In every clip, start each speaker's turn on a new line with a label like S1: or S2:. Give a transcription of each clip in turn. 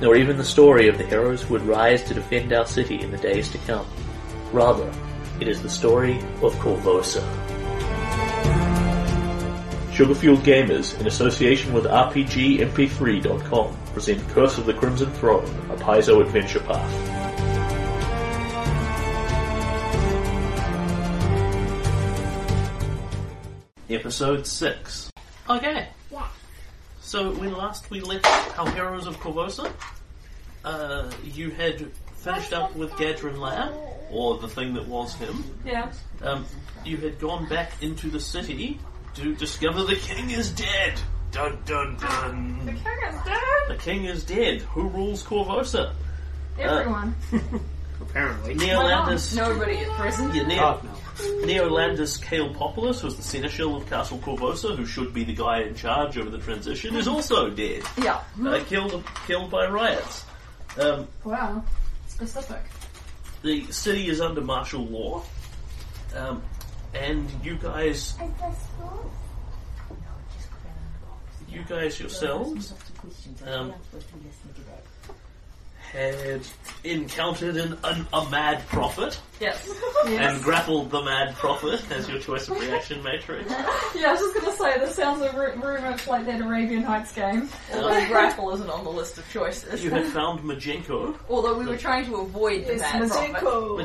S1: nor even the story of the heroes who would rise to defend our city in the days to come. Rather, it is the story of Corvosa. Sugarfuel Gamers, in association with RPGMP3.com, present Curse of the Crimson Throne, a Paizo adventure path. Episode 6. Okay.
S2: Yeah.
S1: So when last we left our heroes of Corvosa, uh, you had finished up with Gadrin Lair, or the thing that was him.
S2: Yeah.
S1: Um, you had gone back into the city to discover the king is dead. Dun dun
S2: The
S1: dun.
S2: king is dead.
S1: The king is dead. Who rules Corvosa?
S3: Uh,
S2: Everyone.
S4: Apparently.
S1: Neolandus.
S2: Nobody in prison.
S1: Yeah, Neo-
S4: Oh, no.
S1: Neolandus Caelpopulus, who's the seneschal of Castle Corvosa, who should be the guy in charge over the transition, is also dead.
S2: Yeah.
S1: Uh, killed killed by riots. Um,
S2: Wow. Specific.
S1: the city is under martial law, um, and you guys, you guys yourselves, um, had encountered an, an, a mad prophet
S2: Yes.
S1: and grappled the mad prophet as your choice of reaction matrix.
S2: Yeah, I was just gonna say this sounds a very, very much like that Arabian Nights game.
S3: Although grapple isn't on the list of choices.
S1: You had found Majenko,
S3: Although we were trying to avoid the mad prophet.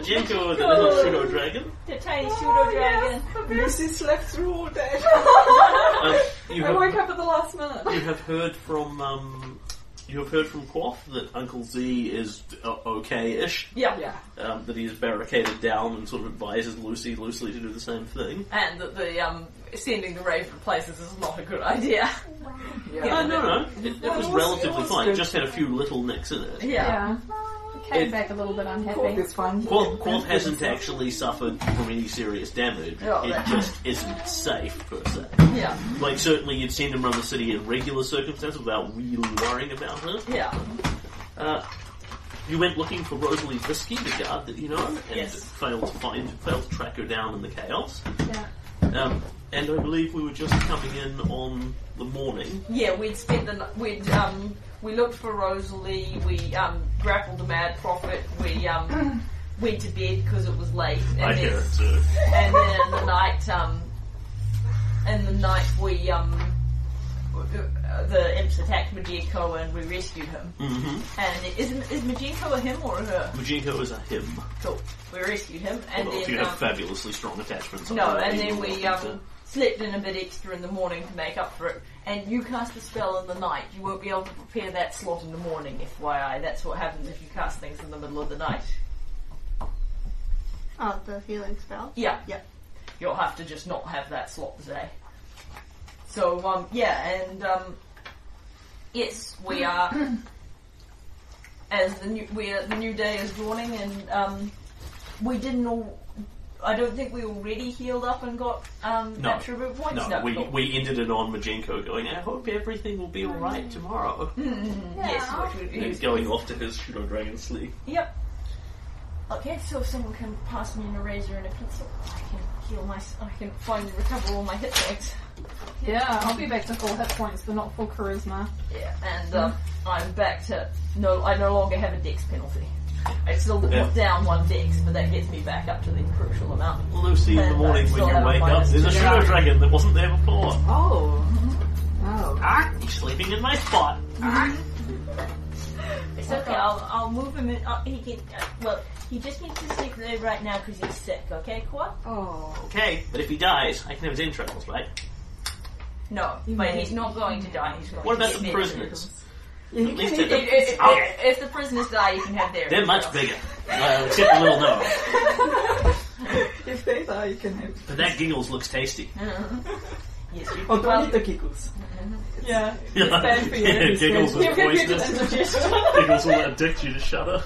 S1: Majenko, the little pseudo dragon.
S3: The
S2: Oh,
S3: tiny pseudo dragon.
S2: Lucy slept through all day.
S1: Um, you
S2: I woke
S1: have
S2: up at the last minute.
S1: you have heard from um, you have heard from Quoth that Uncle Z is uh, okay-ish.
S3: Yeah. yeah.
S1: um, that he's barricaded down and sort of advises Lucy loosely to do the same thing.
S3: And that the um, sending the raven places is not a good idea. Yeah.
S1: Oh, no, no. It, it was relatively fine. It just had a few little nicks in it.
S3: Yeah.
S2: Came
S1: It-
S2: back a little bit unhappy.
S1: Quant, Quant hasn't actually suffered from any serious damage.
S3: Oh,
S1: it
S3: that-
S1: just isn't safe, per se.
S3: Yeah. Yeah.
S1: Like, certainly you'd send him around the city in regular circumstances without really worrying about it. Uh, you went looking for Rosalie Risky, the guard that you know, and
S3: Yes.
S1: failed to find, failed to track her down in the chaos.
S2: Yeah.
S1: Um, and I believe we were just coming in on the morning
S3: Yeah, We'd spent the n- we'd um, we looked for Rosalie. We um, grappled the mad prophet. We um, went to bed because it was late. And
S1: I
S3: then-
S1: hear it too.
S3: and then in the night, um, in the night we um, uh, the imps attacked Majenko and we rescued him.
S1: Mm-hmm.
S3: And is is Majenko a him or a her?
S1: Majinko is a him,
S3: Cool. We rescued him, and
S1: although if you
S3: then
S1: have
S3: um,
S1: fabulously strong attachments.
S3: no,
S1: I'm
S3: and
S1: able
S3: then
S1: to
S3: we
S1: look
S3: um, slept in a bit extra in the morning to make up for it. And you cast a spell in the night. You won't be able to prepare that slot in the morning, FYI. That's what happens if you cast things in the middle of the night.
S5: Oh, the healing spell?
S3: Yeah.
S5: Yeah.
S3: You'll have to just not have that slot today. So, um, yeah, and, um, yes, we are, as the new, we are, the new day is dawning and, um, we didn't all, I don't think we already healed up and got, um,
S1: No.
S3: attribute points.
S1: No, we,
S3: cool.
S1: we ended it on Majinko going, I hope everything will be alright tomorrow.
S3: yes, which we-
S1: And going off to his Pseudo Dragon sleep.
S3: Yep. Okay, so if someone can pass me an eraser and a pencil, I can heal my, I can find and recover all my hit points.
S2: Yeah, I'll be back to full hit points, but not full charisma.
S3: Yeah, and um, I'm back to no. I no longer have a dex penalty. I still
S1: Yeah.
S3: down one dex, but that gets me back up to the crucial amount.
S1: Lucy, in the
S3: And
S1: morning
S3: I
S1: when
S3: still
S1: you
S3: have a
S1: wake up,
S3: minus
S1: there's a
S3: two.
S1: Pseudo Dragon that wasn't there before.
S2: Oh. Oh.
S4: Ah,
S1: He's sleeping in my spot. Ah,
S3: It's okay. I'll, I'll move him. In, uh, he can. Uh, well, he just needs to sleep there right now because he's sick. Okay, Qua?
S2: Oh.
S1: Okay, but if he dies, I can have his entrails, right?
S3: No, but he's not going to die. He's going
S1: What
S3: to
S1: about
S3: get
S1: the
S3: better.
S1: prisoners? At least
S3: If,
S1: they're,
S3: if- if-
S1: Oh.
S3: if the prisoners die, you can have their.
S1: they're much bigger. Well, except the little gnome.
S2: If they die, you can have.
S1: But that giggles looks tasty.
S3: Yes, you
S4: Oh, do I
S3: well,
S4: need the giggles?
S2: Yeah.
S4: Bad for you.
S1: Yeah, giggles
S4: It's
S1: with
S2: You've computer
S1: voices.
S2: indigestion.
S1: Giggles will addict you to shudder.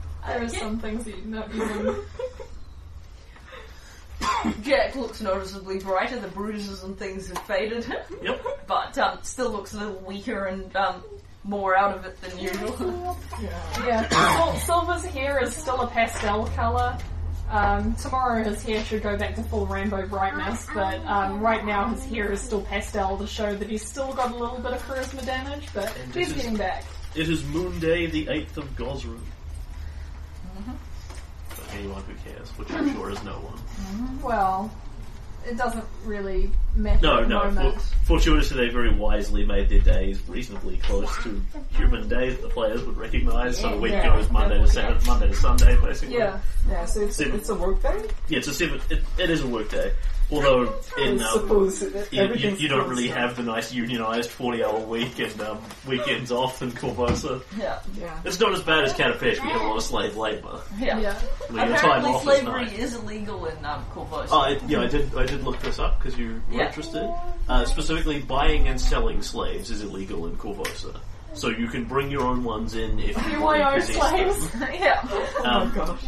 S2: there are some things that you not even.
S3: Jack looks noticeably brighter. The bruises and things have faded,
S1: Yep.
S3: but um, still looks a little weaker and um, more out of it than usual.
S2: Yeah. Sil- Silver's hair is still a pastel colour. Um, tomorrow his hair should go back to full rainbow brightness, but um, right now his hair is still pastel to show that he's still got a little bit of charisma damage, but
S1: And
S2: he's
S1: this is-
S2: getting back.
S1: It is Moon Day, the 8th of Gosrun. For anyone who cares, which I'm sure is no one.
S2: Well, it doesn't really matter.
S1: No,
S2: at the
S1: no.
S2: moment.
S1: For, fortuitously, they very wisely made their days reasonably close to human days that the players would recognise. So a week
S4: Yeah.
S1: goes Monday to Saturday, Monday to Sunday, basically.
S2: Yeah.
S4: Yeah, so it's,
S1: Sim.
S4: it's a work day.
S1: Yeah, it's a seven. It, it is a work day, although in
S4: I
S1: um,
S4: suppose that
S1: you, you,
S4: everything's
S1: you don't
S4: closed.
S1: really have the nice unionised forty-hour week and um, weekends off in Corvosa.
S3: yeah,
S4: Yeah.
S1: It's not as bad as Catapesh. We have a lot of slave labour.
S3: yeah.
S2: Yeah.
S1: Where your time
S3: Apparently,
S1: off is
S3: slavery
S1: nice.
S3: is illegal in um, Corvosa.
S1: Oh, I, yeah, I did. I did look this up because you were
S3: Yeah.
S1: interested. Uh, specifically, buying and selling slaves is illegal in Corvosa, so you can bring your own ones in if you
S2: You
S1: want
S2: want
S1: to
S2: your own
S1: possess
S2: slaves?
S3: yeah.
S1: them.
S4: Oh
S1: Um,
S4: gosh.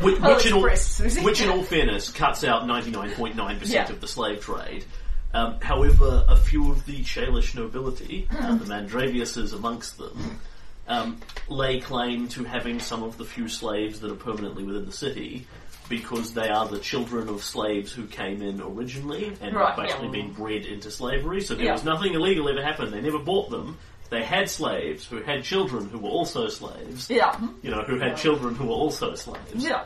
S1: Which,
S3: Oh,
S1: which, in all,
S3: express, Susie.
S1: which, in all fairness, cuts out 99.9%
S3: Yeah.
S1: of the slave trade. Um, however, a few of the Chalish nobility, uh,
S3: Hmm.
S1: the Mandraviuses amongst them, um, lay claim to having some of the few slaves that are permanently within the city because they are the children of slaves who came in originally and
S3: Right,
S1: have basically
S3: yeah.
S1: been bred into slavery. So there
S3: Yeah.
S1: was nothing illegal ever happened. They never bought them. They had slaves who had children who were also slaves.
S3: Yeah.
S1: You know, who had children who were also slaves.
S3: Yeah.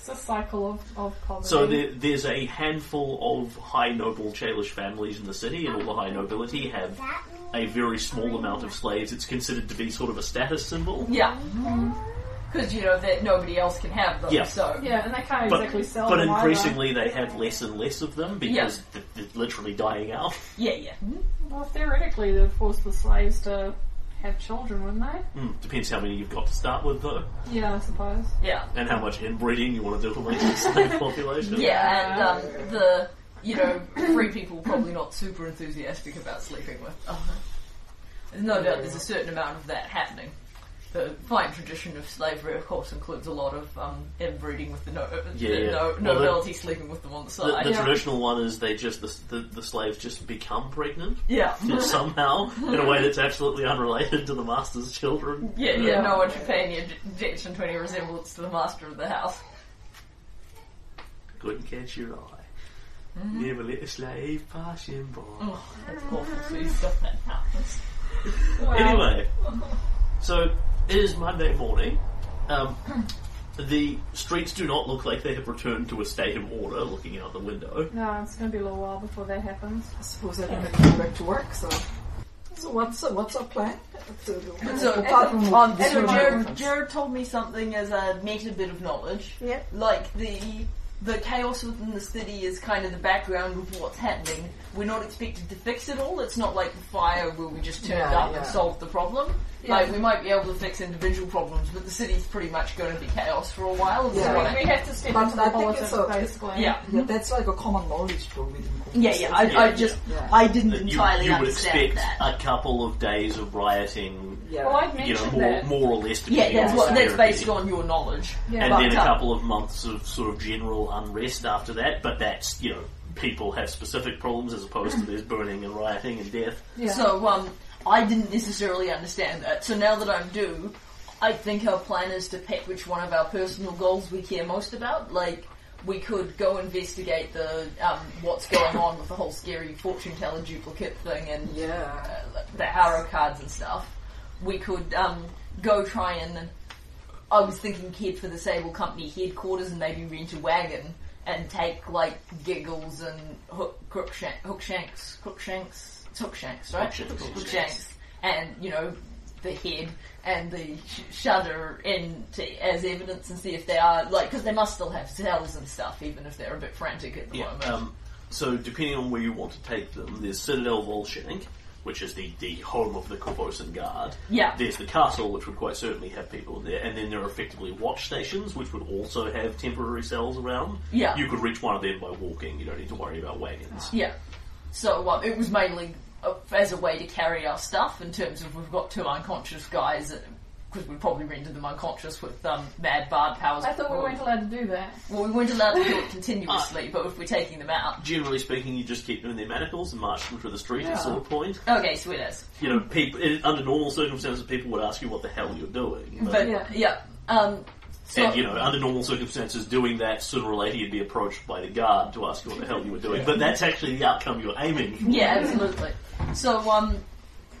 S2: It's a cycle of, of poverty.
S1: So there, there's a handful of high noble Chalish families in the city, and all the high nobility have a very small amount of slaves. It's considered to be sort of a status symbol.
S3: Yeah. Because, you know, that nobody else can have them,
S1: Yeah.
S3: so.
S2: yeah, and they can't
S1: But,
S2: exactly sell
S1: but
S3: Oh,
S2: them either.
S1: increasingly they have less and less of them because th they're literally dying out.
S3: Yeah, yeah.
S2: Well, theoretically, they'd force the slaves to have children, wouldn't they?
S1: Hmm, depends how many you've got to start with though,
S2: Yeah, I suppose.
S3: Yeah.
S1: and how much inbreeding you want to do to make the slave population.
S3: Yeah, and um, the, you know, free people probably not super enthusiastic about sleeping with. other- There's no doubt there's a certain amount of that happening. The fine tradition of slavery, of course, includes a lot of um, inbreeding with the, no-
S1: Yeah,
S3: the
S1: yeah.
S3: no-
S1: Well, the-
S3: nobility sleeping with them on the
S1: The,
S3: side.
S1: the
S2: Yeah.
S1: traditional one is they just the, the, the slaves just become pregnant
S3: yeah.
S1: somehow in a way that's absolutely unrelated to the master's children.
S3: Yeah, yeah, no one should pay any objection to any resemblance to the master of the house.
S1: Couldn't catch your eye.
S3: Mm-hmm.
S1: Never let a slave pass him by.
S3: Oh, that's awful, so you stuff that happens.
S1: Anyway, so it is Monday morning. Um, the streets do not look like they have returned to a state of order looking out the window.
S2: No, it's going to be a little while before that happens.
S4: I suppose I don't have to go back to work, so. So what's what's our plan? So,
S3: So,
S4: apart from
S3: um,
S4: this
S3: so
S4: one-
S3: Jared, Jared told me something as a meta bit of knowledge.
S4: Yeah.
S3: Like the the chaos within the city is kind of the background of what's happening. We're not expected to fix it all. It's not like the fire where we just turned
S4: Yeah,
S3: up
S4: yeah.
S3: and solved the problem. Like we might be able to fix individual problems, but the city's pretty much going to be chaos for a while. is
S4: Yeah.
S3: what
S2: So
S3: I-
S2: we, we have to step
S4: But
S2: into the
S4: I think it's
S2: politics,
S4: a-
S2: basically.
S3: yeah.
S4: Yeah, that's like a common knowledge though within Cornwall.
S3: Yeah, yeah. I,
S1: Yeah,
S3: I
S1: yeah.
S3: just
S4: Yeah.
S3: I didn't
S1: You,
S3: entirely
S1: you would
S3: understand
S1: expect
S3: that.
S1: a couple of days of rioting,
S4: Yeah.
S2: Well, I'd
S1: you know,
S2: mentioned
S1: more,
S2: that.
S1: more or less. to
S3: yeah,
S1: be
S3: that's, what, that's
S1: severity.
S3: based on your knowledge.
S2: Yeah.
S1: and
S3: But,
S1: then a
S3: um,
S1: couple of months of sort of general unrest after that. But that's you know people have specific problems as opposed to
S3: Mm.
S1: there's burning and rioting and death.
S2: Yeah.
S3: So um, I didn't necessarily understand that. So now that I'm due, I think our plan is to pick which one of our personal goals we care most about. Like we could go investigate the um, what's going on with the whole scary fortune teller duplicate thing and
S4: Yeah.
S3: uh, the arrow cards and stuff. We could um, go try and. I was thinking head for the Sable Company headquarters and maybe rent a wagon and take like Giggles and Hook, Crookshank, Hookshanks, Crookshanks, it's Hookshanks, right?
S1: Hookshanks.
S3: Hookshanks. And, you know, the head and the sh- shudder in to, as evidence and see if they are, like, because they must still have cells and stuff even if they're a bit frantic at the
S1: Yeah.
S3: moment.
S1: Um, so depending on where you want to take them, there's Citadel Volshank, which is the, the home of the Corvosan Guard.
S3: Yeah.
S1: There's the castle, which would quite certainly have people in there, and then there are effectively watch stations, which would also have temporary cells around.
S3: Yeah.
S1: You could reach one of them by walking, you don't need to worry about wagons.
S3: Yeah. So um, it was mainly uh, as a way to carry our stuff in terms of we've got two unconscious guys because we probably rendered them unconscious with um, mad bard powers.
S2: I thought we weren't Ah. allowed to do that.
S3: Well, we weren't allowed to do it continuously, but if we're taking them out,
S1: Generally speaking, you just keep them in their manacles and march them through the street at
S4: Yeah.
S1: some point.
S3: okay, sweet as.
S1: You know, people it, under normal circumstances, people would ask you what the hell you're doing. But,
S3: But yeah,
S2: Yeah.
S3: Um, so,
S1: and you know, under normal circumstances, doing that sooner or later you'd be approached by the guard to ask you what the hell you were doing. But that's actually the outcome you're aiming for.
S3: yeah, absolutely. So um,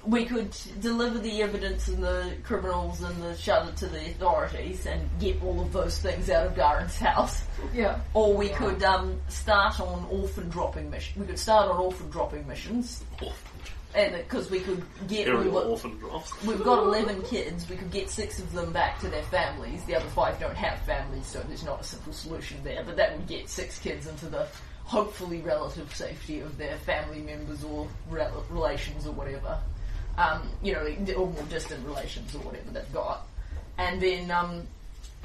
S3: we could deliver the evidence and the criminals and the shutter to the authorities and get all of those things out of Darren's house.
S2: Yeah.
S3: Or we could um, start on orphan dropping mission. We could start on orphan dropping missions, and because we could get we
S1: Aerial
S3: were-
S1: orphan drops.
S3: we've got eleven kids, we could get six of them back to their families. The other five don't have families, so there's not a simple solution there. But that would get six kids into the hopefully relative safety of their family members or rel- relations or whatever, um, you know, or more distant relations or whatever they've got. And then um,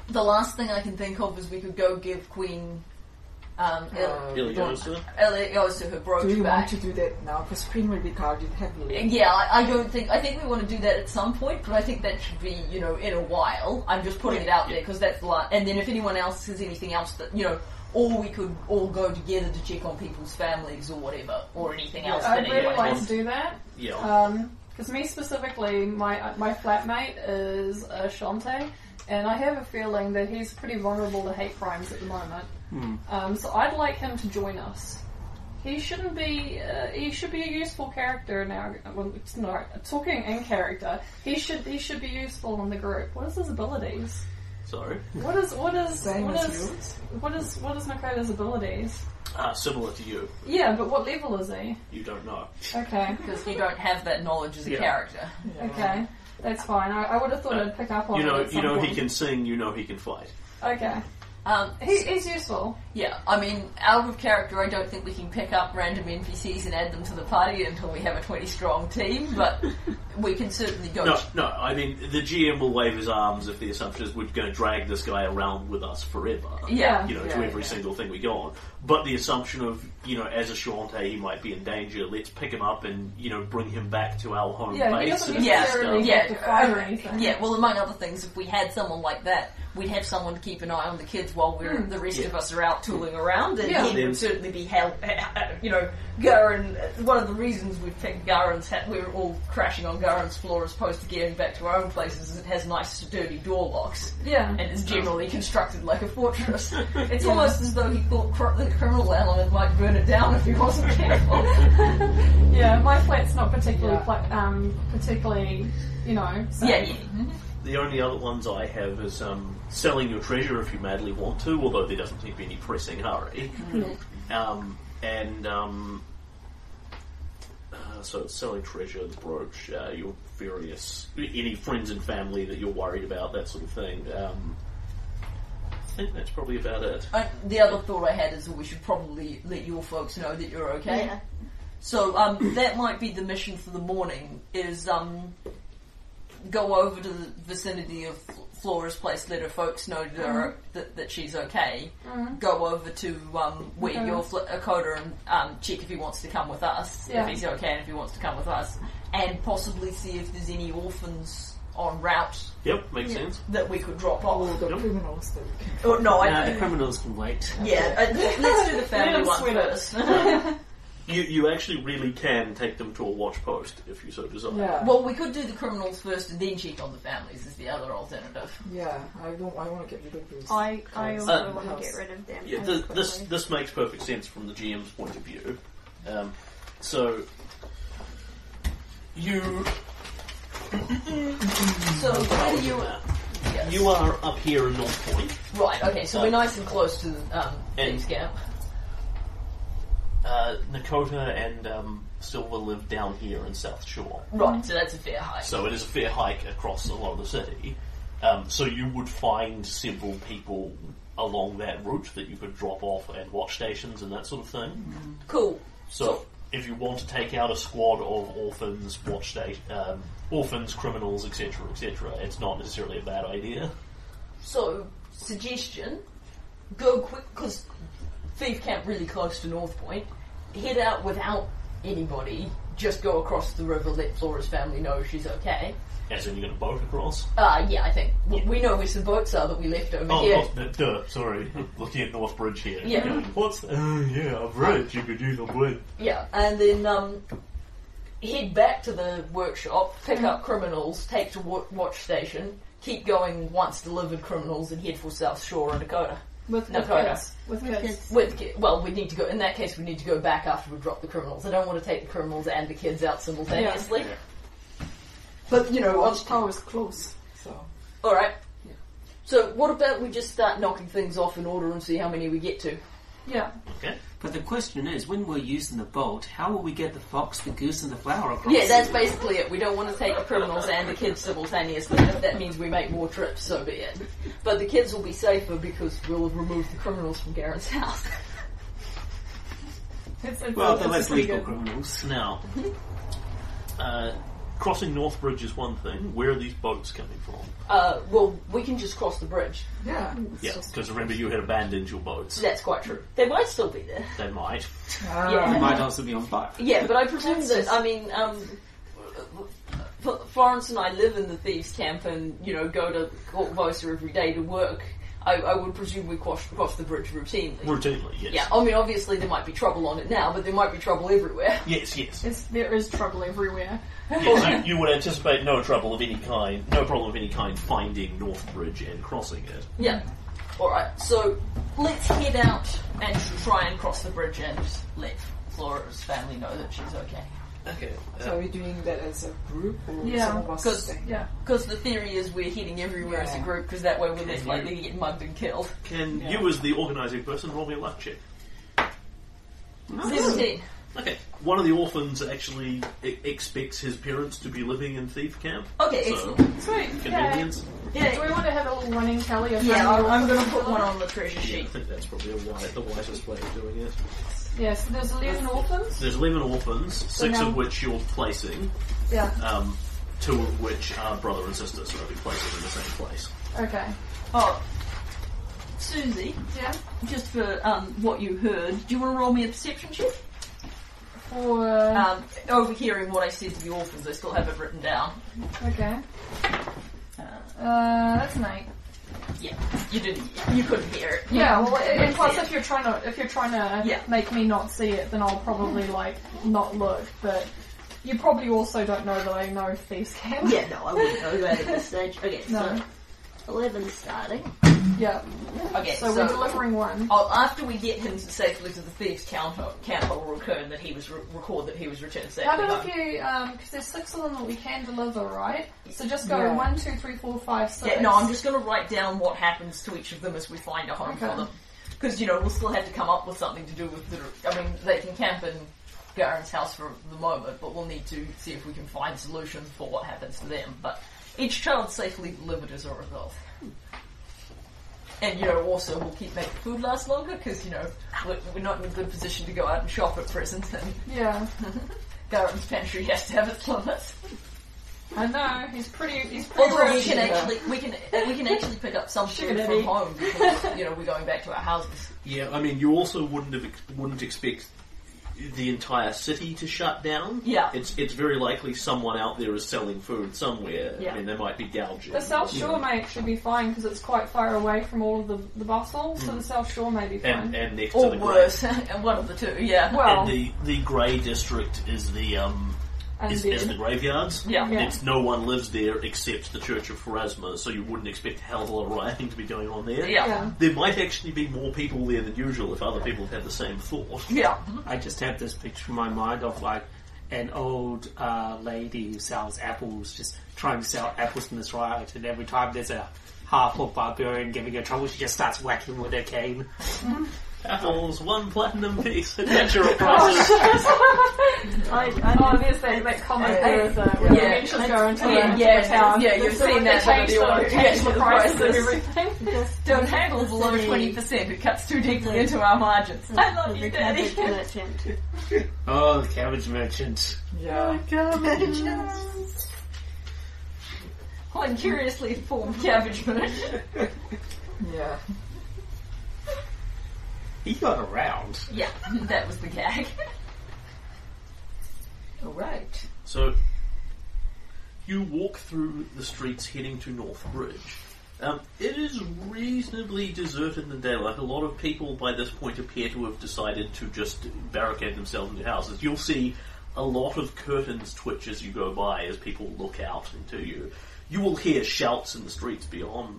S3: the last thing I can think of is we could go give Queen. Um, El-
S1: Iliosa.
S3: Eliosa her brooch
S4: Uh, Do you
S3: back.
S4: want to do that now? Because Queen will be guarded heavily.
S3: Yeah, I, I don't think. I think we want to do that at some point, but I think that should be, you know, in a while. I'm just putting it out there because that's the line. And then if anyone else has anything else that, you know, or we could all go together to check on people's families or whatever, or anything else that
S2: I'd really
S3: anyone
S2: like
S3: wants.
S2: to do that.
S1: Yeah.
S2: Uh, Because Um, me specifically, my uh, my flatmate is Ashante, and I have a feeling that he's pretty vulnerable to hate crimes at the moment. Um, so I'd like him to join us. He shouldn't be. Uh, he should be a useful character now. Well, it's not talking in character. He should. He should be useful in the group. What is his abilities?
S1: Sorry.
S2: What is what is
S4: Same
S2: what
S4: as
S2: is
S4: yours.
S2: what is what is Makoto's abilities?
S1: Ah, similar to you.
S2: Yeah, but what level is he?
S1: You don't know.
S2: Okay.
S3: Because you don't have that knowledge as a
S1: Yeah.
S3: character.
S2: Okay, that's fine. I, I would have thought I'd pick up on
S1: You know,
S2: it. At
S1: you
S2: some
S1: know he
S2: point.
S1: can sing. You know he can fight.
S2: Okay,
S3: Um,
S2: he, he's useful.
S3: yeah, I mean, out of character, I don't think we can pick up random NPCs and add them to the party until we have a 20 strong team, but we can certainly go.
S1: No, no. I mean, the GM will wave his arms if the assumption is we're going to drag this guy around with us forever.
S3: Yeah.
S1: You know,
S4: Yeah,
S1: to every
S4: yeah.
S1: single thing we go on. But the assumption of you know, as a Shante, he might be in danger. Let's pick him up and you know, bring him back to our home
S2: Yeah, he
S1: base.
S2: doesn't
S1: and
S3: Yeah,
S1: stuff.
S2: necessarily-
S3: yeah,
S2: have to fight or
S3: uh,
S2: anything.
S3: Yeah, well, among other things, if we had someone like that, we'd have someone to keep an eye on the kids while we're the rest of
S1: Yeah.
S3: us are out tooling around, and
S2: Hmm. Yeah.
S3: he
S1: Then-
S3: would certainly be help. You know, Garen. One of the reasons we've picked Garen's hat, we were all crashing on Garen's floor as opposed to getting back to our own places, is it has nice, sturdy door locks.
S2: Yeah,
S3: And is generally constructed like a fortress. It's almost as though he thought cr- the criminal element might burn it down if he wasn't careful.
S2: yeah. My flat's not particularly,
S4: Yeah.
S2: pla- um, particularly, you know. So.
S3: yeah, yeah.
S1: The only other ones I have is um, selling your treasure if you madly want to, although there doesn't seem to be any pressing hurry. Um, and um, uh, so it's selling treasure, the brooch, uh, your various any friends and family that you're worried about, that sort of thing. Um, I think that's probably about it.
S3: I, Uh, the other thought I had is we should probably let your folks know that you're okay. So um, that might be the mission for the morning: is um, go over to the vicinity of Fl- Flora's place, let her folks know that, her- that, that she's okay. Go over to um, where
S2: Okay.
S3: your fl- uh, Coda and um, check if he wants to come with us,
S2: Yeah.
S3: if he's okay, and if he wants to come with us, and possibly see if there's any orphans on route
S1: Yep, makes
S2: Yeah.
S1: sense.
S3: that we could drop
S4: All
S3: off.
S4: the
S1: Yep.
S4: criminals that we can.
S3: Or, no, I
S6: Nah, the criminals can wait.
S3: Yeah, uh, let's do the
S2: Let
S3: family
S2: 'em
S3: one
S2: sweat it.
S3: first.
S1: You you actually really can take them to a watch post if you so desire.
S4: Yeah.
S3: well, we could do the criminals first and then check on the families is the other alternative.
S4: yeah. I don't. I want to get rid of these.
S7: I, I
S4: Guys.
S7: also
S1: Uh,
S7: want
S4: house.
S7: to get rid of them.
S1: Yeah,
S7: as
S1: th- this
S7: quickly.
S1: this makes perfect sense from the GM's point of view. Um, so you
S3: So where do you? Yes.
S1: you are up here in North Point.
S3: right. Okay, so we're nice and close to the um,
S1: And-
S3: Thieves' Gap.
S1: Uh, Nakota and um, Silver live down here in South Shore,
S3: Right, so that's a fair height.
S1: so it is a fair hike across a lot of the city. Um, so you would find several people along that route that you could drop off at watch stations and that sort of thing.
S3: Cool.
S1: So if you want to take out a squad of orphans, watch state, um, orphans, criminals, etc., etc., it's not necessarily a bad idea.
S3: So, suggestion: go quick because thief camp really close to North Point. Head out without anybody. Just go across the river. Let Flora's family know she's okay.
S1: As in, you get a boat across.
S3: Uh, yeah, I think w we know where some boats are that we left over
S1: Oh,
S3: here.
S1: of course, no, duh, sorry. Looking at North Bridge here.
S3: Yeah.
S1: What's. Oh, yeah, a bridge. You could use a bridge.
S3: Yeah, and then um, head back to the workshop, pick up criminals, take to wa- watch station, keep going once delivered criminals, and head for South Shore and Dakota.
S2: With,
S3: No,
S2: with
S3: quite
S2: kids. With kids.
S3: With ki- well, we need to go. In that case, we need to go back after we drop the criminals. I don't want to take the criminals and the kids out simultaneously.
S4: But you know, Watchtower is close, so
S3: All right. So what about we just start knocking things off in order and see how many we get to?
S2: Yeah.
S1: Okay.
S6: But the question is, when we're using the boat, how will we get the fox, the goose, and the flower across?
S3: Yeah, that's basically it. We don't want to take the criminals and the kids simultaneously. If that means we make more trips, so be it. But the kids will be safer because we'll have removed the criminals from Garen's house.
S2: It's, it's,
S6: well,
S2: it's
S6: the less
S2: pretty
S6: legal
S2: good-
S6: criminals.
S1: Now, uh, crossing North Bridge is one thing. Where are these boats coming from?
S3: Uh, well, we can just cross the bridge.
S4: yeah.
S1: Yeah, because remember you had abandoned your boats.
S3: That's quite true. They might still be there.
S1: They might.
S4: Ah,
S6: They
S3: Yeah,
S6: might also be on fire.
S3: yeah, but I presume that. I mean, um, F- Florence and I live in the thieves' camp, and you know, go to Court Vosa every day to work. I, I would presume we cross, cross the bridge routinely.
S1: Routinely, yes.
S3: Yeah, I mean, obviously there might be trouble on it now, but there might be trouble everywhere.
S1: Yes, yes.
S2: It's, there is trouble everywhere.
S1: yes you, you would anticipate no trouble of any kind, no problem of any kind finding North Bridge and crossing it.
S3: Yeah. Alright, so let's head out and try and cross the bridge and let Flora's family know that she's okay.
S1: Okay. uh,
S4: So are we doing that as a group or
S2: Yeah,
S4: some of us
S3: because-
S4: staying?
S2: Yeah.
S3: Because the theory is we're heading everywhere as a
S4: Yeah.
S3: group, because that way we're less
S1: Mhm.
S3: likely to get mugged and killed.
S1: Can you, as the organising person, roll me a luck check?
S3: 17.
S1: Okay. One of the orphans actually e- expects his parents to be living in thief camp.
S3: Okay,
S1: So,
S3: excellent.
S2: Sweet. Yeah.
S1: convenience.
S2: Do we want to have a little running tally of
S3: Yeah,
S2: how many
S3: I'm, I'm
S2: orphans
S3: going to put
S2: there
S3: one
S2: are?
S3: on the treasure
S1: Yeah, I
S3: sheet.
S1: think that's probably a wi- the wisest way of doing it.
S2: Yeah, so there's 11 orphans.
S1: There's 11 orphans, six
S2: now-
S1: of which you're placing,
S2: Yeah.
S1: um, two of which are brother and sister, so they'll be placed in the same place.
S2: Okay.
S3: Oh, Susie,
S2: Yeah.
S3: just for um, what you heard, do you want to roll me a perception check?
S2: For
S3: Um, overhearing what I said to the orphans, I still have it written down.
S2: okay.
S3: Uh,
S2: Uh, that's an eight.
S3: yeah, you didn't, you couldn't hear it.
S2: Yeah. Well, and and plus,
S3: Yeah.
S2: if you're trying to if you're trying to
S3: Yeah. Mm-hmm.
S2: make me not see it, then I'll probably like not look. But you probably also don't know that I know thieves can.
S3: Yeah, no, I wouldn't know that at this stage. Okay,
S2: No.
S3: so eleven starting.
S2: Yeah.
S3: Okay,
S2: So,
S3: so,
S2: we're delivering one.
S3: oh, after we get him safely to the thieves' camp, camp I'll return that he was re- record that he was returned safely.
S2: How about
S3: home.
S2: if you, um, because there's six of them that we can deliver, right? So just go
S4: Yeah.
S2: one, two, three, four, five, six.
S3: Yeah, no, I'm just going to write down what happens to each of them as we find a home for
S2: Okay.
S3: them. Because you know we'll still have to come up with something to do with the. I mean, they can camp in Garen's house for the moment, but we'll need to see if we can find solutions for what happens to them. But each child safely delivered as a result. And you know, also we'll keep making food last longer because you know we're, we're not in a good position to go out and shop at present, and
S2: Yeah.
S3: Garen's pantry has to have its limits.
S2: I know. He's pretty. He's pretty.
S3: Although we
S2: rich.
S3: can actually we can we can actually pick up some food
S2: Sugar
S3: from
S2: daddy.
S3: home because you know we're going back to our houses.
S1: Yeah, I mean, you also wouldn't have ex- wouldn't expect the entire city to shut down.
S3: Yeah.
S1: it's it's very likely someone out there is selling food somewhere.
S3: Yeah.
S1: I mean, they might be gouging.
S2: The South Shore may actually be fine because it's quite far away from all of the, the bustle, so the South Shore may be fine.
S1: and and next
S3: Or
S1: to the grey,
S3: worse, Oh. and one of the two. Yeah.
S2: well,
S1: and the the grey district is the um
S2: and
S1: is,
S2: then-
S1: is the graveyards.
S3: yeah.
S2: Yeah.
S1: It's no one lives there except the Church of Pharasma, so you wouldn't expect a hell of a lot of rioting to be going on there.
S3: Yeah.
S2: yeah.
S1: There might actually be more people there than usual if other people have had the same thought.
S3: Yeah.
S6: I just have this picture in my mind of like an old uh, lady who sells apples, just trying to sell apples in this riot, and every time there's a half or barbarian giving her trouble, she just starts whacking with her cane.
S1: Apples, one platinum piece, at natural prices.
S3: I, I
S2: Oh, there's that, that uh, comic where the where
S3: Yeah.
S2: the adventures go into
S3: Yeah,
S2: the,
S3: yeah,
S2: the town.
S3: yeah, you've
S2: So
S3: seen
S2: they
S3: that one
S2: change
S3: in the
S2: the,
S3: order.
S2: change the
S3: Yeah,
S2: prices and
S3: prices.
S2: everything.
S3: don't handle below twenty percent. It cuts too deeply into our margins.
S2: Mm.
S3: I love you, Daddy.
S6: Oh, the cabbage merchant.
S4: Yeah.
S3: One curiously formed cabbage merchant.
S4: Yeah.
S6: He got around.
S3: Yeah, that was the gag.
S4: All right.
S1: So, you walk through the streets heading to Northbridge. Um, it is reasonably deserted in the daylight. A lot of people by this point appear to have decided to just barricade themselves into houses. You'll see a lot of curtains twitch as you go by as people look out into you. You will hear shouts in the streets beyond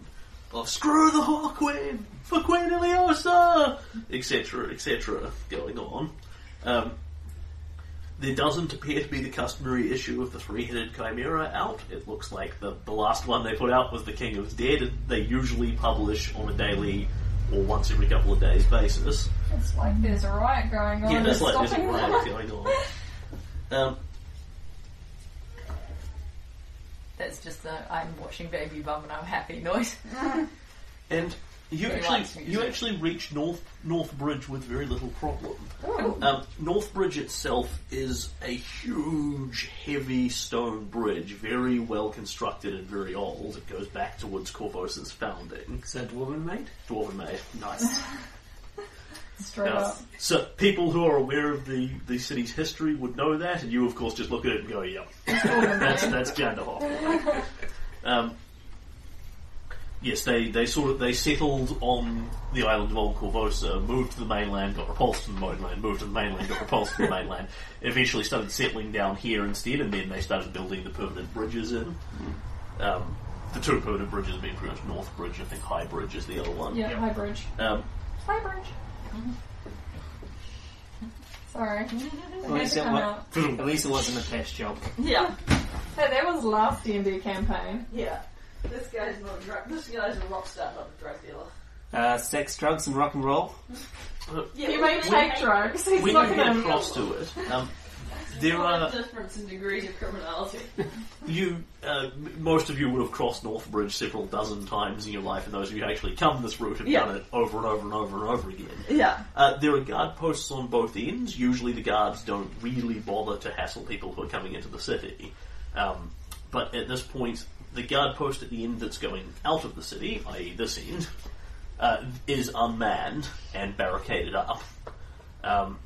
S1: of screw the Hawkwind for Queen Iliosa, etc., etc., going on. Um, there doesn't appear to be the customary issue of the three-headed chimera out. It looks like the, the last one they put out was the King of Dead, and they usually publish on a daily or once every couple of days basis.
S2: It's like there's a riot
S3: Oh,
S2: going on.
S1: Yeah, that's
S2: it's
S1: like there's a
S2: stopping
S1: riot going on. Um,
S3: That's just the I'm watching Baby Bum and I'm happy noise.
S1: and you
S3: Very light
S1: actually
S3: music.
S1: you actually reach North Northbridge with very little problem.
S3: Ooh.
S1: Um, Northbridge itself is a huge, heavy stone bridge, very well constructed and very old. It goes back towards Corvosa's founding.
S6: Is that woman made?
S1: Dwarven made.
S6: Nice.
S2: Straight
S1: Now,
S2: up.
S1: So people who are aware of the, the city's history would know that, and you, of course, just look at it and go, "Yep, that's that's Janderhof." um, yes, they, they sort of they settled on the island of Old Corvosa, moved to the mainland, got repulsed from the mainland, moved to the mainland, got repulsed from the mainland. Eventually, started settling down here instead, and then they started building the permanent bridges in.
S2: Mm-hmm.
S1: Um, the two permanent bridges being pretty much North Bridge, I think High Bridge is the other one.
S2: Yeah, high bridge.
S1: Um,
S2: High bridge. Sorry.
S6: At
S2: Had
S6: least,
S2: to
S6: it
S2: come
S6: wa-
S2: out.
S6: at least it wasn't a flash job.
S3: Yeah,
S2: Hey, that was last D&D campaign.
S3: yeah. This guy's not a drug. This guy's a rock star, not a drug dealer.
S6: Uh, sex, drugs, and rock and roll.
S3: Yeah,
S2: He may take drugs. He's
S1: when
S2: not
S1: you get
S2: going to...
S1: across to it, um, there are
S3: difference in degrees of criminality.
S1: you. Uh, m- most of you would have crossed Northbridge several dozen times in your life, and those of you who actually come this route have
S3: Yeah.
S1: done it over and over and over and over again.
S3: Yeah,
S1: Uh, there are guard posts on both ends. Usually, the guards don't really bother to hassle people who are coming into the city. Um, but at this point, the guard post at the end that's going out of the city, i.e., this end, uh, is unmanned and barricaded up. Um,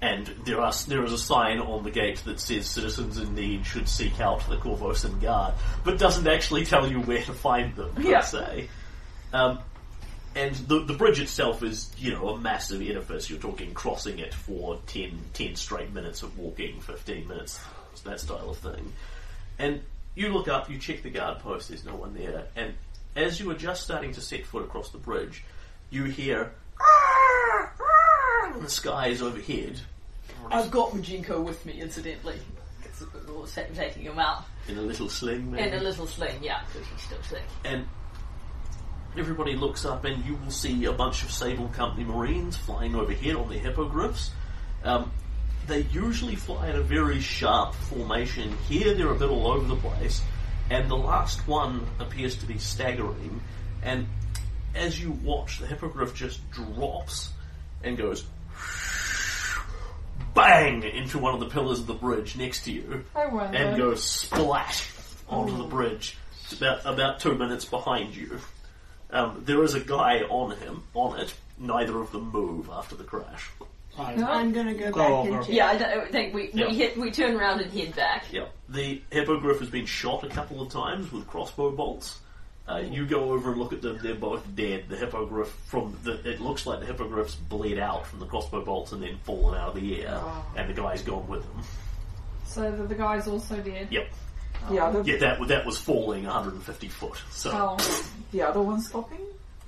S1: And there are there is a sign on the gate that says citizens in need should seek out the Corvosan guard, but doesn't actually tell you where to find them. Per
S3: Yeah.
S1: se. Um, and the the bridge itself is you know a massive edifice. You're talking crossing it for 10, 10 straight minutes of walking, fifteen minutes, that style of thing. And you look up, you check the guard post. There's no one there. And as you are just starting to set foot across the bridge, you hear. "Ah, And the sky is overhead,
S3: I've got Majinko with me, incidentally. It's we're ta- taking him out.
S1: in a little sling, maybe.
S3: And a little sling, yeah, because he's still sick.
S1: and everybody looks up, and you will see a bunch of Sable Company Marines flying overhead on their hippogriffs. Um, they usually fly in a very sharp formation. Here, they're a bit all over the place, and the last one appears to be staggering. And as you watch, the hippogriff just drops and goes. Bang! Into one of the pillars of the bridge next to you
S2: I wonder.
S1: and goes splat onto the bridge. It's about about two minutes behind you. Um, there is a guy on him on it. Neither of them move after the crash.
S4: I'm gonna go,
S6: Go
S4: back
S6: over.
S4: and check.
S3: Yeah, I, don't, I think we
S1: Yeah.
S3: we, hit, we turn around and head back.
S1: Yeah, the hippogriff has been shot a couple of times with crossbow bolts. Uh, you go over and look at them; they're both dead. The hippogriff from the it looks like the hippogriff's bled out from the crossbow bolts and then fallen out of the air, and the guy's gone with them.
S2: So the, the guy's also dead.
S1: Yep,
S4: The other,
S1: yeah, that that was falling 150 foot. So
S2: Oh,
S4: the other one stopping.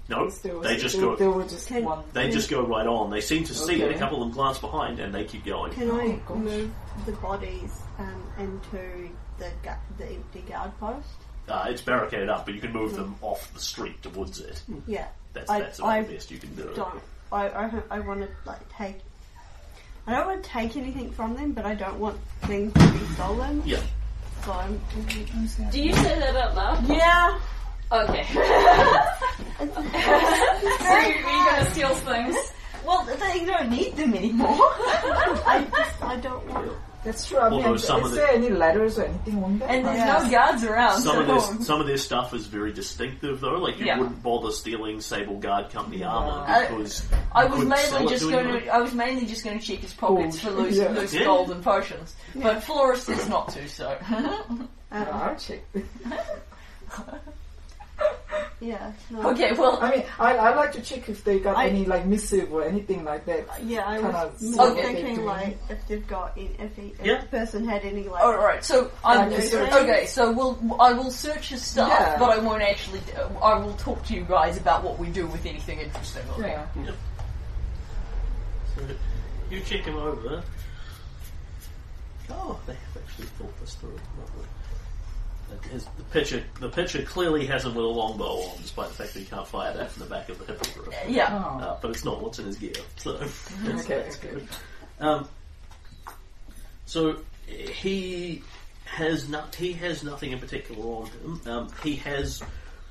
S1: no,
S4: There
S1: Oh,
S4: was,
S1: they just
S4: there,
S1: go.
S4: there were just one.
S1: They just go right on. They seem to see it. A
S4: Okay.
S1: couple of them glance behind and they keep going.
S7: Can I
S4: gosh.
S7: move the bodies um, into the gu- the empty guard post?
S1: Uh, it's barricaded up, but you can move them off the street towards it.
S7: Yeah,
S1: That's
S7: I-
S1: that's about
S7: I
S1: the best you can do.
S7: don't. I I, ho- I want to like take I don't want to take anything from them, but I don't want things to be stolen.
S1: Yeah.
S7: So I'm.
S3: Do you say that out loud?
S7: Yeah.
S3: Okay.
S2: So you- you're gonna steal things.
S7: Well, they don't need them anymore. I just, I don't want.
S4: That's true. I mean,
S1: Although
S4: is
S1: some of the-
S4: there any letters or anything on that?
S3: and there's
S7: Yes.
S3: no guards around.
S1: Some
S3: so
S1: of this, some of their stuff is very distinctive, though. Like you
S3: Yeah.
S1: wouldn't bother stealing Sable Guard Company armor
S3: I-
S1: because
S3: I
S1: you
S3: was
S1: couldn't sell
S3: mainly
S1: it
S3: just
S1: to
S3: going
S1: anyone.
S3: to. I was mainly just going to check his pockets for
S4: Gold.
S3: loose,
S4: Yeah.
S3: loose
S1: Yeah.
S3: gold and potions. But florist is not to, so.
S7: um,
S4: Yeah, I'll check.
S7: Yeah. No.
S3: okay, well,
S4: I mean, I, I like to check if they got
S7: I-
S4: any like missive or anything like that.
S7: Yeah, I was
S4: Kinda
S7: more
S3: see what they
S7: thinking
S4: do.
S7: like if they've got any, if, he, if
S1: Yeah.
S7: the person had any like.
S3: all right. So I'm
S4: Like a search.
S3: okay. So we'll I will search his stuff,
S4: Yeah.
S3: but I won't actually. I will talk to you guys about what we do with anything interesting. on there.
S4: Yeah.
S1: So you check him over. Oh, they have actually thought this through. Lovely. That is- the pitcher, the pitcher clearly has him with a longbow on, despite the fact that he can't fire that from the back of the hippogriff.
S3: Yeah.
S4: Oh.
S1: Uh, but it's not what's in his gear, so that's,
S4: Okay,
S1: that's
S4: okay.
S1: good. Um, so he has not he has nothing in particular on him. Um, he has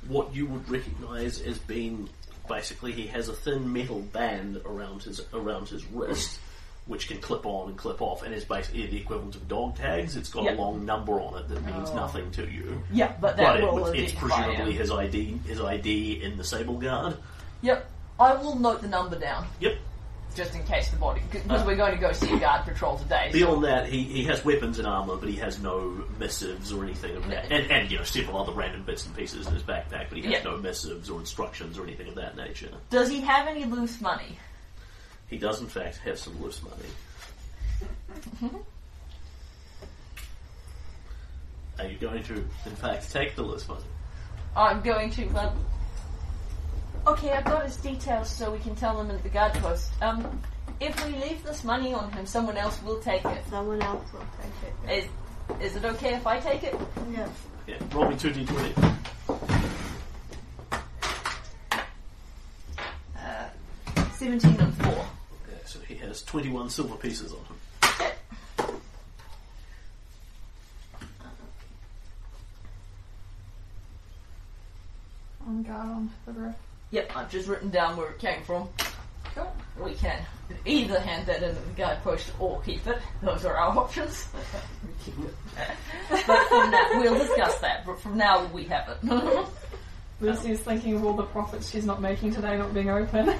S1: what you would recognise as being basically he has a thin metal band around his around his wrist. Which can clip on and clip off, and is basically the equivalent of dog tags. It's got a
S3: Yeah.
S1: long number on it that means nothing to you,
S3: Yeah, but Oh. that
S1: but it,
S3: will
S1: would- it's
S3: identify him.
S1: presumably his ID, his ID in the Sable Guard.
S3: Yep. I will note the number down
S1: Yep,
S3: just in case the body because
S1: Uh.
S3: we're going to go see a guard patrol today. so-
S1: Beyond that, he, he has weapons and armor, but he has no missives or anything of that. And, and you know, several other random bits and pieces in his backpack, but he has
S3: Yeah.
S1: no missives or instructions or anything of that nature.
S3: Does he have any loose money?
S1: He does, in fact, have some loose money. Mm-hmm. Are you going to, in fact, take the loose money?
S3: I'm going to. Um, okay, I've got his details, so we can tell them at the guard post. Um, if we leave this money on him, someone else will take it.
S7: Someone else will take it.
S3: Is is it okay if I take it?
S7: Yeah.
S1: Yeah, roll me 2d20.
S3: Uh, Seventeen and four.
S1: Yeah, so he has 21 silver pieces on him.
S2: On guard on hippogriff.
S3: Yep, I've just written down where it came from. We can either hand that in to the guard post or keep it. Those are our options. but from now, we'll discuss that. But from now, we have it.
S2: Lucy's thinking of all the profits she's not making today not being open.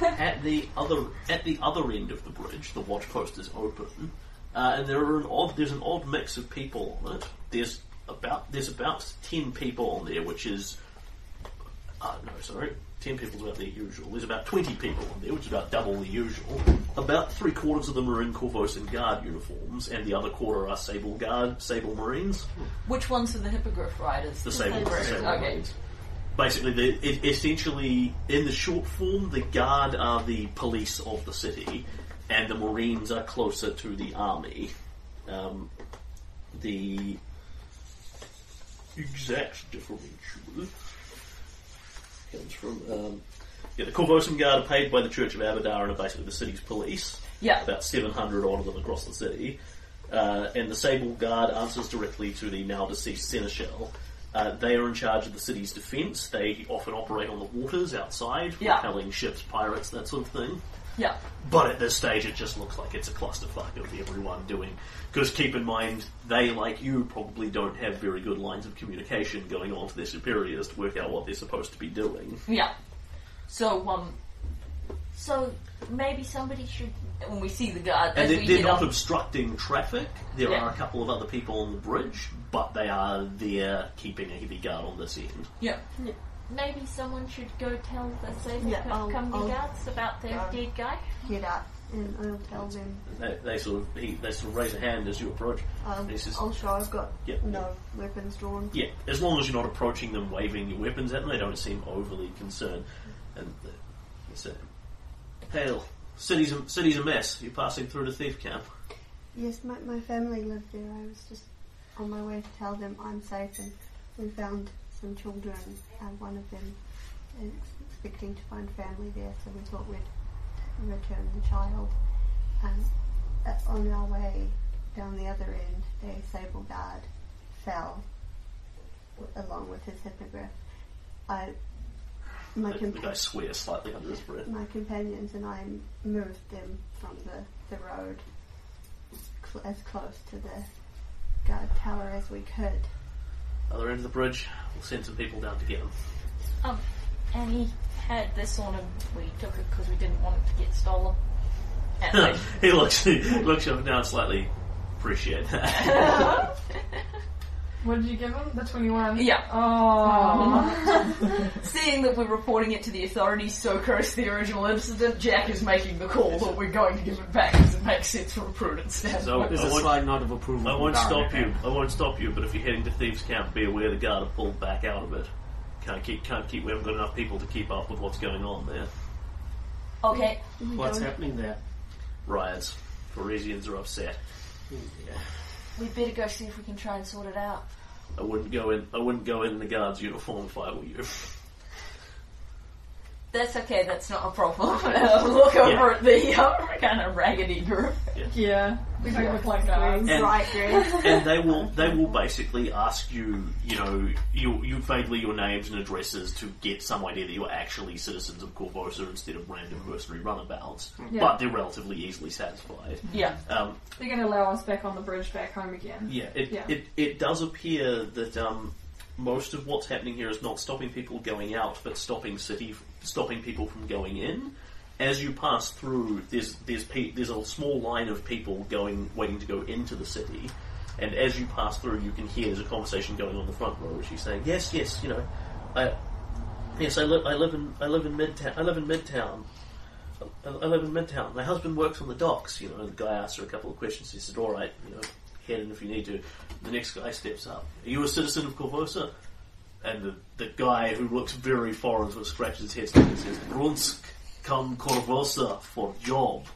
S1: At the other at the other end of the bridge, the watch post is open, uh, and there are an odd there's an odd mix of people on it. There's about there's about ten people on there, which is uh, no sorry, ten people is about their usual. There's about twenty people on there, which is about double the usual. About three quarters of them are in Corvosan guard uniforms, and the other quarter are sable guard sable marines.
S3: Which ones are the hippogriff riders?
S1: The sable, the
S3: Hippogriff,
S1: sable
S3: okay.
S1: marines. Basically, the, it, essentially, in the short form, the guard are the police of the city, and the marines are closer to the army. Um, the exact differential comes from um, yeah, the Corvosan Guard are paid by the Church of Abadar and are basically the city's police.
S3: Yeah.
S1: About 700 odd of them across the city. Uh, and the Sable Guard answers directly to the now deceased Seneschal. Uh, they are in charge of the city's defence. They often operate on the waters outside,
S3: Yeah.
S1: repelling ships, pirates, that sort of thing.
S3: Yeah.
S1: But at this stage, it just looks like it's a clusterfuck of everyone doing. Because keep in mind, they, like you, probably don't have very good lines of communication going on to their superiors to work out what they're supposed to be doing.
S3: Yeah. So um. So maybe somebody should when we see the guard
S1: And
S3: as
S1: they're,
S3: we
S1: they're
S3: head
S1: not
S3: up-
S1: obstructing traffic. There
S3: Yeah.
S1: are a couple of other people on the bridge, but they are there keeping a heavy guard on this end.
S3: Yeah.
S8: Maybe someone should go tell the Sable
S7: Yeah, I'll- I'll
S8: Company guards about their
S7: go.
S8: dead guy.
S7: Get up, and I'll tell them.
S1: They, they sort of he, they sort of raise a hand as you approach.
S7: I'll,
S1: This is-
S7: I'll show Um, oh, I've got
S1: Yeah.
S7: no weapons drawn.
S1: Yeah, as long as you're not approaching them waving your weapons at them, they don't seem overly concerned. And the, they say, "Hail, city's a, city's a mess. You're passing through the thief camp."
S7: Yes, my, my family lived there. I was just on my way to tell them I'm safe, and we found some children, and one of them is expecting to find family there, so we thought we'd return the child. Um, uh, on our way down the other end, a sable guard fell w- along with his hippogriff. I, my,
S1: The, the
S7: compa-
S1: guy swears slightly under his breath.
S7: my companions and I moved them from the, the road cl- as close to the guard tower as we could.
S1: Other end of the bridge, we'll send some people down to get him.
S8: Um, and he had this on him. We took it because we didn't want it to get stolen. At least.
S1: he looks he looks up and down slightly. Appreciate that.
S2: What did you give him? The 21?
S3: Yeah.
S2: Oh.
S3: Seeing that we're reporting it to the authorities so close to the original incident, Jack is making the call that we're going to give it back because it makes sense from a prudence standpoint.
S1: So I
S6: There's a
S1: won't,
S6: slight nod of approval.
S1: I won't
S6: from Baron
S1: stop you.
S6: Evan.
S1: I won't stop you. But if you're heading to Thieves Camp, be aware the guard have pulled back out of it. Can't keep. Can't keep. We haven't got enough people to keep up with what's going on there.
S3: Okay,
S7: We
S6: What's
S7: don't-
S6: happening there?
S1: Riots. Parisians are upset.
S3: we better go see if we can try and sort it out.
S1: I wouldn't go in. I wouldn't go in the guard's uniform if I were you.
S3: That's okay, that's not a problem. Uh, Look over
S1: Yeah.
S3: at the uh, kind of raggedy group.
S2: Yeah. We don't look like guys.
S1: And-
S7: Right, Grace.
S1: and they will they will basically ask you, you know, you you vaguely your names and addresses to get some idea that you're actually citizens of Corvosa instead of random mercenary runabouts.
S2: Yeah.
S1: But they're relatively easily satisfied.
S3: Yeah.
S1: Um,
S2: They're going to allow us back on the bridge back home again.
S1: yeah, it,
S2: Yeah.
S1: it it does appear that um, most of what's happening here is not stopping people going out, but stopping city stopping people from going in. As you pass through, there's there's pe- there's a small line of people going waiting to go into the city, and as you pass through, you can hear there's a conversation going on in the front row, where she's saying, "Yes, yes, you know, I, yes, I, li- I live in I live in Midtown. I live in Midtown. I I live in Midtown. My husband works on the docks. You know, the guy asks her a couple of questions. He said, "All right, you know, head in if you need to." The next guy steps up. Are you a citizen of Corvosa? And the, the guy who looks very foreign sort of scratches his head and says, "Brunsk, come Corvosa for job."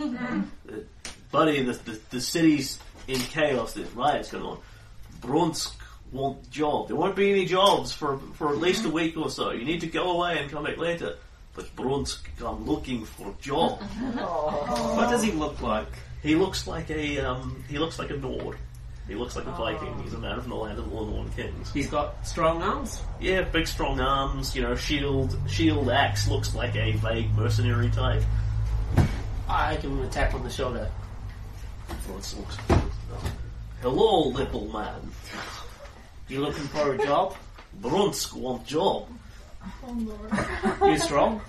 S1: Uh, Buddy, the, the the city's in chaos. There's riots going on. Brunsk won't job. There won't be any jobs for for at least a week or so. You need to go away and come back later. But Brunsk, I'm looking for job.
S4: Oh.
S6: What does he look like?
S1: he looks like a um, he looks like a Nord. He looks like a Viking. He's a man of the land of the Lorn Kings.
S6: He's got strong arms.
S1: Yeah, big strong arms. You know, shield shield axe looks like a vague mercenary type.
S6: I give him a tap on the shoulder.
S1: Brunsk looks. Hello, little man.
S6: You looking for a job?
S1: Brunsk want job.
S6: You strong?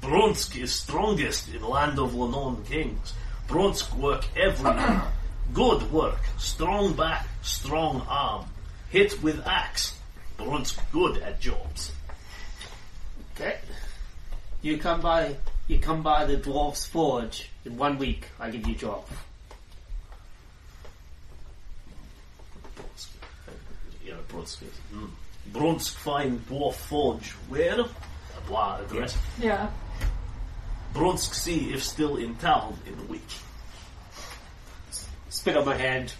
S1: Bronsk is strongest in land of Lenon kings. Bronsk work every Good work. Strong back, strong arm. Hit with axe. Bronsk good at jobs.
S6: Okay. You come by. You come by the dwarf's forge in one week. I give you job.
S1: You know, Bronsk is. Mm. Bronsk find dwarf forge. Where? Blah, address.
S2: Yeah.
S1: Bronsk see if still in town in the week.
S6: Spit on my hand.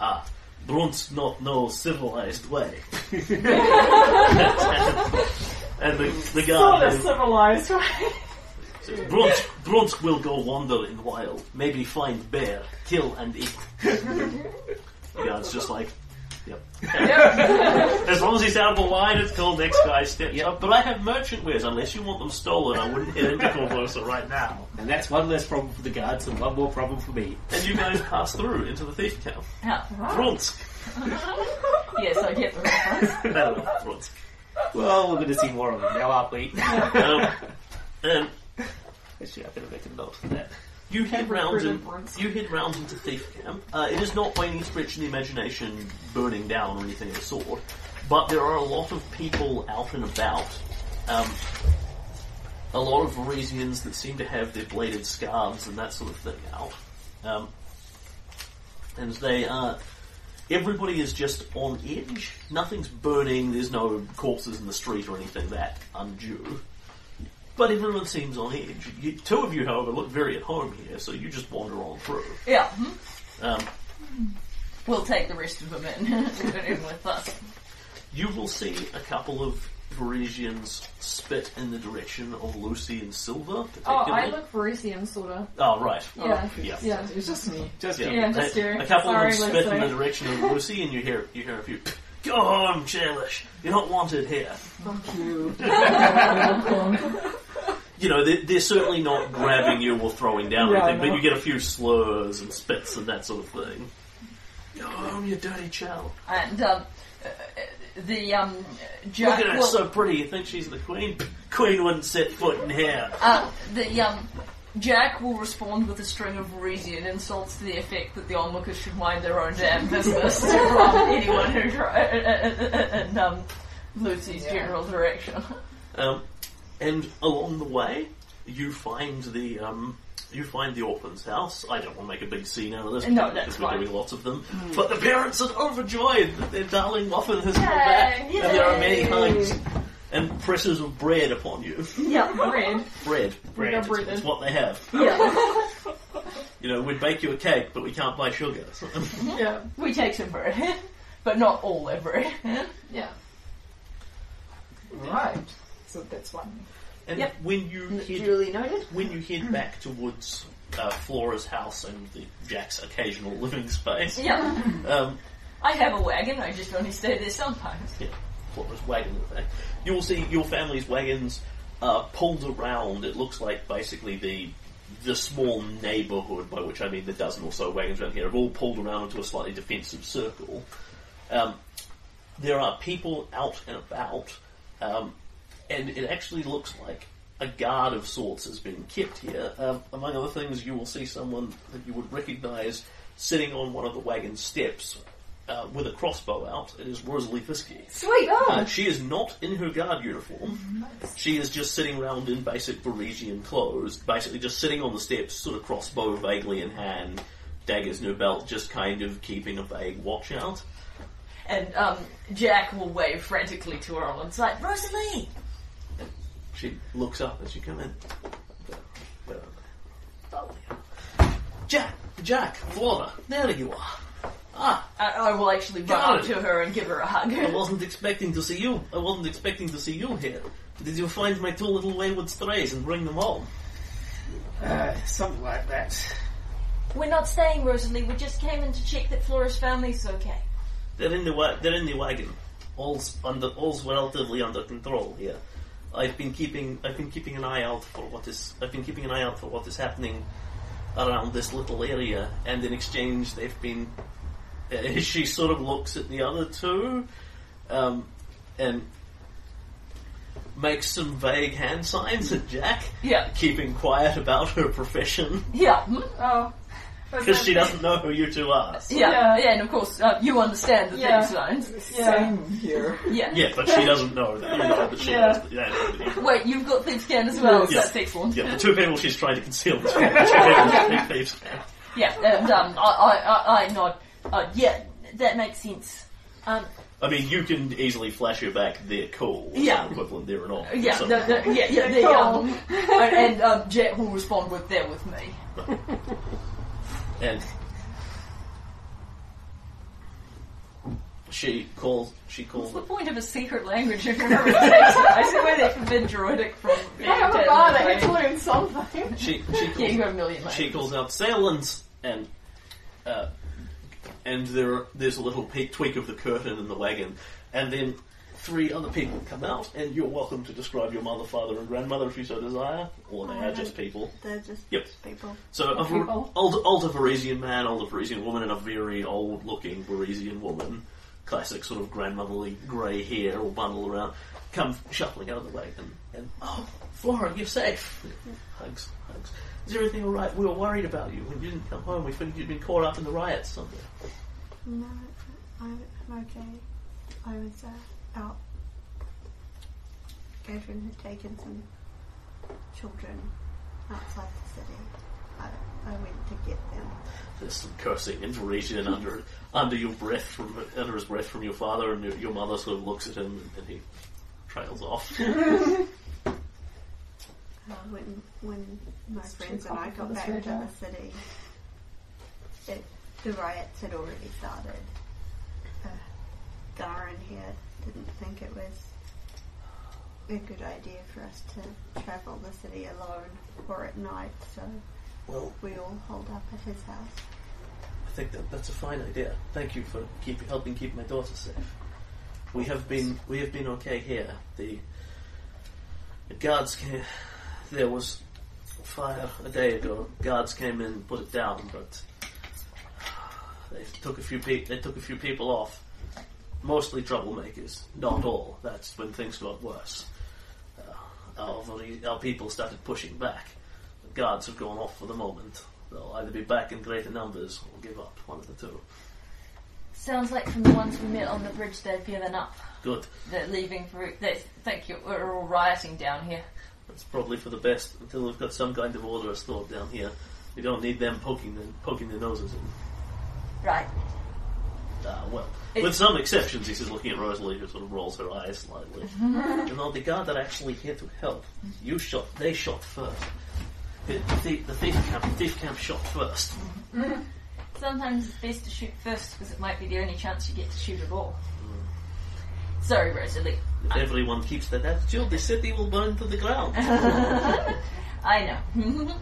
S1: Ah, Brunts not know civilized way. and the, the
S4: Oh,
S2: Sort
S1: guy
S2: of civilized, right?
S1: says, Brunsk, Brunsk will go wander in wild, maybe find bear, kill and eat. yeah, it's just like, yep. as long as he's out of the line, it's called next guy steps up. But I have merchant wares, unless you want them stolen, I wouldn't hit into Corvosa right now.
S6: And that's one less problem for the guards and one more problem for me.
S1: And you guys pass through into the thief town.
S3: Ah,
S1: Brunsk.
S3: yes, I get the reference.
S1: I don't know, Brunsk.
S6: Well, we're going to see more of them now, aren't we?
S1: Um, and
S6: Actually, I'm going to make a note of that.
S1: You head round
S2: recruited
S1: and
S2: once.
S1: you head round into thief camp. Uh, it is not by any stretch of the imagination burning down or anything of the sort, but there are a lot of people out and about. Um, a lot of Varisians that seem to have their bladed scarves and that sort of thing out, um, and they are. Everybody is just on edge. Nothing's burning. There's no corpses in the street or anything that undue. But everyone seems on edge. You, two of you, however, look very at home here, so you just wander on through.
S3: Yeah. mhm.
S1: Um,
S3: We'll take the rest of them in. We're doing with us.
S1: you will see a couple of Varisians spit in the direction of Lucy and Silver,
S2: Oh, I
S1: particularly.
S2: look Varisian, sort of.
S1: Oh, right.
S2: Yeah.
S1: Yeah.
S2: Yeah.
S4: It's just me.
S6: Just
S1: Yeah,
S2: Yeah, just
S1: a,
S2: you.
S1: a couple
S2: Sorry,
S1: of them spit in the
S2: Lucy.
S1: direction of Lucy, and you hear you hear a few. Go home, Chalish. You're not wanted here.
S4: Fuck you.
S1: You know they're, they're certainly not grabbing you or throwing down or
S4: Yeah, I
S1: anything, but
S4: know.
S1: you get a few slurs and spits and that sort of thing. Go home, you dirty child.
S3: And um, uh, the um,
S1: Look
S3: Jack
S1: at her,
S3: will-
S1: so pretty. You think she's the queen? Queen wouldn't set foot in here.
S3: Uh, the um, Jack will respond with a string of Varisian insults to the effect that the onlookers should mind their own damn business from anyone who try and um, Lucy's general direction.
S1: Um, and along the way, you find the um, you find the orphan's house. I don't want to make a big scene out of this
S3: No,
S1: because
S3: that's
S1: we're
S3: fine. Mm.
S1: doing lots of them. But the parents are overjoyed that their darling Muffin has come back, and there are many hugs and presses of bread upon you.
S3: Yeah,
S2: Red.
S1: bread,
S6: Bread.
S1: It's-
S2: bread.
S1: It's what they have.
S3: yeah.
S1: You know, we'd bake you a cake, but we can't buy sugar.
S2: Yeah.
S3: We take some bread, but not all their bread.
S2: Yeah.
S4: Right. So that's one.
S1: and
S3: Yep.
S1: when you hear
S3: Duly noted.
S1: when you head back towards uh, Flora's house and the Jack's occasional living space,
S3: Yeah,
S1: um,
S3: I have a wagon. I just only stay there sometimes.
S1: yeah, Flora's wagon in fact, you will see your family's wagons uh, pulled around. It looks like basically the the small neighbourhood, by which I mean the dozen or so wagons around here, have all pulled around into a slightly defensive circle. Um, there are people out and about, um, and it actually looks like a guard of sorts has been kept here. Um, among other things, you will see someone that you would recognise sitting on one of the wagon steps uh, with a crossbow out. It is Rosalie Fiske.
S3: Sweet.
S1: Uh, she is not in her guard uniform. She is just sitting around in basic Parisian clothes, basically just sitting on the steps, sort of crossbow vaguely in hand, daggers in her belt, just kind of keeping a vague watch out.
S3: And um, Jack will wave frantically to her on and say, "Rosalie."
S1: She looks up as you come in. Where are they? Oh, yeah. Jack, Jack, Flora, there you are. Ah,
S3: I, I will actually run
S1: Got
S3: up
S1: it.
S3: to her and give her a hug.
S1: I wasn't expecting to see you. I wasn't expecting to see you here. Did you find my two little wayward strays and bring them home?
S6: Uh, something like that.
S8: We're not staying, Rosalie. We just came in to check that Flora's family's okay.
S1: They're in the wa- they're in the wagon. All's under all's relatively under control here. I've been keeping I've been keeping an eye out for what is I've been keeping an eye out for what is happening around this little area, and in exchange they've been. Uh, she sort of looks at the other two, um, and makes some vague hand signs at Jack,
S3: Yeah,
S1: keeping quiet about her profession
S3: yeah, mm,
S2: Oh.
S1: because she doesn't know who you two are.
S3: yeah,
S2: Yeah.
S3: yeah, And of course, uh, you understand the
S2: Yeah.
S3: thing signs.
S2: Yeah.
S4: Same here.
S3: Yeah.
S1: Yeah, but she doesn't know that you know that she
S2: Yeah.
S1: knows that, yeah, that you-
S3: Wait, you've got thieves can as well. so
S1: Yes.
S3: That's excellent.
S1: Yeah, the two people she's trying to conceal this from, the two people she thieves can.
S3: Yeah, and um, I, I, I, I nod. Uh, yeah,
S8: That makes sense. Um,
S1: I mean, you can easily flash her back, they're cool. or
S3: Yeah.
S1: some Equivalent, they're an off.
S3: yeah,
S1: So-
S3: the, the, yeah, yeah. The, um, and and um, Jack will respond with, "They're with me."
S1: And she calls, she calls,
S3: What's the point of a secret language if you're not I see where they forbid Druidic from.
S2: I have a bar that had to learn something.
S1: she, she
S3: Yeah, you
S1: calls,
S3: got a million. Mate.
S1: she calls out Salins and, uh, and there, there's a little peek, tweak of the curtain in the wagon and then three other people come out and you're welcome to describe your mother, father and grandmother if you so desire, or they are just people.
S7: They're just
S1: Yep.
S7: people.
S1: So a Var- old, older Varisian man, older Varisian woman, and a very old-looking Varisian woman, classic sort of grandmotherly grey hair all bundled around, come shuffling out of the way and, and oh, Flora, you're safe. Hugs, hugs. Is everything all right? We were worried about you when you didn't come home. We figured you'd been caught up in the riots somewhere.
S7: No, I'm, I'm okay. I was uh, out. Gavin had taken some children outside the city. I, I went to get them.
S1: There's some cursing and Varisian under under your breath from under his breath from your father, and your, your mother sort of looks at him and he trails off.
S7: Uh, when when my
S2: too
S7: friends and I got
S2: complicated,
S7: back to
S2: yeah.
S7: the city, it, the riots had already started. Uh, Garin here didn't think it was a good idea for us to travel the city alone or at night, so
S1: Well,
S7: we all hold up at his house.
S1: I think that that's a fine idea. Thank you for keep, helping keep my daughter safe. We have been we have been okay here. The, the guards came. There was fire a day ago. Guards came in and put it down, but they took a few pe- they took a few people off. Mostly troublemakers, not all. That's when things got worse. Uh, our, voli- our people started pushing back. The guards have gone off for the moment. They'll either be back in greater numbers or give up, one of the two.
S3: Sounds like from the ones we met on the bridge, they've given up.
S1: Good.
S3: They're leaving for. They think you- we're all rioting down here.
S1: That's probably for the best until we've got some kind of order restored down here. We don't need them poking the, poking their noses in.
S3: Right.
S1: Ah, well.
S3: It-
S1: With some exceptions, he says, looking at Rosalie, who sort of rolls her eyes slightly. you know, the guard are actually here to help. You shot, they shot first. The, the, thief- the thief camp, thief camp shot first.
S3: Sometimes it's best to shoot first because it might be the only chance you get to shoot at all. Sorry, Rosalie.
S1: If everyone keeps that attitude, the city will burn to the ground.
S3: I know.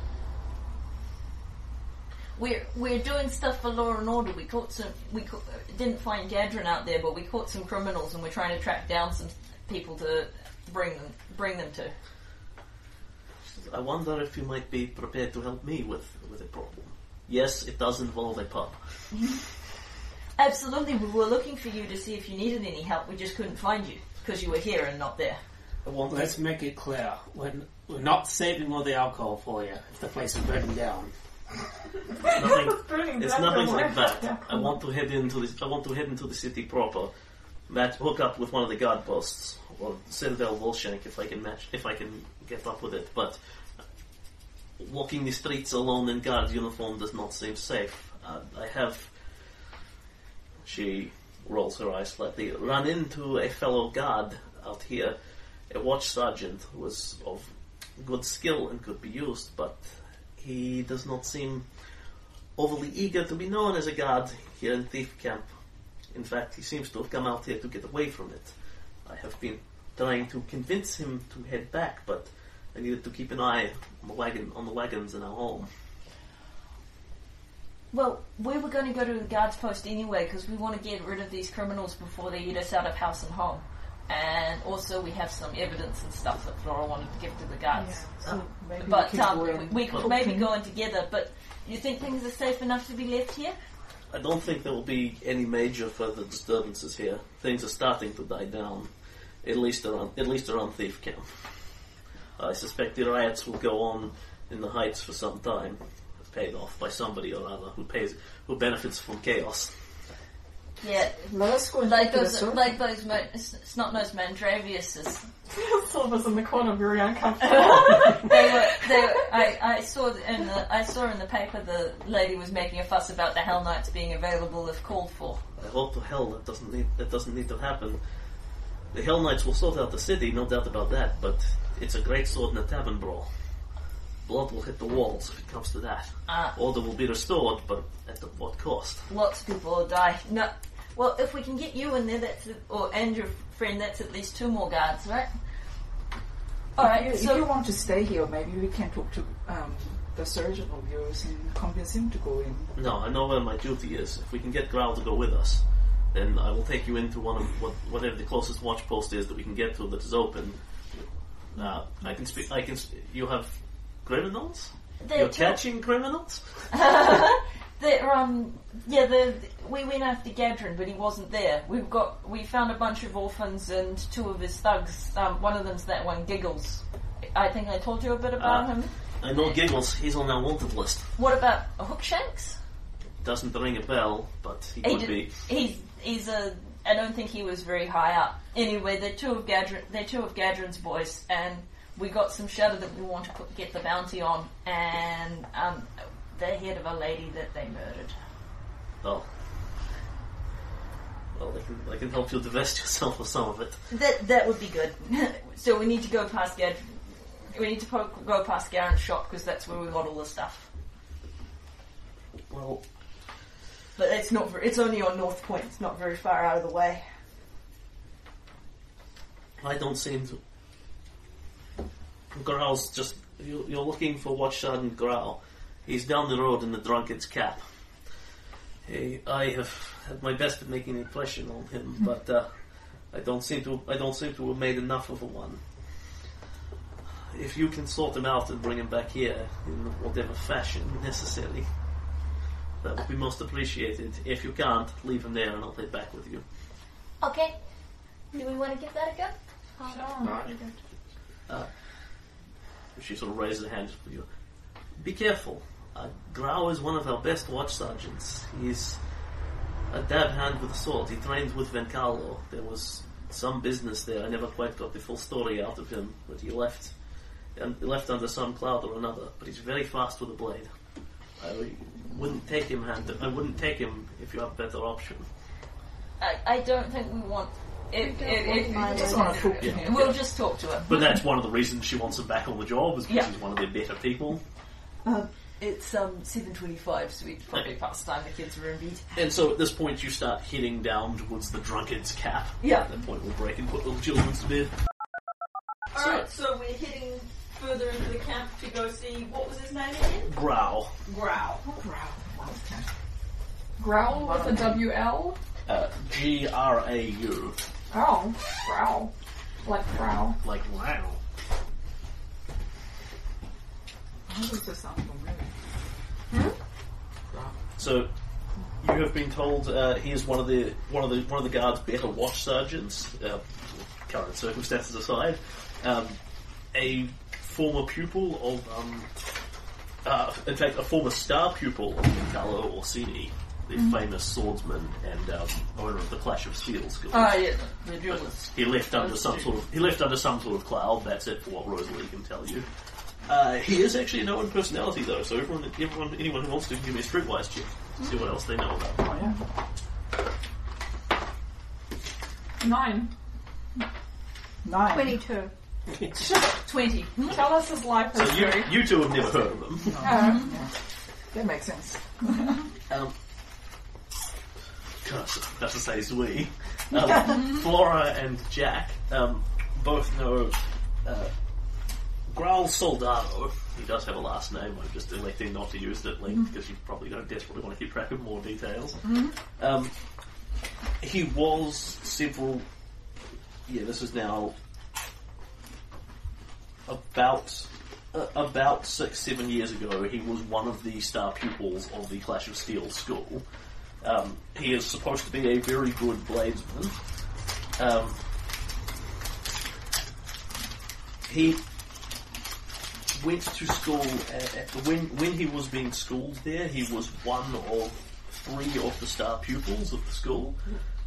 S3: we're we're doing stuff for law and order. We caught some. We caught, didn't find Gadrin out there, but we caught some criminals, and we're trying to track down some people to bring them bring them to.
S1: I wonder if you might be prepared to help me with, with a problem. Yes, it does involve a pub.
S3: Absolutely, we were looking for you to see if you needed any help. We just couldn't find you because you were here and not there.
S1: I want
S6: Let's make it clear. We're, we're not saving all the alcohol for you if the place is burning down.
S1: nothing,
S2: Burning
S1: it's
S2: down
S1: nothing
S2: the
S1: like
S2: world.
S1: that. I want to head into this. I want to head into the city proper. Match hook up with one of the guard posts or Citadel Volshank if I can match. If I can get up with it, but walking the streets alone in guard uniform does not seem safe. Uh, I have. She rolls her eyes slightly. Run into a fellow guard out here, a watch sergeant who was of good skill and could be used, but he does not seem overly eager to be known as a guard here in Thief Camp. In fact, he seems to have come out here to get away from it. I have been trying to convince him to head back, but I needed to keep an eye on the wagon on the wagons in our home.
S3: Well, we were going to go to the guards post anyway because we want to get rid of these criminals before they eat us out of house and home. And also, we have some evidence and stuff that Flora wanted to give to the guards.
S4: So maybe we
S3: But
S4: could
S3: um,
S4: go
S3: we,
S4: and-
S3: we could maybe go in together. But you think things are safe enough to be left here?
S1: I don't think there will be any major further disturbances here. Things are starting to die down, at least around at least around Thief Camp. I suspect the riots will go on in the heights for some time, paid off by somebody or other who pays who benefits from chaos.
S3: Yeah,
S4: Let us go and
S3: like
S4: look at
S3: those,
S4: the circle.
S3: like those mo- s- snot-nosed mandraviuses.
S2: Silver's in the corner, very uncomfortable.
S3: They were, they were, I, I saw in the I saw in the paper the lady was making a fuss about the Hell Knights being available if called for.
S1: I hope to hell that doesn't need that doesn't need to happen. The Hell Knights will sort out the city, no doubt about that, but it's a great sword in a tavern brawl. Blood will hit the walls if it comes to that.
S3: Ah.
S1: Order will be restored, but at what cost?
S3: Lots of people will die. No, well, if we can get you in there, that's or and your friend, that's at least two more guards, right? All
S4: If
S3: right.
S4: you- if you
S3: so
S4: want to stay here, maybe we can talk to um, the surgeon of yours and convince him to go in.
S1: No, I know where my duty is. If we can get Growl to go with us, then I will take you into one of what, whatever the closest watch post is that we can get to that is open. Uh, I can speak. I can. Sp- you have criminals.
S3: they're
S1: You're
S3: two,
S1: catching criminals.
S3: they're um yeah the we went after Gadrin, but he wasn't there. We've got we found a bunch of orphans and two of his thugs. Um, one of them's that one giggles. I think I told you a bit about
S4: Uh.
S1: Ah.
S3: him.
S1: I know Giggles. He's on our wanted list.
S3: What about Hookshanks?
S1: Doesn't ring a bell, but he
S3: He
S1: could
S3: did-
S1: be.
S3: He's he's a. I don't think he was very high up. Anyway, they're two of Gadrin. They're two of Gadrin's boys, and we got some shutter that we want to put, get the bounty on, and um, the head of a lady that they murdered.
S1: Oh. Well, I can, I can help you divest yourself of some of it.
S3: That that would be good. so we need to go past Gadrin. We need to po- go past Garen's shop because that's where we got all the stuff.
S1: Well,
S3: But it's not. ver- It's only on North Point. It's not very far out of the way.
S1: I don't seem to. Growl's just. You're, you're looking for Watchad and Growl. He's down the road in the drunkard's cap. Hey, I have had my best at making an impression on him, but uh, I don't seem to. I don't seem to have made enough of a one. If you can sort him out and bring him back here in whatever fashion necessary, that would be most appreciated. If you can't, leave him there, and I'll get back with you.
S8: Okay. Do we want to give that a go?
S6: Right.
S1: She sort of raises her hand for you. Be careful. Uh, Grau is one of our best watch sergeants. He's a dab hand with a sword. He trained with Vencalo. There was some business there. I never quite got the full story out of him, but he left and left under some cloud or another. But he's very fast with a blade. I wouldn't take him hand. I wouldn't take him if you have a better option.
S8: I, I don't think we want. If, if, if,
S4: I just want to talk to him.
S8: we'll just talk to him.
S1: But that's one of the reasons she wants him back on the job, is because
S8: Yeah.
S1: he's one of their better people.
S3: Um, it's um, 7.25, so we'd probably pass time the kids were in bed.
S1: And so at this point, you start heading down towards the drunkard's cap.
S3: Yeah.
S1: At that point, we'll break and put little children to bed.
S3: Alright, so we're heading further into the camp to go see, what was his name again?
S1: Growl.
S3: Growl.
S2: Growl with a WL?
S1: Uh, G R A U.
S2: Oh, growl. Like growl.
S1: Like wow.
S4: How does this sound familiar?
S1: So you have been told uh, he is one of the one of the one of the guards' better watch sergeants. Uh, current circumstances aside, um, a former pupil of, um, uh, in fact, a former star pupil of Niccolo Orsini, the famous swordsman and um, owner of the Clash of Steel school.
S3: Ah, yeah, the duelist.
S1: He left under some sort of he left under some sort of cloud. That's it for what Rosalie can tell you. Uh, he is actually a known personality though, so everyone, everyone, anyone who wants to give me a streetwise check, see what else they know about. him.
S2: Nine.
S4: Nine.
S7: 22.
S8: 20.
S2: Tell us his life
S1: So you,
S2: history.
S1: you two have never heard of him.
S2: Um,
S4: That makes sense.
S1: Um, curse, that's to say, we. Um, Flora and Jack um, both know uh, Growl Soldado. He does have a last name. I'm just electing not to use that link because you probably don't desperately want to keep track of more details. Um, he was several. Yeah, this is now about uh, about six, seven years ago, he was one of the star pupils of the Clash of Steel school. Um, he is supposed to be a very good bladesman. Um, he went to school at, at the, when when he was being schooled there. He was one of three of the star pupils of the school.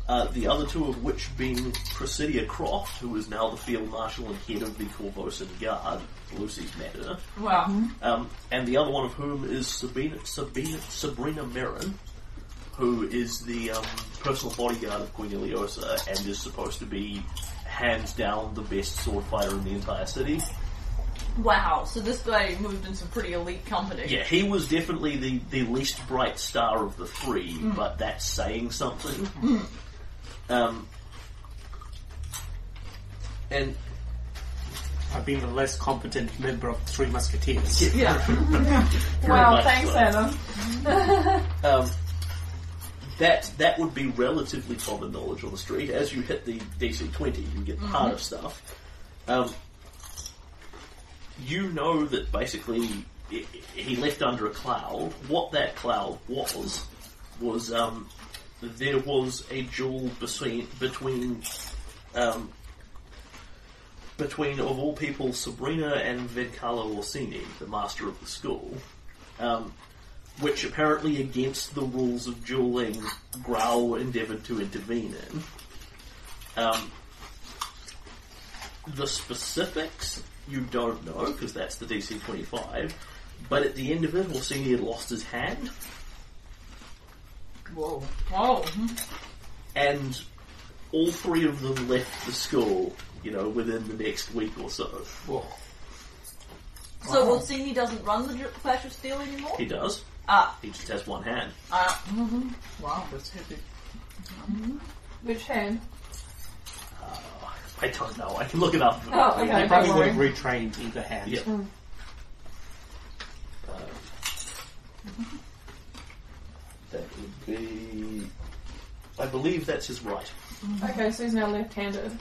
S1: Uh, the other two of which being Presidia Croft, who is now the field marshal and head of the Corvosan Guard, Lucy's matter,
S3: Wow.
S1: um, and the other one of whom is Sabina, Sabina, Sabrina Merrin, who is the um, personal bodyguard of Queen Iliosa and is supposed to be hands down the best sword fighter in the entire city.
S3: Wow, so this guy moved in some pretty elite company.
S1: Yeah, he was definitely the, the least bright star of the three, but that's saying something. Um, and
S6: I've been the less competent member of the Three Musketeers.
S3: Yeah.
S1: very
S2: wow,
S1: much
S2: thanks,
S1: so.
S2: Adam.
S1: Um, that that would be relatively common knowledge on the street. As you hit the DC twenty, you get part of stuff. Um, you know that basically i- i- he left under a cloud. What that cloud was was um, there was a duel between between um, between of all people Sabrina and Vencalo Orsini, the master of the school. Um, which apparently against the rules of dueling, Growl endeavoured to intervene in. Um, the specifics you don't know because that's the DC twenty five. But at the end of it, Orsini had lost his hand,
S4: Whoa.
S3: Whoa.
S1: and all three of them left the school. You know, within the next week or so,
S6: Whoa.
S3: So Wilsini doesn't run the Dr- Clash of Steel anymore?
S1: he does.
S3: Ah.
S1: He just has one hand.
S3: Ah.
S4: Wow, that's heavy.
S2: Which hand?
S1: Oh, I don't know. I can look it up.
S2: Oh, okay,
S6: They
S2: don't
S6: probably would
S2: worry. Hmm.
S6: have retrained either hand.
S1: Yeah. Uh, that would be. I believe that's his right.
S2: Okay, so he's now left-handed.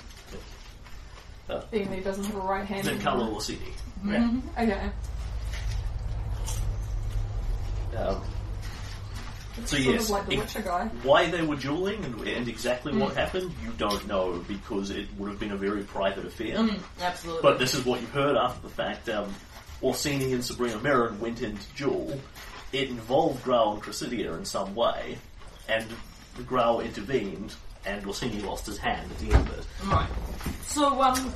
S1: Uh,
S2: Even though he Mm-hmm. doesn't have a right hand.
S1: Then Carlo will see me.
S2: Okay.
S1: Um, so
S2: Sort
S1: yes,
S2: of like the
S1: ex-
S2: Witcher guy.
S1: why they were dueling and, and exactly what happened, you don't know because it would have been a very private affair.
S3: Absolutely.
S1: But this is what you've heard after the fact. Um, Orsini and Sabrina Merrin went into duel. It involved Grau and Cressidia in some way, and Grau intervened, and Orsini lost his hand at the end of it.
S3: Right. So, um,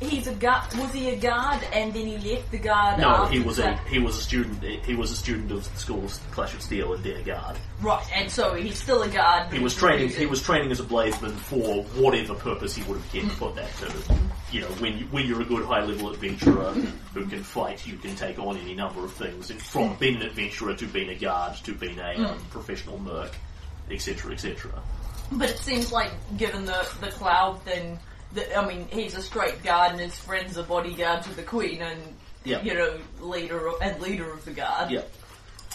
S3: he's a guard. Was he a guard, and then he left the guard?
S1: No,
S3: after
S1: he was
S3: the
S1: a
S3: fact?
S1: he was a student. He was a student of the school's Clash of Steel and Dear Guard.
S3: right, and so he's still a guard.
S1: He was training. He was training as a bladesman for whatever purpose he would have cared to put that to. You know, when you, when you're a good high level adventurer who can fight, you can take on any number of things. And from being an adventurer to being a guard to being a um, professional merc, etc., etc.
S3: But it seems like, given the the cloud thing, that I mean, he's a straight guard, and his friends are bodyguards of the queen, and
S1: Yeah.
S3: you know, leader of, and leader of the guard.
S1: Yeah.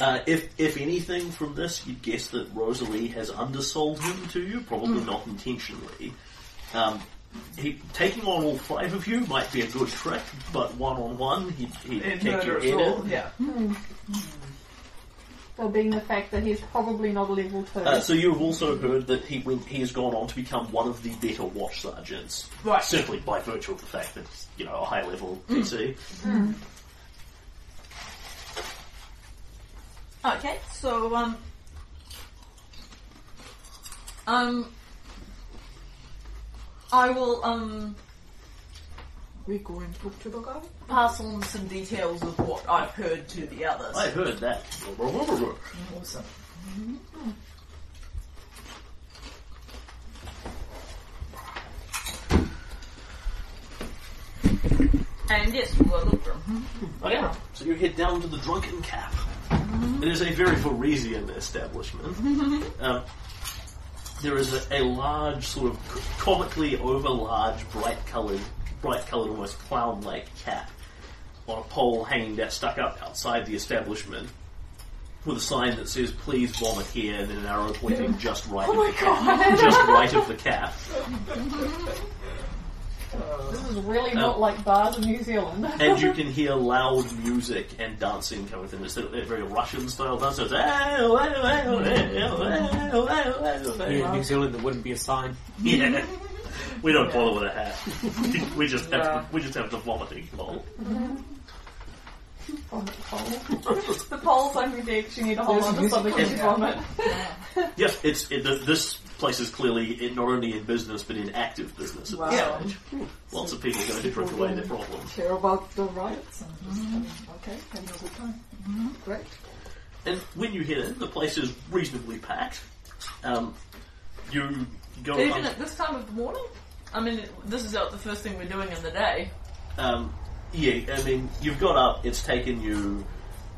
S1: Uh, if if anything from this, you'd guess that Rosalie has undersold him to you, probably not intentionally. Um, he, taking on all five of you might be a good trick, but one on one, he'd, he'd
S4: In
S1: take your
S4: murder
S1: head
S4: soul,
S1: in.
S4: yeah.
S2: Well, being the fact that he's probably not a level two.
S1: Uh, so you've also heard that he went, he has gone on to become one of the better watch sergeants,
S3: Right.
S1: Simply by virtue of the fact that he's, you know a high level PC.
S3: Okay, so um, um, I will um
S4: We go and talk to the guy.
S3: pass on some details of what I've heard to the others.
S1: I heard that.
S4: Awesome.
S3: And yes, we'll look for 'em.
S1: Okay, Oh, so you head down to the Drunken Cap. It is a very Varisian establishment. um, there is a, a large, sort of c- comically over-large, bright-coloured, bright-coloured, almost clown-like cap on a pole hanging that stuck up outside the establishment with a sign that says "Please vomit here," and then an arrow pointing just right,
S2: Oh
S1: of the cap, just right of the cap.
S2: this is really
S1: no.
S2: not like bars in New Zealand.
S1: and
S3: Uh-huh.
S1: you can hear loud music and dancing coming from this. They're very Russian style dance. It's, "Ow, ow, ow, ow, ow, ow, ow,
S6: Here in
S1: ow."
S6: New Zealand, there wouldn't be a sign.
S1: Yeah. We don't bother with a hat. we just have we just have the vomiting bowl.
S2: Vomit pole. the pole's like the eggs, you need a whole lot of something to vomit.
S1: Yes, it's it, th- this place is clearly in, not only in business but in active business at this
S4: Wow.
S1: stage. Lots of people going to drink away their problems.
S4: Care about the riots and this stuff. Okay, having a good time. Great.
S1: And when you hit in, the place is reasonably packed. Um, you go up-
S3: Even at this time of the morning. I mean, this is out the first thing we're doing in the day.
S1: Um, yeah, I mean, you've got up. It's taken you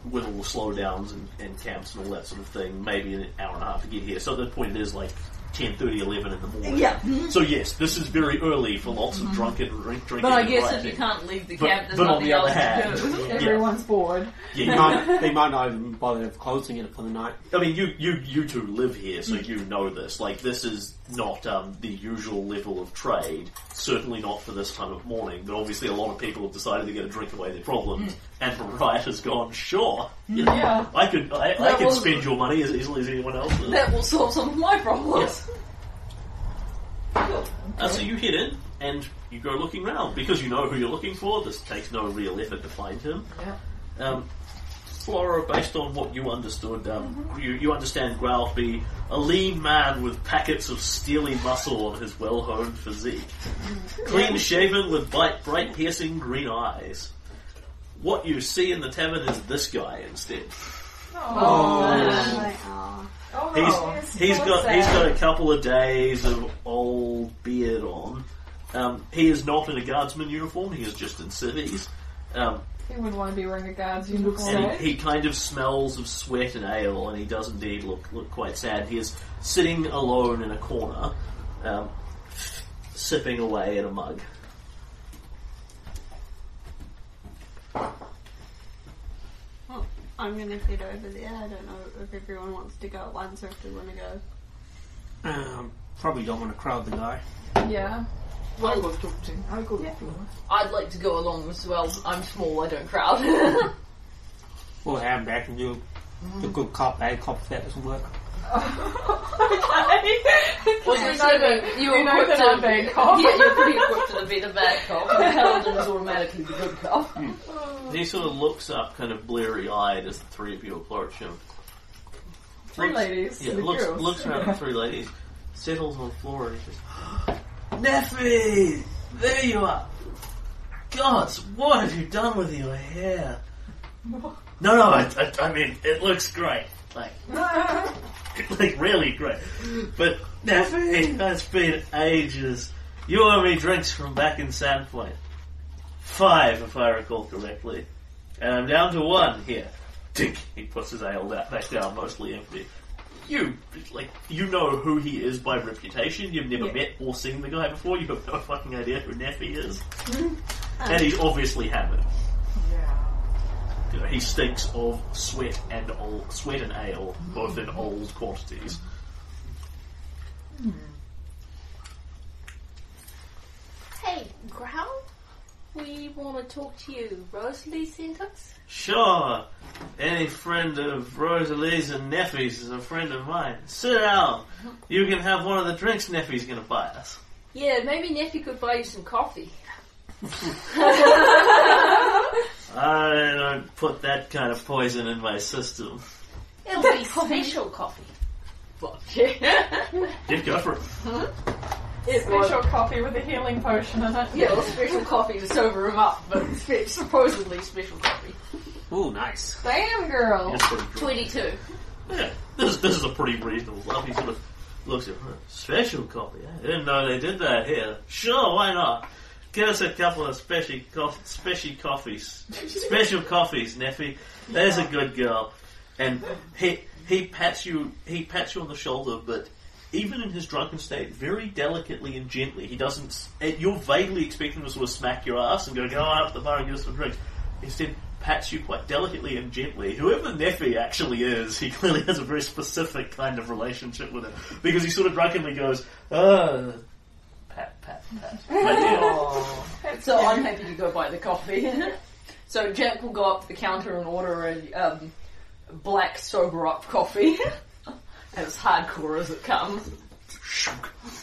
S1: with all the slowdowns and, and camps and all that sort of thing, maybe an hour and a half to get here. So at that point, it is like 10, 11 in the morning.
S3: Yeah.
S1: So yes, this is very early for lots of drunken drink, drinking.
S3: Mm-hmm. But I
S1: and
S3: guess if
S1: rioting.
S3: you can't leave the
S1: But-
S3: camp, there's
S1: but on
S3: nothing
S1: the other
S3: else
S1: hand-
S3: to do.
S2: Everyone's bored.
S1: Yeah,
S6: They
S1: you-
S6: might, they might not even bother closing it for the night.
S1: I mean, you, you, you two live here, so you know this. Like, this is not um, the usual level of trade, certainly not for this time of morning, but obviously a lot of people have decided they're going to drink away their problems,
S3: Hmm.
S1: and the riot has gone, sure, you know,
S2: Yeah.
S1: I could, I, I
S3: That
S1: could
S3: was-
S1: spend your money as easily as anyone else's.
S3: That will solve some of my problems.
S1: Uh, so you hit in, and you go looking round, because you know who you're looking for, this takes no real effort to find him.
S4: Yeah.
S1: Um, Flora, based on what you understood, um, you, you understand Growl to be a lean man with packets of steely muscle on his well-honed physique, clean shaven with bright, bright, piercing green eyes. What you see in the tavern is this guy instead.
S7: I'm like, oh.
S2: Oh,
S1: He's
S2: yes,
S1: he's
S2: so
S1: got he's
S2: sad.
S1: got a couple of days of old beard on. Um, he is not in a guardsman uniform. He is just in civvies. Um,
S2: He wouldn't want to be wearing a guard's uniform.
S1: And he, he kind of smells of sweat and ale, and he does indeed look look quite sad. He is sitting alone in a corner, um, sipping away at a mug.
S7: Well, I'm gonna head over there. I don't know if everyone wants to go at once or if they want to go.
S6: Um, probably don't want to crowd the guy.
S2: Yeah.
S4: I'll go talk to him. I'll go with you.
S3: I'd like to go along as well. I'm small, I don't crowd.
S6: We'll have him back and do
S2: Mm.
S6: the good cop, bad cop if that doesn't work.
S2: okay.
S3: Well,
S2: We
S3: you
S2: know
S3: know
S2: that-
S3: that you
S2: we
S3: were
S2: know
S3: equipped
S2: that
S3: to
S2: I'm bad cop.
S3: Yeah, you're pretty equipped to be the bad cop. Paladin is automatically the good cop.
S1: He sort of looks up, kind of bleary eyed, as the three of you approach him.
S2: Three
S1: looks,
S2: ladies.
S1: Yeah,
S2: the
S1: looks
S2: girls.
S1: looks around at the three ladies, settles on the floor, and he says,
S9: Nephi! There you are! Gods, what have you done with your hair? No, no, I, I, I mean, it looks great. Like, like really great. But, Nephi, it's been ages. You owe me drinks from back in Sandpoint. Five, if I recall correctly. And I'm down to one here. Tink! He puts his ale down, back down, mostly empty.
S1: "You, like, you know who he is by reputation. You've never
S2: Yeah.
S1: met or seen the guy before. You have no fucking idea who Nappy is, and he's obviously hammered.
S4: Yeah.
S1: You know, he stinks of sweat and old, sweat and ale, both in old quantities.
S7: Hey, Growl, we want to talk to you. Rosalie sent us.
S1: Sure, any friend of Rosalie's and Neffy's is a friend of mine. Sit down. You can have one of the drinks Neffy's going to buy us.
S8: Yeah, maybe Nephew could buy you some coffee.
S1: I don't put that kind of poison in my system.
S8: It'll be special coffee.
S3: Fuck yeah.
S1: Yeah, go for it.
S3: It was.
S2: Special coffee with a healing potion in it.
S3: Yeah, well, special coffee to sober him up, but spe- supposedly special coffee.
S6: Ooh, nice.
S2: Damn, girl.
S1: That's pretty cool.
S8: 22.
S1: Yeah, this, this is a pretty reasonable love. He sort of looks at her. Special coffee? I didn't know they did that here. Sure, why not? Get us a couple of special, coff special coffees. special coffees, Neffy. There's a good girl. And he he pats you he pats you on the shoulder, but even in his drunken state, very delicately and gently, he doesn't. s- and You're vaguely expecting him to sort of smack your ass and go go out to the bar and get us some drinks. Instead, pats you quite delicately and gently. Whoever Neffy actually is, he clearly has a very specific kind of relationship with her because he sort of drunkenly goes, "Ah, pat, pat, pat." Like, yeah.
S3: So I'm happy to go buy the coffee. so Jack will go up to the counter and order a um, black sober up coffee. and it's hardcore as it comes.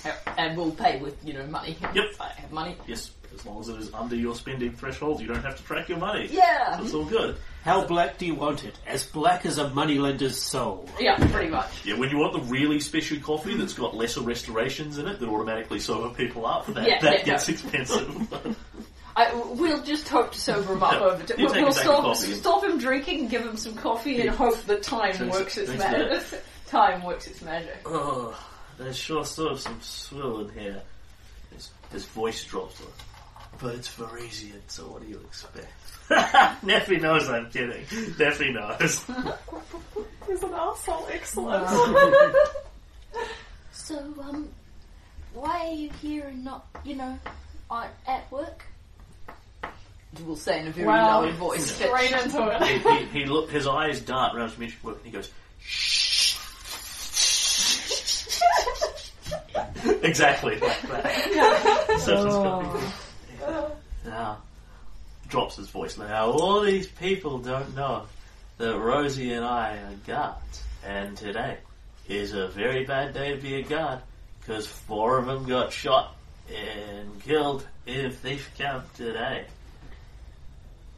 S3: And- And we'll pay with, you know, money.
S1: Yep.
S3: If I have money.
S1: Yes, as long as it is under your spending threshold, you don't have to track your money.
S3: Yeah.
S1: So it's all good.
S6: How black do you want it? As black as a moneylender's soul.
S3: Yeah, pretty much.
S1: Yeah, when you want the really special coffee that's got lesser restorations in it that automatically sober people up, that,
S3: Yeah,
S1: that
S3: yeah,
S1: gets
S3: no.
S1: expensive.
S3: I, we'll just hope to sober him up
S1: Yeah,
S3: over time.
S1: you
S3: We'll,
S1: take a
S3: we'll
S1: bag of
S3: stop,
S1: coffee.
S3: stop him drinking and give him some coffee and
S1: Yeah.
S3: hope that time
S1: Thanks-
S3: works its
S1: thanks
S3: magic. time works its magic.
S1: oh, there's sure sort of some swill in here. His, his voice drops. a- But it's Varisian, so what do you expect? Neffy knows I'm kidding. Neffy knows.
S2: He's an asshole. Excellent.
S7: So, um, why are you here and not, you know,
S10: uh,
S7: on, at work?
S3: We'll say in a very
S2: Wow.
S3: low voice.
S2: Straight into
S1: he,
S2: it.
S1: he, he look, his eyes dart round Dimitri Work and he goes, exactly like that. Such as Now, Ah. drops his voice. Now, all these people don't know that Rosie and I are guards, and today is a very bad day to be a guard because four of them got shot and killed in a thief camp today.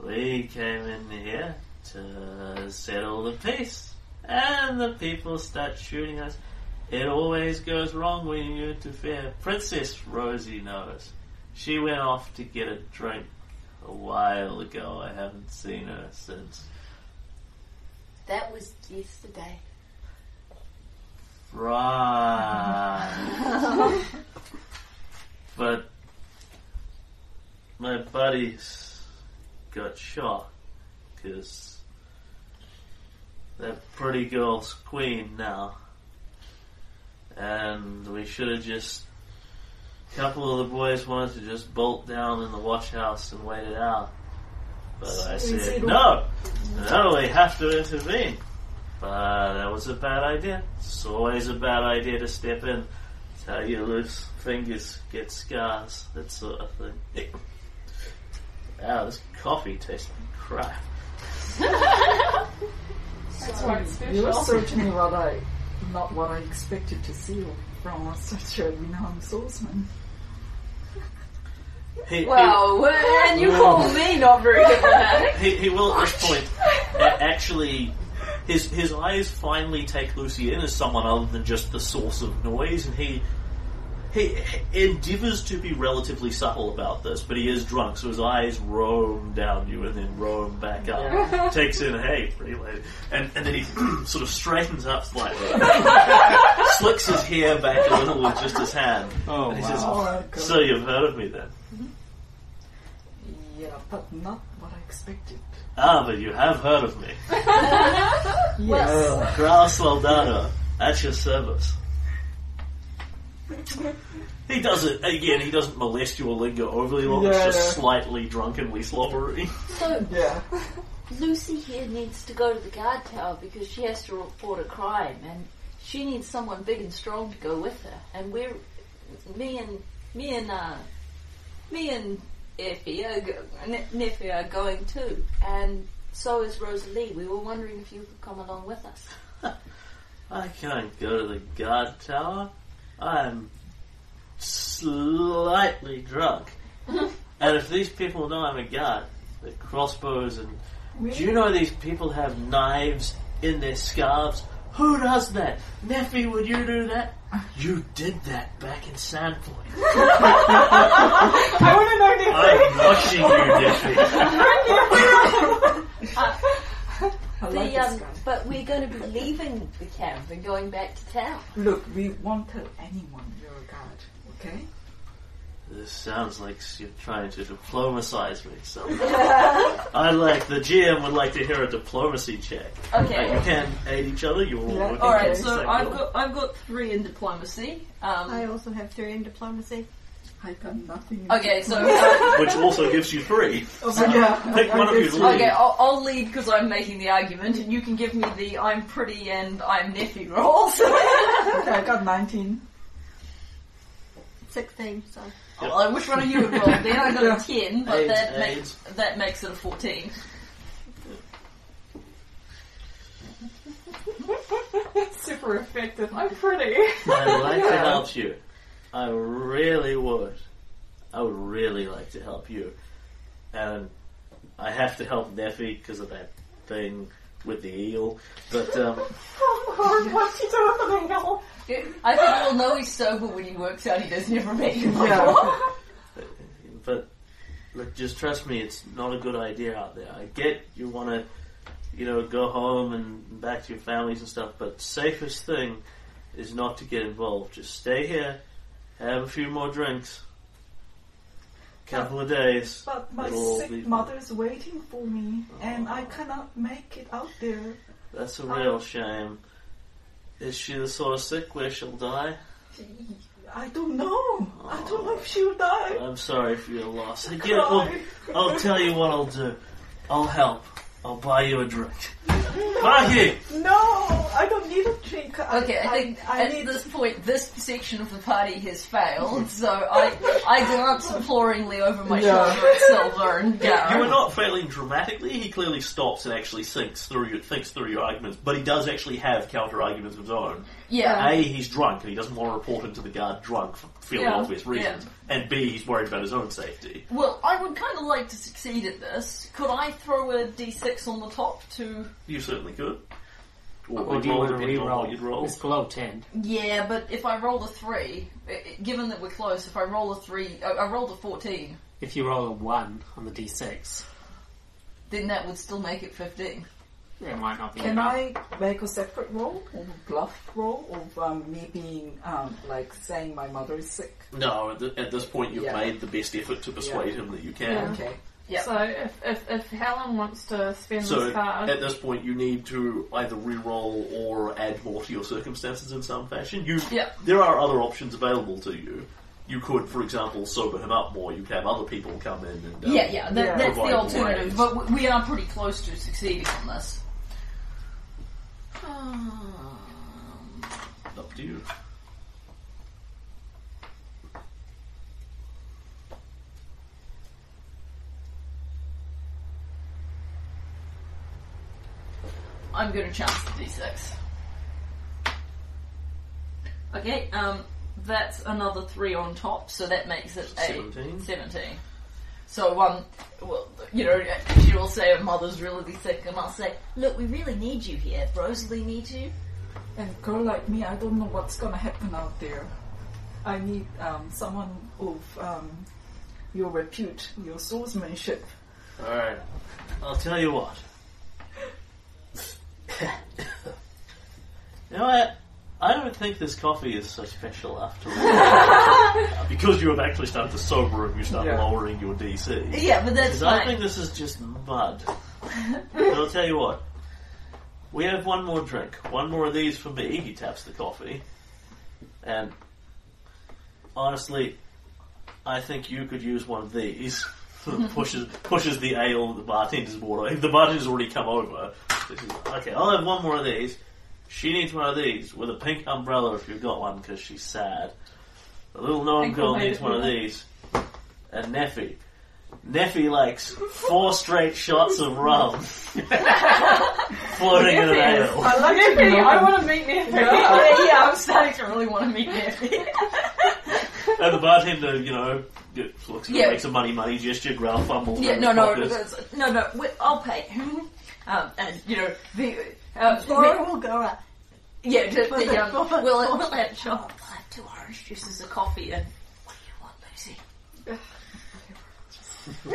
S1: We came in here to settle the peace, and the people start shooting us. It always goes wrong when you interfere. Princess Rosie knows. She went off to get a drink a while ago. I haven't seen her since
S8: That was yesterday.
S1: Right. but my buddies got shot because that pretty girl's queen now. And we should have just couple of the boys wanted to just bolt down in the watch house and wait it out. But I said, no! No, we have to intervene. But that was a bad idea. It's always a bad idea to step in. It's how you lose fingers, get scars, that sort of thing. Wow, this coffee tastes like crap.
S2: That's why it's
S4: You are
S2: special.
S4: certainly rather not what I expected to see from such a renowned swordsman.
S1: He, he-
S3: Well, and you call me not very good at
S1: He, he will at this point a- actually. His his eyes finally take Lucy in as someone other than just the source of noise, and he he endeavours to be relatively subtle about this, but he is drunk, so his eyes roam down you and then roam back up. Takes in, hey, pretty lady, and and then he sort of straightens up slightly, slicks his hair back a little with just his hand,
S6: Oh,
S1: and he
S6: wow.
S1: says, "So you've heard of me then?
S4: Yeah, but not what I expected.
S1: Ah, but you have heard of me."
S4: Yes.
S1: Graf Soldado, at your service. He doesn't, again, he doesn't molest you or linger overly long, it's
S4: Yeah,
S1: just
S4: no.
S1: slightly drunkenly slobbery. Uh,
S10: So
S4: Yeah.
S10: Lucy here needs to go to the guard tower because she has to report a crime, and she needs someone big and strong to go with her. And we're me and me and uh, me and Effie are go- Ne- Nephi are going too, and so is Rosalie. We were wondering if you could come along with us.
S1: I can't go to the guard tower. I'm slightly drunk. and if these people know I'm a guard, the crossbows and. Do you know these people have knives in their scarves? Who does that? Nephi, would you do that? You did that back in Sandpoint.
S2: I want to know
S1: I'm watching you,
S2: their
S1: Nephi.
S4: I like
S10: The,
S4: this
S10: um,
S4: guy.
S10: but we're going to be leaving the camp and going back to town.
S4: Look, we won't tell anyone you're a guard, okay?
S1: This sounds like you're trying to diplomatize me. So I like the GM would like to hear a diplomacy check.
S3: it. Okay.
S1: You can aid each other. You're all
S4: Yeah.
S1: looking
S3: All
S1: for the
S3: right. So
S1: same
S3: I've
S1: goal.
S3: got I've got three in diplomacy.
S7: I
S3: Um,
S7: also have three in diplomacy.
S4: I got nothing.
S3: okay. So uh,
S1: which also gives you three.
S4: So, yeah,
S1: Pick
S4: I
S1: one of you
S4: guess
S1: to
S4: we-
S1: lead.
S3: okay, I'll, I'll lead because I'm making the argument, and you can give me the I'm pretty and I'm nephew rolls.
S4: Okay, I got 19.
S7: 16, so.
S3: Well, I wish one of you had rolled. Then I got a ten, but
S1: Eight,
S3: that
S1: eight.
S3: makes that makes it a fourteen.
S2: super effective. I'm pretty.
S1: I'd like to help you. I really would. I would really like to help you. And I have to help Nephi because of that thing with the eel. But um,
S2: Oh, Lord, what's he doing with the hell?
S3: I think we'll know he's sober when he works out he doesn't ever make it before.
S4: Yeah.
S1: but look, just trust me, it's not a good idea out there. I get you want to, you know, go home and back to your families and stuff, but safest thing is not to get involved. Just stay here, have a few more drinks, couple of days.
S4: But my
S1: It'll all be
S4: sick
S1: fine. Oh.
S4: mother's waiting for me, and I cannot make it out there.
S1: That's a real shame. Is she the sort of sick where she'll die?
S4: I don't know. I don't know if she'll die.
S1: I'm sorry for your loss. I get, well, I'll tell you what I'll do. I'll help. I'll buy you a drink. Fuck you!
S4: No, I don't need a drink. I,
S3: Okay, I think
S4: I, I
S3: at
S4: need
S3: this point, this section of the party has failed, so I I glance imploringly over my
S4: Yeah.
S3: shoulder at Silver and
S1: You were
S3: Gareth.
S1: not failing dramatically. He clearly stops and actually thinks through your, thinks through your arguments, but he does actually have counter arguments of his own.
S3: Yeah.
S1: A, he's drunk and he doesn't want to report him to the guard drunk for fairly
S3: Yeah,
S1: obvious reasons, and B, he's worried about his own safety.
S3: Well, I would kind of like to succeed at this. Could I throw a d6 on the top to?
S1: You certainly could. Or,
S6: Or do you
S1: roll
S6: want to
S1: depending on what
S6: re-roll?
S1: you'd roll.
S6: It's below 10.
S3: Yeah, but if I roll a three, i- i- given that we're close, if I roll a three, I, I rolled a fourteen,
S6: If you roll a 1 on the d6,
S3: then that would still make it fifteen.
S6: it might not be
S4: Can
S6: enough.
S4: I make a separate roll or a bluff roll of um, me being um, like saying my mother is sick?
S1: No, at, th at this point you've
S4: Yeah.
S1: made the best effort to persuade him that you can.
S4: Okay.
S3: Yeah.
S2: So if, if, if Helen wants to spend
S1: So
S2: this card,
S1: at this point you need to either re-roll or add more to your circumstances in some fashion. You,
S3: Yeah.
S1: There are other options available to you. you could, for example, sober him up more. You could have other people come in and um,
S3: Yeah, yeah, that,
S1: Yeah.
S3: that's the
S1: Provide
S3: alternative.
S1: ways.
S3: But w- we are pretty close to succeeding on this. Um,
S1: up to you.
S3: I'm going to chance the d6. Okay, um, that's another three on top, so that makes it
S1: Seventeen.
S3: a 17. So, um, well, you know, she will say her mother's really sick, and I'll say, look, we really need you here. Rosalie needs you.
S4: And a girl like me, I don't know what's gonna happen out there. I need um, someone of um, your repute, your swordsmanship.
S1: Alright. I'll tell you what. you know what? I don't think this coffee is so special after all. because you have actually started to sober and you start
S4: Yeah.
S1: lowering your DC.
S3: Yeah, but that's
S1: Because I
S3: fine.
S1: think this is just mud. but I'll tell you what. We have one more drink. One more of these for me. He taps the coffee. And honestly, I think you could use one of these. pushes pushes the ale the bartender's water. The bartender's already come over. This is- Okay, I'll have one more of these. She needs one of these with a pink umbrella if you've got one because she's sad. The little gnome
S2: Ankle
S1: girl
S2: made
S1: needs
S2: it
S1: one of
S2: work.
S1: these. And Neffy. Neffy likes four straight shots of rum floating in an ale.
S4: I like to
S2: Nippy,
S4: know
S2: I want to meet Nippy.
S3: yeah, yeah, I'm starting to really want to meet Neffy.
S1: And the bartender, you know, looks
S3: Yeah.
S1: makes a money money gesture, growl fumbles.
S3: Yeah,
S1: around
S3: no,
S1: his
S3: no,
S1: pockets.
S3: that's- no, no. We, I'll pay. Um, and you know the uh, the-
S10: will go up.
S3: yeah, just the um,
S10: We'll-
S3: we'll we'll have shop. We'll have two orange juices, a coffee, and what do you want, Lucy?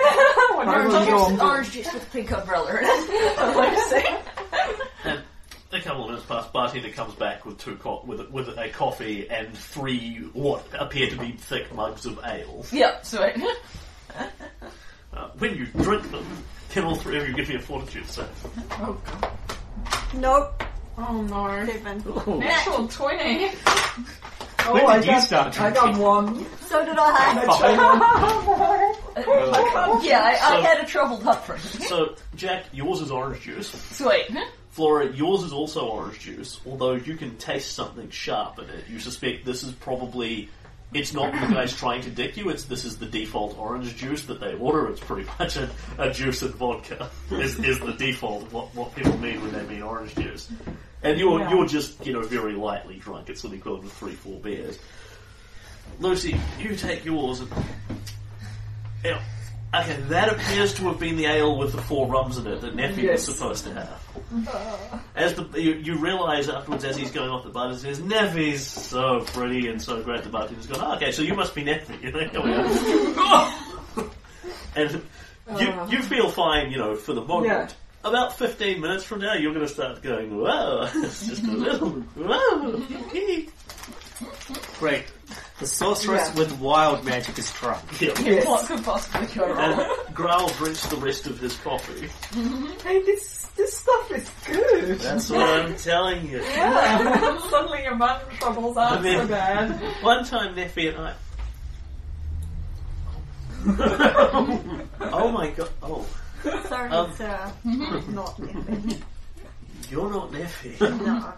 S3: orange, juice, orange juice with pink umbrella. in it. What do you say?
S1: A couple of minutes pass. Bartender comes back with two co- with a, with a coffee and three what appear to be thick mugs of ale.
S3: Yeah, sweet.
S1: Uh, when you drink them, can all three of you give me a fortitude save?
S3: Oh,
S7: Nope.
S2: Oh no.
S7: Seven.
S2: Natural 20.
S4: Oh,
S6: When did
S4: I
S6: you
S4: got,
S6: start
S4: I got
S6: drinking?
S4: one.
S7: So did I have.
S3: Yeah, I, I
S1: So-
S3: had a troubled upbringing.
S1: So, Jack, yours is orange juice.
S3: Sweet.
S1: Flora, yours is also orange juice. Although you can taste something sharp in it, you suspect this is probably. It's not the guys trying to dick you. It's this is the default orange juice that they order. It's pretty much a, a juice and vodka is, is the default. of What what people mean when they mean orange juice, and you're
S4: Yeah.
S1: you're just you know very lightly drunk. It's the equivalent of three four beers. Lucy, you take yours and. Yeah. Okay, that appears to have been the ale with the four rums in it that Neffy
S4: Yes.
S1: was supposed to have. As the you, you realise afterwards, as he's going off the bar, he says, "Neffy's so pretty and so great." The bartender's gone. Oh, okay, so you must be Neffy. You know, here we are. and you
S2: Ah.
S1: you feel fine, you know, for the moment.
S4: Yeah.
S1: About fifteen minutes from now, you're going to start going. Whoa, it's just a little. Whoa.
S6: Great. The sorceress
S4: Yeah.
S6: with wild magic is drunk.
S4: Yes.
S3: What could possibly go wrong?
S1: and Growl drinks the rest of his coffee.
S4: Hey, this this stuff is good.
S1: That's what I'm telling you.
S2: Suddenly your mum troubles
S1: I
S2: aren't
S1: mean-
S2: so bad.
S1: One time, Neffy and I. oh my god! Oh,
S7: Sorry,
S1: Um,
S7: it's uh, not
S1: you're not Neffy.
S7: No.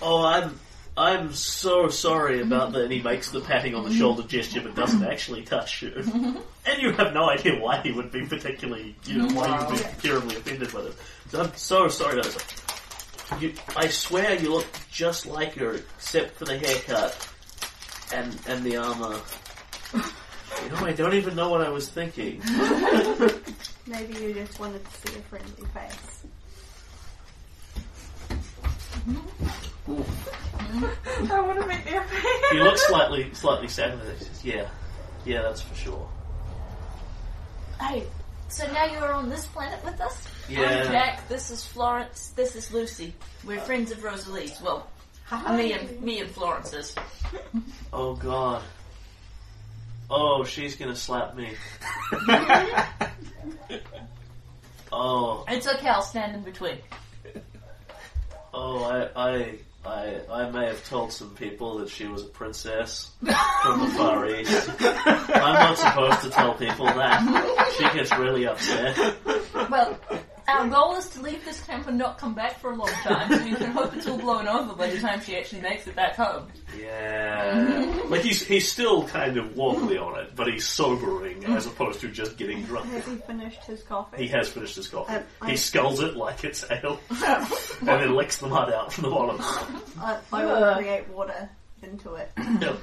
S1: Oh, I'm. I'm so sorry about that. And he makes the patting on the shoulder gesture, but doesn't actually touch you. And you have no idea why he would be particularly, you know, why you'd be terribly offended by this. So I'm so sorry about this. You, I swear you look just like her, except for the haircut and and the armor. You know, I don't even know what I was thinking.
S7: Maybe you just wanted to see a friendly face.
S2: I want to meet Nippy.
S1: He looks slightly, slightly sad with it. He says, "Yeah, yeah, that's for sure."
S10: Hey, so now you're on this planet with us?
S1: Yeah,
S10: I'm Jack, this is Florence, this is Lucy. We're friends of Rosalie's. Well, me and me and Florence's.
S1: Oh god. Oh, she's gonna slap me. oh,
S10: It's okay, I'll stand in between.
S1: oh, I, I, I, I may have told some people that she was a princess from the Far East. I'm not supposed to tell people that. She gets really upset.
S3: Well, our goal is to leave this camp and not come back for a long time, so you can hope it's all blown over by the time she actually makes it back home.
S1: Yeah. Like, he's, he's still kind of wobbly on it, but he's sobering as opposed to just getting drunk.
S7: Has he finished his
S1: He
S7: coffee?
S1: has finished his coffee.
S7: Um, I-
S1: he skulls it like it's ale, and then licks the mud out from the bottom.
S7: I, Uh, I will create water into it.
S1: Yep.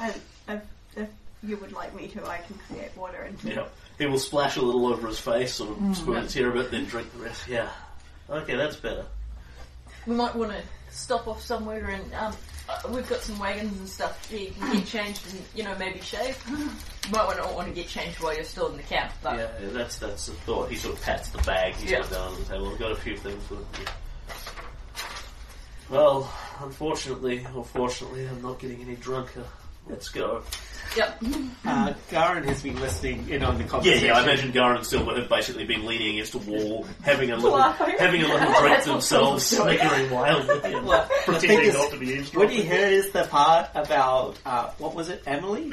S7: And if, if you would like me to, I can create water into it.
S1: Yep. He will splash a little over his face, sort of spoon his hair a bit, then drink the rest. Yeah. Okay, that's better.
S3: We might want to stop off somewhere and, um, uh, we've got some wagons and stuff that you can get changed and, you know, maybe shave. You might want to, want to get changed while you're still in the camp, but
S1: Yeah, yeah, that's that's the thought. He sort of pats the bag he's
S3: Yeah.
S1: got down on the table. We've got a few things with you. Well, unfortunately, or fortunately, I'm not getting any drunker. Let's go.
S6: Uh, Garen has been listening in on the
S1: Yeah,
S6: conversation.
S1: yeah. I imagine Gar and Silver have basically been leaning against a wall, having a little, having a little drink themselves, snickering wildly, and
S6: Well, the thing
S1: pretending
S6: is,
S1: not to be eavesdropping.
S6: What he heard is the part about, uh, what was it, Emily?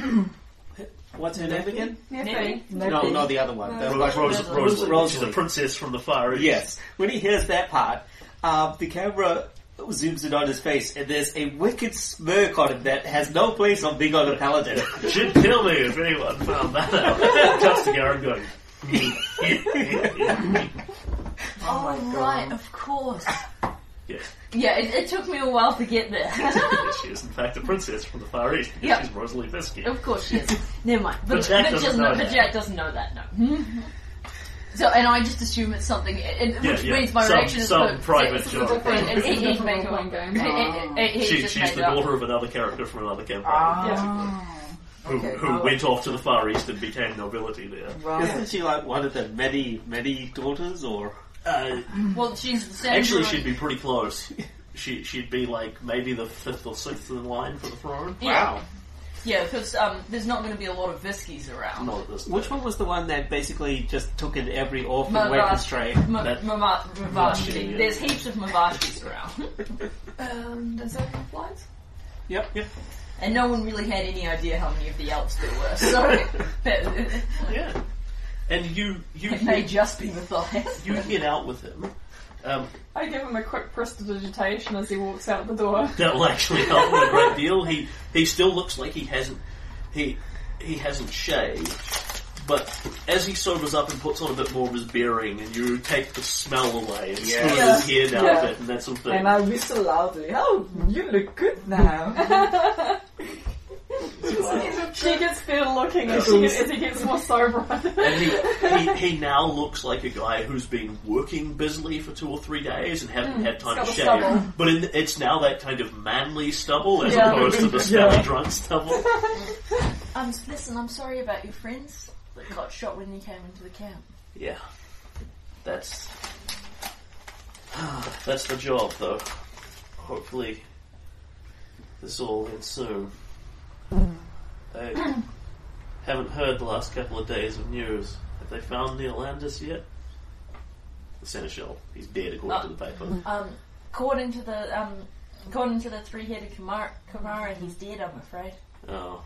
S6: What's her name again?
S3: maybe.
S6: No, no, the other
S4: Uh,
S6: one. The
S1: Ro-
S6: like-
S1: Rose, Rose,
S6: Rosalind.
S1: she's a princess from the Far East.
S6: Yes. When he hears that part, uh, the camera zooms in on his face, and there's a wicked smirk on him that has no place on being on a paladin.
S1: She'd kill me if anyone found that out. Just to Garen going.
S3: Oh, right, of course.
S1: yes,
S3: Yeah, it, it took me a while to get there.
S1: yes, she is in fact a princess from the Far East.
S3: Yeah.
S1: She's Rosalie Fiske.
S3: Of course she is. Never mind. But,
S1: But Jack
S3: but
S1: doesn't
S3: just
S1: know
S3: no- but
S1: that.
S3: Jack doesn't know that, no. So, and I just assume it's something, it, it-
S1: Yeah,
S3: which
S1: yeah.
S3: means my
S1: Some-
S3: reaction is
S1: some
S3: that it's-
S1: private
S3: it's a
S1: joke.
S3: different- it's a
S2: It's a
S3: different
S2: role-playing
S3: game. It-
S2: game.
S3: it- it-
S1: She,
S3: he's just
S1: she's the
S3: made up.
S1: daughter of another character from another campaign,
S4: Ah,
S1: who,
S4: okay.
S1: who went off to the Far East and became nobility there.
S6: Isn't she like one of the many, many daughters, or?
S1: Uh,
S3: Well, she's the same.
S1: actually,
S3: girl.
S1: she'd be pretty close. She, she'd be like maybe the fifth or sixth in line for the throne.
S3: Yeah. Yeah, because um, there's not going to be a lot of Viskies around.
S1: Not at this
S6: Which one was the one that basically just took in every orphan
S3: Mother.
S6: weapon stray?
S3: M-
S1: That-
S3: Mava- Mavashti.
S1: yeah.
S3: There's heaps of Mavashtis around.
S2: Um, does that have lights?
S6: Yep, yep.
S3: And no one really had any idea how many of the elves there were, so that,
S1: Yeah. And you you
S3: it may
S1: hit,
S3: just be Matthias.
S1: you hit out with him. Um,
S2: I give him a quick prestidigitation as he walks out the door.
S1: That'll actually help him a great deal. He he still looks like he hasn't he he hasn't shaved. But as he sobers up and puts on a bit more of his bearing, and you take the smell away and
S6: Yeah.
S1: smooth his hair down a bit and that sort of thing.
S4: and I whistle loudly. Oh, you look good now.
S2: She gets better looking as, she gets, as he gets more sober.
S1: And he, he, he now looks like a guy who's been working busily for two or three days and haven't had time to
S2: got a
S1: shave.
S2: Mm. stubble.
S1: But in, it's now that kind of manly stubble as
S2: Yeah.
S1: opposed to the smelly drunk stubble.
S3: Um, listen, I'm sorry about your friends that got shot when they came into the camp.
S1: Yeah. That's that's the job though. Hopefully this all ends soon.
S3: Mm.
S1: I haven't heard the last couple of days of news. Have they found Neil Landis yet? The Seneschal. He's dead according to the paper.
S3: Um, according to the um, according to the three-headed Kamara, Kamara, he's dead. I'm afraid,
S1: Oh.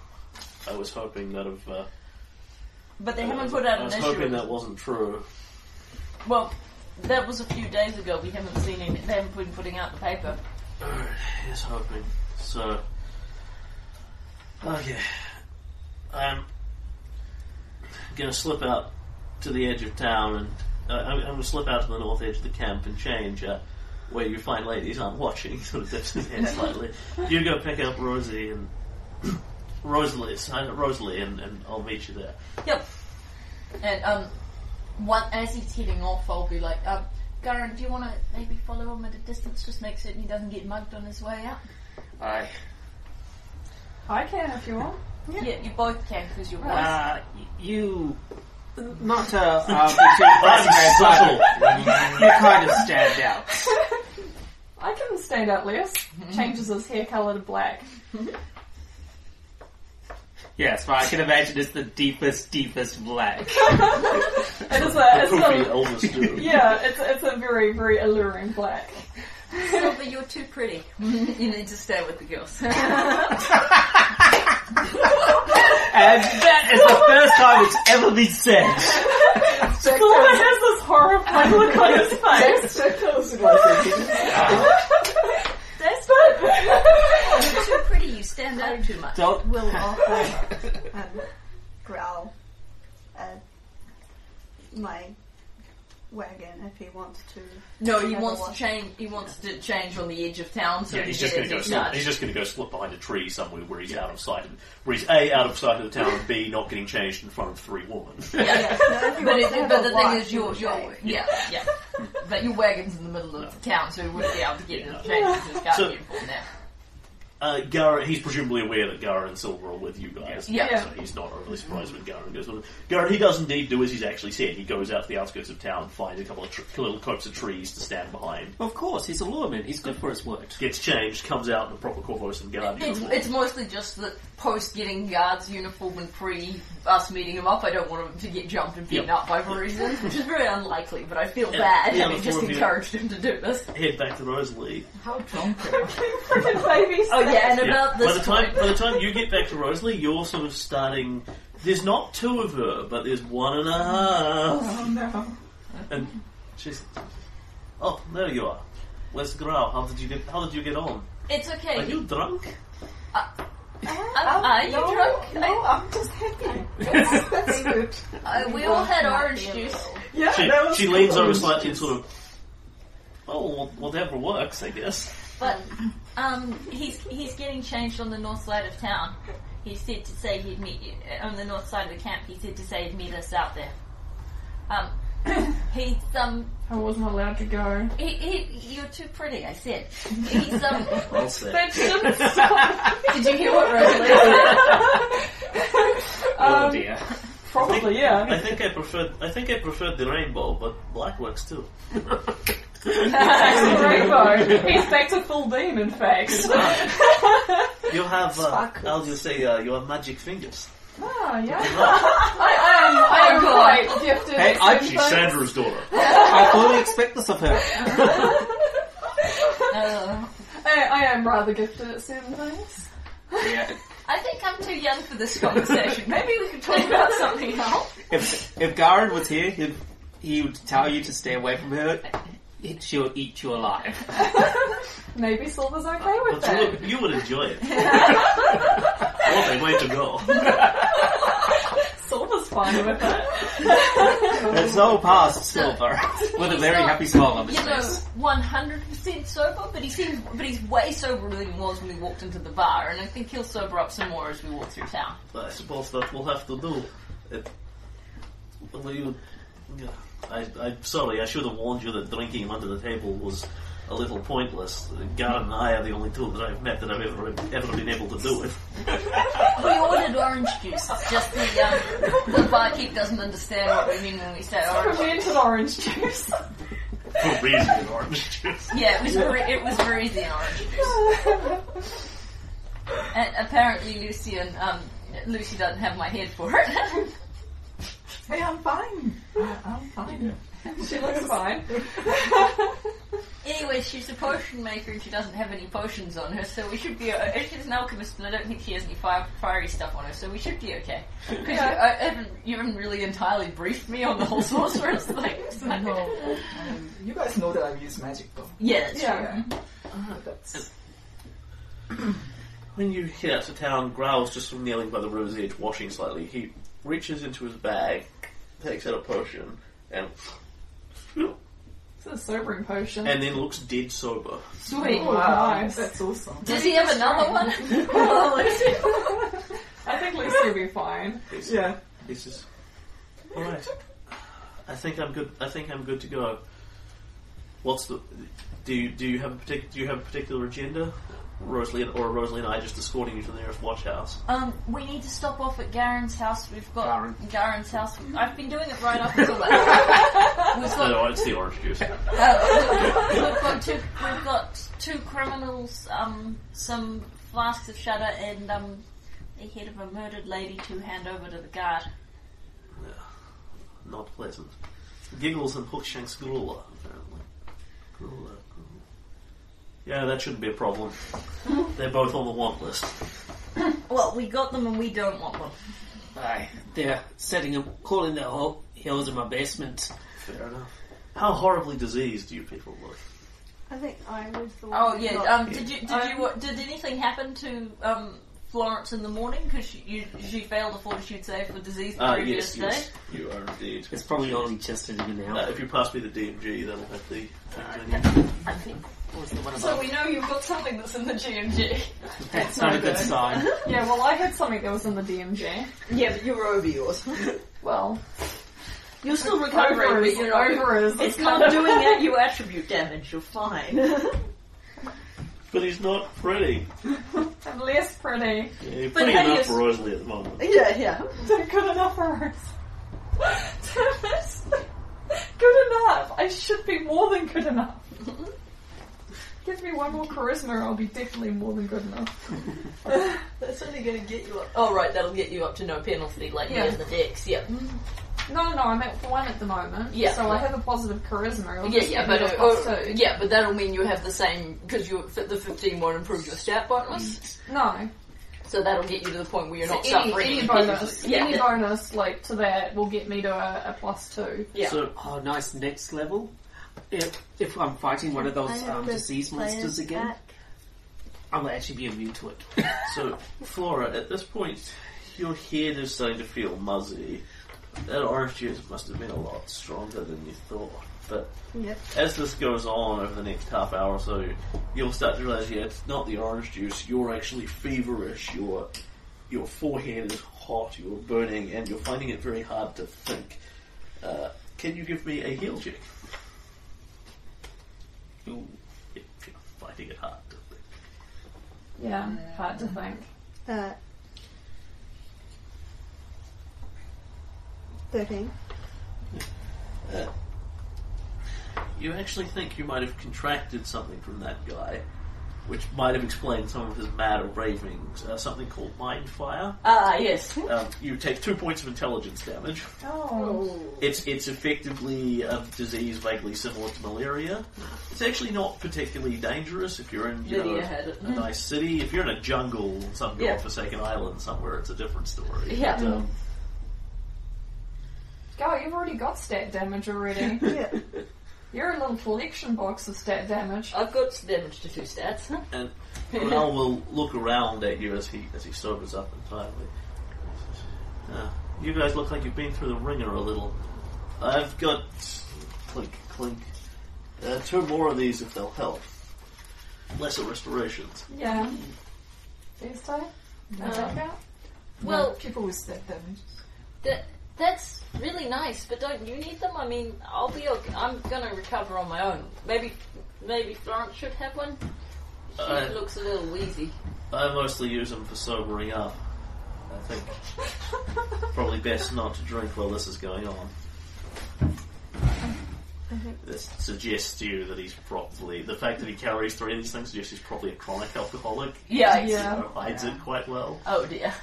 S1: I was hoping that of uh,
S3: but they
S1: I
S3: haven't
S1: was,
S3: put out
S1: I
S3: an
S1: was
S3: issue.
S1: hoping that wasn't true.
S3: Well, that was a few days ago. We haven't seen any. They haven't been putting out the paper.
S1: Alright, here's hoping. So, okay, I'm gonna slip out to the edge of town, and uh, I'm, I'm gonna slip out to the north edge of the camp and change uh, where you find ladies aren't watching. Sort of dips his head slightly. You go pick up Rosie and Rosalie, uh, Rosalie, and, and I'll meet you there.
S3: Yep. And um, one as he's heading off, I'll be like, um, Garen, do you want to maybe follow him at a distance? Just make certain he doesn't get mugged on his way out.
S6: Aye.
S2: I can if you want.
S3: Yeah, you both can because you're boys.
S6: Uh, you. Not to uh, be too fascinated,
S1: subtle.
S6: but you kind of stand out.
S2: I can stand out less. Changes his hair colour to black.
S6: Yes, but I can imagine it's the deepest, deepest black.
S2: It is a, it's
S1: Goofy
S2: a
S1: eldest dude.
S2: yeah, it's a, it's a very very alluring black.
S3: Silver, you're too pretty. you need to stay with the girls.
S6: And that is the first time it's ever been said.
S2: Gilbert has this horrified look on his face.
S4: That's so close about it.
S3: That's good. you're too pretty. You stand out too much.
S6: Don't.
S7: will also um, growl at my wagon if he wants to.
S3: No, he
S7: Never
S3: wants to
S7: was.
S3: change. He wants to change on the edge of town. So
S1: Yeah,
S3: he
S1: he's just going
S3: gets
S1: to go.
S3: in
S1: Slip,
S3: touch.
S1: he's just going to go slip behind a tree somewhere where he's out of sight, and where he's a out of sight of the town, and b not getting changed in front of three women.
S3: Yeah.
S7: No, if he
S3: But,
S7: wants to
S3: it,
S7: have
S3: but
S7: a
S3: the
S7: walk,
S3: thing is,
S7: he
S3: your
S7: would
S3: your
S7: say.
S3: yeah yeah. But your wagon's in the middle of the town, so he wouldn't be able to get into the change his guard
S1: So-
S3: uniform now.
S1: Uh, Gara, he's presumably aware that Gara and Silver are with you guys.
S3: Yeah. Yeah.
S1: So he's not overly surprised when Gara goes with him. Gara, he does indeed do as he's actually said. He goes out to the outskirts of town, finds a couple of tr- little clumps of trees to stand behind,
S6: Of course, he's a lawman. He's good for his word.
S1: gets changed, comes out in a proper Corvus and Guard
S3: It's,
S1: uniform.
S3: it's mostly just that post getting guards uniform and pre us meeting him up, I don't want him to get jumped and beaten
S1: Yep.
S3: up by Verizon, which is very unlikely, but I feel
S1: Yeah,
S3: bad
S1: yeah,
S3: having
S1: the
S3: just
S1: four of you.
S3: encouraged him to do this.
S1: Head back to Rosalie.
S4: How drunk are you?
S2: Freaking baby
S3: Oh yeah, and
S1: Yeah.
S3: about
S1: by
S3: this
S1: the time
S3: point,
S1: by the time you get back to Rosalie, you're sort of starting. There's not two of her, but there's one and a half,
S4: Oh no.
S1: and she's. Oh, there you are. Where's Grau? How did you get? How did you get on?
S3: it's
S1: Are
S3: okay.
S1: you drunk?
S3: Um, are you
S4: no,
S3: drunk?
S4: No, I'm just happy. That's, that's good.
S3: Uh, we all had
S7: Not
S3: orange
S7: be
S3: juice.
S4: Yeah,
S1: She,
S4: that was
S1: she leans
S4: cool.
S1: over slightly and sort of. Oh, well, whatever works, I guess.
S3: But um, he's he's getting changed on the north side of town. He said to say he'd meet you uh, on the north side of the camp. He said to say he'd meet us out there. Um, he's um
S2: I wasn't allowed to go.
S3: he, he you're too pretty. I said he's um.
S11: Well said.
S2: That shouldn't stop.
S3: did you hear what Rosalie said?
S6: oh dear.
S2: Um, Probably, yeah.
S1: I think I preferred. I think I preferred the rainbow, but black works too.
S2: That's the rainbow. He's back to full beam, in fact.
S1: You have. Uh,
S4: Sparkles.
S1: how do you say? Uh, you have magic fingers.
S2: Ah, yeah. I
S3: Oh,
S2: am, I am quite gifted.
S6: Hey,
S2: at
S6: I-
S2: certain
S1: She's
S2: things.
S1: Sandra's daughter.
S6: I fully expect this of her.
S3: Uh,
S2: I, I am rather gifted at certain things.
S6: Yeah.
S3: I think I'm too young for this conversation. Maybe we could talk about something else.
S6: If if Garen was here, he'd he would tell you to stay away from her. He- She'll eat you alive.
S2: Maybe Silver's okay with
S1: But you
S2: that.
S1: would, you would enjoy it. what a way to go.
S2: Silver's fine with it.
S6: It's all past silver with a very happy smile on his
S3: You know,
S6: face.
S3: one hundred percent sober, but he seems, but he's way soberer than he was when we walked into the bar, and I think he'll sober up some more as we walk through town.
S1: But I suppose that we'll have to do. It, well, you, yeah, I, I'm sorry, I should have warned you that drinking under the table was a little pointless. Gar and I are the only two that I've met that I've ever ever been able to do it.
S3: We ordered orange juice. It's just the um, the barkeep doesn't understand what we mean when we say orange.
S2: Fermented orange juice.
S1: For reason in orange juice.
S3: Yeah, it was very, it was very easy orange juice. And apparently Lucy and um, Lucy doesn't have my head for it.
S4: Hey, I'm fine. I, I'm fine.
S2: she looks fine.
S3: Anyway, she's a potion maker and she doesn't have any potions on her, so we should be. Uh, she's an alchemist and I don't think she has any fire, fiery stuff on her, so we should be okay. Because you, I haven't, you haven't really entirely briefed me on the whole sorceress thing. so-
S4: No, um, you guys know that I use magic though.
S3: Yeah, that's true.
S2: Yeah.
S4: Uh, that's
S1: When you head out to town, Growl's just from kneeling by the river's edge, washing slightly. He reaches into his bag, takes out a potion, and
S2: It's a sobering potion.
S1: and then looks dead sober.
S2: Sweet.
S4: wow.
S2: Nice.
S4: That's awesome.
S3: Does he have another one? Oh, Lucy.
S2: I think Lucy will be fine.
S1: He's-
S4: Yeah.
S1: He's just all right. I think I'm good. I think I'm good to go. What's the? Do you do you have a partic- do you have a particular agenda, Rosalie, and- or Rosalie and I just escorting you to the nearest watch house?
S3: Um, we need to stop off at Garen's house. We've got
S6: Garen.
S3: Garen's house. I've been doing it right up until that. We've
S1: No,
S3: got
S1: no, it's the orange juice.
S3: Uh, we've got two. We've got two criminals. Um, some flasks of shatter and um, the head of a murdered lady to hand over to the guard.
S1: Not pleasant. Giggles and Hookshanks Grulla, apparently. Grulla, grulla. Yeah, that shouldn't be a problem. They're both on the want list.
S3: Well, we got them and we don't want them.
S6: Aye, they're setting up, calling their ho- hills in my basement.
S1: Fair enough. How horribly diseased do you people look?
S7: I think I was the one.
S3: Oh
S7: that
S3: yeah.
S7: got-
S3: Um, did you did you what, did anything happen to um, Florence in the morning because she you, she failed a fortitude save for disease the
S1: Ah,
S3: previous
S1: yes,
S3: day?
S1: yes, you are indeed.
S6: It's probably only just in an
S1: Uh,
S6: hour.
S1: if you pass me the DMG, that'll have the.
S3: I think it was the one
S2: So
S3: above.
S2: we know you've got something that's in the GMG.
S6: That's not a good sign.
S2: Yeah, well, I had something that was in the DMG.
S12: Yeah, but you're over yours.
S2: Well,
S3: You're still
S2: over
S3: recovering,
S2: is,
S3: but you're not.
S2: over is.
S3: It's not doing it. You attribute damage. You're fine.
S1: But he's not pretty.
S2: I'm less pretty.
S1: Yeah, you're
S3: But
S1: pretty
S3: how do
S1: enough
S3: you-
S1: for Rosalie at the moment.
S12: yeah, yeah.
S2: They're good enough for us. Damn it. Good enough. I should be more than good enough. Give me one more charisma, I'll be definitely more than good enough.
S3: That's only going to get you up. Oh right, that'll get you up to no penalty like
S2: Yeah.
S3: me in the decks. Yeah.
S13: Mm-hmm.
S2: No, no, I'm at one at the moment.
S3: Yeah.
S2: So I have a positive charisma. It'll
S3: Yeah,
S2: just
S3: yeah,
S2: give me
S3: but
S2: a
S3: uh,
S2: plus
S3: oh,
S2: two.
S3: yeah, but that'll mean you have the same because you fit the fifteen won't improve your stat
S13: Mm.
S3: bonus,
S2: No.
S3: so that'll get you to the point where you're not
S2: any,
S3: suffering.
S2: any
S3: in
S2: bonus,
S3: penalty. Yeah,
S2: any bonus like to that will get me to a, a plus two.
S3: yeah.
S1: So,
S6: Oh, nice. Next level. If, if I'm fighting one of those
S7: I
S6: um,
S7: have the
S6: disease
S7: players
S6: monsters again,
S7: back.
S6: I will actually be immune to it.
S1: so Flora, at this point, your head is starting to feel muzzy. That orange juice must have been a lot stronger than you thought. But
S7: Yep.
S1: as this goes on over the next half hour or so, you'll start to realise, yeah, it's not the orange juice. You're actually feverish. Your your forehead is hot. You're burning, and you're finding it very hard to think. Uh, can you give me a heal check? Ooh, yeah, yeah, finding it hard to think.
S2: Yeah, hard to think.
S7: Uh, 13.
S1: You actually think you might have contracted something from that guy, which might have explained some of his mad ravings. Uh, something called mind fire.
S3: Ah, yes.
S1: Um, you take two points of intelligence damage.
S2: Oh.
S1: It's it's effectively a disease vaguely similar to malaria. It's actually not particularly dangerous if you're in you know,
S3: Lydia had it.
S1: a nice city. If you're in a jungle, on some
S3: Yeah.
S1: godforsaken island somewhere, it's a different story.
S3: Yeah.
S1: But, um,
S2: Go, you've already got stat damage already.
S7: Yeah.
S2: You're a little collection box of stat damage.
S3: I've got damage to two stats.
S1: And Ronal will look around at you as he as he sobers up entirely. Uh, you guys look like you've been through the ringer a little. I've got clink clink. Uh, two more of these if they'll help. Lesser restorations.
S2: Yeah. These two? No knockout?
S13: Well,
S4: People with stat damage.
S13: That that's really nice, but don't you need them? I mean, I'll be okay. I'm gonna recover on my own. Maybe maybe Florence should have one. She
S1: Uh,
S13: looks a little wheezy.
S1: I mostly use them for sobering up. I think probably best not to drink while this is going on. This suggests to you that he's probably the fact that he carries three of these things suggests he's probably a chronic alcoholic.
S3: Yeah.
S2: Yeah.
S1: So hides it quite well.
S3: Oh dear.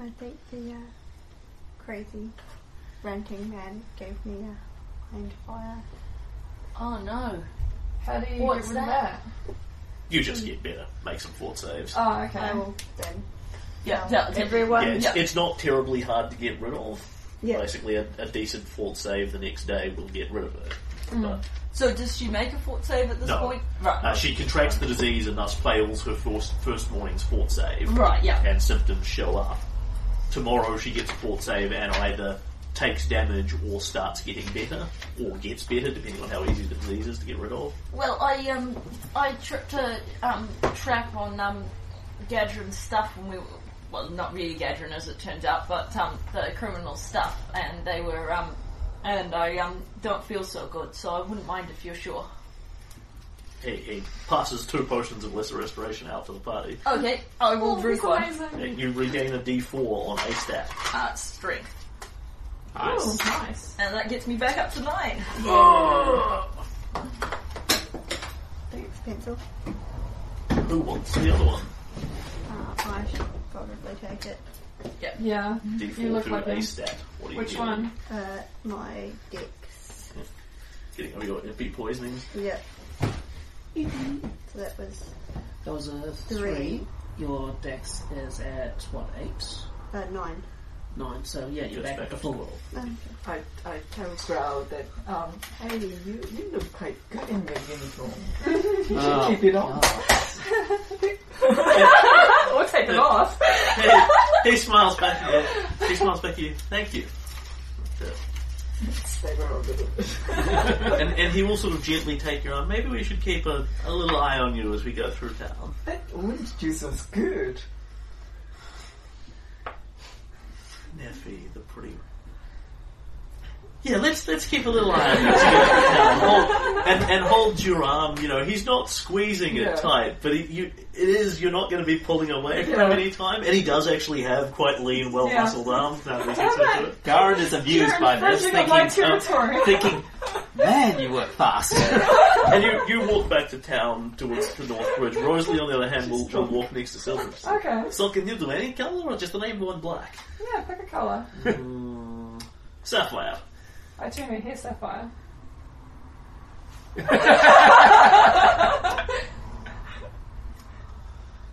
S7: I think the uh, crazy ranting man gave me a mind fire.
S13: Oh no.
S2: How do you
S13: What's
S2: get rid
S13: that?
S2: of
S1: You just get better. Make some fort saves.
S2: that? Oh, okay.
S7: I will then.
S3: Yeah.
S7: Um,
S3: yeah, yeah.
S7: everyone.
S1: yeah, it's,
S3: yeah.
S1: it's not terribly hard to get rid of.
S7: Yeah.
S1: Basically, a, a decent fort save the next day will get rid of it. But,
S3: So does she make a fort save at this
S1: No.
S3: point? Right.
S1: uh, she contracts the disease and thus fails her first, first morning's fort save.
S3: Right. Yeah.
S1: and symptoms show up. Tomorrow she gets a fort save and either takes damage or starts getting better, or gets better, depending on how easy the disease is to get rid of.
S3: Well, I um, I tripped a um trap on um, Gadron's stuff when we were, well, not really Gadron as it turned out, but um, the criminal stuff, and they were um, and I um don't feel so good, so I wouldn't mind if you're sure.
S1: He, he passes two potions of lesser restoration out to the party.
S3: Okay, I will
S2: Oh,
S3: drink
S2: that's
S3: one.
S2: amazing.
S1: And You regain a d4 on a stat.
S3: Uh, strength,
S2: Oh,
S6: Nice.
S2: nice.
S3: and that gets me back up to nine.
S2: Oh.
S7: Thanks, pencil.
S1: Who wants the other one?
S7: Uh, I should probably take it.
S2: Yeah. You
S1: D4
S2: look
S1: to
S2: like
S1: an a
S2: him.
S1: stat. What are you
S2: Which
S1: getting?
S2: one?
S7: Uh, my dex.
S1: Getting all your MP poisoning.
S7: Yep. So that was
S6: That was a three.
S7: Three.
S6: Your dex is at what eight,
S7: uh, nine.
S6: nine. So yeah, you're back, up to full.
S7: Um,
S4: I, I tell Growl that, um, hey, you, you look quite good in your uniform. you should keep it on.
S2: Or take it off.
S1: Hey, he smiles back at you. He smiles back at you. Thank you.
S4: They were a little bit.
S1: And, and he will sort of gently take your arm. Maybe we should keep a, a little eye on you as we go through town.
S4: That orange juice was good.
S1: Neffy, the pretty. Yeah, let's let's keep a little eye on you. as we go through town. Hold- and and hold your arm. You know, he's not squeezing it
S4: Yeah.
S1: tight, but he, you it is. You're not going to be pulling away from him
S4: Yeah.
S1: any time. And he does actually have quite lean, well muscled arms. Now that we think so to it.
S6: Garen is amused by this,
S2: Infringing on my
S6: thinking, um,
S2: territory.
S6: thinking, man, you work fast.
S1: And you, you walk back to town towards the North Bridge. Rosalie, on the other hand, will, will walk next to Silver's.
S2: Okay.
S1: So can you do any colour or just the name one black?
S2: Yeah, pick a colour.
S1: Mm, sapphire.
S2: I turn her hair sapphire.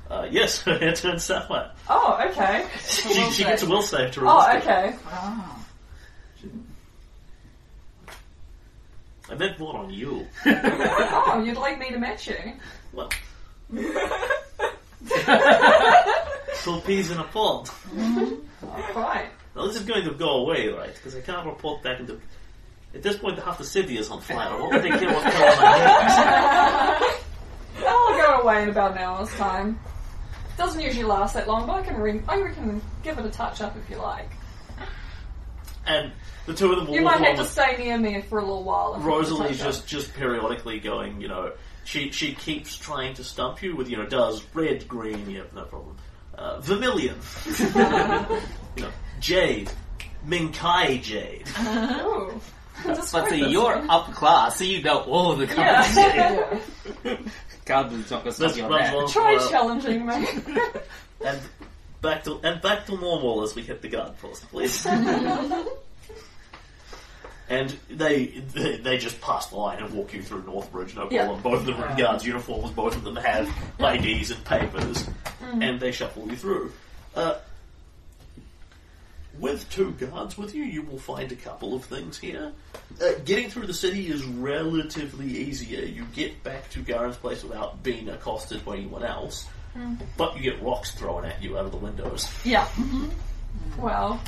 S1: Uh, yes, her hair turns sapphire.
S2: Oh, okay.
S1: She, she gets a will save to roll.
S2: Oh, okay.
S4: Ah.
S1: I meant more on you.
S2: Oh, you'd like me to match you?
S1: Well. so peas in a pod.
S2: Right.
S1: Now this is going to go away, right? Because I can't report back into. At this point, half the city is on fire. What would they care what colour my hair is?
S2: I'll go away in about an hour's time. Doesn't usually last that long, but I can re- I can give it a touch up if you like.
S1: And the two of them will
S2: You
S1: walk
S2: might
S1: along
S2: have to
S1: with
S2: stay near me for a little while. if you want to
S1: Rosalie's
S2: touch up.
S1: just just periodically going, you know, she she keeps trying to stump you with, you know, does red, green, yep, no problem. Uh, vermilion, you know, jade, Minkai jade.
S2: Ooh.
S6: But see, you're up class, so you know all the companies.
S2: Yeah.
S6: Garden's not going to stop
S1: This
S6: you on
S1: runs
S6: that.
S1: on for,
S2: Try
S1: a-
S2: challenging me.
S1: and back to and back to normal as we hit the guard post, please. And they, they they just pass the line and walk you through Northbridge, no
S2: Yeah.
S1: problem. Both of them are in guards uniforms, both of them have IDs and papers, and they shuffle you through. Uh, with two guards with you, you will find a couple of things here. Uh, getting through the city is relatively easier. You get back to Garen's place without being accosted by anyone else, but you get rocks thrown at you out of the windows
S2: yeah. Well,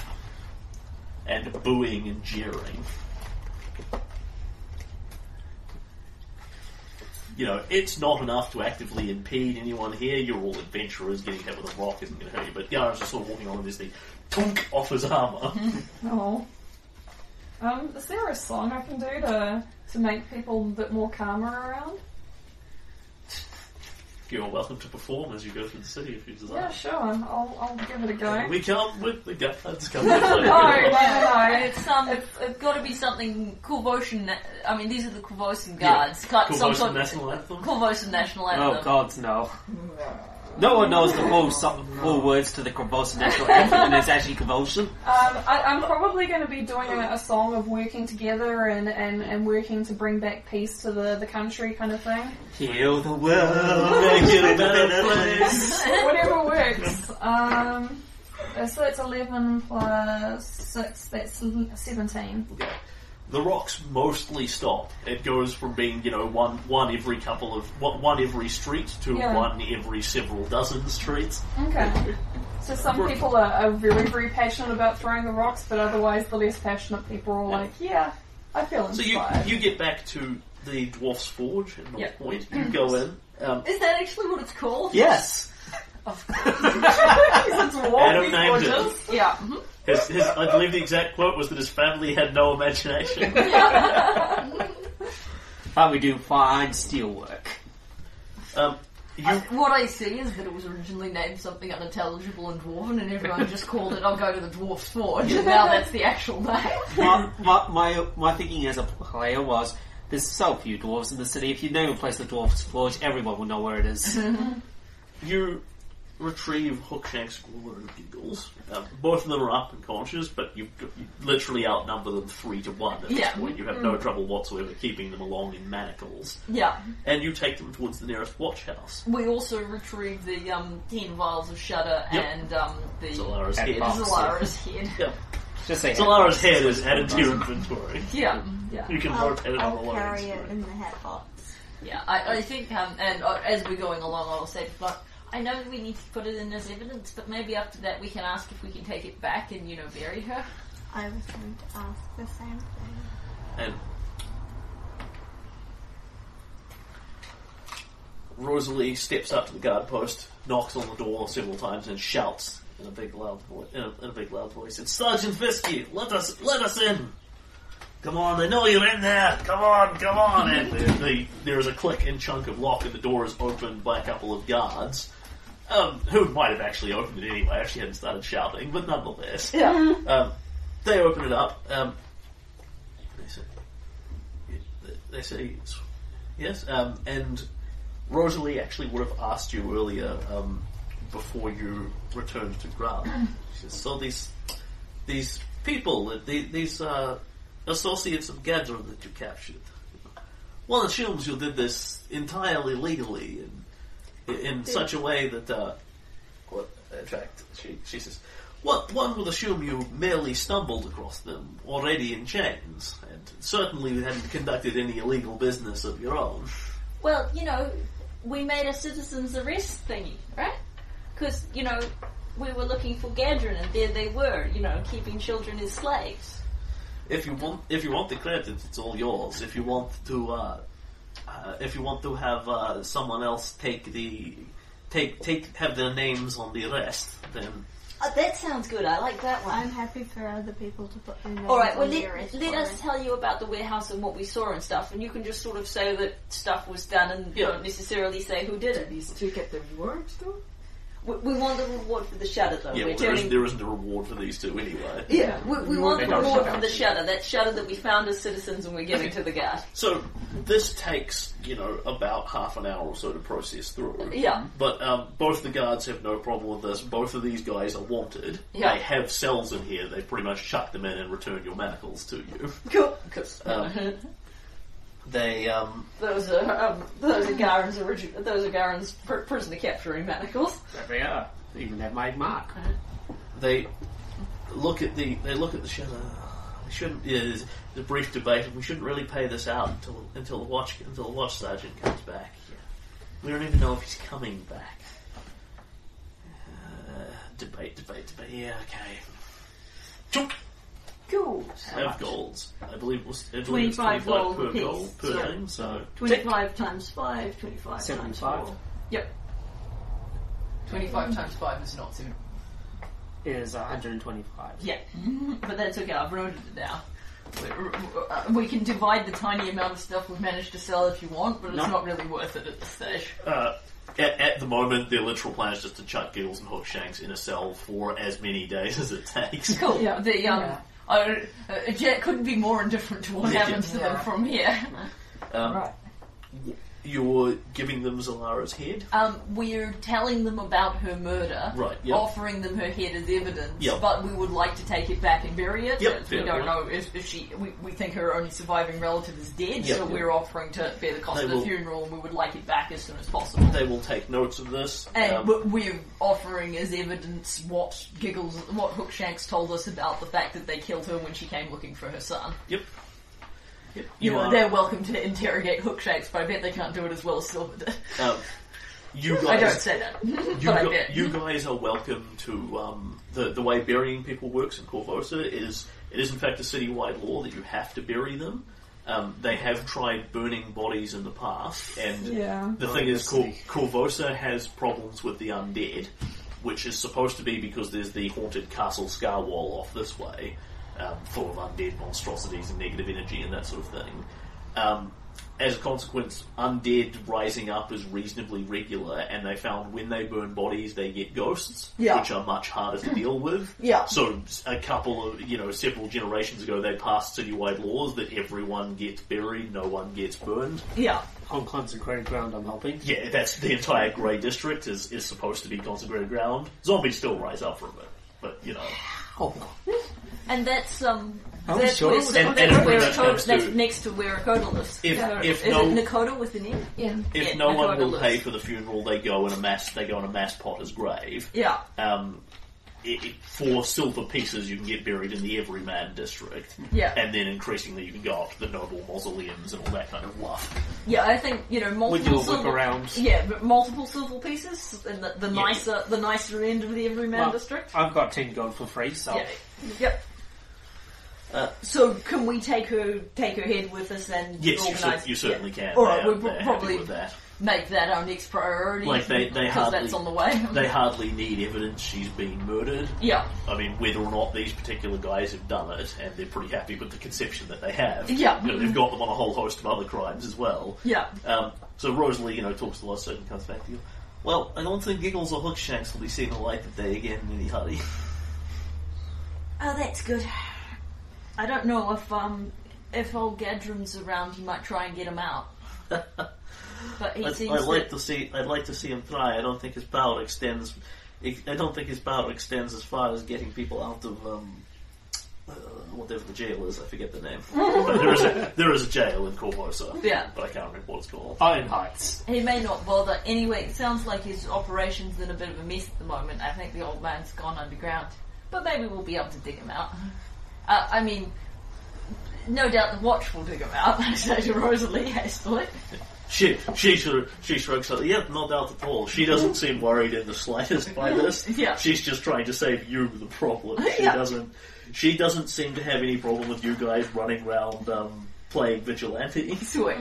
S1: and booing and jeering. You know, it's not enough to actively impede anyone here. You're all adventurers. Getting hit with a rock isn't going to hurt you. But Yara's just sort of walking on with this thing. Tonk off his armour.
S2: no. Um, is there a song I can do to to make people a bit more calmer around?
S1: You're welcome to perform as you go through the city if you
S2: Yeah,
S1: desire.
S2: sure. I'll I'll give it a go.
S1: We come with the guards. Come
S2: No, no,
S1: with the
S2: no.
S3: It's um, it's got to be something Kulvoshan. I mean, these are the Kulvoshan guards. Cut some
S1: Kulvoshan
S3: sort of
S1: national anthem.
S3: Kulvoshan national anthem.
S6: Oh gods, no. No one knows the full, sum, full words to the Convulsion National Anthem, and it's actually Convulsion.
S2: Um, I, I'm probably going to be doing a, a song of working together and, and, and working to bring back peace to the, the country kind of thing.
S6: Heal the world,
S1: Make it a better place.
S2: Whatever works. Um, uh, so that's 11 plus 6, that's l- 17.
S1: Okay. The rocks mostly stop. It goes from being, you know, one one every couple of one, one every street to
S2: Yeah.
S1: one every several dozen streets.
S2: Okay. So some people are, are very, very passionate about throwing the rocks, but otherwise the less passionate people are like, yeah, I feel
S1: So you
S2: inspired.
S1: you get back to the dwarf's forge at North
S2: Yeah.
S1: Point. You go in, um,
S3: Is that actually what it's called?
S6: Yes!
S2: It's
S1: Adam
S2: walking
S1: named it.
S2: gorgeous.
S3: Yeah. mhm.
S1: His, his, I believe the exact quote was that his family had no imagination.
S6: But we do fine steelwork.
S1: um, you
S3: What I see is that it was originally named something unintelligible and dwarven, and everyone just called it. I'll go to the dwarf's forge, and now that's the actual name.
S6: My, my, my, my thinking as a player was, there's so few
S3: Mm-hmm.
S6: dwarves in the city, if you name a place the Dwarf's Forge, everyone will know where it is.
S1: you retrieve Hookshank's ruler and giggles. Uh, both of them are up and conscious, but you, you literally outnumber them three to one at
S3: Yeah.
S1: this point. You have no trouble whatsoever keeping them along in manacles.
S3: Yeah.
S1: And you take them towards the nearest watch house.
S3: We also retrieve the um, ten vials of Shudder
S1: Yep.
S3: and um, the
S1: Zolara's
S6: And
S1: head.
S6: box.
S3: Zolara's head.
S1: Yep.
S6: Just say
S1: Zolara's head is added to your inventory.
S3: Yeah, yeah,
S1: You can
S7: I'll,
S1: rotate it on the
S7: I'll
S1: loading
S7: carry
S1: screen.
S7: it in the hatbox.
S3: yeah. I, I think, um, and uh, as we're going along, I'll say, but I know we need to put it in as evidence, but maybe after that we can ask if we can take it back and, you know, bury her.
S7: I was going to ask the same thing.
S1: And Rosalie steps up to the guard post, knocks on the door several times, and shouts in a big loud voice. In a, in a big loud voice, "It's Sergeant Visky! Let us, let us in! Come on! I know you're in there! Come on! Come on!" And the, the, there is a click and chunk of lock, and the door is opened by a couple of guards. Um, who might have actually opened it anyway if she hadn't started shouting, but nonetheless.
S3: Yeah.
S1: Um, they open it up. Um, they say, they say yes. Um, and Rosalie actually would have asked you earlier um, before you returned to Grab. She says, so these these people, these, these uh, associates of Gadra that you captured, one assumes you did this entirely legally and in such a way that. Uh, what, in fact, she, she says, what one would assume you merely stumbled across them, already in chains, and certainly you hadn't conducted any illegal business of your own.
S10: Well, you know, we made a citizen's arrest thingy, right? Because, you know, we were looking for Gadrin and there they were, you know, keeping children as slaves.
S1: If you want, if you want the credit, it's all yours. If you want to, uh, uh, if you want to have uh, someone else take the, take take have their names on the arrest, then
S10: Oh, that sounds good. I like that one.
S7: I'm happy for other people to put their names
S10: All right.
S7: on
S10: Well,
S7: the
S10: let,
S7: arrest
S10: let us
S7: warrant.
S10: tell you about the warehouse and what we saw and stuff, and you can just sort of say that stuff was done and don't necessarily say who did it.
S4: These two get the rewards though?
S10: We, we want the reward for the shudder, though.
S1: yeah,
S10: We're
S1: well, there, isn't,
S10: turning.
S1: there isn't a reward for these two anyway.
S10: Yeah, we, we want the
S6: They don't
S10: reward
S6: shut
S10: for
S6: down.
S10: the shudder. That shudder that we found as citizens and we're giving to the guard.
S1: So this takes you know about half an hour or so to process through.
S10: Yeah.
S1: But um, both the guards have no problem with this. Both of these guys are wanted.
S10: Yeah.
S1: They have cells in here. They pretty much chuck them in and return your manacles to you.
S10: Cool. 'Cause-
S1: Um, they um,
S10: Those are um, those are Garen's origi- Those are Garen's pr- prisoner capturing manacles.
S6: There they are. Even their made mark.
S1: they look at the they look at the shadow. We shouldn't. Yeah, there's a brief debate. We shouldn't really pay this out until until the watch until the watch sergeant comes back. We don't even know if he's coming back. Uh, debate, debate, debate. Yeah, okay. Chunk. Gold. Have golds. I believe it was I believe it's
S3: 25
S1: 25
S3: gold
S1: per
S3: apiece.
S1: gold per
S3: Yeah.
S1: game. So
S3: Twenty-five times five. Twenty-five times
S6: Seventy-five
S3: four. Yep.
S2: Mm.
S3: Twenty-five times five is not seven.
S6: is 125.
S3: Yeah, but that's okay. I've noted it now. We- uh, We can divide the tiny amount of stuff we've managed to sell if you want, but it's
S6: No.
S3: not really worth it at this stage.
S1: Uh, at, at the moment, their literal plan is just to chuck Giggles and Hookshanks in a cell for as many days as it takes.
S3: Cool.
S2: Yeah.
S3: The um,
S2: Yeah.
S3: I, uh, Jet couldn't be more indifferent to what
S1: Yeah.
S3: happens to them from here.
S1: Um,
S4: Right.
S1: You're giving them Zalara's head?
S3: Um, we're telling them about her murder,
S1: Right, yep.
S3: offering them her head as evidence,
S1: Yep.
S3: but we would like to take it back and bury it.
S1: Yep,
S3: as we
S1: fair
S3: don't
S1: point.
S3: know if, if she. We, we think her only surviving relative is dead,
S1: Yep,
S3: so
S1: yep.
S3: we're offering to bear the cost
S1: They
S3: of the
S1: will-
S3: funeral, and we would like it back as soon as possible.
S1: They will take notes of this.
S3: And
S1: Um,
S3: w- we're offering as evidence what Giggles, what Hookshanks told us about the fact that they killed her when she came looking for her son.
S1: yep. Yep.
S3: You,
S1: You,
S3: know,
S1: are,
S3: they're welcome to interrogate Hookshanks, but I bet they can't do it as well as Silver did.
S1: um, you guys,
S3: I don't say that, but
S1: you,
S3: I
S1: gu-
S3: bet.
S1: you guys are welcome to um, the the way burying people works in Corvosa is it is in fact a citywide law that you have to bury them. Um, they have tried burning bodies in the past, and
S2: Yeah.
S1: The thing is, Cor- Corvosa has problems with the undead, which is supposed to be because there's the haunted castle scar wall off this way, um, full of undead monstrosities and negative energy and that sort of thing. Um, as a consequence, undead rising up is reasonably regular, and they found when they burn bodies, they get ghosts,
S14: Yeah.
S1: which are much harder to deal with.
S14: Yeah.
S1: So a couple of you know several generations ago, they passed citywide laws that everyone gets buried, no one gets burned.
S14: Yeah.
S6: On consecrated ground, I'm hoping.
S1: Yeah, that's the entire Grey District is is supposed to be consecrated ground. Zombies still rise up from it, but you know,
S6: Oh,
S3: And that's um.
S6: Are we
S3: that's
S6: sure?
S3: where,
S6: And-
S3: that's,
S1: and if we
S3: where
S1: don't
S3: Nakoda-
S1: have to-
S3: that's next to where Akoda lives.
S1: If-
S3: Nakoda-
S1: if
S3: is
S1: no-
S3: it Nakoda with an E? N?
S2: Yeah.
S1: if
S3: Yeah,
S1: no
S3: I
S1: one
S3: thought it
S1: will
S3: was.
S1: pay for the funeral, they go in a mass. They go in a mass potter's grave.
S14: Yeah.
S1: um, it, it- for silver pieces you can get buried in the everyman district.
S14: Yeah.
S1: And then increasingly you can go up to the noble mausoleums and all that kind of bluff.
S3: Yeah, I think you know
S6: We
S3: multiple
S6: do a whip
S3: silver.
S6: around.
S3: Yeah, but multiple silver pieces, and the, the nicer the nicer end of the everyman
S6: Well,
S3: district.
S6: I've got 10 gold for free, so.
S3: Yeah. Yep. Uh, so can we take her take her head with us and
S1: Yes, you, cer-
S3: organize?
S1: you certainly can.
S3: All
S1: They
S3: right,
S1: are-
S3: we pro-
S1: they're happy
S3: probably-
S1: with that.
S3: make that our next priority.
S1: Like, they- they
S3: because
S1: hardly-
S3: that's on the way.
S1: They hardly need evidence she's been murdered.
S3: yeah,
S1: I mean, whether or not these particular guys have done it, and they're pretty happy with the conception that they have.
S3: Yeah.
S1: You know, they've got them on a whole host of other crimes as well.
S3: yeah.
S1: Um, so Rosalie, you know, talks to Lotso and comes back to you. Well, I don't think Giggles or Hookshanks will be seeing the light of day again in any hurry.
S3: Oh, that's good. I don't know if um if old Gadron's around, he might try and get him out. but he
S1: I'd,
S3: seems
S1: I'd like
S3: that-
S1: to see. I'd like to see him try. I don't think his power extends. I don't think his power extends as far as getting people out of um, uh, whatever the jail is. I forget the name. but there is a there is a jail in Corvosa.
S3: Yeah.
S1: but I can't remember what it's called.
S6: Iron Heights.
S3: He may not bother. Anyway, it sounds like his operation's in a bit of a mess at the moment. I think the old man's gone underground. But maybe we'll be able to dig him out. Uh, I mean, no doubt the watch will dig him out, says Rosalie hastily.
S1: She she shr- she shrugs. Her, yeah, no doubt at all. She doesn't seem worried in the slightest by this.
S3: Mm-hmm. Yeah.
S1: she's just trying to save you the problem. She
S3: Yeah.
S1: doesn't. She doesn't seem to have any problem with you guys running around um, playing vigilante.
S3: Sweet.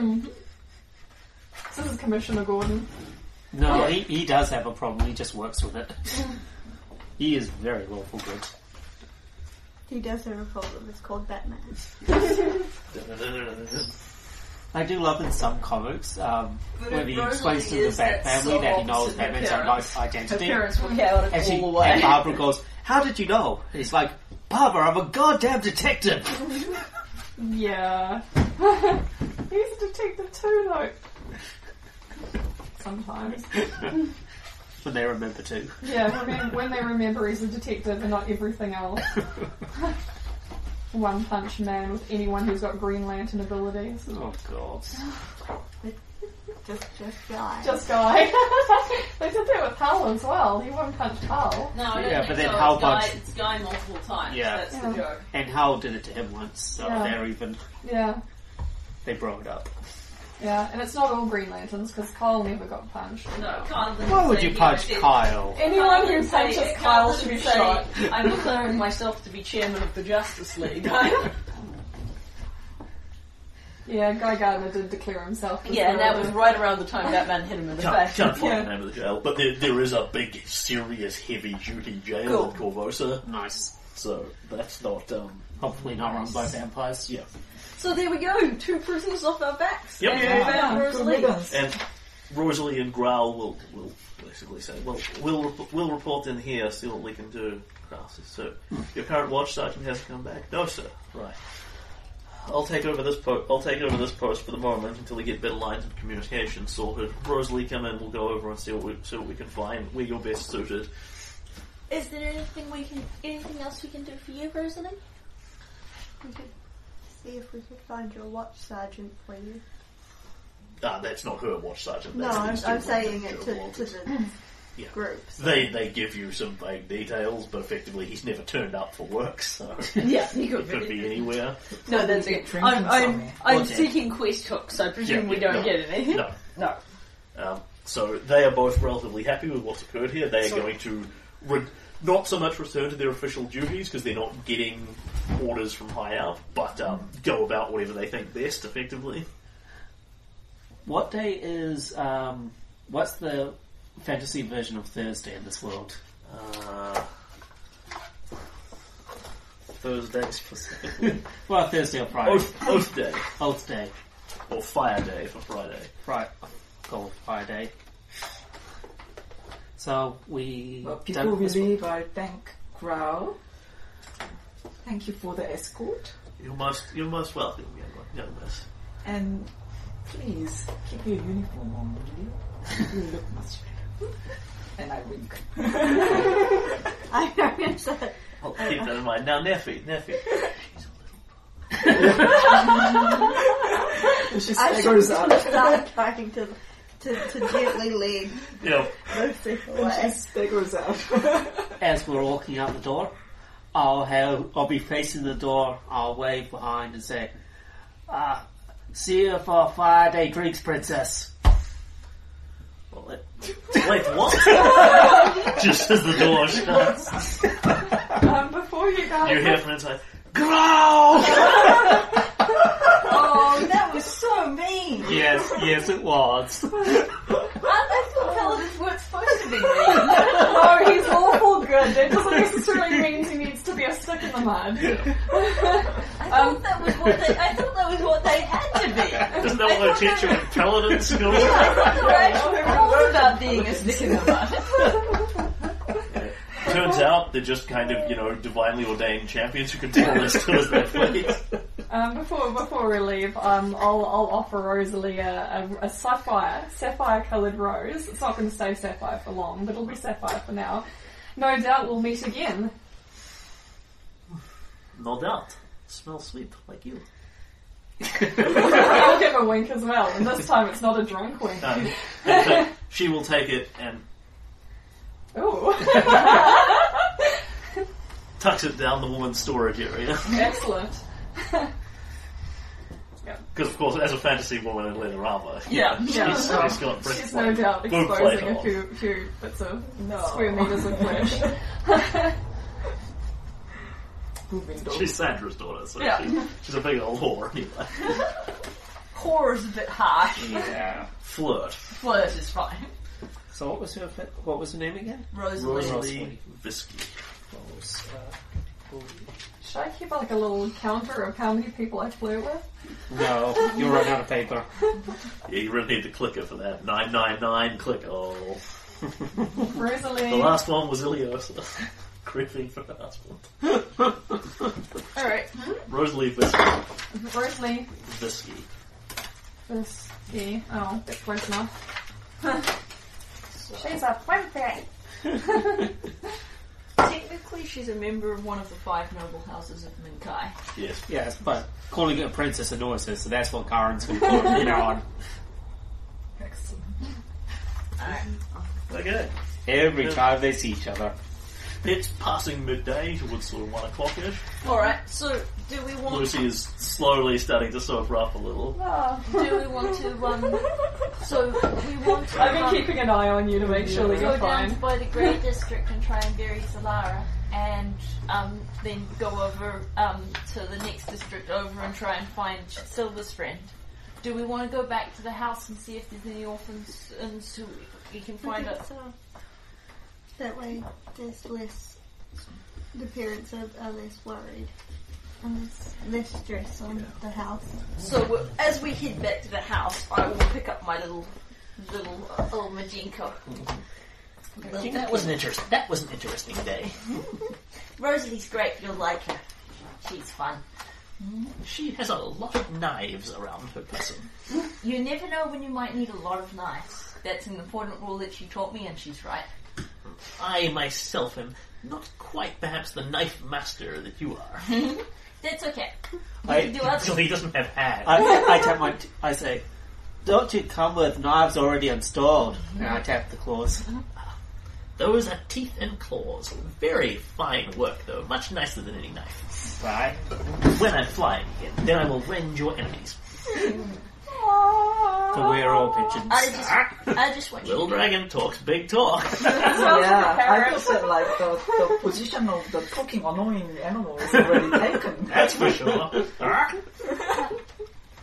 S2: This is Commissioner Gordon.
S6: No, he, he does have a problem, he just works with it. he is very lawful good.
S7: He does have a problem. It's called Batman.
S6: I do love in some comics, um,
S3: But
S6: when
S3: it
S6: he explains
S3: really
S6: to the
S3: is that
S6: Bat family
S3: so
S6: that he knows
S3: opposite their
S6: Batman's own
S3: parents.
S2: Her
S6: identity.
S2: parents were
S6: And,
S3: Chaotic
S6: she,
S3: all the way.
S6: and Barbara goes, How did you know? He's like, Barbara, I'm a goddamn detective!
S2: Yeah. He's a detective too, though. Sometimes.
S6: But they remember too.
S2: Yeah, remem- when they remember he's a detective and not everything else. One punch man with anyone who's got Green Lantern abilities.
S6: Oh god.
S7: Just, just die.
S2: Just guy. they did that with Hull as well. He one punched Hull.
S3: No, I don't
S6: Yeah,
S3: think
S6: but then
S3: so.
S6: how
S3: it's, guy,
S6: much-
S3: it's guy multiple times.
S6: Yeah.
S3: That's
S2: Yeah.
S3: the joke.
S6: And Hal did it to him once, so
S2: Yeah.
S6: they're even,
S2: Yeah,
S6: they broke it up.
S2: yeah. And it's not all Green Lanterns because Kyle never got punched.
S3: No, Kyle didn't
S6: Why would
S3: say
S6: you
S3: he
S6: punch
S3: was-
S6: Kyle?
S2: Anyone
S3: Kyle
S2: who
S3: didn't say-
S2: punches
S3: Kyle
S2: Kyle should be
S3: didn't say,
S2: shot.
S3: I'm declaring myself to be chairman of the Justice League.
S2: Yeah, Guy Gardner did declare himself. as
S3: yeah, and
S2: the-
S3: that was right around the time Batman hit him in the
S1: Can't,
S3: face.
S1: can't find
S2: Yeah.
S1: the name of the jail, but there, there is a big, serious, heavy-duty jail in Corvosa,
S6: Nice.
S1: so that's not. Um,
S6: Hopefully not run by vampires.
S1: yeah,
S3: So there we go, two prisoners off our backs.
S1: Yep.
S3: And
S1: Yeah.
S3: about
S2: Yeah.
S3: Rosalie.
S4: riddance.
S1: and Rosalie and Growl will will basically say, "Well, we'll rep- we'll report in here, see what we can do." Crassus, so your current watch sergeant has come back. No, sir. Right. I'll take over this po- I'll take over this post for the moment until we get better lines of communication sorted. Rosalie, come in. We'll go over and see what we see what we can find. Where you're best suited.
S10: Is there anything we can, anything else we can do for you, Rosalie?
S7: We could see if we could find your watch sergeant for you.
S1: Ah, that's not her watch sergeant.
S7: No,
S1: That's
S7: I'm,
S1: these two
S7: I'm
S1: women
S7: saying
S1: that
S7: it
S1: Joe
S7: to,
S1: wanted.
S7: to the
S1: Yeah.
S7: groups.
S1: They they give you some vague details, but effectively he's never turned up for work, so
S3: Yeah, he
S1: it could be anywhere.
S3: No, that's
S4: Get
S3: it.
S4: drinking
S3: I'm, I'm,
S4: somewhere.
S3: I'm
S6: What's it?
S3: seeking quest hooks. I presume
S1: Yeah,
S3: we don't
S1: no.
S3: get any.
S1: No.
S3: No.
S1: Um, so they are both relatively happy with what's occurred here. They are going to re- not so much return to their official duties because they're not getting orders from high up, but um, go about whatever they think best, effectively.
S6: What day is, um, what's the fantasy version of Thursday in this world?
S1: Uh, Thursday specifically.
S6: Well, Thursday or Friday.
S1: Oath, oath day.
S6: Oath Day.
S1: Or Fire Day for Friday.
S6: Right. Cool. Friday. So we
S4: Well, people
S6: don't.
S4: we leave, I thank Grau. Thank you for the escort.
S1: You're most, you're most welcome, young, young miss.
S4: And please, keep your uniform on, will you? You look much better. And I wink.
S7: I noticed that.
S1: Well, keep that in mind. Now, Neffy, Neffy.
S4: she
S7: I
S4: staggers
S7: should
S4: up.
S7: start trying to, to, to gently lead
S1: You know,
S7: those people
S4: And she
S7: away.
S4: staggers up.
S6: as we're walking out the door, I'll have I'll be facing the door. I'll wave behind and say, uh, "See you for Friday drinks, princess."
S1: well, wait, wait, what? Just as the door shuts,
S2: Um, before you guys,
S1: you hear from inside, Growl!
S3: Oh, that was so mean.
S6: Yes, yes, it was.
S3: I thought television weren't supposed to be mean.
S2: no, he's awful good. That doesn't necessarily mean he needs to be a stick in the mud.
S3: I thought that was what they. I thought that was what they had to be.
S1: Isn't that what I teach you in paladin school?
S3: They were actually rules about being a stick in the mud.
S1: Turns out they're just kind of, you know, divinely ordained champions who can tell this to us their place.
S2: Um, before before we leave, um, I'll, I'll offer Rosalie a, a, a sapphire sapphire coloured rose. It's not going to stay sapphire for long, but it'll be sapphire for now. No doubt we'll meet again.
S1: No doubt. Smells sweet, like you.
S2: I'll give a wink as well, and this time it's not a drunk wink.
S1: Um, and so she will take it and
S2: Ooh,
S1: tucks it down the woman's storage area.
S2: excellent.
S1: Because, of course, as a fantasy woman in leather armor,
S3: Yeah,
S1: she's,
S2: yeah.
S1: she's got brick
S2: She's no doubt
S1: Boot
S2: exposing
S1: plate
S2: a
S1: off.
S2: few, few bits of square
S4: no.
S2: meters of flesh.
S4: Moving door.
S1: She's Sandra's daughter, so
S2: Yeah.
S1: she, she's a big old whore anyway.
S3: Horror is a bit harsh.
S6: Yeah.
S1: Flirt.
S3: Flirt is fine.
S6: So what was her fa- what was her name again?
S3: Rosalie.
S1: Rosalie Visky.
S6: Rose, uh,
S2: Should I keep like a little counter of how many people I flirt with?
S6: no, you'll run out of paper.
S1: Yeah, you really need the clicker for that. 999 clicker. Oh. The
S2: Rosalie.
S1: last one was Iliosa. Grieving for the last one.
S2: Alright.
S1: Rosalie Visky.
S2: Rosalie.
S1: Visky.
S2: This yeah. Oh, that's close enough. She's a plenty.
S3: Technically, she's a member of one of the five noble houses of Minkai.
S1: Yes.
S6: Yes, but calling it a princess annoys her, so that's what Karen's going to call it from now on.
S4: Excellent.
S1: Okay.
S6: Every time they see each other.
S1: It's passing midday towards sort of 1 o'clock ish.
S8: Alright, so do we want
S1: Lucy is slowly starting to sober up a little.
S2: Oh.
S8: do we want to um so we want to
S2: I've
S8: um,
S2: been keeping an eye on you to make sure that
S8: go
S2: you're
S8: down
S2: fine.
S8: by the Grey District and try and bury Solara and um then go over um to the next district over and try and find Silver's friend. Do we want to go back to the house and see if there's any orphans and so we can
S7: I
S8: find
S7: think
S8: out
S7: so. uh, That way, there's less. The parents are, are less worried. And there's less stress on the house.
S8: So w- as we head back to the house, I will pick up my little little uh, old Majinko.
S15: That was an interesting. That was an interesting day.
S8: Rosalie's great. You'll like her. She's fun.
S15: She has a lot of knives around her person.
S8: You never know when you might need a lot of knives. That's an important rule that she taught me, and she's right.
S15: I myself am not quite, perhaps, the knife master that you are.
S8: That's okay.
S6: I-
S8: You can do other.
S15: He doesn't have hands.
S6: I, I tap my. T- I say, "Don't you come with knives already installed?" And I tap the claws.
S15: Those are teeth and claws. Very fine work, though. Much nicer than any knife.
S6: Right.
S15: When I'm flying again, then I will rend your enemies.
S6: So we're all pigeons.
S8: I just, I just want you.
S15: Little dragon talks big talk.
S4: Yeah, I
S2: parrot.
S4: thought that like the, the position of the talking annoying animal is already taken.
S1: That's for sure.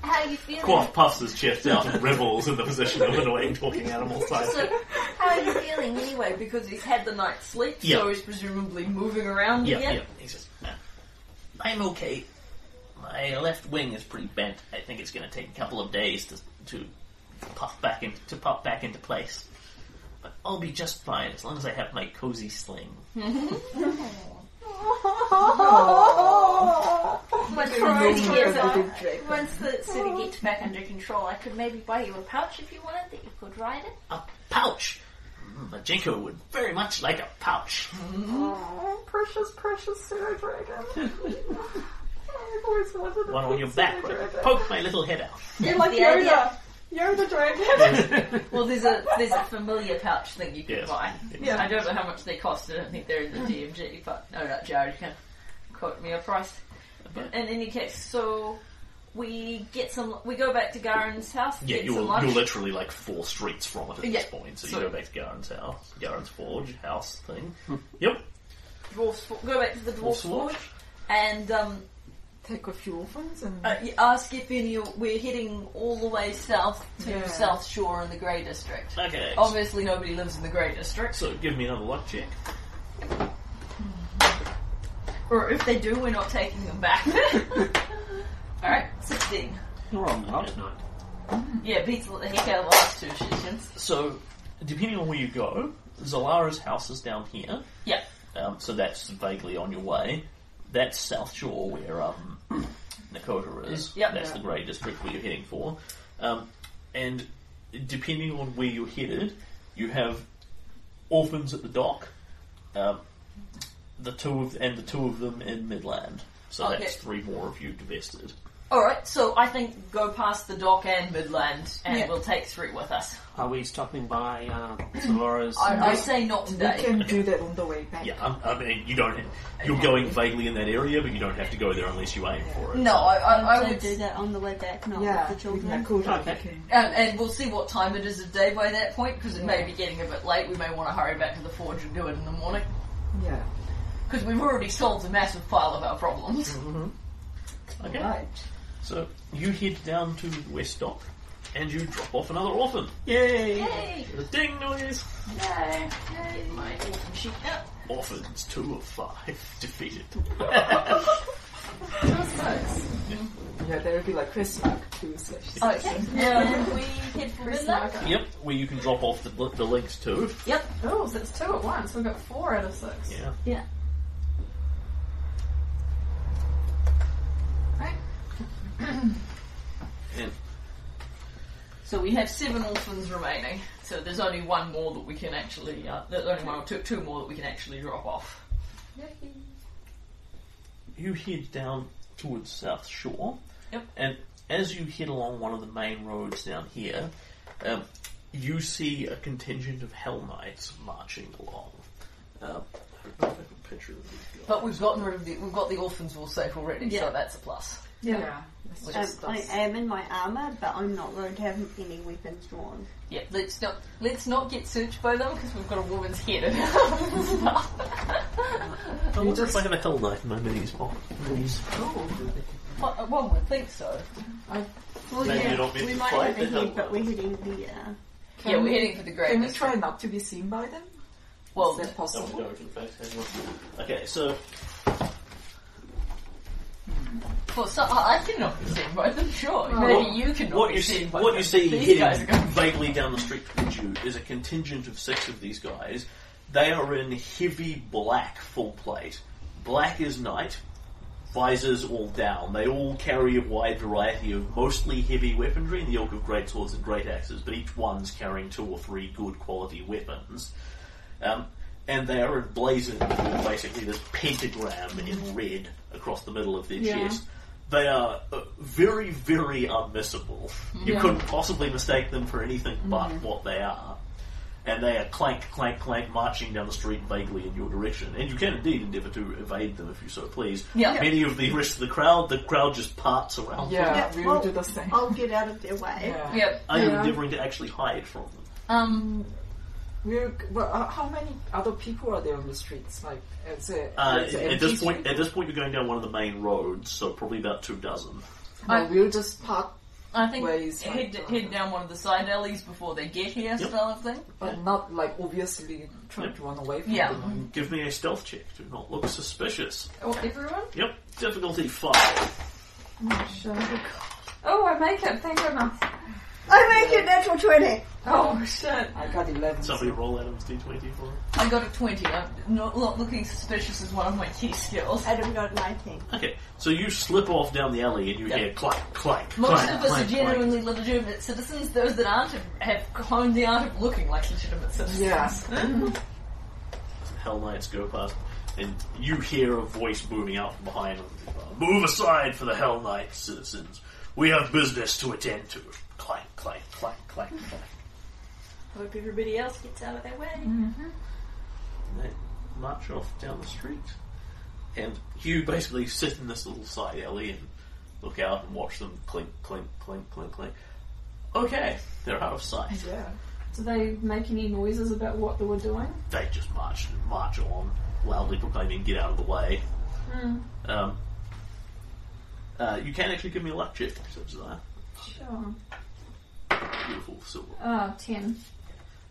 S8: How are you feeling?
S1: Quaff puffs his chest out and revels in the position of annoying talking animal type.
S8: So,
S3: How are you feeling anyway? Because he's had the night's sleep,
S15: Yeah.
S3: so he's presumably moving around
S15: Yeah,
S3: again.
S15: yeah. He says, "Uh, I'm okay.
S1: my left wing is pretty bent. I think it's going to take a couple of days to to puff back in, to pop back into place. But I'll be just fine as long as I have my cozy sling.
S3: Once Rory gets up, once the city gets back under control, I could maybe buy you a pouch if you wanted that you could ride in.
S1: A pouch. Mm, Majinko would very much like a pouch.
S4: Oh, precious, precious Sarah Dragon. I've always wanted a
S1: One on
S4: pink
S1: your
S4: Sarah
S1: back would
S4: Dragon.
S1: poke my little head out.
S4: You're like
S3: The
S4: Yoda.
S3: idea-
S4: You're the dragon.
S3: Well, there's a there's a familiar pouch thing you can
S1: Yes.
S3: buy.
S4: Yeah.
S3: I don't know how much they cost. I don't think they're in the DMG, but no doubt Jared can quote me a price. But in any case, so we get some. We go back to Garen's house.
S1: Yeah,
S3: get
S1: you're,
S3: some lunch.
S1: you're literally like four streets from it at
S3: Yeah.
S1: this point. So,
S3: So-
S1: you go back to Garen's house, Garen's forge house thing. yep.
S3: Dwarf's Fo- go back to the dwarf's
S1: Dwarf's
S3: forge and um,
S4: Take a few orphans and.
S3: uh, you ask if any. We're heading all the way south to
S4: Yeah.
S3: South Shore in the Grey District.
S1: Okay.
S3: Obviously, nobody lives in the Grey District,
S1: So give me another luck check.
S3: or if they do, we're not taking them back. all right, sixteen.
S16: You're on not.
S1: At night.
S3: Yeah, beats the heck out of the last two sessions.
S1: So depending on where you go, Zalara's house is down here.
S3: Yeah.
S1: Um, so that's vaguely on your way. That's South Shore where um, Nakota is.
S3: Yep.
S1: That's the grey district where you're heading for. Um, and depending on where you're headed, you have orphans at the dock, um, the two of and the two of them in Midland. So
S3: Okay.
S1: that's three more of you divested.
S3: Alright, so I think go past the dock and Midland and
S4: Yeah.
S3: we'll take three with us.
S6: Are we stopping by uh, Solora's?
S3: I, I say not today.
S4: We can do that on the way back.
S1: Yeah, I'm- I mean you don't. You're going vaguely in that area, but you don't have to go there unless you aim for it.
S3: No, I, I, I
S7: So
S3: would.
S7: do that on the way back, not
S4: Yeah,
S7: with the children.
S4: with Nakoda,
S6: Okay.
S4: okay.
S3: And, and we'll see what time it is of day by that point because it may be getting a bit late. We may want to hurry back to the forge and do it in the morning
S4: Yeah.
S3: because we've already solved a massive pile of our problems.
S1: Mm-hmm. Okay.
S4: Right.
S1: So you head down to West Dock and you drop off another orphan.
S6: Yay!
S3: Yay!
S1: The ding noise.
S3: Yay! Yay! My
S7: Oh,
S3: orphan sheep. Yep.
S1: Orphans, two of five, defeated.
S4: Yeah, there would be like Chris Mark two slash.
S3: Okay. Um, we head for Midland.
S1: yep, where you can drop off the, the links too.
S3: Yep.
S2: Oh, so it's two at once. We've got four out of six.
S1: Yeah.
S3: So we have seven orphans remaining. So there's only one more that we can actually. Uh, there's only one or two, two more that we can actually drop off.
S1: You head down towards South Shore.
S3: Yep.
S1: And as you head along one of the main roads down here, um, you see a contingent of Hell Knights marching along. Um, I don't know if I can picture these guys.
S3: But we've gotten rid of the. We've got the orphans all safe already, so
S7: Yeah.
S3: that's a plus.
S4: Yeah. That's
S3: Which
S7: Um,
S4: just
S7: I
S4: us.
S7: am in my armor, but I'm not going to have any weapons drawn.
S3: Yeah. Let's not. Let's not get searched by them because we've got a woman's head in our
S1: I wonder if I have a Hell Knight in my minis box.
S3: What uh, One would think so.
S7: Well,
S1: Maybe
S7: yeah,
S1: you're not meant
S7: we
S1: to
S7: might
S1: fight
S7: have
S1: the
S7: a head,
S1: help.
S7: but we're heading the. Uh,
S3: yeah, we're heading for the grave.
S4: Can we try not to be seen by them?
S3: well,
S4: Is that
S1: Oh, we
S4: possible?
S1: don't, in fact, hang on. Okay, so
S3: well, so, I I cannot be seen by them. Sure,
S1: What-
S3: maybe you cannot
S1: what
S3: be
S1: you
S3: seen
S1: see,
S3: by
S1: what
S3: them.
S1: you see
S3: These guys are
S1: hitting
S3: going-
S1: vaguely down the street towards you is a contingent of six of these guys. They are in heavy black full plate. Black is night. Visors all down. They all carry a wide variety of mostly heavy weaponry in the ilk of great swords and great axes, but each one's carrying two or three good quality weapons. Um, and they are emblazoned with basically this pentagram in red across the middle of their chest. They are uh, very, very unmissable. You couldn't possibly mistake them for anything but what they are. And they are clank, clank, clank, marching down the street vaguely in your direction. And you can indeed endeavour to evade them if you so please.
S3: Yeah.
S1: Many of the rest of the crowd, the crowd just parts around them.
S4: Yeah,
S7: Yeah,
S4: we
S7: well-
S4: will do the same.
S7: I'll get out of their way.
S4: Yeah.
S3: Yep.
S1: Are you
S4: Yeah.
S1: endeavouring to actually hide from them?
S3: Um.
S4: We're, well, uh, how many other people are there on the streets? Like, is it,
S1: Uh,
S4: is it
S1: at this
S4: empty
S1: point,
S4: street?
S1: at this point, you're going down one of the main roads, so probably about two dozen.
S4: No, we'll just park,
S3: I think
S4: Where he's
S3: head,
S4: like-
S3: head down one of the side alleys before they get here, style of thing.
S4: but not like obviously trying to run away from
S3: Yeah.
S4: them.
S1: Give me a stealth check. Do not look suspicious.
S3: Or everyone?
S1: Yep, difficulty five.
S2: Oh, I make it. Thank goodness.
S7: I make it natural 20.
S2: Oh, shit.
S17: I got 11.
S1: Somebody roll Adam's d20 for him.
S3: I got a 20. I'm not, not looking suspicious as one of my key skills.
S7: Adam got 19.
S1: Okay, so you slip off down the alley and you
S3: Yeah.
S1: hear clack, clack, clack.
S3: Most of us
S1: clack,
S3: are
S1: clack.
S3: genuinely legitimate citizens. Those that aren't have honed the art of looking like legitimate citizens.
S4: Yeah.
S1: Hell Knights go past, and you hear a voice booming out from behind. Move aside for the Hell Knights, citizens. We have business to attend to. Clank, clank, clank, clank, clank.
S8: Hope everybody else gets out of their way.
S1: And they march off down the street. And you basically sit in this little side alley and look out and watch them clink, clink, clink, clink, clink. Okay, they're out of sight.
S4: Yeah.
S2: Do they make any noises about what they were doing?
S1: They just march march on, loudly proclaiming, get out of the way.
S2: Hmm.
S1: Um, uh, you can actually give me a luck check, if you so desire.
S2: Sure.
S1: Beautiful silver.
S2: Uh, ten.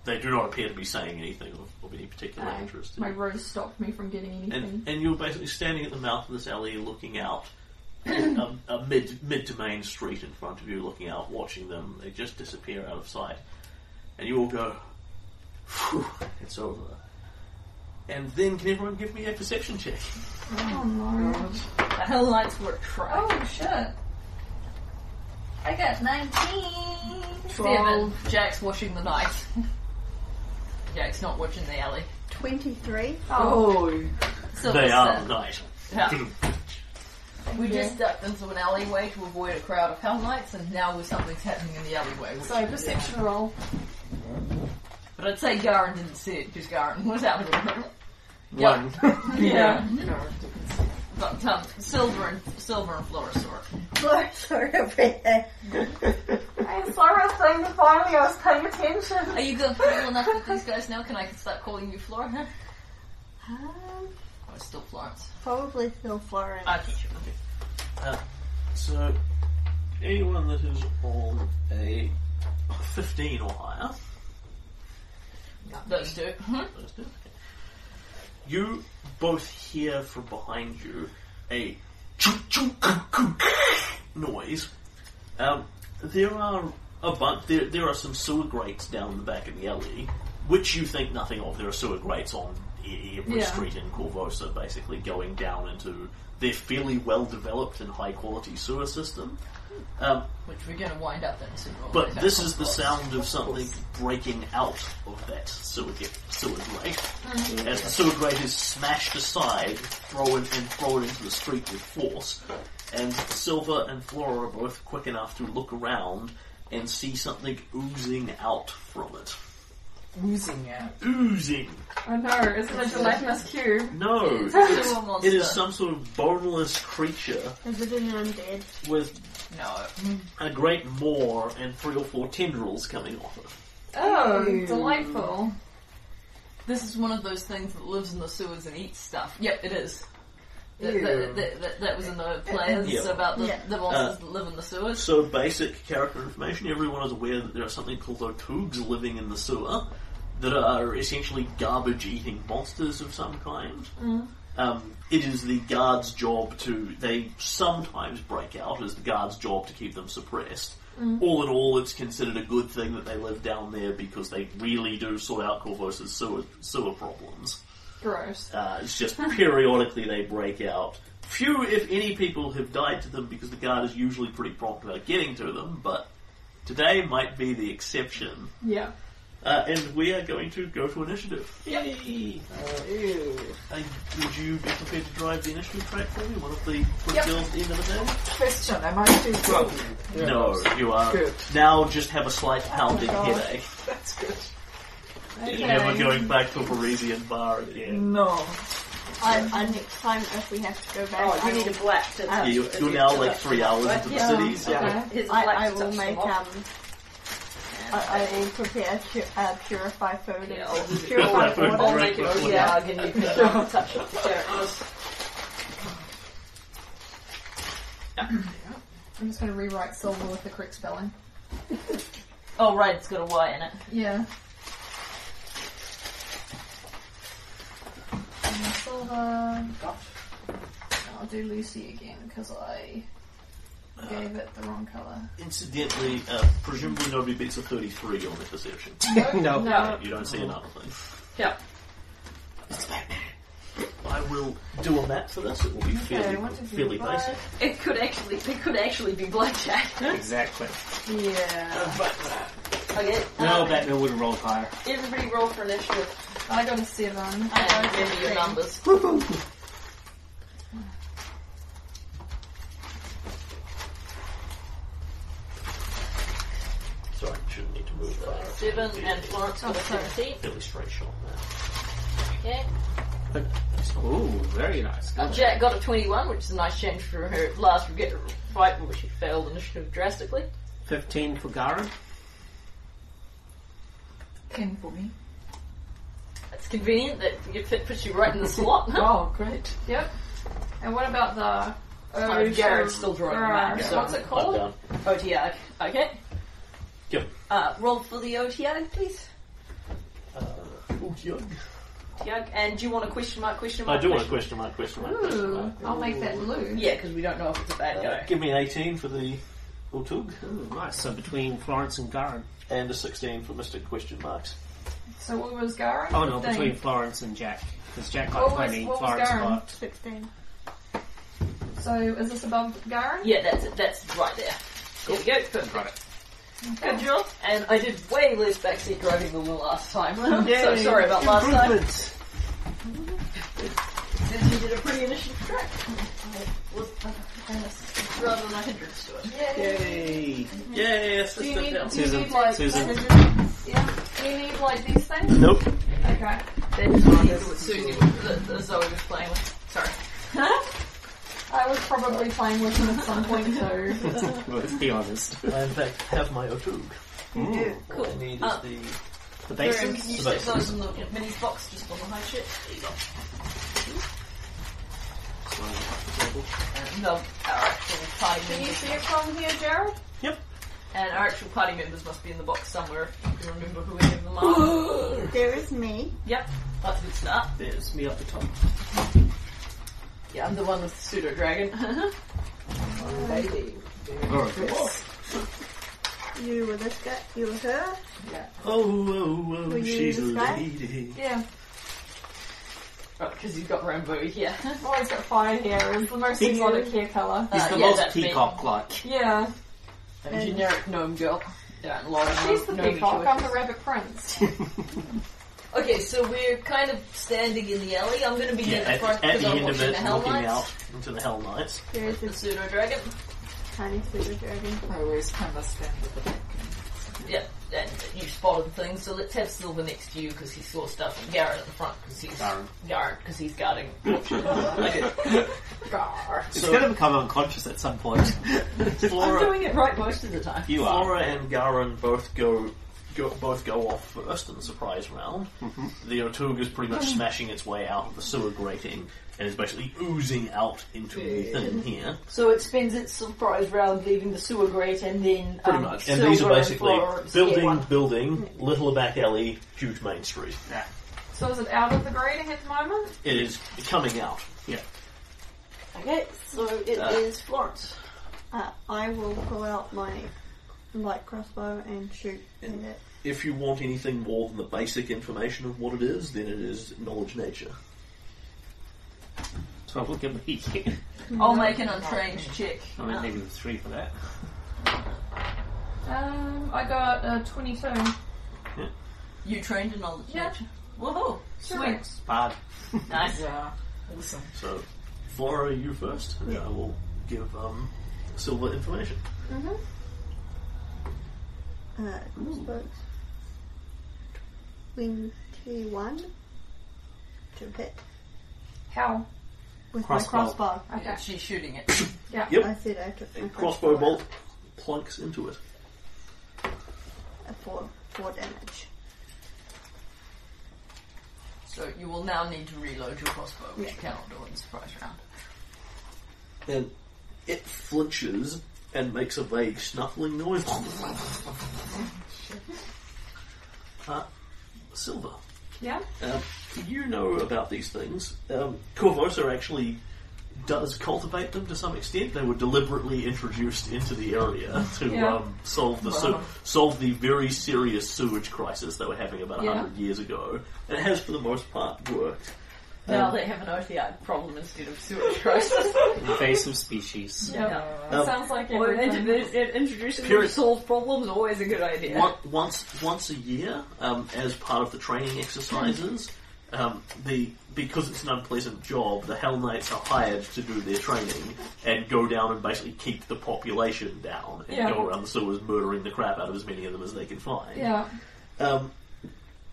S1: They do not appear to be saying anything of, of any particular
S2: Uh,
S1: interest.
S2: my rose stopped me from getting anything.
S1: and, and you're basically standing at the mouth of this alley, looking out a, a mid mid to main street in front of you, looking out, watching them. They just disappear out of sight, and you all go, "Phew, it's over." And then, can everyone give me a perception check?
S2: oh no.
S3: The hell lights were trash.
S2: Oh shit.
S8: I got 19.
S3: Seven. Jack's washing the night. Jack's not watching the alley.
S7: 23.
S4: Oh,
S3: So
S1: they
S3: it's,
S1: are
S3: uh,
S1: the night.
S3: Yeah. We
S2: Yeah.
S3: just ducked into an alleyway to avoid a crowd of hell knights, and now something's happening in the alleyway. Which,
S2: So perception roll.
S3: But I'd say Garen didn't see it because Garen was out of the room.
S15: One.
S3: Yeah. But um, silver and silver and Flora saw it.
S7: Floor, floor over there.
S2: I'm sorry, things finally I was paying attention.
S3: Are you good cool enough with these guys now? Can I start calling you Flora? Huh?
S7: Um,
S3: Oh, it's still Florence.
S7: probably still Florence.
S3: Okay, sure.
S1: Uh, so, anyone that is on a 15 or higher,
S3: Those two. Mhm.
S1: those two, okay. you both hear from behind you a chunk, chunk, kunk, kunk noise. Um, there are a bunch, there, there are some sewer grates down the back of the alley, which you think nothing of. There are sewer grates on e- every
S2: Yeah.
S1: street in Corvosa, basically going down into their fairly well developed and high quality sewer system. Um,
S3: Which we're going to wind up in sooner or
S1: but
S3: later.
S1: this is the sound of something breaking out of that sewer, ge- sewer grate. As the sewer grate is smashed aside, thrown and thrown into the street with force, and Silver and Flora are both quick enough to look around and see something oozing out from it.
S17: Oozing out.
S1: Oozing!
S2: I know, is it a gelatinous cube?
S1: No,
S3: It's
S1: it's,
S3: a monster.
S1: it is some sort of boneless creature
S7: Is it an undead?
S1: with
S3: No.
S1: a great maw and three or four tendrils coming off it.
S2: Oh, delightful.
S3: This is one of those things that lives in the sewers and eats stuff. Yep, it is. That,
S17: Ew.
S3: that, that, that, that was in the players
S1: Yeah.
S3: about the,
S7: Yeah.
S3: the monsters that live in the sewers.
S1: So basic character information. Everyone is aware that there are something called Otugs living in the sewer that are essentially garbage-eating monsters of some kind. Um, it is the guards' job to. They sometimes break out. It is the guards' job to keep them suppressed. All in all, it's considered a good thing that they live down there because they really do sort out Corvosa's sewer sewer problems.
S2: Gross.
S1: Uh, it's just periodically they break out. Few, if any, people have died to them because the guard is usually pretty prompt about getting to them, but today might be the exception.
S2: Yeah.
S1: Uh, and we are going to go to initiative. Yay!
S17: Ew.
S1: Uh, would you be prepared to drive the initiative track for me? One of the good
S2: Yep.
S1: girls at the end of the day?
S4: question. Am I still good?
S17: Yeah.
S1: No, you are.
S17: Good. Oh
S1: Now just have a slight pounding
S4: God.
S1: headache.
S4: That's good.
S1: You're never going back to a Parisian bar again.
S4: No.
S7: I, I, next time, if we have to go back,
S8: Oh,
S7: I,
S8: you need a
S7: will,
S8: black to
S7: Uh,
S1: Yeah, you're, you're now like three hours into the
S7: Yeah.
S1: city, so
S4: Yeah.
S8: His
S7: I,
S8: black
S7: I
S8: to
S7: will
S8: touch
S7: make,
S8: them off.
S7: um, I, I will prepare pu- uh, purify food
S8: Yeah, I'll
S7: and
S1: Purify
S7: purify
S1: food and
S8: I'll
S7: water.
S8: make it
S1: Drink
S8: a
S1: with
S8: jag and you can um, touch up the characters.
S2: I'm just going to rewrite silver with the correct spelling.
S8: Oh right, it's got a Y in it.
S2: Yeah. And silver. Gosh. I'll do Lucy again because I Gave it the wrong colour.
S1: Incidentally, uh, presumably nobody beats a 33 on their perception.
S2: No. No. No.
S1: You don't see another thing.
S2: Yeah.
S1: I will do a map for this. It will be fairly,
S2: what did you
S1: fairly
S2: buy?
S1: basic.
S3: It could actually, it could actually be blackjack.
S6: Exactly.
S2: Yeah.
S3: Okay.
S6: No,
S3: um,
S6: Batman would have rolled higher.
S3: Everybody roll for initiative.
S2: I got a seven. I
S3: And
S2: got a
S3: remember your
S2: 15.
S3: numbers.
S1: Sorry, shouldn't need to move far.
S3: Seven and Florence got a seventeen.
S1: Fairly straight shot now.
S3: Okay.
S6: Ooh, very nice. Good.
S3: Jack got a twenty-one, which is a nice change from her last regret fight, where she failed initiative drastically.
S6: 15 for Garin.
S4: Ten for me.
S3: It's convenient that it fit- puts you right in the slot. huh?
S4: Wow, great.
S2: Yep. And what about the?
S3: Oh, Jared's still drawing the map.
S2: Right.
S3: So
S2: What's it called?
S1: Done.
S3: OTR. Okay.
S1: Yep.
S3: Uh, roll for the OTR, please.
S1: Uh, oh, young.
S3: Yug. And do you want a question mark? Question mark?
S1: I do want to question
S3: question
S1: mark, question mark, question
S2: Ooh,
S1: mark.
S2: I'll make that blue.
S3: Yeah, because we don't know if it's a bad
S1: Uh,
S3: guy.
S1: give me an 18 for the Ultug
S6: Ooh, nice. So between Florence and Garin.
S1: and a 16 for Mr. Question Marks.
S2: So what was Garin?
S6: Oh no,
S2: 15.
S6: between Florence and Jack. Because Jack got
S2: What was-
S6: 20,
S2: what was
S6: Florence
S2: Garin?
S6: got.
S18: 16.
S2: So is this above Garin?
S3: Yeah, that's it. That's right there. There we go. Perfect.
S6: Got it.
S3: Good job. And I did way less backseat driving than the last time. so sorry about last time.
S6: Improvement.
S3: And you did a pretty initiative track. With uh, rather than a hindrance to it.
S6: Yay!
S1: Yay, that's
S2: Do you need, do you
S6: Susan,
S2: need like
S6: Susan.
S2: Yeah. Do you need like these things?
S1: Nope.
S2: Okay.
S3: That is what Susie, the, the Zoe was playing with. Sorry.
S2: I was probably playing with him at some point too.
S6: Let's be honest.
S1: I in fact have my Otug. All I need is
S3: Uh,
S1: the
S6: The
S3: Miriam,
S6: basics.
S3: can you
S1: The
S3: stick
S1: basics.
S3: those in the minis box just on the high ship? There you go. And they'll- our actual party
S2: Can you
S3: members,
S2: see it from here, Jared?
S3: and our actual party members must be in the box somewhere. If you remember who any of them are.
S7: There is me.
S3: yep, that's a good start.
S6: There's me up the top.
S3: Yeah, I'm the one with the pseudo dragon.
S19: Lady.
S6: Oh,
S4: Oh,
S7: You were this guy. You were her.
S1: Oh, oh,
S7: Will
S1: oh,
S7: you
S1: she's a
S7: describe?
S1: lady.
S2: Yeah.
S4: oh,
S3: because you've got Rambo here.
S2: I've always got fire hair. It's the most exotic hair colour.
S6: He's
S3: Uh,
S6: the
S3: yeah,
S6: most
S3: that's me.
S6: peacock-like.
S2: Yeah.
S3: And generic gnome girl. Yeah, Laura,
S2: She's the
S3: gnome
S2: peacock.
S3: girl.
S2: I'm the rabbit prince.
S3: Okay, so we're kind of standing in the alley. I'm going to be
S1: Yeah,
S3: near the
S1: at,
S3: front
S1: at
S3: because
S1: the
S3: I'm
S1: end of
S3: watching
S1: it,
S3: the Hell
S1: looking
S3: Knights.
S1: out into the Hell Knights.
S7: There is
S3: The
S7: this
S3: pseudo dragon.
S7: tiny super dragon.
S4: I always kind of stand at the back.
S3: Yeah, and you spotted things. So let's have Silver next to you because he saw stuff, and Garrett at the front because he's
S6: Darren.
S3: Garrett because he's guarding. okay. Gar.
S6: It's going to become unconscious at some point.
S3: I'm
S1: Flora,
S3: doing it right most of the time.
S6: you are.
S1: Flora and Garin both go, go both go off first in the surprise round. The Otug is pretty much smashing its way out of the sewer grating and is basically oozing out into the thing here.
S3: So it spends its surprise round leaving the sewer grate and then um,
S1: Pretty much. And these are basically building, building, little back alley, huge main street.
S2: so is it out of the grading at the moment?
S1: It is coming out.
S3: Okay, so it is
S1: Uh,
S3: Florence.
S7: Uh, I will pull out my light crossbow and shoot at it.
S1: If you want anything more than the basic information of what it is, then it is knowledge nature.
S6: So look at me.
S3: I'll make an untrained check.
S6: I'm at negative three for that.
S2: Um, I got a 22.
S3: You trained in knowledge.
S2: Yeah.
S3: nature. Woohoo!
S2: Sweet.
S6: Bad.
S3: Nice.
S19: Yeah. Awesome.
S1: So, Flora, you first, and I will give um, Silver information.
S3: Mm-hmm.
S7: Uh, crossbows. Twenty-one to hit
S2: How?
S7: with
S6: Crossbow.
S7: my crossbow.
S3: Yeah,
S2: Okay.
S3: she's shooting it.
S2: Yeah.
S1: Yep.
S7: I said I took my
S1: A crossbow
S7: out.
S1: bolt plunks into it.
S7: Uh, Four, four damage.
S3: So you will now need to reload your crossbow, which you cannot do in the surprise round.
S1: and it flinches and makes a vague snuffling noise. uh, Silver,
S2: Yeah.
S1: Uh, um, you know about these things. Um, Corvosa actually does cultivate them to some extent. They were deliberately introduced into the area to
S2: Yeah.
S1: um, solve the
S2: Wow.
S1: sew solve the very serious sewage crisis they were having about a
S3: Yeah.
S1: hundred years ago, and it has for the most part worked.
S3: Now
S1: Um,
S3: they have an oceanic problem instead of sewage crisis.
S6: Invasive species.
S3: Yeah.
S1: Um,
S2: Sounds like
S3: Well,
S2: everything.
S3: int- int- introducing
S1: Period.
S3: solved problems always a good idea.
S1: Once, once once a year, um, as part of the training exercises, um, the because it's an unpleasant job, the Hell Knights are hired to do their training and go down and basically keep the population down and
S2: Yeah.
S1: go around the sewers murdering the crap out of as many of them as they can find.
S2: Yeah,
S1: Um,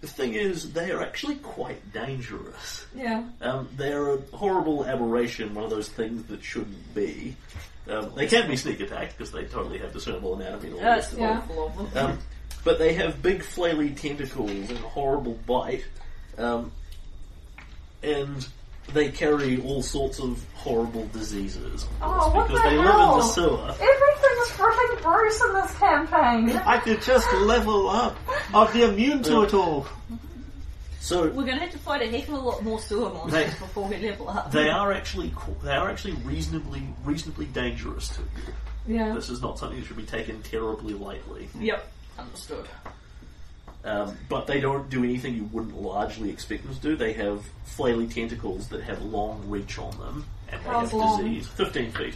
S1: the thing is, they are actually quite dangerous.
S2: yeah.
S1: Um, they're a horrible aberration, one of those things that shouldn't be. Um, they can be sneak attacked because they totally have discernible anatomy and all
S3: Yeah,
S1: this
S3: it's
S1: stuff.
S3: awful of them.
S1: Um, but they have big flaily tentacles and a horrible bite, um, and they carry all sorts of horrible diseases. of
S2: Oh,
S1: course,
S2: what
S1: because
S2: the
S1: they live in
S2: hell?
S1: the sewer.
S2: Everything is freaking gross in this campaign.
S6: I could just level up. I'll be immune to it all.
S1: So
S3: We're going to have to fight a heck of a lot more sewer monsters
S1: They-
S3: before we level up.
S1: they are actually qu- they are actually reasonably reasonably dangerous to you.
S2: Yeah.
S1: This is not something that should be taken terribly lightly.
S3: Yep, understood.
S1: Um, but they don't do anything you wouldn't largely expect them to do. They have flaily tentacles that have long reach on them, and they
S2: How
S1: have
S2: long?
S1: disease. Fifteen feet.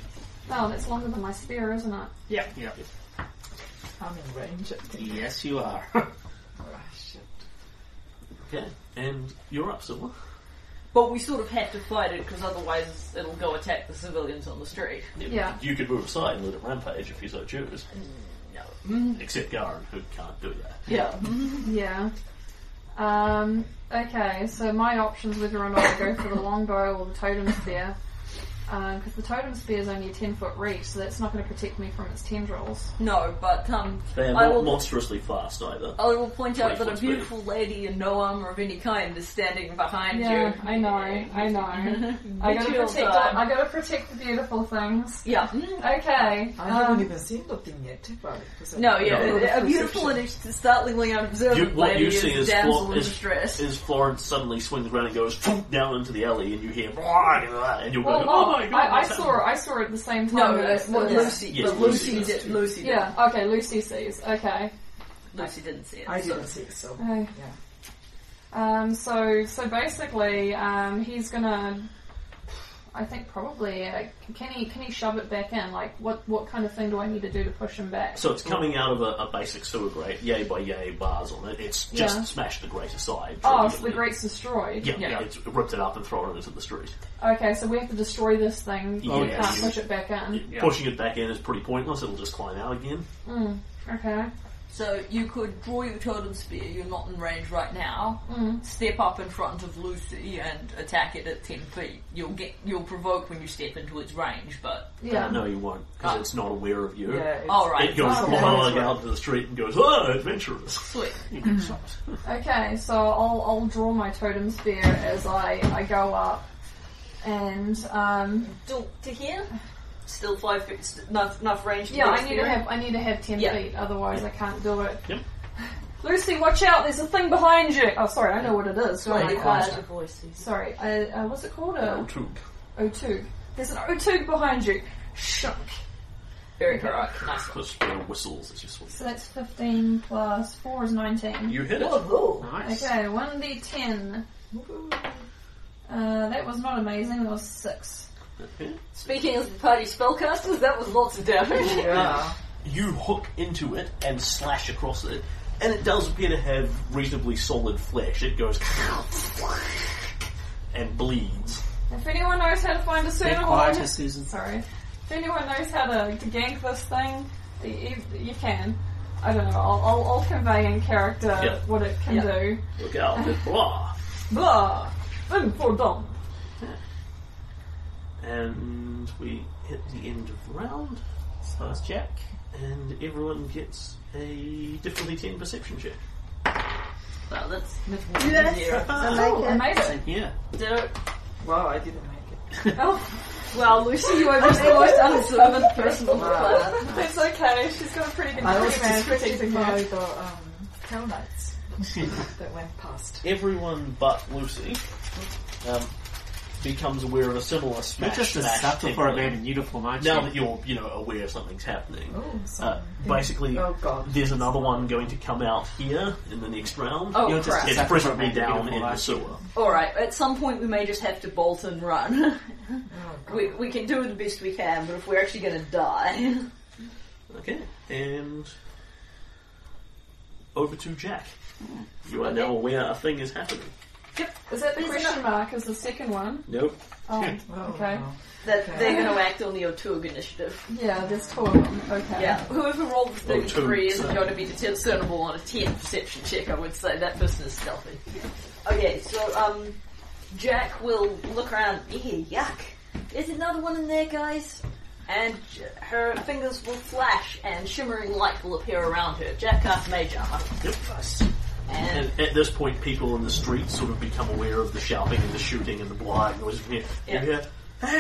S2: Oh, that's longer than my spear, isn't it?
S6: Yeah. Yeah.
S4: I'm in range. I think.
S6: Yes, you are.
S4: Oh, shit.
S1: Okay, and you're up, Silver.
S3: But we sort of have to fight it because otherwise it'll go attack the civilians on the street.
S2: Yeah.
S1: You could move aside and let it rampage if you so choose. Mm.
S3: No.
S1: Except Garen, who can't do that.
S3: Yeah.
S2: Yeah. Um, okay, so my options whether or not I go for the longbow or the totem spear. Because the totem spear is only a 10 foot reach, so that's not going to protect me from its tendrils.
S3: No, but um,
S1: They are
S3: I
S1: not
S3: will.
S1: monstrously fast either.
S3: I will point out that a
S1: 24 speed.
S3: beautiful lady in no armor of any kind is standing behind
S2: yeah,
S3: you.
S2: I know, I know. I
S3: But
S2: gotta
S3: you'll
S2: protect.
S3: die.
S2: I gotta protect the beautiful things.
S3: Yeah.
S2: Okay.
S4: I haven't
S2: Um,
S4: even seen the thing yet. About it, 'cause I-
S3: No, yeah,
S1: No.
S3: a- a beautiful and startlingly
S1: You,
S3: unobservant
S1: what
S3: lady
S1: you see is,
S3: damsel
S1: Flo-
S3: in
S1: is,
S3: distress.
S1: is Florence suddenly swings around and goes down into the alley, and you hear "Wah," and you're
S2: well,
S1: going,
S2: no,
S1: "Oh my god!"
S2: I, I
S1: what's happening?"
S2: saw. I saw it at the same time.
S3: no,
S2: that-
S3: that's what
S2: yeah.
S3: Lucy.
S1: Yes,
S3: but
S1: Lucy
S3: Lucy
S1: does
S3: did.
S1: too.
S3: Lucy did.
S2: Yeah. Okay. Lucy sees. Okay.
S3: Lucy didn't see it.
S4: I
S3: so-
S4: didn't see it, so
S2: Okay.
S4: yeah.
S2: Um, so so basically, um, he's gonna. I think probably uh, can he can he shove it back in? Like what what kind of thing do I need to do to push him back?
S1: So it's coming out of a, a basic sewer grate, yay by yay bars on it. It's just
S2: Yeah.
S1: smashed the grate aside.
S2: Oh, so the
S1: immediately.
S2: grate's destroyed.
S1: Yeah,
S3: Yeah.
S1: yeah, it's ripped it up and thrown it into the street.
S2: Okay, so we have to destroy this thing.
S1: Oh,
S2: we
S1: yeah.
S2: can't push it back in.
S6: Yeah.
S1: Pushing it back in is pretty pointless. It'll just climb out again.
S2: Mm, okay.
S3: So you could draw your totem spear. You're not in range right now.
S2: Mm.
S3: Step up in front of Lucy and attack it at ten feet. You'll get. You'll provoke when you step into its range, but
S2: Yeah.
S1: No, you won't, because
S3: Oh.
S1: it's not aware of you.
S4: Yeah, it's-
S3: all right.
S1: It goes
S2: Oh, okay.
S1: flying out into the street and goes, oh, adventurous.
S3: Sweet.
S2: Okay, so I'll, I'll draw my totem spear as I, I go up. And, um,
S3: To, to here, still five feet. St- enough, enough range. To
S2: yeah,
S3: get
S2: I need to
S3: spear.
S2: have, I need to have 10
S3: Yeah.
S2: feet, otherwise I can't do it.
S1: Yep.
S2: Lucy, watch out, there's a thing behind you! Oh, sorry, I know what it is. don't I?
S3: Really
S2: Uh,
S3: quiet voices.
S2: sorry, uh, uh, what's it called? A
S1: True.
S2: O2. There's an O2 behind you! Shunk.
S3: Very correct. Nice.
S1: The spear whistles as you swing.
S2: So that's 15 plus 4 is 19.
S1: You hit it.
S6: Nice.
S2: Okay, 1d10. Uh, that was not amazing, that was 6.
S20: Speaking as the party spellcasters, that was lots of damage.
S4: Yeah.
S1: You hook into it and slash across it, and it does appear to have reasonably solid flesh. It goes and bleeds.
S2: If anyone knows how to find a
S6: Be
S2: sooner
S6: quieter, Susan.
S2: Sorry. If anyone knows how to, to gank this thing, you, you can. I don't know. I'll, I'll, I'll convey in character
S1: Yeah.
S2: what it can
S3: Yeah.
S2: do.
S1: Look out! It blah.
S2: Blah! Boom for dumb.
S1: And we hit the end of the round,
S6: Nice check.
S1: and everyone gets a difficulty ten perception check.
S3: Well, that's
S21: Yes, I
S2: Oh, I
S21: like it.
S2: made it.
S1: Yeah.
S3: zero.
S4: Wow, I didn't make it.
S2: Oh,
S3: Well, Lucy, you are just the most unobservant person on the planet.
S4: Wow.
S2: It's okay. She's got a pretty good
S4: I was
S2: pretty man
S4: distracted
S2: protecting
S4: by
S2: her.
S4: the um, hell knights that went past.
S1: Everyone but Lucy um, becomes aware of a similar smash.
S6: just a
S1: smash
S6: sucker for a
S1: tickling.
S6: man in uniform, aren't
S1: Now
S6: you?
S1: that you're, you know, aware something's happening.
S6: Oh,
S1: uh,
S6: something.
S1: basically,
S6: Oh, God.
S1: there's another one going to come out here in the next round.
S3: Oh, You're just crap.
S1: it's
S3: sucker for a
S1: presently
S3: man in
S1: down
S3: uniform,
S1: in the
S3: aren't you?
S1: sewer.
S3: Alright, at some point we may just have to bolt and run. we, we can do the best we can, but if we're actually gonna die.
S1: Okay, and over to Jack. You are now aware a thing is happening.
S2: Is that the question mark? Is the second one?
S1: Nope.
S2: Oh, okay.
S3: That they're going to act on the Otug initiative.
S2: Yeah, there's two of them. Okay.
S3: Yeah, whoever rolled the
S2: Otug,
S3: 33 is
S2: so-
S3: going to be discernible on a 10 perception check, I would say. That person is stealthy. Okay, so, um, Jack will look around. Yeah, yuck. There's another one in there, guys. And j- her fingers will flash and shimmering light will appear around her. Jack casts Mage Armor.
S1: Yep. And at this point, people in the street sort of become aware of the shouting and the shooting and the blind noise. You hear, you
S3: Yeah.
S1: hear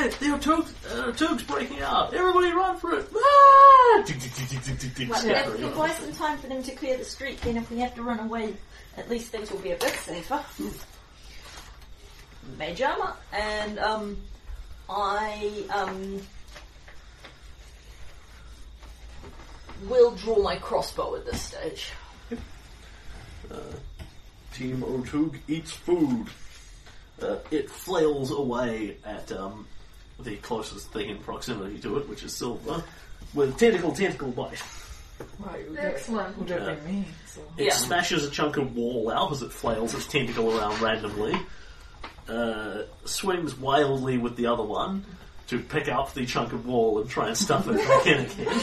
S1: hey, the Otug's, uh, Otug's breaking out. Everybody run for it. Ah! Tick, tick, tick, tick, tick, tick, tick,
S3: Well,
S1: scattering.
S3: if we buy some time for them to clear the street, then if we have to run away, at least things will be a bit safer. Mage armor, and um, I um will draw my crossbow at this stage.
S1: Uh, Team Otug eats food. Uh, it flails away at um, the closest thing in proximity to it, which is Silver, with tentacle tentacle bite.
S4: Right,
S2: Excellent.
S4: Would that
S1: Yeah.
S4: be me? So.
S1: It smashes a chunk of wall out as it flails its tentacle around randomly. Uh, swings wildly with the other one to pick up the chunk of wall and try and stuff it back in again.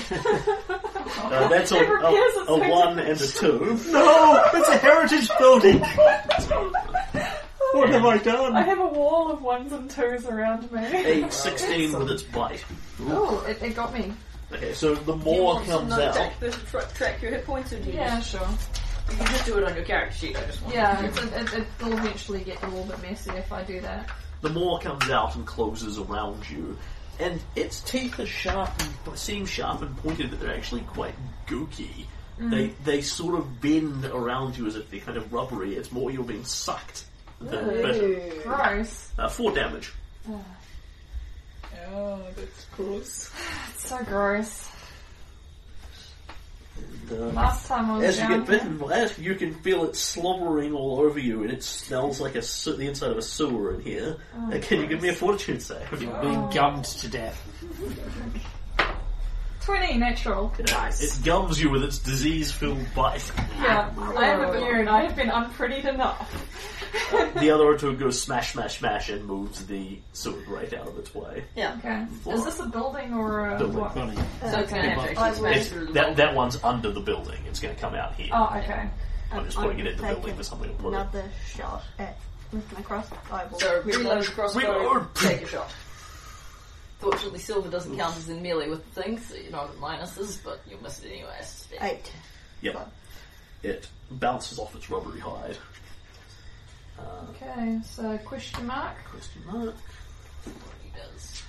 S1: Uh, that's a,
S6: It repairs
S1: a, a
S6: itself.
S1: one and a two.
S6: No, it's a heritage building. what have I done?
S2: I have a wall of ones and twos around me.
S1: A 16 with its bite.
S2: Oh, it, it got me.
S1: Okay, so the
S3: Do you
S1: maw
S3: want to
S1: comes
S3: know
S1: out.
S3: Track, the, tra- track your hit points, or do you
S2: Yeah,
S3: just,
S2: sure.
S3: You can just do it on your character sheet. I just want
S2: Yeah,
S3: to
S2: it, it, it, it'll eventually get a little bit messy if I do that.
S1: The maw comes out and closes around you, and its teeth are sharp and seem sharp and pointed, but they're actually quite gooky.
S22: Mm.
S1: They they sort of bend around you as if they're kind of rubbery. It's more you're being sucked than bitten.
S2: Gross.
S1: Uh, four damage.
S2: Oh,
S4: Oh, that's gross.
S2: it's so gross.
S1: The-
S2: Last time I was
S1: as you
S2: down
S1: get bitten by it, you can feel it slobbering all over you, and it smells like a se- the inside of a sewer in here.
S2: Oh,
S1: Uh, can you give me a fortitude save?
S2: You've been
S1: gummed to death.
S2: 20, natural.
S1: It gums you with its disease-filled bite.
S2: Yeah, I am
S3: Oh.
S2: immune. I have been unprettied enough.
S1: The other two goes smash, smash, smash, and moves the sewer grate out of its way.
S3: Yeah.
S2: Okay. Is this a building or a
S1: Building.
S2: what?
S1: Building.
S7: Uh,
S3: So it's gonna have to actually smash
S1: It's-
S3: through the
S1: that, that one's under the building. It's going to come out here.
S2: Oh, okay.
S1: I'm just putting it in the building for something to put it.
S7: Another shot at with my crossbow.
S3: So reload crossbow,
S1: Reload.
S3: take a shot. Fortunately, silver doesn't count as in melee with things, so you're not at minuses, but you'll miss it anyway, I suspect.
S7: Eight.
S1: Yep. It bounces off its rubbery hide. Uh,
S2: Okay, so question mark.
S1: Question mark. Uh,
S3: He does.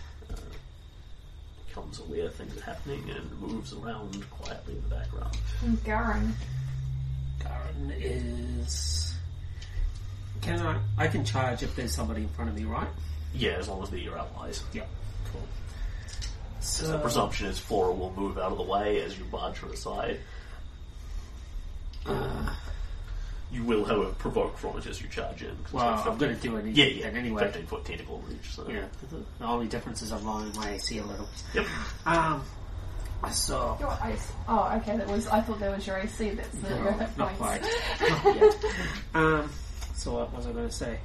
S1: Comes aware things are happening and moves around quietly in the background.
S2: Mm, Garen.
S6: Garen is. Can I? I can charge if there's somebody in front of me, right?
S1: Yeah, as long as they're your allies.
S6: Yep.
S1: Cool. So the
S6: So
S1: presumption is Flora will move out of the way as you barge her aside. Uh, you will, however, provoke from it as you charge in. 'cause it's
S6: Well,
S1: like
S6: I'm gonna
S1: 15
S6: do it
S1: Yeah, yeah.
S6: then anyway.
S1: 15 foot tentacle reach. So.
S6: yeah, the only difference is I'm lowering my AC a little.
S1: Yep.
S6: Um. So
S2: Your ice. Oh, okay. That was. I thought that was your AC. That's the, your
S6: No,
S2: hit
S6: not
S2: points.
S6: quite. Not yet. Um, so what was I going to say?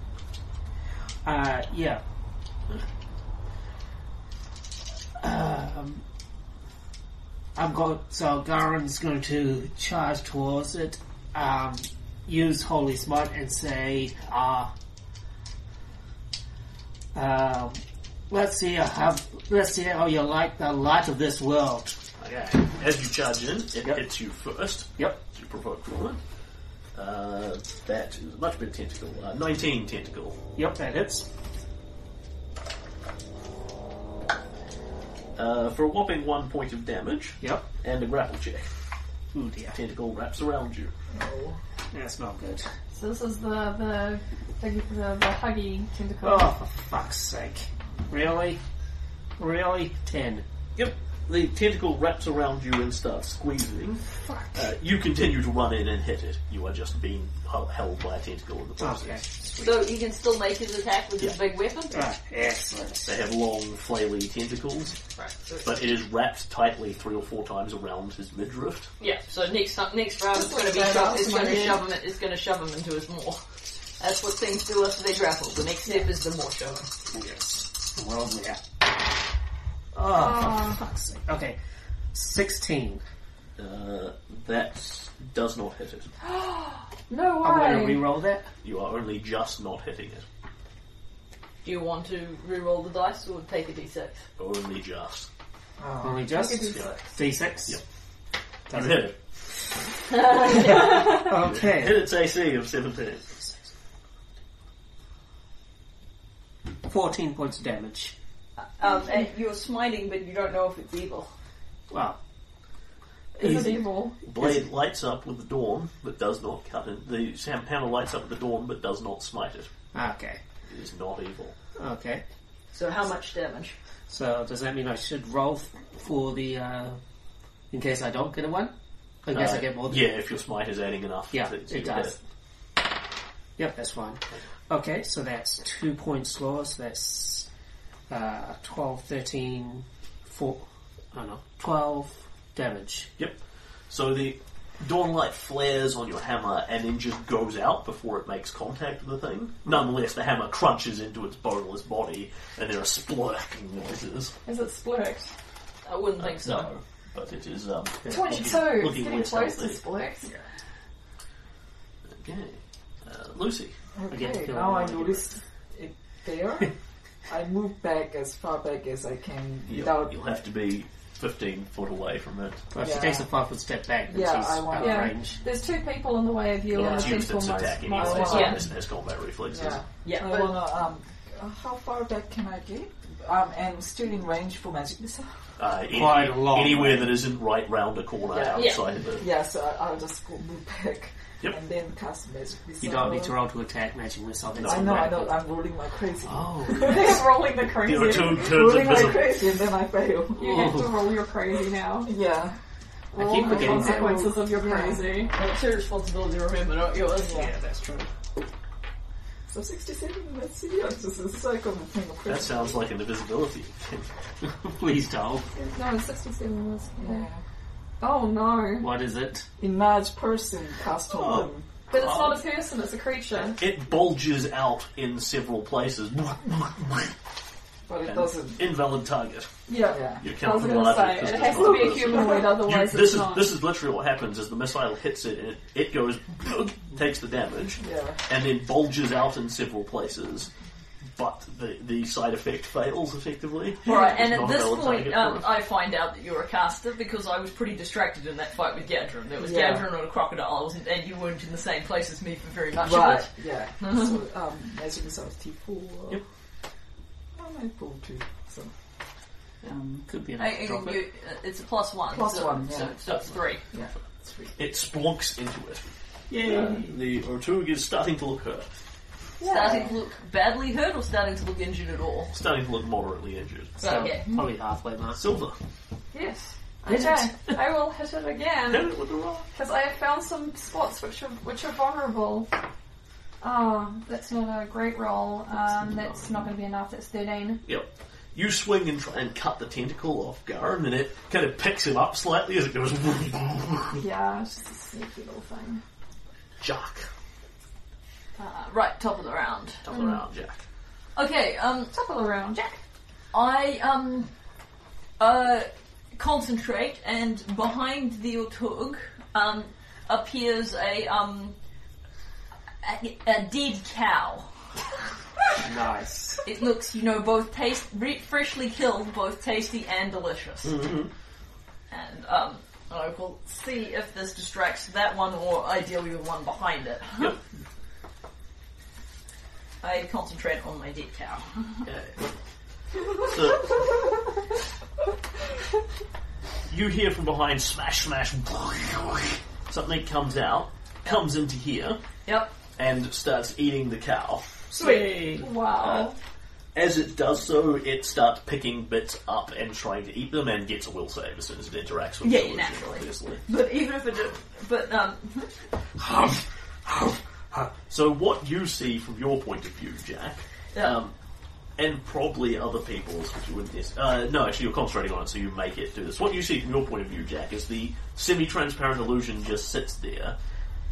S6: Uh, yeah. Um, I've got so Garen's going to charge towards it. Um, use holy smite and say, ah. um, let's see how let's see how you like the light of this world.
S1: Okay. As you charge in, it hits you first.
S6: Yep.
S1: As you provoke from it. Uh, that is a much better tentacle. Uh, 19 tentacle.
S6: Yep, that hits.
S1: Uh, for a whopping one point of damage.
S6: Yep.
S1: And a grapple check.
S6: Ooh dear,
S1: Tentacle wraps around you.
S6: that's not good.
S2: So this is the the The, the, the huggy tentacle.
S6: Oh, for fuck's sake. Really? Really? Ten.
S1: Yep. The tentacle wraps around you and starts squeezing. Fuck. Uh, you continue to run in and hit it. You are just being hel- held by a tentacle in the process.
S23: So he can still make his attack with his big weapon?
S1: Excellent. They have long, flaily tentacles, but it is wrapped tightly three or four times around his midriff.
S3: Yeah. So next time, next round, it's
S23: Just
S3: going to
S23: like that
S3: be shove,
S23: last
S3: it's
S23: one
S3: going to
S23: I did.
S3: shove him. It's going to shove him into his maw. That's what things do after they grapple. The next step is the maw shoving.
S6: Yes. Well, yeah. Oh,
S3: Ah.
S6: for fuck's sake. Okay. Sixteen.
S1: Uh, that does not hit it.
S2: no
S6: I'm going to
S2: way.
S6: reroll that.
S1: You are only just not hitting it.
S3: Do you want to re-roll the dice or take a d6?
S1: Only just.
S4: Ah,
S6: Only just
S3: Take a
S6: D6. Yep.
S1: You Uh-huh. hit it.
S6: okay.
S1: Hit its AC of 17.
S6: 14 points of damage.
S3: Um, and you're smiting, but you don't know if it's evil.
S6: Wow.
S2: Is it evil?
S1: Blade lights up with the dawn, but does not cut it. The Sam hammer lights up with the dawn, but does not smite it.
S6: Okay.
S1: It is not evil.
S6: Okay.
S3: So how much damage?
S6: So does that mean I should roll f- for the, uh, in case I don't get a one? In case I
S1: Uh,
S6: get more than
S1: Yeah, if your smite is adding enough.
S6: Yeah,
S1: to- to
S6: it
S1: hit
S6: does. Yep, that's fine. Okay, so that's two points lower, so that's uh, 12, 13, 4, oh no, 12 damage.
S1: Yep. So the dawn light flares on your hammer and then just goes out before it makes contact with the thing. Nonetheless, the hammer crunches into its boneless body, and there are splurking noises.
S2: Is it splurked?
S3: I wouldn't think so.
S1: No, but it is um,
S2: Twenty-two.
S1: looking-
S2: it's
S1: looking
S2: getting
S1: less
S2: close to
S1: healthy.
S2: splurked.
S1: Okay, uh, Lucy.
S6: Again,
S4: Okay,
S6: feel
S4: now I
S6: like-
S4: notice it there. I move back as far back as I can
S1: You'll,
S4: without.
S1: you'll have to be 15 foot away from it.
S6: Well, if she takes a five foot step back, then
S4: Yeah,
S6: she's
S4: I
S6: out
S4: want-
S6: of
S2: Yeah.
S6: range.
S2: There's two people in the way of you
S1: Well,
S2: and a
S1: it's used
S2: tentacle
S1: its
S2: might.
S1: attack anyway,
S2: might
S1: so
S2: well.
S1: it has- has combat reflexes.
S4: Yeah.
S3: Yeah,
S4: I
S3: but-
S4: wanna, um, uh, how far back can I get? Um, and still in range for magic missile.
S1: Uh, any-
S6: Quite a long
S1: anywhere
S6: way.
S1: that isn't right round a corner
S4: Yeah.
S3: Yeah.
S1: outside of it.
S4: Yeah, so I, I'll just go move back
S1: Yep.
S4: and then cast magic missile.
S6: You don't need to roll to attack magic missile. That's
S4: I know, I
S6: correct.
S4: know. I'm rolling like crazy.
S6: Oh,
S2: They're rolling the crazy.
S1: There are two turns
S4: rolling like
S1: invisible.
S4: crazy, and then I fail.
S2: You have
S1: Oh.
S2: to roll your crazy now.
S4: Yeah.
S6: I keep
S2: Roll the
S6: forgetting that.
S2: consequences of your crazy.
S3: Well, it's your responsibility to remember, not yours.
S6: Yeah, that's true.
S4: So 67, let's see. Yeah, this is a cycle of thing of
S1: That
S4: crazy.
S1: sounds like an invisibility.
S6: Please don't.
S2: No, it's 67 was. Yeah.
S4: Yeah.
S2: Oh no.
S6: What is it?
S4: Enlarge person cast on
S1: Oh.
S4: them.
S2: But it's not a person, it's a creature.
S1: it bulges out in several places.
S4: But it
S1: And
S4: doesn't.
S1: Invalid target.
S2: Yeah.
S4: Yeah.
S1: You
S2: I
S1: can't
S2: was gonna
S1: enlarge
S2: say,
S1: because
S2: it
S1: it's
S2: has
S1: not
S2: to be a
S1: purpose.
S2: humanoid,
S1: You-
S2: otherwise
S1: this
S2: it's
S1: is
S2: not.
S1: this is literally what happens: is the missile hits it, and it, it goes, takes the damage,
S4: Yeah.
S1: and then bulges out in several places. But the the side effect fails effectively.
S3: Alright, and
S1: It's
S3: at
S1: not
S3: this
S1: valid
S3: point,
S1: target
S3: um,
S1: for it.
S3: I find out that you're a caster because I was pretty distracted in that fight with Gadron. There was
S4: Yeah.
S3: Gadron and a crocodile, I wasn't- and you weren't in the same place as me for very much of
S4: Right,
S3: it.
S4: yeah. so, um, magic missile is T4.
S1: Yep.
S4: I might pull Oh, two. So, um,
S6: Could be an
S3: I- I-
S6: drop it.
S3: you- uh, it's a plus one.
S4: Plus
S3: so,
S4: one, yeah.
S3: So, so it's three.
S4: yeah, three.
S1: it splonks into it. Uh, the Ortug is starting to look hurt,
S3: Starting to look badly hurt or starting to look injured at all?
S1: starting to look moderately injured.
S6: So
S3: Okay.
S6: probably halfway mark.
S1: Silver,
S2: Yes. Okay, I will hit it
S1: hit
S2: again
S1: it with a rock.
S2: because I have found some spots which are which are vulnerable. Oh, that's not a great roll. Um, that's not going to be enough. That's thirteen.
S1: Yep. You swing and try and cut the tentacle off Garin, and it kind of picks him up slightly as it goes.
S2: Yeah, it's just a sneaky little thing.
S1: Jack.
S3: Uh, right, top of the round.
S1: Top of the round, Jack.
S3: Okay, um,
S2: Top of the round, Jack.
S3: I um uh concentrate and behind the Otug um appears a um a, a dead cow.
S6: Nice.
S3: It looks, you know, both taste re- freshly killed, both tasty and delicious.
S1: Mm-hmm.
S3: And um I will see if this distracts that one or ideally the one behind it.
S1: Yep.
S3: I concentrate on my dead cow.
S1: Okay. So, you hear from behind smash, smash. Something comes out, comes into here,
S3: Yep.
S1: and starts eating the cow.
S2: Sweet. Wow.
S1: Uh, as it does so, it starts picking bits up and trying to eat them, and gets a will save as soon as it interacts with
S3: Yeah,
S1: the illusion,
S3: naturally.
S1: obviously.
S3: But even if it, did- but um,
S1: So, what you see from your point of view, Jack,
S3: Yeah.
S1: um, and probably other people's, because you wouldn't. Yes, uh, no, actually, you're concentrating on it, so you make it do this. What you see from your point of view, Jack, is the semi-transparent illusion just sits there.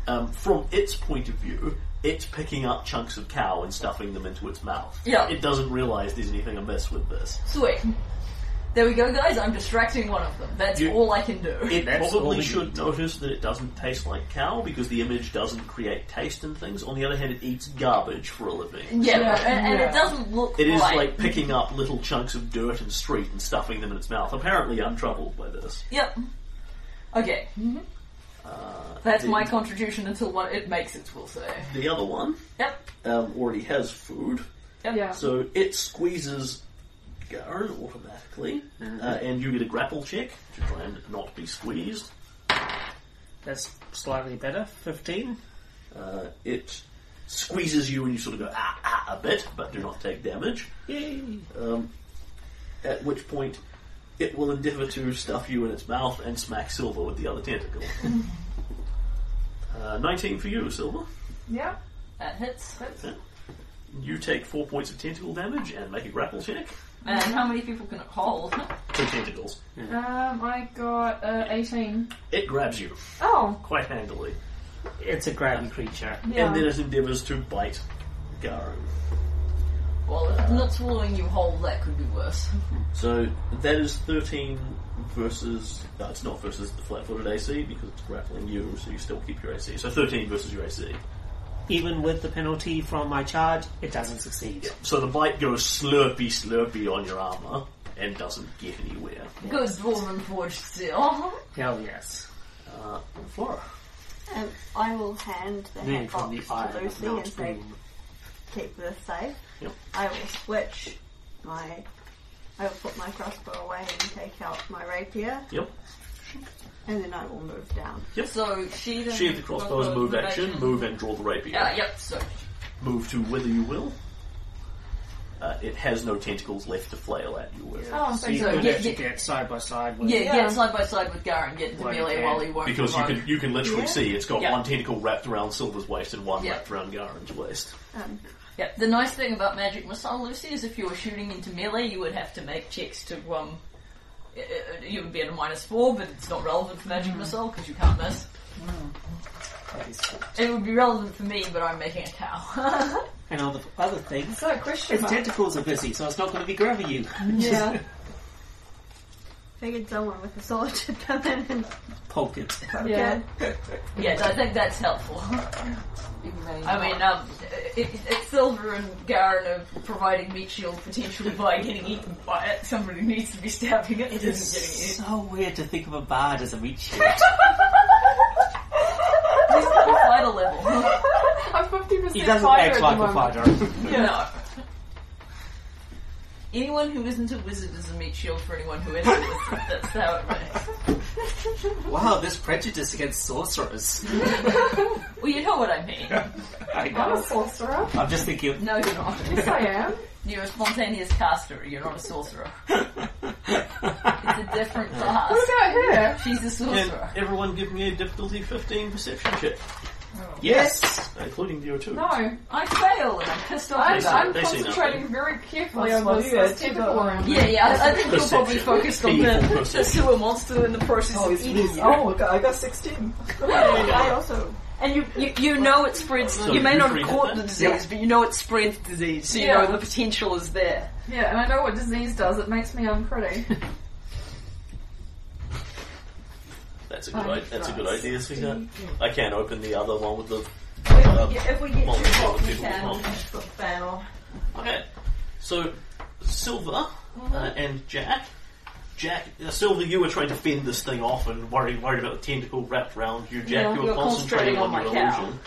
S1: Um, from its point of view, it's picking up chunks of cow and stuffing them into its mouth.
S3: Yeah.
S1: it doesn't realise there's anything amiss with this.
S3: sweet. There we go, guys. I'm distracting one of them. That's
S1: You-
S3: all I can do.
S1: It probably should notice that it doesn't taste like cow because the image doesn't create taste in things. On the other hand, it eats garbage for a living.
S3: Yeah,
S1: So-
S3: and, and it doesn't look.
S1: It is
S3: right.
S1: like picking up little chunks of dirt and street and stuffing them in its mouth. Apparently, untroubled by this.
S3: Yep. Okay.
S1: Uh,
S3: That's
S1: the,
S3: my contribution until what it makes its will say.
S1: The other one
S3: Yep.
S1: um, already has food,
S3: Yep. Yeah.
S1: so it squeezes Garen automatically, uh, and you get a grapple check to try and not be squeezed.
S6: That's slightly better. Fifteen.
S1: Uh, it squeezes you, and you sort of go ah ah a bit, but do not take damage.
S6: Yay.
S1: Um, at which point, it will endeavour to stuff you in its mouth and smack Silver with the other tentacle. uh, 19 for you, Silver.
S2: Yeah.
S3: That hits.
S1: You take four points of tentacle damage and make a grapple check.
S3: And how many people can it hold?
S1: Two tentacles.
S2: Um, I got uh, 18.
S1: It grabs you
S2: Oh,
S1: quite handily,
S6: It's a grabby creature.
S2: Yeah.
S1: and then it endeavours to bite Garu.
S3: Well, if it's not swallowing you whole, that could be worse.
S1: So that is 13 versus. No, it's not versus the flat footed AC because it's grappling you, so you still keep your AC. So 13 versus your AC.
S6: Even with the penalty from my charge, it doesn't succeed.
S1: So the bite goes slurpy, slurpy on your armour and doesn't get anywhere.
S3: Good dwarven forged steel.
S6: Hell yes.
S1: Uh, Flora.
S7: Um, I will hand the
S6: Then
S7: hat
S6: from the eye
S7: box to
S6: of
S7: Lucy
S6: the
S7: and
S6: Mount
S7: say,
S6: Doom.
S7: keep this safe.
S1: Yep.
S7: I will switch my. I will put my crossbow away and take out my rapier,
S1: Yep.
S7: and then I will move down.
S1: Yep.
S3: So she then.
S1: She had the crossbows, move action, move and draw the rapier.
S3: Yeah, yep, so.
S1: Move to whither you will. Uh, it has no tentacles left to flail at you with.
S2: Oh,
S6: so you
S3: so
S6: could
S3: yeah,
S6: actually
S3: yeah.
S6: get side by side with
S3: Yeah, get side by side with Garen, get into
S6: Well, you
S3: melee
S6: can.
S3: while he won't
S1: Because you
S3: provoke.
S1: can you can literally
S3: Yeah.
S1: see it's got
S3: Yeah.
S1: one tentacle wrapped around Silver's waist and one
S3: Yeah.
S1: wrapped around Garen's waist.
S7: Um,
S3: Yep. The nice thing about Magic Missile, Lucy, is if you were shooting into melee, you would have to make checks to um, uh, uh, you would be at a minus four, but it's not relevant for Magic Missile because you can't miss. It would be relevant for me, but I'm making a cow.
S6: and all the other things.
S2: so question
S6: Its
S2: mark.
S6: tentacles are busy, so it's not going to be grabbing you.
S7: yeah. Figured someone with a sword should come in and
S6: Poke it.
S2: Yeah.
S3: yes, I think that's helpful.
S17: Even though you're
S3: I mean, um, it, it's Silver and Garen are providing meat shield potentially by getting eaten by it. Somebody needs to be stabbing it. It
S6: It's
S3: isn't
S6: so weird to think of a bard as a meat shield.
S3: getting eaten. He's on a fighter level.
S2: I'm 50%
S6: he doesn't
S2: fighter
S6: act
S2: at
S6: like
S2: the
S6: a
S2: moment.
S6: fighter.
S3: No. Anyone who isn't a wizard is a meat shield for anyone who is a wizard. That's how it works.
S6: wow, this prejudice against sorcerers.
S3: Well, you know what I mean.
S6: I
S2: I'm a
S6: know.
S2: sorcerer.
S6: I'm just thinking of
S3: No, you're not.
S2: Yes, I am.
S3: You're a spontaneous caster. You're not a sorcerer. It's a different class.
S2: What about her?
S3: She's a
S1: And
S3: sorcerer.
S1: everyone give me a difficulty 15 perception check,
S6: Yes!
S1: including the 2
S2: No.
S3: I fail and I'm pissed off.
S2: I'm,
S1: see-
S3: about
S2: I'm
S1: they see
S2: concentrating
S1: nothing.
S2: very carefully
S17: That's
S2: on
S17: what
S2: this,
S17: you
S2: this
S17: said,
S2: tentacle
S17: but-
S2: around.
S3: it. Yeah, yeah, I, I think you're probably
S1: Perception.
S3: focused on
S1: Evil
S3: the, the
S1: perception.
S3: sewer monster in the process
S17: Oh,
S3: of
S17: it's
S3: eating
S17: me.
S3: you.
S17: Oh, I got- I got 16.
S7: I also
S3: And you, you, you know it spreads.
S1: So
S3: you may
S1: you
S3: not
S1: read
S3: have
S1: it
S3: caught
S1: then?
S3: the disease, but you know it spreads disease, so you
S2: Yeah.
S3: know the potential is there.
S2: Yeah, and I know what disease does. It makes me unpretty.
S1: That's a good. I- that's a good idea, sweetheart. I can't open the other one with the. uh,
S3: If we get
S1: multiple other
S3: we
S1: people with
S3: can.
S1: multiple-
S3: battle.
S1: Okay, so Silver uh,
S3: Mm-hmm.
S1: and Jack. Jack, uh, Silver, you were trying to fend this thing off and worried worried about the tentacle wrapped round you. Jack,
S3: Yeah,
S1: you
S3: you're
S1: were concentrating,
S3: concentrating
S1: on
S3: on
S1: your
S3: my cow.
S1: illusion.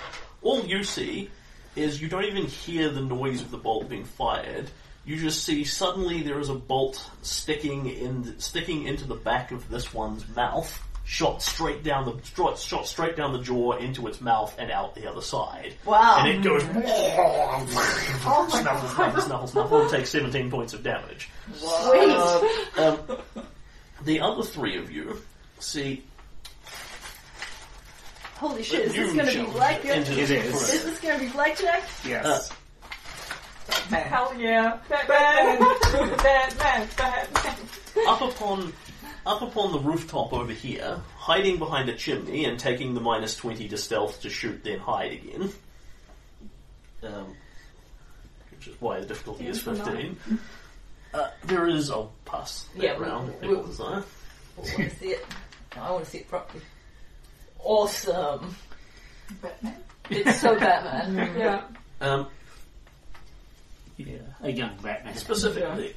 S1: All you see is you don't even hear the noise of the bolt being fired. You just see suddenly there is a bolt sticking in, sticking into the back of this one's mouth, shot straight down the shot, shot straight down the jaw into its mouth and out the other side.
S3: Wow.
S1: And it goes
S3: Oh my
S1: snuffle, snuffle, snuffle, snuffle, and takes seventeen points of damage.
S3: Sweet.
S1: Um, the other three of you see
S3: Holy shit, is this
S1: You
S3: gonna
S1: shall
S3: be blackjack?
S1: enter the It is. fray.
S3: Is this gonna be blackjack?
S6: Uh,
S1: Yes.
S2: Hell yeah. Batman! Batman! Batman!
S1: up upon up upon the rooftop over here, hiding behind a chimney and taking the minus twenty to stealth to shoot, then hide again. Um, which is why the difficulty is
S24: Yeah, for
S1: fifteen. Uh, there is I'll pass that
S3: Yeah, we-
S1: round.
S3: we-
S1: People's eye.
S3: I want to see it. No, I want to see it properly. Awesome.
S10: It's so Batman.
S2: yeah.
S1: Um,
S6: yeah, a young Batman.
S1: Specifically,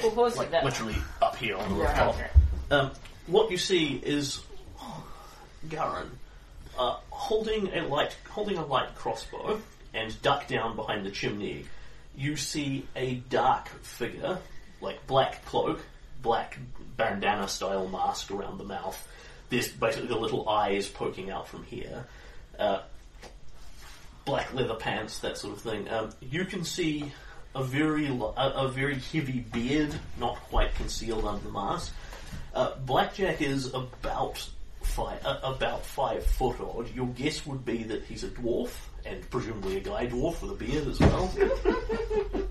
S3: Well, what was
S1: like
S3: it that?
S1: literally up here on the
S3: Yeah,
S1: rooftop.
S3: okay.
S1: Um, what you see is Garen uh, holding a light, holding a light crossbow, and duck down behind the chimney. You see a dark figure, like black cloak, black bandana style mask around the mouth. There's basically the little eyes poking out from here. Uh, black leather pants, that sort of thing. Um, you can see a very lo- a, a very heavy beard, not quite concealed under the mask. Uh, Blackjack is about five uh, about five foot odd. Your guess would be that he's a dwarf, and presumably a guy dwarf with a beard as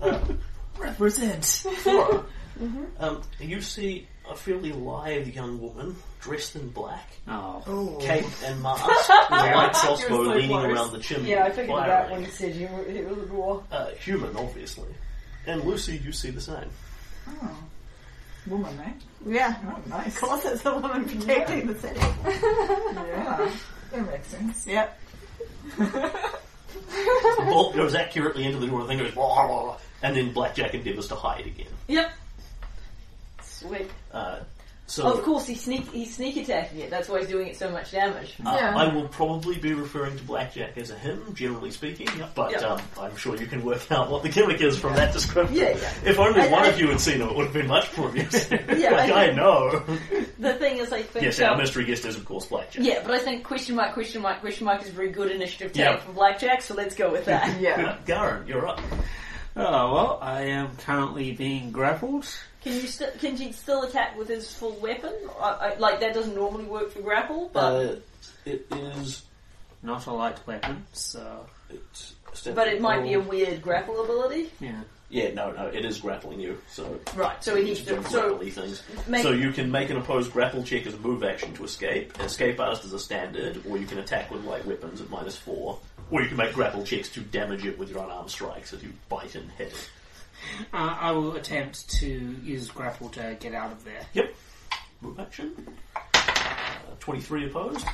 S1: well.
S4: Represent.
S1: Flora,
S3: Mm-hmm.
S1: um, you see a fairly lithe young woman dressed in black,
S6: Oh.
S1: cape and mask, with a light crossbow
S3: Mm-hmm. You're so
S1: leaning
S3: close.
S1: around the chimney.
S3: Yeah, I figured that
S1: firing.
S3: when you said you were, it was a dwarf.
S1: Uh, human, obviously. And Lucy, you see the same.
S4: Oh. Woman, right?
S3: Yeah.
S4: Oh, nice.
S3: Of course, it's the woman protecting the city.
S4: Yeah. That makes sense.
S3: Yep.
S1: The bolt goes accurately into the door, the thing goes, "Wah, wah, wah," and then Blackjack endeavours to hide again.
S3: Yep. Sweet.
S1: Uh, so
S3: of course, he's sneak he's sneak attacking it. That's why he's doing it so much damage.
S1: Uh, I will probably be referring to Blackjack as a him, generally speaking, but
S3: Yeah.
S1: um, I'm sure you can work out what the gimmick is from that description.
S3: Yeah, yeah.
S1: If only
S3: I-
S1: one
S3: I-
S1: of you had seen it, it would have been much more amusing.
S3: Yeah,
S1: like,
S3: I
S1: I,
S3: think-
S1: know.
S3: The thing is, I think.
S1: yes,
S3: um,
S1: our mystery guest is, of course, Blackjack.
S3: yeah, but I think question mark, question mark, question mark is very good initiative take
S6: Yeah.
S3: from Blackjack, so let's go with that.
S1: Garen, you're up.
S6: Oh, well, I am currently being grappled.
S3: Can you st- can he still attack with his full weapon? I, I, like that doesn't normally work for grapple, but
S6: Uh,
S1: it is.
S6: Not a light weapon, so.
S1: It's
S3: but it might
S1: oh.
S3: be a weird grapple ability.
S6: Yeah.
S1: Yeah, no, no, it is grappling you, so.
S3: Right, so he
S1: you
S3: needs
S1: do
S3: to- so-
S1: grapply things.
S3: make-
S1: so you can make an opposed grapple check as a move action to escape. Escape artist is a standard, or you can attack with light weapons at minus four, or you can make grapple checks to damage it with your unarmed strikes as you bite and hit it.
S6: Uh, I will attempt to use grapple to get out of there.
S1: Yep. Move action. Uh, Twenty-three opposed.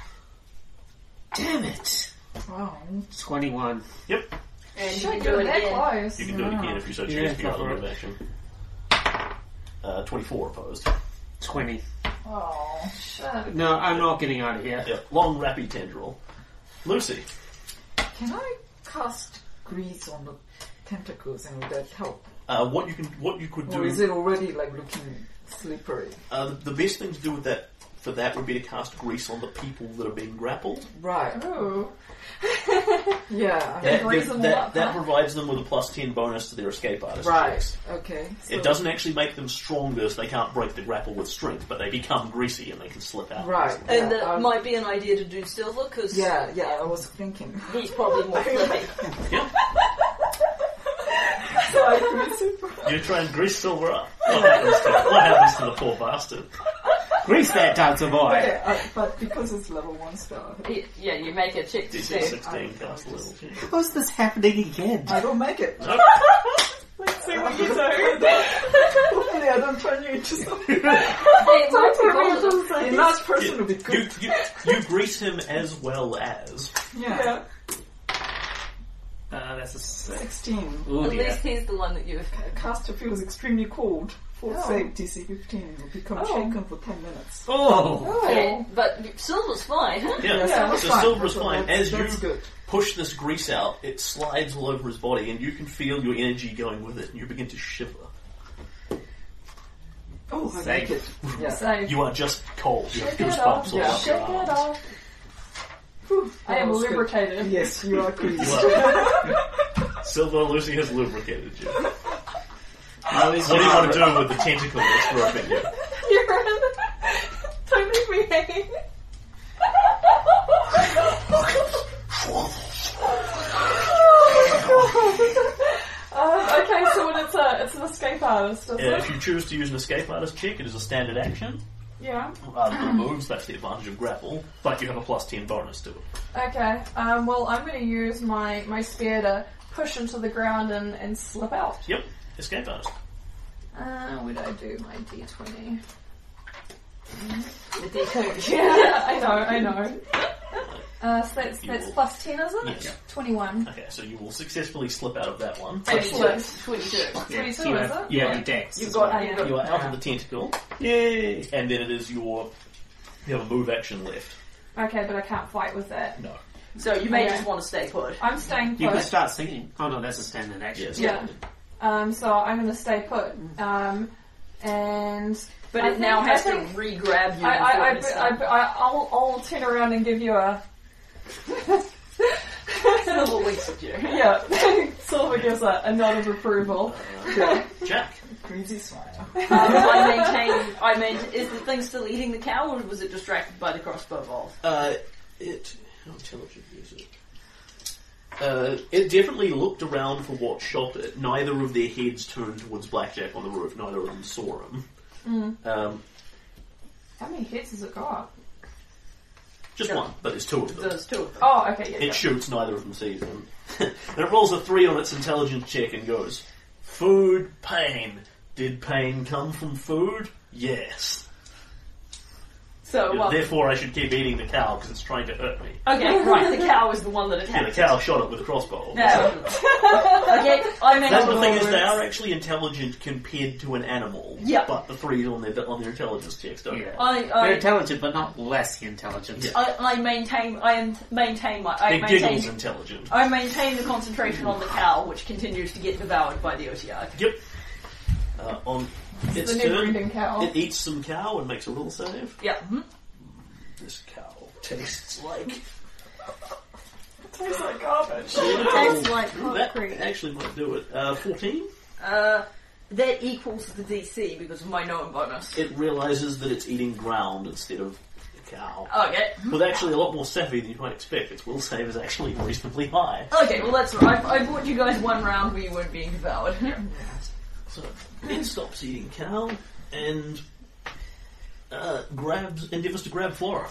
S6: Damn it!
S4: Wow.
S6: 21.
S1: Yep.
S3: And you
S2: Shit,
S3: can do
S2: you're
S3: it
S2: that
S3: again.
S2: close.
S1: You can do it again if you so choose
S6: Yeah,
S1: for your
S6: go
S1: other
S6: for
S1: move
S6: it.
S1: action. Uh, Twenty-four opposed.
S6: 20.
S4: Oh,
S2: Shit.
S6: No, I'm not getting out of here.
S1: Yep. Long rapid tendril. Lucy.
S4: Can I cast grease on the tentacles and would that help?
S1: Uh, what you can, what you could do
S4: Or is it already like looking slippery?
S1: Uh, the, the best thing to do with that for that would be to cast grease on the people that are being grappled.
S4: Right.
S2: Ooh.
S4: Yeah.
S1: That,
S2: grease
S1: that,
S2: them all
S1: that,
S2: up,
S1: that
S2: huh?
S1: provides them with a plus ten bonus to their escape artist.
S4: Right.
S1: checks.
S4: Okay. so-
S1: It doesn't actually make them stronger, so they can't break the grapple with strength, but they become greasy and they can slip out.
S4: Right.
S3: And
S4: yeah,
S3: that
S4: um,
S3: might be an idea to do silver because
S4: yeah, yeah, I was thinking.
S3: he's probably more flippy.
S4: so I grease it.
S1: You try and grease Silver up. What happens to, what happens to the poor bastard?
S6: Grease that dancer boy!
S4: Okay, I, uh, but because it's level one star,
S3: Y- yeah, you make a check to
S1: Did
S3: see.
S1: sixteen cast a little? check.
S6: How's this happening again?
S4: I don't make it.
S1: Nope.
S4: Hopefully, I don't turn you into something.
S3: It might be golden.
S4: The last person
S1: You,
S4: would be good.
S1: you, you, you grease him as well as
S4: Yeah.
S6: Uh, that's a six.
S4: 16.
S6: Oh
S10: At
S6: dear.
S10: least he's the one that you've.
S4: Caster feels extremely cold. For
S2: Oh.
S4: save DC 15 will become
S2: Oh.
S4: shaken for 10 minutes.
S6: Oh!
S10: Yeah, but Silver's fine.
S1: yeah.
S4: Yeah,
S1: so
S4: that's
S1: Silver's
S4: That's-
S1: fine.
S4: That's,
S1: As you
S4: that's good.
S1: push this grease out, it slides all over his body, and you can feel your energy going with it, and you begin to shiver.
S17: Oh, I like it.
S1: Safe.
S17: Yeah.
S2: Safe.
S1: You are just cold. You have
S2: Shake it
S1: goosebumps
S2: off.
S1: all over
S2: Shake
S1: your
S2: it
S1: arms.
S2: off. Whew, I am lubricated.
S17: Yes, you are pleased.
S1: Silver Lucy has lubricated you.
S15: At
S1: what
S15: least
S1: do you
S15: you
S1: want to
S15: are-
S1: do with the tentacle that's groping you?
S2: You're in. Don't leave me hanging. Oh, Uh, okay, so when it's a it's an escape artist, is
S1: Uh,
S2: it?
S1: if you choose to use an escape artist check, it is a standard action.
S2: Yeah.
S1: Uh, no moves, that's the advantage of grapple, but you have a plus 10 bonus to it.
S2: Okay. Um, well, I'm going to use my my spear to push into the ground and, and slip out.
S1: Yep, escape artist.
S2: Uh, would I do my d20?
S10: The D20.
S2: yeah, I know, I know. Uh, so that's, that's plus 10, is it?
S1: Yes.
S2: 21.
S1: Okay, so you will successfully slip out of that one.
S2: Excellent.
S10: 22.
S1: Yeah,
S2: 22,
S1: you
S2: is
S1: have-
S2: it?
S1: you have the dex
S2: You've
S1: as
S2: got-
S6: Uh,
S1: well.
S2: yeah.
S1: You are out of the tentacle. Yay! And then it is your. You have a move action left.
S2: Okay, but I can't fight with that.
S1: No.
S3: So you may
S2: Okay.
S3: just want to stay put.
S2: I'm staying
S6: You can
S2: put.
S6: start singing. Oh no, that's a standard action.
S2: Yeah. Um, so I'm going to stay put. Um, and.
S3: But
S2: I
S3: it now
S2: think-
S3: has
S2: I
S3: to
S2: think-
S3: re-grab you.
S2: I,
S3: before
S2: I, I,
S3: it is
S2: I,
S3: done.
S2: I, I'll, I'll turn around and give you a.
S3: Little winks at you.
S2: Yeah, Silver gives a, a nod of approval.
S1: Jack.
S17: Greasy smile.
S3: Um, I maintain. I maintain. Is the thing still eating the cow, or was it distracted by the crossbow bolt?
S1: Uh, it. How intelligent is it? Uh, it definitely looked around for what shot it. Neither of their heads turned towards Blackjack on the roof. Neither of them saw him.
S2: Mm.
S3: Mm-hmm.
S1: Um,
S2: How many hits has it got?
S1: just one, but there's two of them.
S3: There's two of them.
S2: Oh, okay, yeah.
S1: It shoots, neither of them sees them. then it rolls a three on its intelligence check and goes, Food, pain. Did pain come from food? Yes.
S3: So Oh, well,
S1: Therefore, I should keep eating the cow because it's trying to hurt me.
S3: okay, right. The cow is the one that
S1: Yeah, the
S3: attacked.
S1: cow shot it with a crossbow.
S3: No. okay, I make
S1: That's
S3: a
S1: the thing is
S3: roll.
S1: they are actually intelligent compared to an animal.
S3: Yeah.
S1: But the three on their on their intelligence checks don't.
S6: Yeah.
S3: I,
S6: They're
S3: I,
S6: intelligent, but not less intelligent.
S3: I, I maintain. I am- maintain my. I
S1: They giggles
S3: maintain.
S1: intelligent.
S3: I maintain the concentration on the cow, which continues to get devoured by the OTI.
S1: Yep. Uh, on
S2: It's
S1: its
S2: the new breeding
S1: turn,
S2: cow.
S1: it eats some cow and makes a will save.
S3: Yeah. mhm.
S1: This cow tastes like.
S2: tastes like garbage.
S3: Tastes like
S1: Oh. That actually might do it. Uh, Fourteen.
S3: Uh, that equals the DC because of my known bonus.
S1: It realizes that it's eating ground instead of a cow.
S2: Um,
S3: Okay.
S1: With actually a lot more savvy than you might expect. Its will save is actually reasonably high.
S3: Okay, well that's right. I, I bought you guys one round where you weren't being devoured.
S1: So it stops eating cow and uh, grabs endeavours to grab Flora.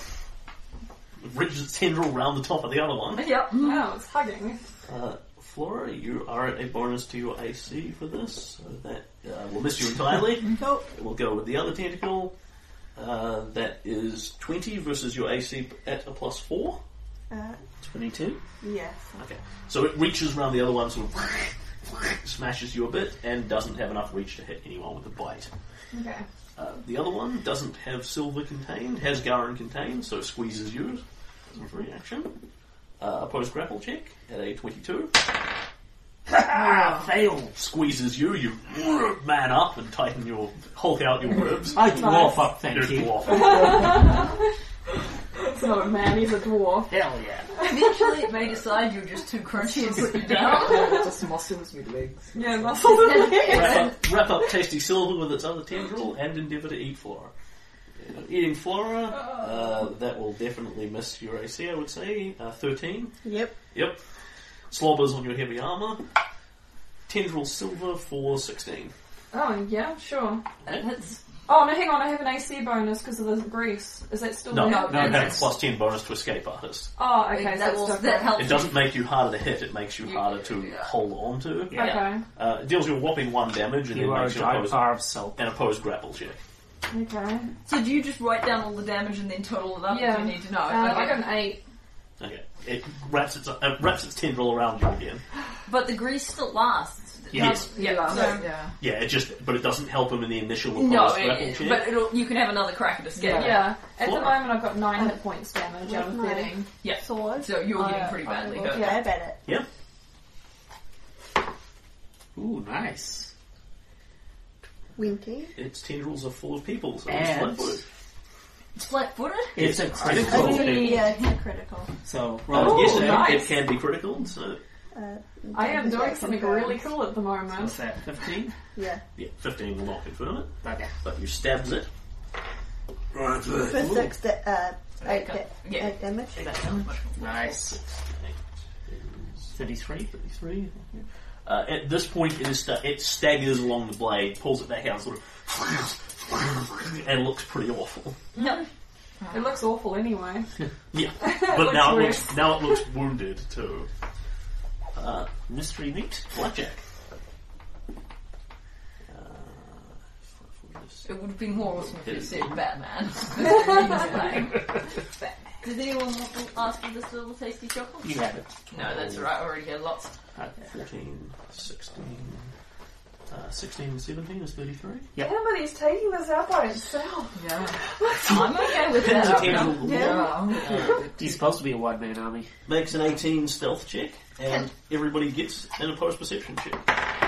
S1: It Reaches its tendril round the top of the other one.
S3: yep.
S2: Wow, it's hugging.
S1: Uh, Flora, you are at a bonus to your AC for this. So that uh, will miss you entirely.
S17: Nope.
S1: We'll go with the other tentacle. Uh, that is 20 versus your AC at a plus 4.
S7: Uh,
S1: 22.
S7: yes.
S1: Okay. So it reaches round the other one, sort of smashes you a bit, and doesn't have enough reach to hit anyone with a bite.
S2: Okay.
S1: Uh, the other one doesn't have silver contained, has Garen contained, so squeezes you as a free action. Uh, opposed grapple check at a 22. Ah, fail! Squeezes you, you man up and tighten your, hulk out your ribs.
S6: I dwarf up, thank
S1: You're
S6: you.
S1: dwarf.
S2: It's not a man, he's a dwarf.
S6: Hell yeah.
S3: Eventually, it may decide you're just too crunchy and put you down.
S17: Just muscles with legs.
S2: Yeah, muscles and
S1: wrap, up, wrap up Tasty Silver with its other tendril and endeavour to eat Flora. Uh, Eating Flora, uh, that will definitely miss your AC, I would say. Uh, 13.
S7: Yep.
S1: Yep. Slobbers on your heavy armour. Tendril Silver for 16.
S2: Oh, yeah, sure.
S3: And it's-
S2: Oh, no, hang on, I have an AC bonus because of the grease. Is that still
S1: No,
S2: there?
S1: no,
S3: that's-
S1: that's plus 10 bonus to escape artist.
S2: Oh, okay, so
S3: that
S2: it's
S3: will
S2: different.
S3: that helps.
S1: It doesn't make you harder to hit, it makes you
S3: You-
S1: harder to
S3: yeah.
S1: hold on to.
S2: Okay.
S1: Uh, it deals you a whopping 1 damage and
S6: You
S1: then
S6: are a
S1: makes you opposed,
S6: giant bar of soap.
S1: an opposed grapple check.
S2: Okay.
S3: So do you just write down all the damage and then total it up?
S2: Yeah.
S3: If you need to know.
S2: Uh,
S3: Okay.
S2: I got an 8.
S1: Okay. It wraps its, uh, wraps its tendril around you again.
S8: But the grease still lasts.
S1: Yes.
S3: yeah.
S2: so-
S3: So,
S17: Yeah.
S1: Yeah, it just, but it doesn't help him in the initial opposed
S3: no,
S1: grapple
S3: it,
S1: check.
S3: but it'll, you can have another crack at escape.
S2: Yeah. At
S1: Four.
S2: the moment, I've got 9 hit points damage out of
S7: With my-
S2: 13.
S3: Yeah. Oh,
S7: Sword.
S3: So you're getting
S7: I-
S3: pretty
S7: I
S3: badly
S7: will
S3: hurt.
S7: Grab at it.
S1: yeah.
S6: Ooh, nice.
S7: Winky.
S1: Its tendrils are full of people, so it's
S8: And-
S1: flat-footed.
S8: It's flat-footed.
S1: It's a critical.
S8: I think- Yeah, it's a critical.
S1: So,
S8: roll-
S1: yes,
S8: Oh,
S1: it,
S8: nice.
S1: it can be critical. So,
S2: I am doing something really cool at the moment.
S1: what's that? Fifteen.
S7: Yeah.
S1: Yeah, fifteen will not confirm it. Okay. But you stabs it. Right.
S7: For
S1: Ooh.
S7: six, da- uh, eight, da-
S1: Yeah.
S7: eight damage.
S1: Nice. Thirty-three. Thirty-three. Uh, at this point, it is sta- it staggers along the blade, pulls it back out, sort of, and looks pretty awful.
S2: No. It looks awful anyway.
S1: Yeah,
S2: Looks
S1: but now it
S2: worse.
S1: looks now it looks wounded too. Uh, mystery meat Uh, blackjack.
S3: It would be more awesome if you said Batman.
S8: Does anyone want to ask for this little tasty chocolate?
S1: You have it.
S3: No, that's alright. I already had lots.
S1: Uh, 14, 16, uh, 16, 17 is 33.
S2: Yeah. Everybody's taking this out by itself.
S4: Yeah.
S3: I'm okay with
S1: Pins
S3: that.
S1: are tangible.
S3: Yeah.
S1: He's supposed to be a one man army. Makes an 18 stealth check, and everybody gets an opposed perception check.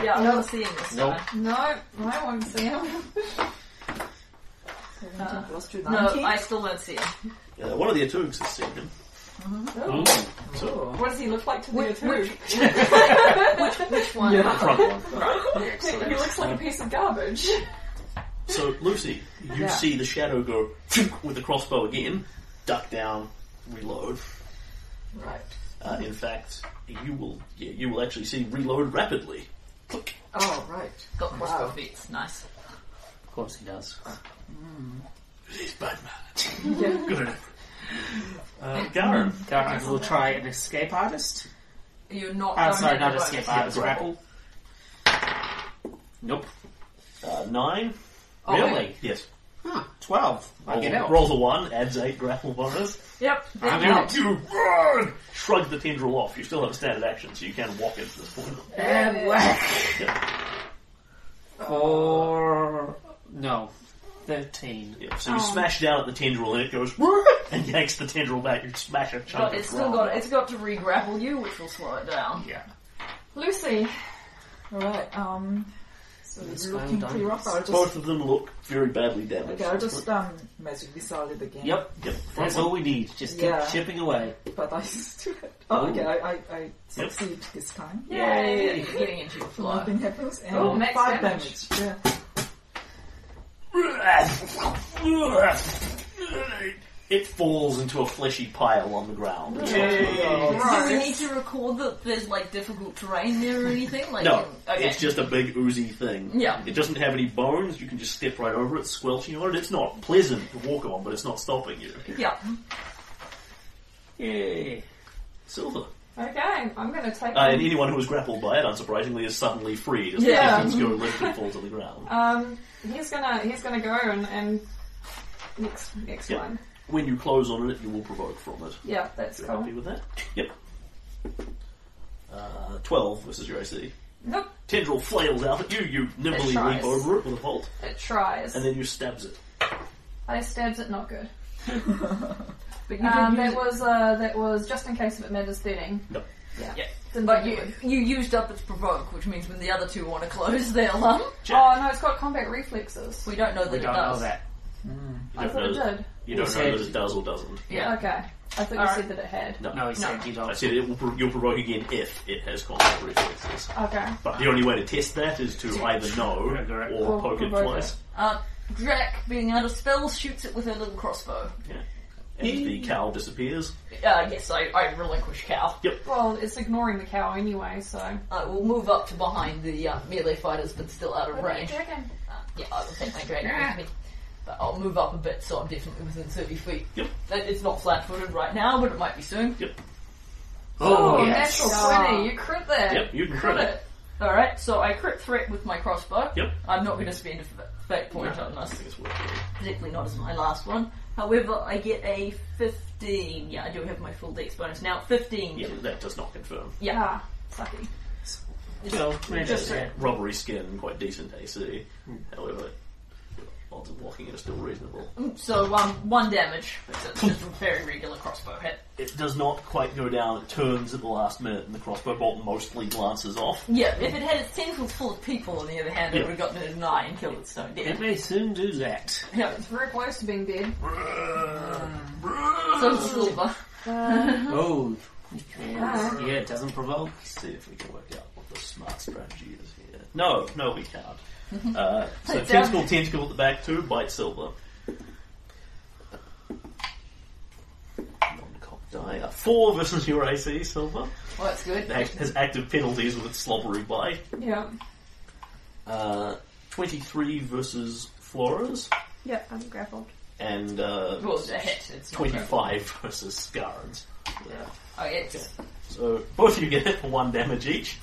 S3: Yeah, I'm not seeing this.
S1: Nope.
S2: No, I won't see him.
S3: Uh,
S4: to
S3: no, I still don't see it.
S1: Uh, one of the Atugs has seen him. Oh.
S2: Ooh.
S1: Mm.
S2: What does he look like to the two?
S3: which- which one? Yeah, the front one.
S2: Right.
S1: Excellent.
S2: He looks like a piece of garbage.
S1: So, Lucy, you
S2: Yeah.
S1: see the shadow go with the crossbow again, duck down, reload.
S4: Right.
S1: Uh, in fact, you will yeah, you will actually see reload rapidly.
S4: Oh, right.
S3: Got
S4: Wow.
S3: crossbow beats. Nice.
S1: Of course he does. He's
S4: Yeah.
S1: Batman. Good enough. Uh, Garen.
S6: Garen will try an escape artist.
S3: You're not.
S1: Ah,
S6: I'm
S1: Uh,
S3: going
S6: sorry,
S3: anywhere.
S6: not escape artist, grapple.
S1: Nope. Uh, nine.
S3: Oh,
S6: Really?
S3: wait.
S1: Yes.
S6: Huh, 12. I
S1: Rolls-
S6: get out.
S1: Rolls a one, adds eight grapple bonus.
S3: Yep.
S1: I'm
S3: thank you.
S1: out. You run! Shrug the tendril off. You still have a standard action, so you can walk it at this point.
S6: And whack.
S1: Yeah.
S6: Four. No. 13.
S1: Yeah, so you
S6: Oh.
S1: smash down at the tendril and it goes and yanks the tendril back. You smash a chunk of
S3: But it's still
S1: ground.
S3: got. It's got to re-grapple you, which will slow it down.
S1: Yeah.
S2: Lucy.
S4: Alright, um. So
S1: It's
S4: you're looking pretty rough. I'll just.
S1: Both of them look very badly damaged.
S4: Okay, I'll just um, magic missile it again.
S6: Yep.
S1: Yep.
S6: That's all we need. Just keep
S4: Yeah.
S6: chipping away.
S4: But I still. Oh, okay, I, I, I succeed this time.
S3: Yay. You're getting into your flow.
S4: Nothing happens. And
S3: Oh, max
S4: five
S3: damage.
S4: damage.
S1: It falls into a fleshy pile on the ground.
S3: Do we need to record that there's like difficult terrain there or anything? Like,
S1: No,
S3: okay.
S1: it's just a big oozy thing.
S3: Yeah.
S1: It doesn't have any bones, you can just step right over it, squelching on it. It's not pleasant to walk on, but it's not stopping you.
S3: yeah.
S1: Yay. Silver.
S2: Okay, I'm going to take.
S1: Uh, and anyone who was grappled by it, unsurprisingly, is suddenly freed as
S2: Yeah.
S1: the tendrils go limp and fall to the ground.
S2: Um, he's gonna he's gonna go and and next next
S1: Yep.
S2: one.
S1: When you close on it, you will provoke from it.
S2: Yeah, that's
S1: You're
S2: cool.
S1: happy with that? Yep. Uh, 12 versus your AC.
S2: Nope,
S1: Tendril flails out at you, you nimbly leap
S2: tries.
S1: over it with a bolt,
S2: it tries.
S1: and then you stabs it.
S2: I stabs it, not good.
S3: But you
S2: Um,
S3: didn't use
S2: that
S3: it.
S2: was uh, that was just in case if it matters thirteen.
S1: Nope.
S2: Yeah.
S3: Yeah.
S2: Didn't
S3: But
S2: think
S3: you
S2: it would.
S3: you used up its provoke, which means when the other two want to close, they'll um.
S2: Oh no, it's got combat reflexes.
S3: We don't know that
S1: We
S3: it
S1: don't know
S3: does.
S1: that.
S2: I
S1: You
S2: thought
S1: don't
S2: it
S1: know-
S2: did.
S1: You don't know that it does or doesn't.
S3: Yeah.
S2: Okay. I thought you
S3: Alright.
S2: said that it had.
S1: No,
S6: he said you don't.
S1: I said it will, pro- you'll provoke again if it has combat reflexes.
S2: Okay.
S1: But the only way to test that is to either know or
S2: Or
S1: poke it
S2: provoke
S1: twice.
S3: Uh, Drac, being out of spells, shoots it with her little crossbow.
S1: Yeah. And the cow disappears.
S3: Uh, yes, I, I relinquish cow.
S1: Yep.
S2: Well, it's ignoring the cow anyway, so.
S3: I will move up to behind the uh, melee fighters, but still out of range.
S2: Dragon.
S3: Yeah, I will take my dragon with me. But I'll move up a bit, so I'm definitely within 30 feet.
S1: Yep.
S3: That- It's not flat-footed right now, but it might be soon.
S1: Yep.
S2: Oh,
S3: Oh, yes.
S2: natural twenty. You crit that.
S3: Yep,
S1: you can
S3: crit it. Alright, so I crit threat with my crossbow.
S1: Yep.
S3: I'm not going to spend a f- fate point
S1: No,
S3: on
S1: I
S3: this,
S1: think it's worth it.
S3: particularly not as my last one. However, I get a 15. Yeah, I do have my full dex bonus now. 15.
S1: Yeah, that does not confirm.
S3: Yeah. sucky.
S1: So,
S3: Just-
S1: robbery skin, quite decent AC. However, odds of blocking it are still reasonable.
S3: So, um, one damage. It's a, it's a very regular crossbow hit.
S1: It does not quite go down. It turns at the last minute, and the crossbow bolt mostly glances off.
S3: Yeah, if it had its tentacles full of people, on the other hand, it
S1: Yeah.
S3: would have gotten it in an eye and killed it stone dead.
S6: It may soon do that.
S3: Yeah.
S2: It's very close to being dead.
S3: So it's silver.
S6: Oh, yes. yeah, it doesn't provoke.
S1: see if we can work out what the smart strategy is here. No, no, we can't. Uh, so
S3: Put down-
S1: tentacle, tentacle at the back too, bite silver. Non-cop die. Uh, Four versus your AC, silver.
S3: Well, that's good.
S1: It act- has active penalties with its slobbery bite.
S2: Yeah.
S1: Uh, Twenty-three versus Flora's,
S7: Yeah, I'm grappled.
S1: and uh,
S3: Well, it's a hit. It's not
S1: twenty-five versus Scarron's.
S3: Oh, it's.
S1: So both of you get hit for one damage each,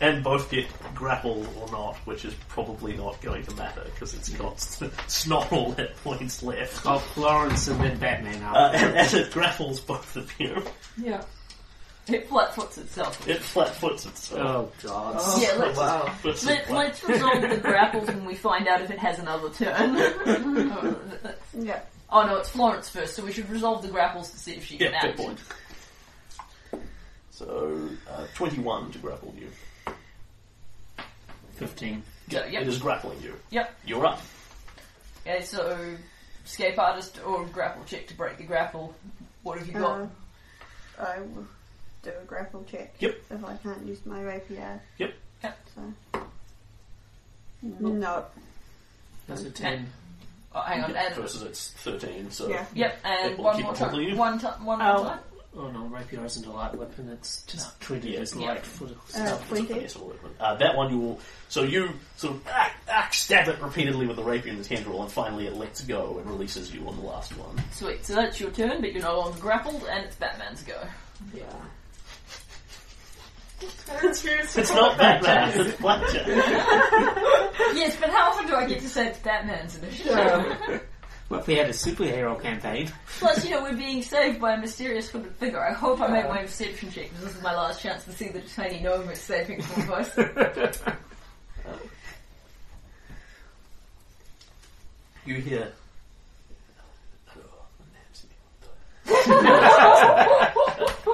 S1: and both get grappled or not, which is probably not going to matter because it's got it's not all hit points left.
S6: Oh, Florence and then Batman are.
S1: Uh, and as it grapples both of you,
S2: Yeah.
S3: It flat foots itself.
S1: it flatfoots itself.
S6: oh, God.
S3: yeah, let's,
S6: wow.
S1: Foots it
S3: let,
S1: flat.
S3: let's resolve the grapples when we find out if it has another turn.
S7: Yeah.
S3: oh no, it's Florence first, so we should resolve the grapples to see if she can
S1: yeah,
S3: act.
S1: good point. So uh, twenty-one to grapple you.
S6: 15.
S3: So,
S1: It
S3: Uh, yep.
S1: is grappling you.
S3: Yep.
S1: You're up.
S3: Okay, so escape artist or grapple check to break the grapple. What have you got?
S7: Um, I will do a grapple check.
S1: Yep.
S7: If I can't use my rapier.
S1: Yep.
S3: Yep.
S7: So. No.
S6: That's a 10.
S3: oh, hang on, and
S1: Versus it's thirteen. So
S7: Yeah.
S3: yep, and
S1: It will
S3: one
S1: keep
S3: more
S1: on holding
S3: time.
S1: you.
S3: One time. One
S6: Ow.
S3: more time.
S6: Oh, no, rapier isn't a light weapon. It's just treated
S1: Yeah.
S6: as
S3: Yeah.
S6: light foot
S7: Uh,
S6: stuff.
S1: It's a
S7: twenty.
S1: fierce weapon. Uh, that one you will. So you sort of ah, ah, stab it repeatedly with the rapier and the tendril, and finally it lets go and releases you on the last one.
S3: Sweet. So that's your turn, but you're no longer grappled, and it's Batman's go.
S1: It's not Batman, it's Blackjack.
S3: yes, but how often do I get to say it's Batman's initiative?
S6: Well, if we had a superhero campaign,
S3: Plus, you know, we're being saved by a mysterious hooded figure. I hope I make my perception check because this is my last chance to see the tiny gnome is saving from us.
S1: You hear.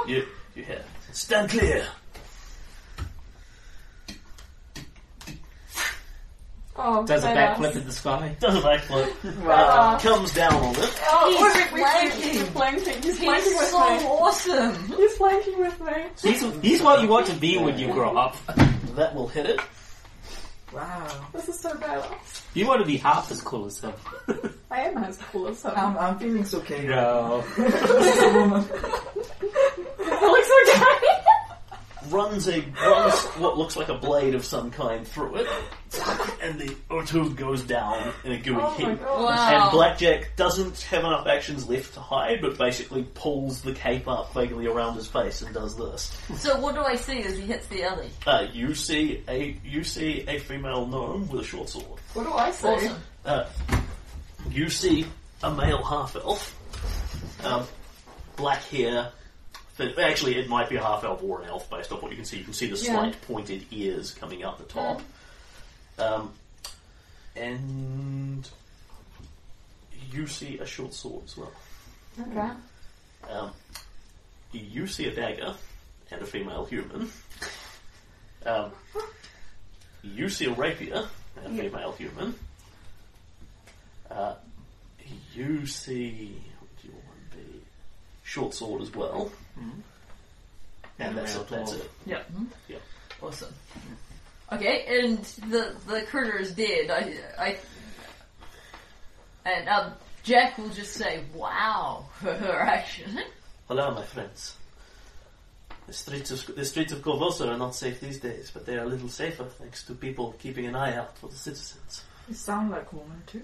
S1: you, you hear. Stand clear!
S2: Oh,
S6: does a
S2: badass.
S6: backflip in the sky.
S1: Does a backflip. Uh,
S2: Wow.
S1: comes down on it.
S2: Oh,
S3: He's
S2: look, we're
S3: flanking.
S2: He's flanking. He's flanking
S3: He's
S2: with
S3: so
S2: me.
S3: awesome!
S2: He's flanking with me.
S6: He's, he's what you want to be when you grow up.
S1: That will hit it.
S17: Wow.
S2: This is so badass.
S6: You want to be half as cool as him.
S2: I am as cool as him.
S17: I'm, I'm feeling so okay.
S6: No.
S2: It looks okay.
S1: runs a runs what looks like a blade of some kind through it, and the O2 goes down in a gooey
S2: oh my
S1: heap.
S2: god.
S1: And
S3: Wow.
S1: Blackjack doesn't have enough actions left to hide, but basically pulls the cape up vaguely around his face and does this.
S3: so what do I see as he hits the alley?
S1: Uh, you see a you see a female gnome with a short sword.
S2: What do I say?
S3: Awesome.
S1: Uh, you see a male half elf, um, black hair. Th- Actually, it might be a half elf or an elf based off what you can see. You can see the
S2: Yeah.
S1: slight pointed ears coming out the top. Um, and you see a short sword as well.
S2: Okay.
S1: Um, you see a dagger and a female human. Um, you see a rapier and a female human. Uh, you see what do you want to be? Short sword as well. And that's it. That's it.
S3: Yep.
S1: Yep.
S3: Hmm? Awesome. Okay, and the the critter is dead. I, I and um, Jack will just say "Wow" for her action.
S24: Hello, my friends. The streets of the streets of Corvosa are not safe these days, but they are a little safer thanks to people keeping an eye out for the citizens.
S17: You sound like woman too.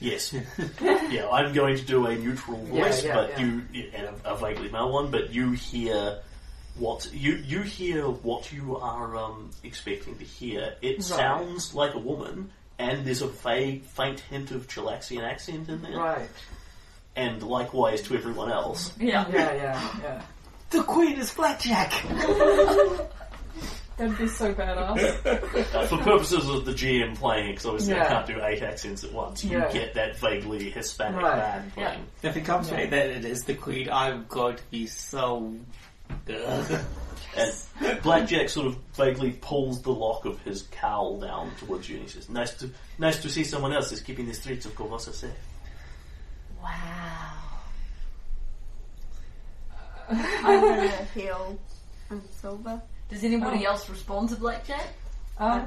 S1: Yes. yeah, I'm going to do a neutral voice,
S17: yeah,
S1: but
S17: yeah.
S1: you you and a, a vaguely male one, but you hear what you you hear what you are um, expecting to hear. It sounds like a woman, and there's a vague, faint hint of Chilaxian accent in there,
S17: Right.
S1: and likewise to everyone else.
S3: Yeah.
S17: Yeah, yeah, yeah.
S6: The queen is Blackjack!
S2: That'd be so badass.
S1: Uh, for purposes of the GM playing, because obviously I
S2: Yeah.
S1: can't do eight accents at once, you
S2: Yeah.
S1: get that vaguely Hispanic
S6: Right.
S1: man playing.
S6: If it comes to
S1: Yeah.
S6: it that it is the queen, I'm going to be so. Ugh.
S1: And Blackjack sort of vaguely pulls the lock of his cowl down towards you, and he says, "Nice to, nice to see someone else is keeping the streets of Corvosa safe."
S10: Wow.
S7: I'm gonna heal. I'm silver.
S3: Does anybody else respond to Blackjack?
S2: Uh,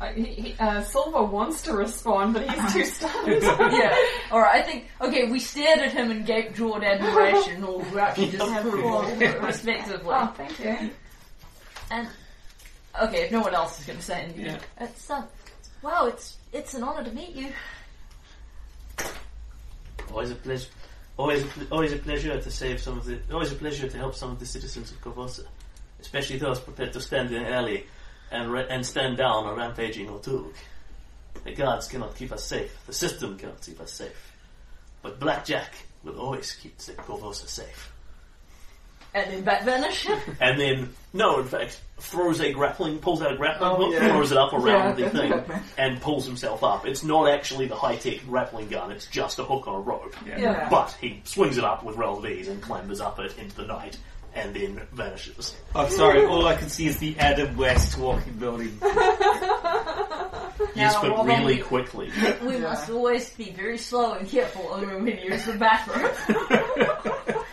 S2: I- he, he- uh, Silver wants to respond, but he's too stunned.
S3: yeah. All right. I think okay. We stared at him and gave Jordan admiration, or we actually just have four respectively.
S2: Oh, thank you.
S3: And okay, if no one else is going to say anything,
S10: Yeah. It's uh, wow. It's it's an honor to meet you.
S24: Always a pleasure. Always, a ple- always a pleasure to save some of the. Always a pleasure to help some of the citizens of Corvosa, especially those prepared to stand in an alley and ra- and stand down a rampaging Otug. The guards cannot keep us safe. The system cannot keep us safe. But Blackjack will always keep sa- Corvosa safe.
S3: and then back vanish.
S1: And then, no, in fact, throws a grappling, pulls out a grappling hook, throws it up around
S24: Oh, Yeah,
S1: the thing,
S24: that's okay.
S1: and pulls himself up. It's not actually the high tech grappling gun, it's just a hook on a rope.
S24: Yeah.
S1: But he swings it up with relative ease and clambers up it into the night, and then vanishes.
S15: I'm sorry, all I can see is the Adam West walking building.
S1: Yes,
S3: Now,
S1: but
S3: Robin,
S1: really
S3: we-
S1: quickly.
S3: We must always be very slow and careful when we use the bathroom.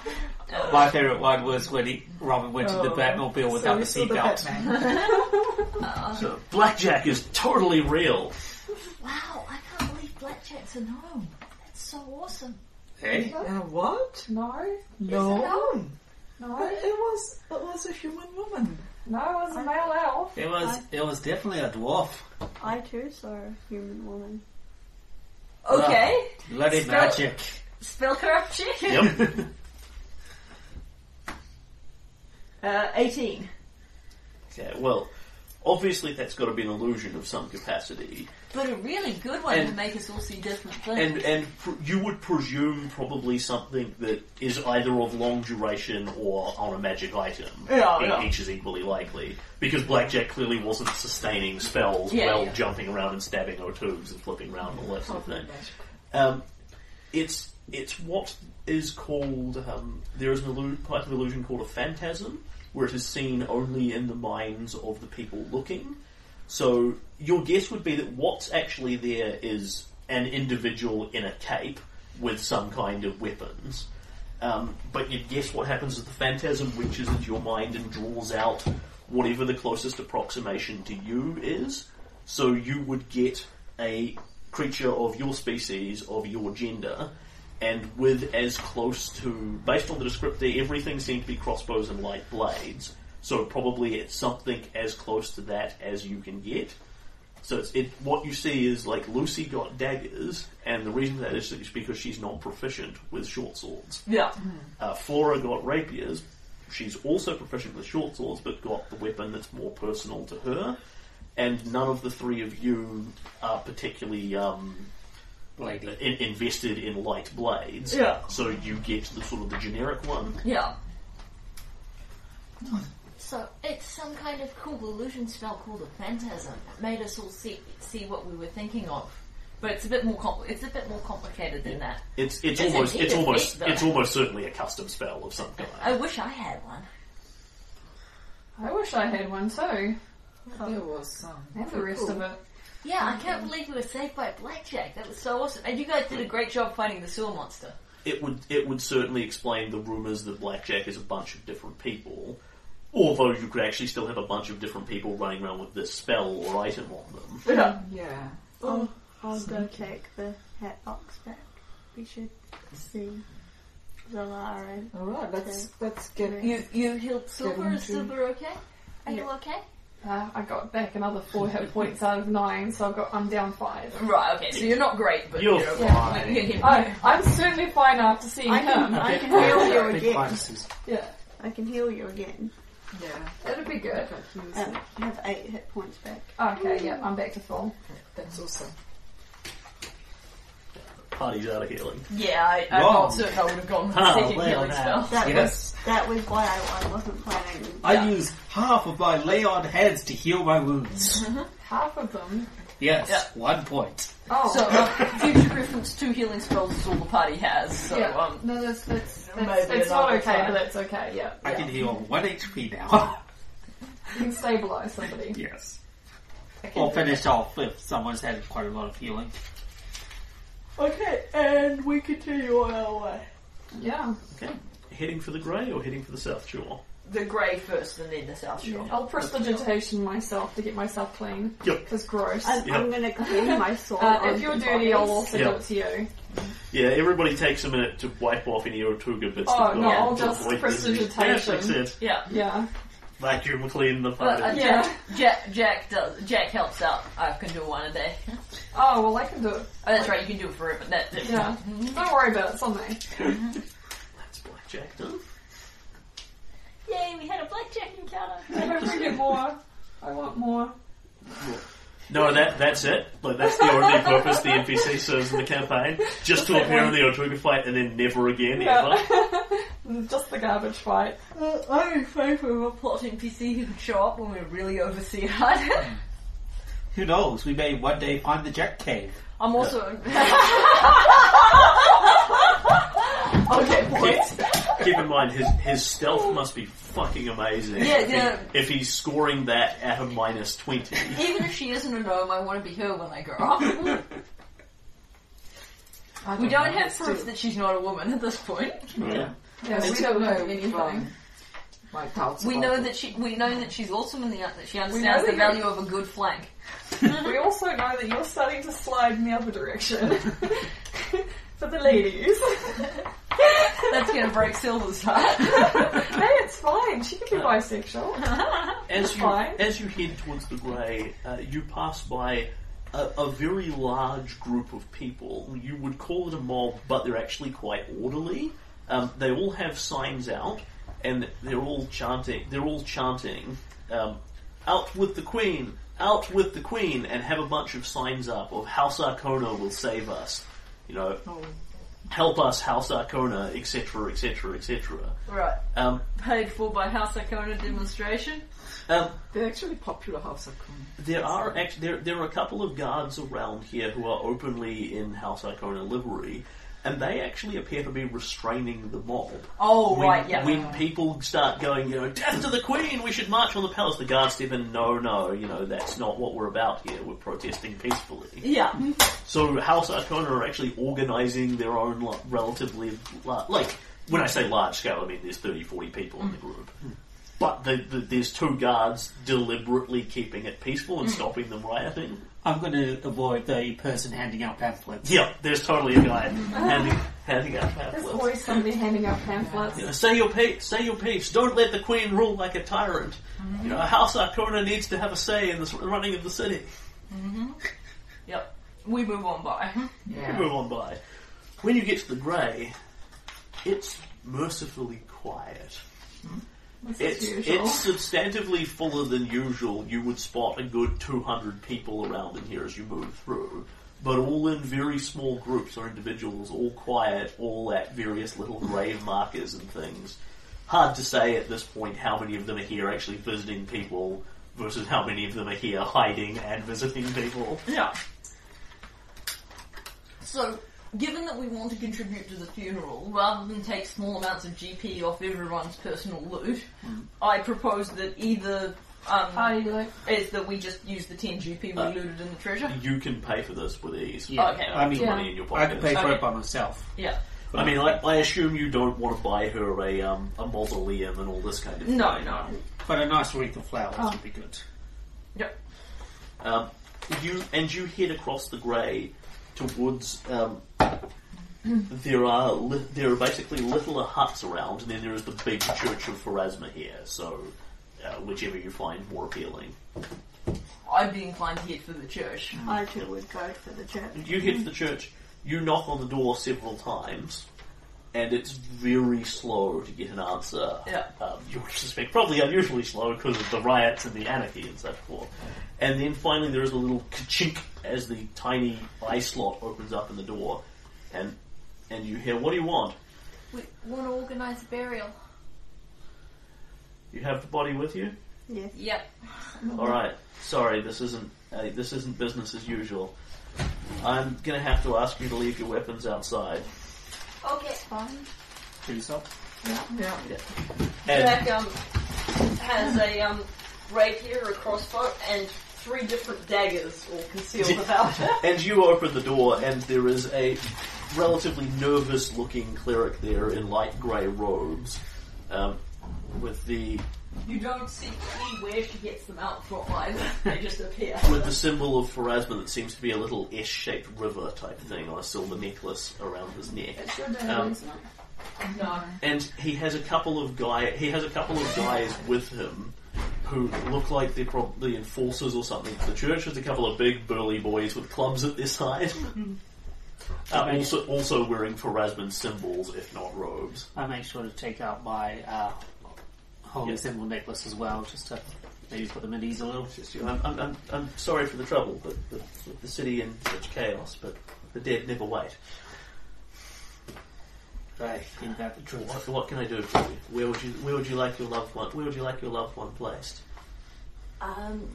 S15: My favourite one was when he, Robin went to the
S6: Oh,
S15: Batmobile without
S6: so you
S15: the
S6: saw the
S15: seatbelt.
S1: So Blackjack is totally real.
S10: Wow, I can't believe Blackjack's a gnome. That's so awesome.
S1: Hey?
S4: Uh, what?
S2: No.
S4: No.
S10: gnome.
S2: No,
S4: But it was it was a human woman.
S2: no, it was a male elf.
S15: It was it was definitely a dwarf.
S7: I too saw a human woman.
S3: Okay.
S15: Bloody
S3: Spell-
S15: magic.
S3: Spell corrupt check.
S15: Yep.
S3: Uh, 18.
S1: Okay, well, obviously that's got to be an illusion of some capacity.
S3: But a really good one to
S1: And-
S3: make us all see different things.
S1: And and pr- you would presume probably something that is either of long duration or on a magic item.
S3: Yeah,
S1: E-
S3: yeah.
S1: Each is equally likely because Blackjack clearly wasn't sustaining spells
S24: Yeah,
S1: while
S24: yeah.
S1: jumping around and stabbing or tubes and flipping around and all that sort of thing. Um, it's it's what is called um, there is an illu- type of illusion called a phantasm, where it is seen only in the minds of the people looking. So your guess would be that what's actually there is an individual in a cape with some kind of weapons. Um, but you guess what happens is the phantasm reaches into your mind and draws out whatever the closest approximation to you is. So you would get a creature of your species, of your gender, and with as close to, based on the descriptor, everything seemed to be crossbows and light blades. So probably it's something as close to that as you can get. So it's, it, what you see is like Lucy got daggers, and the reason for that is because she's not proficient with short swords.
S3: Yeah.
S1: Uh, Flora got rapiers. She's also proficient with short swords, but got the weapon that's more personal to her. And none of the three of you are particularly um,
S6: Bladey.
S1: in- invested in light blades.
S3: Yeah.
S1: So you get the sort of the generic one.
S3: Yeah.
S10: So it's some kind of cool illusion spell called a phantasm that made us all see see what we were thinking of.
S3: But it's a bit more compl- it's a bit more complicated than that.
S1: It's it's
S3: It's a
S1: almost
S3: deep
S1: it's
S3: effect,
S1: almost
S3: though.
S1: it's almost certainly a custom spell of some kind.
S3: I wish I had one.
S2: I wish I had one too.
S4: There was um, some.
S2: And the rest of it.
S3: Yeah, I can't believe we were saved by Blackjack. That was so awesome. And you guys did a great job fighting the sewer monster.
S1: it would it would certainly explain the rumors that Blackjack is a bunch of different people. Although you could actually still have a bunch of different people running around with this spell or item on them.
S3: Yeah.
S4: Yeah.
S7: Oh, I'll go take the hat box back. We should see Zalaren.
S4: Oh, All right, let's let's get
S7: You-
S3: you healed
S7: Silver? Is Silver
S10: okay? Are you okay?
S2: Uh, I got back another four hit points out of nine, so I've got, I'm down five.
S3: Right, okay, so you're not great, but
S1: You're
S3: know,
S1: fine.
S3: you can-
S2: I, I'm certainly fine after seeing
S7: I
S2: him.
S7: can, I can heal you
S6: Big
S7: again.
S6: bonuses.
S2: Yeah,
S7: I can heal you again.
S4: Yeah.
S2: it'll be good.
S7: Um, I have eight hit points back.
S2: Okay, yeah, I'm back to full.
S4: That's awesome.
S1: party's out of healing.
S3: Yeah, I, I'm
S1: Wrong.
S3: not certain I would have gone with
S1: Ah,
S3: the psychic
S1: well,
S3: healing
S1: that-
S3: spell.
S7: That
S15: Yes.
S7: was that was what I, I wasn't planning.
S15: I use half of my lay on hands to heal my wounds.
S2: Half of them.
S15: Yes,
S3: Yeah.
S15: one point.
S2: Oh.
S3: So, um, future reference, two healing spells is all the party has, so,
S2: yeah.
S3: um,
S2: no, that's that's,
S3: Maybe
S2: that's it's not
S3: another
S2: okay,
S3: time.
S2: but that's okay. Yeah,
S15: I can heal one HP now.
S2: you can stabilize somebody.
S15: yes.
S2: I can
S15: Or
S2: do that.
S15: finish off if someone's had quite a lot of healing.
S3: Okay, and we continue on our way.
S2: Yeah,
S1: Heading for the grey or heading for the south shore?
S3: The grey first and then the south shore.
S2: yeah. I'll prestidigitation myself to get myself clean.
S1: Yep.
S2: It's gross.
S7: I'm, I'm gonna clean my sword.
S2: Uh, if you're dirty, I'll also
S1: Yeah.
S2: do it to you.
S1: Yeah, everybody takes a minute to wipe off any Erotuga bits.
S2: Oh,
S1: that
S2: no,
S1: go
S2: I'll
S1: on to
S2: just
S1: avoid disease.
S2: prestidigitation.
S1: Yeah, that makes sense.
S3: Yeah.
S2: Yeah.
S1: Vacuum clean the
S3: But,
S1: party.
S3: uh,
S2: Yeah.
S3: Jack, Jack, Jack does. Jack helps out. I can do one a day. Oh,
S2: Oh well, I can do it.
S3: that's right. You can do it forever. That, that
S2: Yeah. Don't worry about it. It's on me.
S1: That's blackjack done.
S25: Yay, we had a blackjack encounter.
S2: If I get more, I want more.
S1: No, that that's it. Like that's the only purpose the NPC serves in the campaign, just to appear in the Erotuga fight and then never again ever.
S2: Just the garbage fight.
S3: Uh, I'm in favour of a plot NPC who can show up when we're really overseer hard.
S15: Who knows? We may one day find the Jack Cave.
S3: I'm also. okay, boys.
S1: Keep in mind his his stealth must be fucking amazing.
S3: Yeah,
S1: If he-
S3: yeah.
S1: If he's scoring that at a minus twenty,
S3: Even if she isn't a gnome, I want to be her when I grow up.
S4: I
S3: We don't
S4: know,
S3: have
S4: it's
S3: proof
S4: too-
S3: that she's not a woman at this point.
S2: Yeah, we don't know anything.
S4: from My doubts
S3: We
S4: about
S3: know
S4: it.
S3: that she. We know that she's awesome and the, that she
S2: know
S3: understands
S2: that
S3: the
S2: you-
S3: value of a good flank.
S2: We also know that you're starting to slide in the other direction. For the ladies.
S3: That's gonna break Silver's heart.
S2: hey, it's fine. She can be bisexual.
S1: as you
S2: Fine.
S1: as you head towards the grey, uh, you pass by. A, a very large group of people. You would call it a mob, but they're actually quite orderly. Um, they all have signs out, and they're all chanting. They're all chanting, um, "Out with the Queen! Out with the Queen!" and have a bunch of signs up of "House Arcona will save us," you know,
S4: Oh,
S1: "Help us, House Arcona," etc., etc., etc.
S3: Right.
S1: Um,
S3: Paid for by House Icona demonstration.
S1: um,
S4: They're actually popular house of Queen.
S1: There are act- there there are a couple of guards around here who are openly in House Icona livery, and they actually appear to be restraining the mob.
S3: Oh
S1: When,
S3: right, yeah.
S1: when people start going, you know, death to the queen, we should march on the palace. The guards step in, no, no, you know, that's not what we're about here. We're protesting peacefully.
S3: yeah.
S1: So House Icona are actually organising their own lo- relatively la- like when I say large scale, I mean there's 30, 40 people in the group. But the, the, there's two guards deliberately keeping it peaceful and stopping them rioting.
S15: I'm going to avoid the person handing out pamphlets.
S1: Yeah, there's totally a guy handing, handing out
S2: There's
S1: pamphlets.
S2: always somebody handing out pamphlets.
S1: You know, say your peace, say your peace. Don't let the queen rule like a tyrant. You know, House Arcona needs to have a say in the s- running of the city.
S3: Yep. We move on by.
S1: We move on by. When you get to the grey, it's mercifully quiet.
S2: This is
S1: It's,
S2: usual.
S1: it's substantively fuller than usual. You would spot a good 200 people around in here as you move through. But all in very small groups or individuals, all quiet, all at various little grave markers and things. Hard to say at this point how many of them are here actually visiting people versus how many of them are here hiding and visiting people.
S3: Yeah. So, given that we want to contribute to the funeral, rather than take small amounts of GP off everyone's personal loot, I propose that either um,
S2: Party like
S3: is that we just use the ten GP we
S1: Uh,
S3: looted in the treasure.
S1: You can pay for this with ease.
S15: Yeah,
S3: Okay.
S15: I mean,
S1: Money in your
S15: I
S1: pocket.
S15: can pay for
S3: Okay.
S15: it by myself.
S3: Yeah.
S1: I mean, I, I assume you don't want to buy her a um, a mausoleum and all this kind of
S3: No,
S1: thing.
S3: no.
S15: But a nice wreath of flowers
S2: Oh.
S15: would be good.
S3: Yep.
S1: Um, you and you head across the grey towards. Um, there are li- there are basically littler huts around, and then there is the big church of Pharasma here. So, uh, whichever you find more appealing,
S3: I'd be inclined to head for the church.
S7: I too would go for the church.
S1: you head to the church. You knock on the door several times, and it's very slow to get an answer.
S3: Yeah.
S1: um, you would suspect probably unusually slow because of the riots and the anarchy and so forth. And then finally there is a little ka-chink as the tiny eye slot opens up in the door, and and you hear, "What do you want?"
S26: We want to organise a burial.
S1: You have the body with you.
S7: Yes.
S27: Yep.
S1: All right. Sorry, this isn't uh, this isn't business as usual. I'm gonna have to ask you to leave your weapons outside.
S26: Okay.
S7: Fine.
S6: Do yourself.
S3: Yeah.
S7: Yeah.
S3: Jack um, has a um, rapier, a crossbow, and three different daggers all concealed about him.
S1: and you open the door, and there is a relatively nervous-looking cleric there in light grey robes, um, with the
S3: You don't see any where she gets them out from either. They just appear.
S1: with the symbol of Pharasma that seems to be a little S-shaped river type thing on a silver necklace around his neck. Um,
S3: No.
S1: and he has a couple of guy he has a couple of guys with him who look like they're probably enforcers or something. The church has a couple of big burly boys with clubs at their side. Uh, also, also wearing Pharasman symbols, if not robes.
S6: I make sure to take out my uh, holy symbol necklace as well, just to maybe put them at ease a little.
S1: I'm, I'm, I'm, I'm sorry for the trouble, but the, the city in such chaos, but the dead never wait.
S6: I think that the truth.
S1: What, what can I do for you? Where would you Where would you like your loved one? Where would you like your loved one placed?
S27: Um,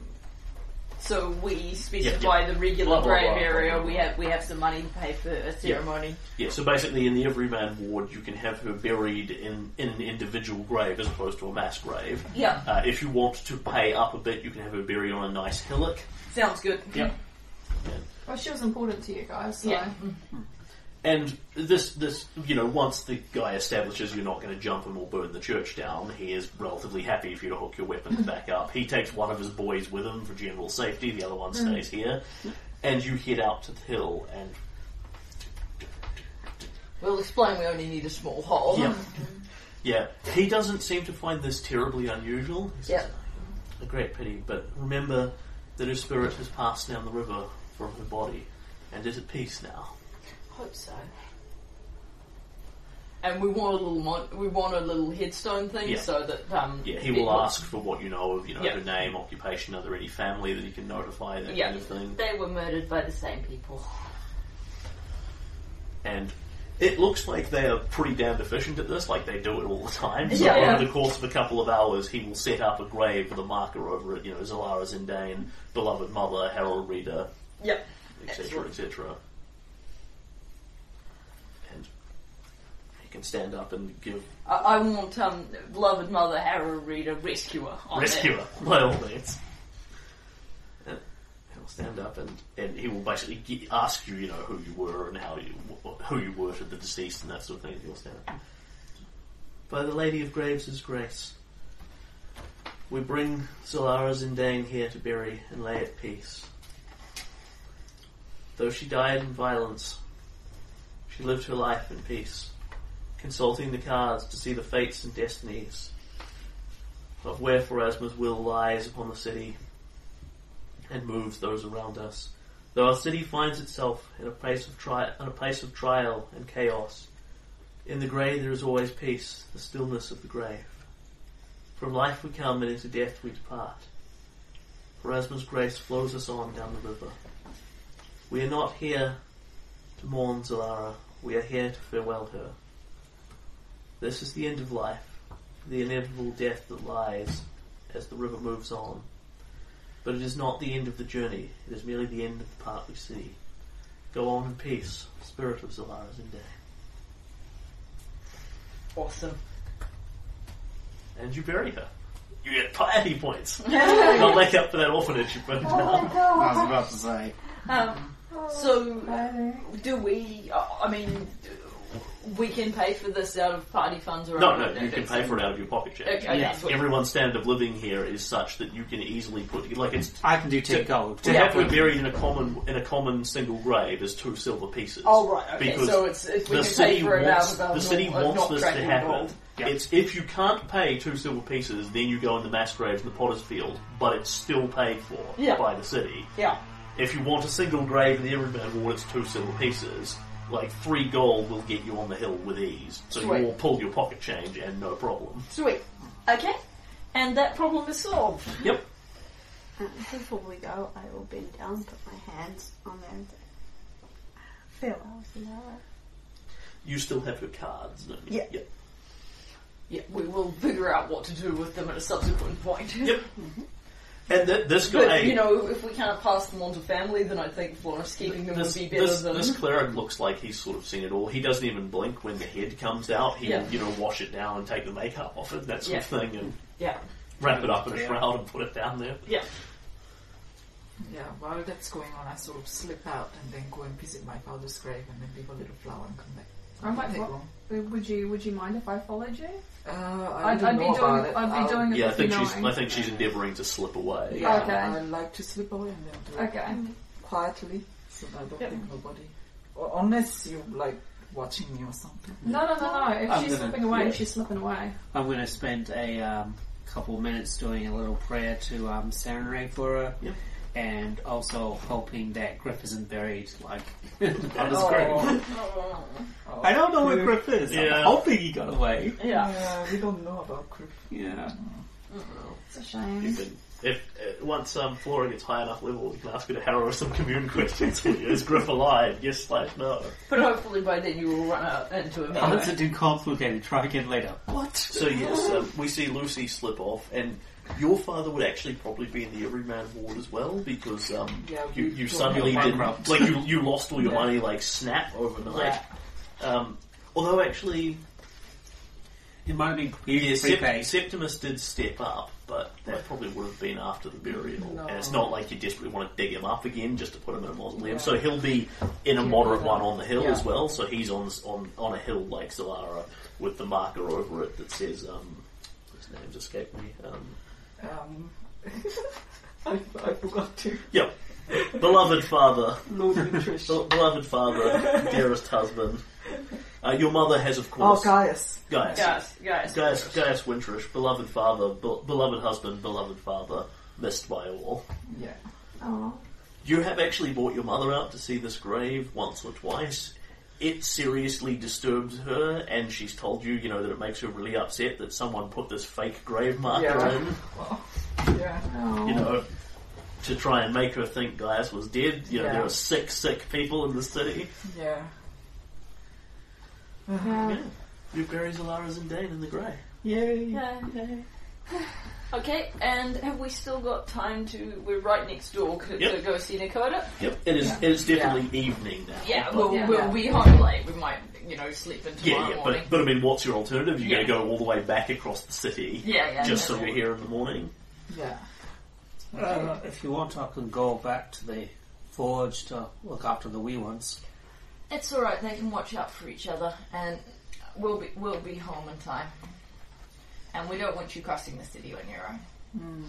S3: So we specify
S1: yeah.
S3: the regular
S1: Blah, blah,
S3: grave
S1: blah,
S3: area.
S1: blah, blah,
S3: We
S1: blah.
S3: have we have some money to pay for a ceremony.
S1: Yeah. So basically, in the Everyman Ward, you can have her buried in, in an individual grave as opposed to a mass grave.
S3: Yeah.
S1: Uh, if you want to pay up a bit, you can have her buried on a nice hillock.
S3: Sounds good.
S1: Yep.
S2: Well, she was important to you guys, so.
S3: Yeah.
S1: And this, this, you know, once the guy establishes you're not going to jump him or burn the church down, he is relatively happy for you to hook your weapons back up. He takes one of his boys with him for general safety, the other one stays here, and you head out to the hill. And
S3: We'll explain we only need a small hole.
S1: yeah, yeah, he doesn't seem to find this terribly unusual. He says,
S3: Yep.
S1: A great pity, but remember that her spirit has passed down the river from her body, and is at peace now.
S3: Hope so. And we want a little mon- we want a little headstone thing
S1: Yeah.
S3: so that um
S1: Yeah, he will
S3: people-
S1: ask for what you know of, you know,
S3: Yeah.
S1: her name, occupation, are there any family that he can notify, that
S27: yeah,
S1: kind of thing.
S27: they were murdered by the same people.
S1: And it looks like they are pretty damn efficient at this, like they do it all the time. So
S27: Yeah.
S1: over the course of a couple of hours, he will set up a grave with a marker over it, you know, Zalara Zindane, beloved mother, Harold Reader,
S3: Yep.
S1: etc., etc. And he can stand up and give
S3: I, I want um beloved mother Harrow Reader rescuer on there.
S1: rescuer, by all means. And He'll stand up and, and he will basically ge- ask you, you know, who you were and how you wh- who you were to the deceased and that sort of thing. He'll stand up. By the Lady of Graves' grace, we bring Solara Zindane here to bury and lay at peace. Though she died in violence, she lived her life in peace, consulting the cards to see the fates and destinies of where Pharasma's will lies upon the city and moves those around us. Though our city finds itself in a place of tri- in a place of trial and chaos, in the grey there is always peace, the stillness of the grave. From life we come and into death we depart. Pharasma's grace flows us on down the river. We are not here to mourn Zalara, we are here to farewell her. This is the end of life the inevitable death that lies as the river moves on. But it is not the end of the journey, it is merely the end of the part we see. Go on in peace, spirit of Zalara Zindane.
S3: Awesome.
S1: And you bury her. You get piety points. Not make up for that orphanage uh, you burned down.
S6: I was about to say.
S3: Um, so, do we? Uh, I mean, we can pay for this out of party funds or
S1: No, no, you can pay for it out of your pocket change.
S3: Okay, Yeah. sweet.
S1: Everyone's standard of living here is such that you can easily put like it's
S6: I can do ten
S1: to,
S6: gold.
S1: to have her buried in a common in a common single grave is two silver pieces.
S3: Oh, right, okay,
S1: Because
S3: so it's- if we
S1: the
S3: can pay
S1: city
S3: for it out
S1: wants
S3: of our
S1: the city
S3: nor- uh,
S1: wants
S3: not
S1: this to
S3: tracking
S1: happen.
S3: gold.
S1: It's if you can't pay two silver pieces, then you go in the mass graves in the Potter's Field, but it's still paid for
S3: Yeah.
S1: by the city.
S3: Yeah.
S1: If you want a single grave in the Everyman Ward, it's two silver pieces. Like three gold will get you on the hill with ease, so
S3: Sweet.
S1: you will pull your pocket change and no problem.
S3: Sweet. Okay, and that problem is solved.
S1: Yep.
S7: Uh, before we go, I will bend down, put my hands on them. Farewell, Sonara.
S1: You still have your cards, don't you?
S3: Yeah.
S1: yeah.
S3: Yeah, we will figure out what to do with them at a subsequent point.
S1: Yep. And th- this guy.
S3: Mm-hmm. But, you know, if we can't pass them on to family, then I think Florence keeping them um,
S1: this,
S3: would be better
S1: this-
S3: than.
S1: this cleric looks like he's sort of seen it all. He doesn't even blink when the head comes out. He'll,
S3: Yeah.
S1: you know, wash it down and take the makeup off it, that sort of
S3: Yeah.
S1: thing, and
S3: Yeah.
S1: wrap it up in a
S3: Yeah.
S1: shroud and put it down there.
S3: Yeah.
S17: Yeah, while that's going on, I sort of slip out and then go and visit my father's grave and then leave a little flower and come back.
S2: I might.
S17: Take
S2: wa-
S17: long.
S2: Would you Would you mind if I followed you?
S17: Uh,
S2: I'd-
S17: I would
S2: I'd be
S17: know about
S2: doing-
S17: it.
S2: I'd be
S17: I'll-
S2: doing
S1: Yeah, I think she's. I think she's endeavouring to slip away.
S17: Yeah,
S2: Okay.
S17: I'd like to slip away and then do it
S2: Okay.
S17: quietly so that I don't think nobody. Or unless you like watching me or something.
S2: No, no, no, no. If
S6: I'm
S2: she's
S6: gonna-
S2: slipping away,
S6: yeah.
S2: she's slipping away.
S6: I'm going to spend a um, couple of minutes doing a little prayer to um, Serenade for her. And also hoping that Griff isn't buried, like, on his grave.
S17: Oh.
S6: I don't know where Griff is.
S15: Yeah.
S6: I'm hoping he got away.
S17: we don't know about Griff.
S6: Yeah.
S2: It's a shame.
S1: You can, if uh, once um, Flora gets high enough level, you can ask her to harrow some commune questions. for you. Is Griff alive? Yes slash no.
S3: But hopefully by then you will run out into a
S6: Oh,
S3: man.
S6: that's a too complicated. Try again later.
S1: What? So yes, um, we see Lucy slip off, and your father would actually probably be in the everyman ward as well because um,
S17: Yeah,
S1: you,
S17: we-
S1: you suddenly
S6: we're
S1: didn't
S6: bankrupt.
S1: like you, you lost all your
S6: Yeah.
S1: money like snap overnight. Um, although actually,
S6: It might have been
S1: yeah,
S6: prepaid.
S1: Sept- Septimus did step up, but that probably would have been after the burial.
S17: No.
S1: And it's not like you desperately want to dig him up again just to put him in a mausoleum.
S17: Yeah.
S1: So he'll be in a moderate one on the hill as
S17: Yeah.
S1: well. So he's on on on a hill like Solara with the marker over it that says um, his name's escaped me. Um,
S17: Um, I, I forgot to.
S1: yep, beloved father,
S17: Lord Trish.
S1: Bel- beloved father, dearest husband. Uh, your mother has, of
S17: Oh,
S1: course,
S17: Gaius.
S1: Gaius.
S3: Guys, guys.
S1: Gaius, Gaius Winterish, beloved father, be- beloved husband, beloved father, missed by all.
S17: Yeah.
S2: Oh,
S1: You have actually brought your mother out to see this grave once or twice. It seriously disturbs her, and she's told you, you know, that it makes her really upset that someone put this fake grave marker
S17: Yeah.
S1: in,
S17: Yeah.
S2: no.
S1: you know, to try and make her think Gaius was dead. You know,
S17: Yeah.
S1: there are sick, sick people in the city.
S17: Yeah.
S2: Yeah.
S1: Yeah. You bury Zalara's and Dane in the grave.
S17: Yay.
S8: Okay. Okay, and have we still got time to? We're right next door c- to
S1: Yep.
S8: go see Nakoda.
S1: Yep, it is. It is definitely evening now.
S8: Yeah,
S1: but-
S8: we'll,
S2: Yeah.
S8: we'll be home late. We might, you know, sleep in tomorrow
S1: Yeah, yeah,
S8: morning.
S1: but, but I mean, what's your alternative? You're
S8: Yeah.
S1: going to go all the way back across the city
S8: yeah, yeah.
S1: just so
S8: yeah.
S1: we're here in the morning?
S17: Yeah.
S6: Uh, if you want, I can go back to the forge to look after the wee ones.
S8: It's all right. They can watch out for each other, and we'll be we'll be home in time. And we don't want you crossing the city on your own. Hmm.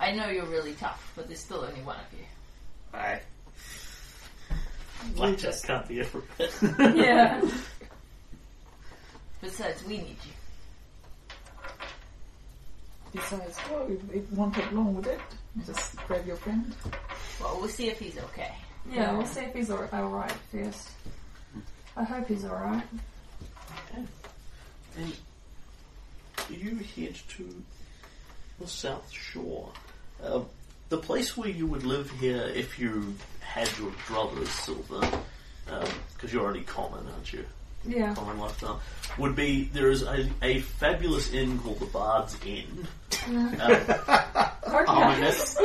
S8: I know you're really tough, but there's still only one of you.
S6: Aye.
S1: Like, just can't be everywhere.
S8: Yeah. Besides, we need you.
S17: Besides, well, it, it won't take long, would it? Just grab your friend.
S8: Well, we'll see if he's okay.
S2: Yeah, we'll see if he's al- alright first. I hope he's alright.
S1: And you head to the South Shore. Uh, the place where you would live here if you had your druthers, Silver, because you're already common, aren't you?
S2: Yeah.
S1: Common lifestyle. Would be there is a, a fabulous inn called the Bard's Inn. Um,
S6: Oh, Ominous.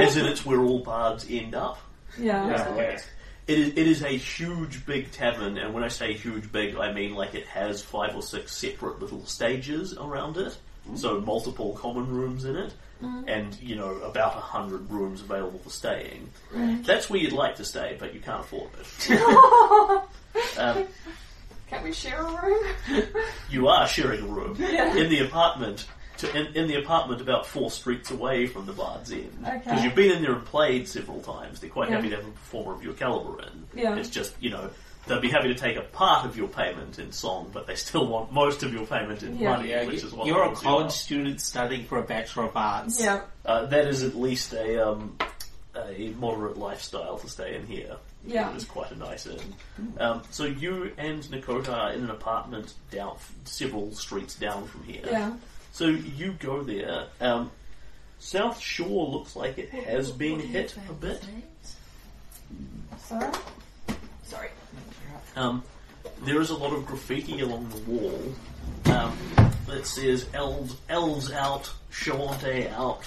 S1: as in, it's where all bards end up.
S2: Yeah.
S6: Yeah.
S1: It is, it is a huge, big tavern, and when I say huge, big, I mean like it has five or six separate little stages around it. So multiple common rooms in it, and you know about a hundred rooms available for staying. That's where you'd like to stay, but you can't afford it. um,
S2: Can we share a room?
S1: you are sharing a room in the apartment. To, in, in the apartment about four streets away from the Bard's Inn. Because
S2: Okay.
S1: you've been in there and played several times. They're quite
S2: Yeah.
S1: happy to have a performer of your caliber in.
S2: Yeah.
S1: It's just, you know, they'll be happy to take a part of your payment in song, but they still want most of your payment in
S2: Yeah.
S1: money,
S6: Yeah,
S1: which
S6: you-
S1: is what
S6: you're a
S1: holds you
S6: college
S1: up.
S6: student studying for a Bachelor of Arts.
S2: yeah.
S1: Uh, that is at least a, um, a moderate lifestyle to stay in here.
S2: Yeah.
S1: It is quite a nice inn. Um, so you and Nakota are in an apartment down, several streets down from here.
S2: Yeah.
S1: So you go there. Um, South Shore looks like it has been hit a bit.
S2: Sorry?
S8: Sorry.
S1: Um, there is a lot of graffiti along the wall um, that says elves, elves out, Shawante out,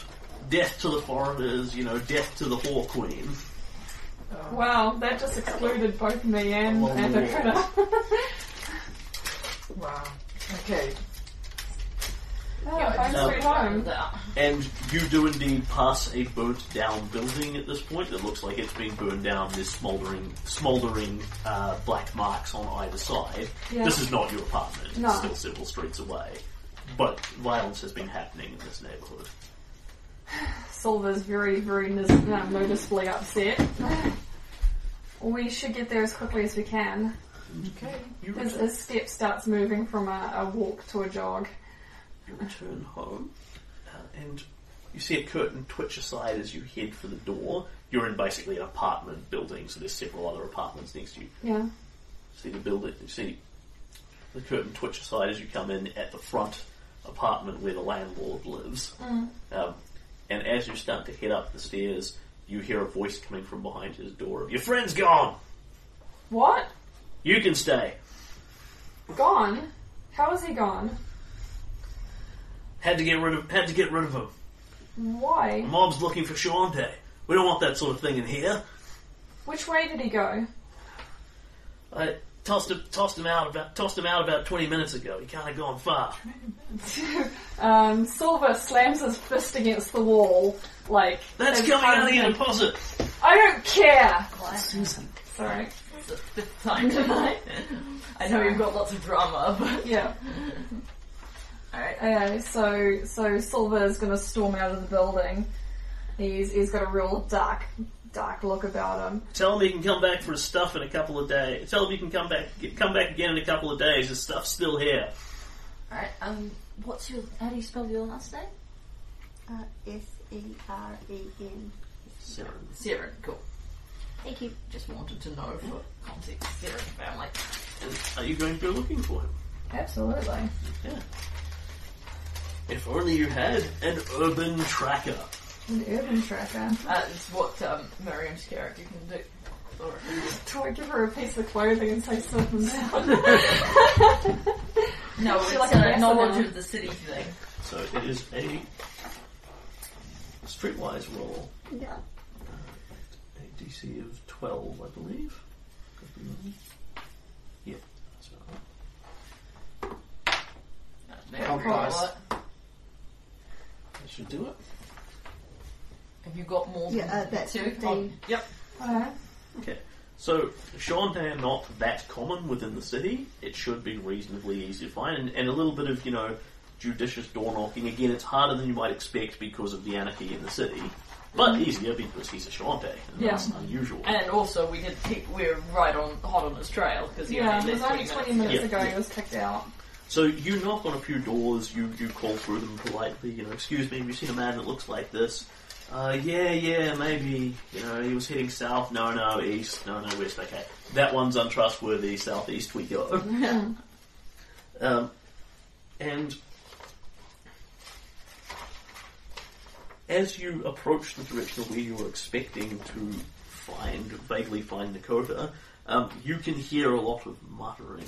S1: death to the foreigners, you know, death to the whore queen.
S17: Uh,
S2: Wow, that just excluded both me and
S1: Oh.
S2: and the critter.
S17: Wow. Okay.
S2: Oh, I'm
S1: Um,
S2: sweet home.
S1: And you do indeed pass a burnt down building at this point that looks like it's been burned down. There's smouldering, smouldering uh, black marks on either side.
S2: Yeah.
S1: This is not your apartment.
S2: No.
S1: It's still several streets away. But violence has been happening in this neighbourhood.
S2: Silver's very, very nis- um, noticeably upset. We should get there as quickly as we can.
S17: Okay.
S2: His, his step starts moving from a, a walk to a jog.
S1: You return home, uh, and you see a curtain twitch aside as you head for the door. You're in basically an apartment building, so there's several other apartments next to you.
S2: Yeah.
S1: See the building, you see the curtain twitch aside as you come in at the front apartment where the landlord lives.
S2: Mm.
S1: Um, and as you start to head up the stairs, you hear a voice coming from behind his door of, Your friend's gone!
S2: What?
S1: You can stay!
S2: Gone? How is he gone?
S1: Had to get rid of had to get rid of him. The
S2: Why?
S1: mob's looking for Shante. We don't want that sort of thing in here.
S2: Which way did he go?
S1: I tossed him, tossed him out about tossed him out about twenty minutes ago. He can't have gone far.
S2: um, Silver slams his fist against the wall, like
S1: That's
S2: as
S1: coming
S2: part
S1: out of your
S2: him.
S1: deposit.
S2: I don't care.
S3: Susan.
S2: Sorry.
S3: It's the fifth time tonight. I know you've got lots of drama, but
S2: Yeah.
S3: Alright.
S2: Okay, so so Silver is going to storm out of the building. He's he's got a real dark dark look about him.
S1: Tell him he can come back for his stuff in a couple of days. Tell him he can come back get, come back again in a couple of days. His stuff's still here.
S10: Alright, um, what's your, how do you spell your last name?
S7: Uh, E S-E-R-E-N.
S1: Seven.
S3: Siren, cool.
S7: Thank you.
S3: Just wanted to know for context, Siren family.
S1: And are you going to go looking for him?
S2: Absolutely.
S1: Yeah. If only you had an urban tracker.
S2: An urban tracker.
S3: Uh, it's what um, Miriam's character can do. Or,
S2: Do I give her a piece of clothing and say something down?
S3: no,
S2: She
S3: it's
S2: like
S3: like
S2: a
S3: a
S2: wrestler
S3: knowledge
S2: now.
S3: of the city thing.
S1: So it is a streetwise roll.
S7: Yeah.
S1: A DC of 12, I believe. Could be wrong. Yeah, that's about right.
S3: Miriam,
S1: guys.
S3: what?
S1: That should do it.
S3: Have you got more than
S7: Yeah, uh, that's
S3: two?
S7: fifteen.
S3: Oh, yep.
S2: Alright.
S1: Okay. So, Shantae are not that common within the city. It should be reasonably easy to find, and, and a little bit of, you know, judicious door knocking. Again, it's harder than you might expect because of the anarchy in the city, but easier because he's a Shantae, and
S2: Yeah.
S1: that's unusual.
S3: And also, we did keep, we're right on hot on his trail because he
S2: Yeah, it
S3: only
S2: was
S3: left
S2: only 20
S3: minutes.
S2: minutes
S1: Yeah,
S2: ago
S1: yeah.
S2: he was kicked out.
S1: So you knock on a few doors, you, you call through them politely, you know, excuse me, have you seen a man that looks like this? Uh, yeah, yeah, maybe, you know, he was heading south, no, no, east, no, no, west, okay. That one's untrustworthy, southeast we go. um, and as you approach the direction of where you were expecting to find, vaguely find Dakota, um, you can hear a lot of muttering.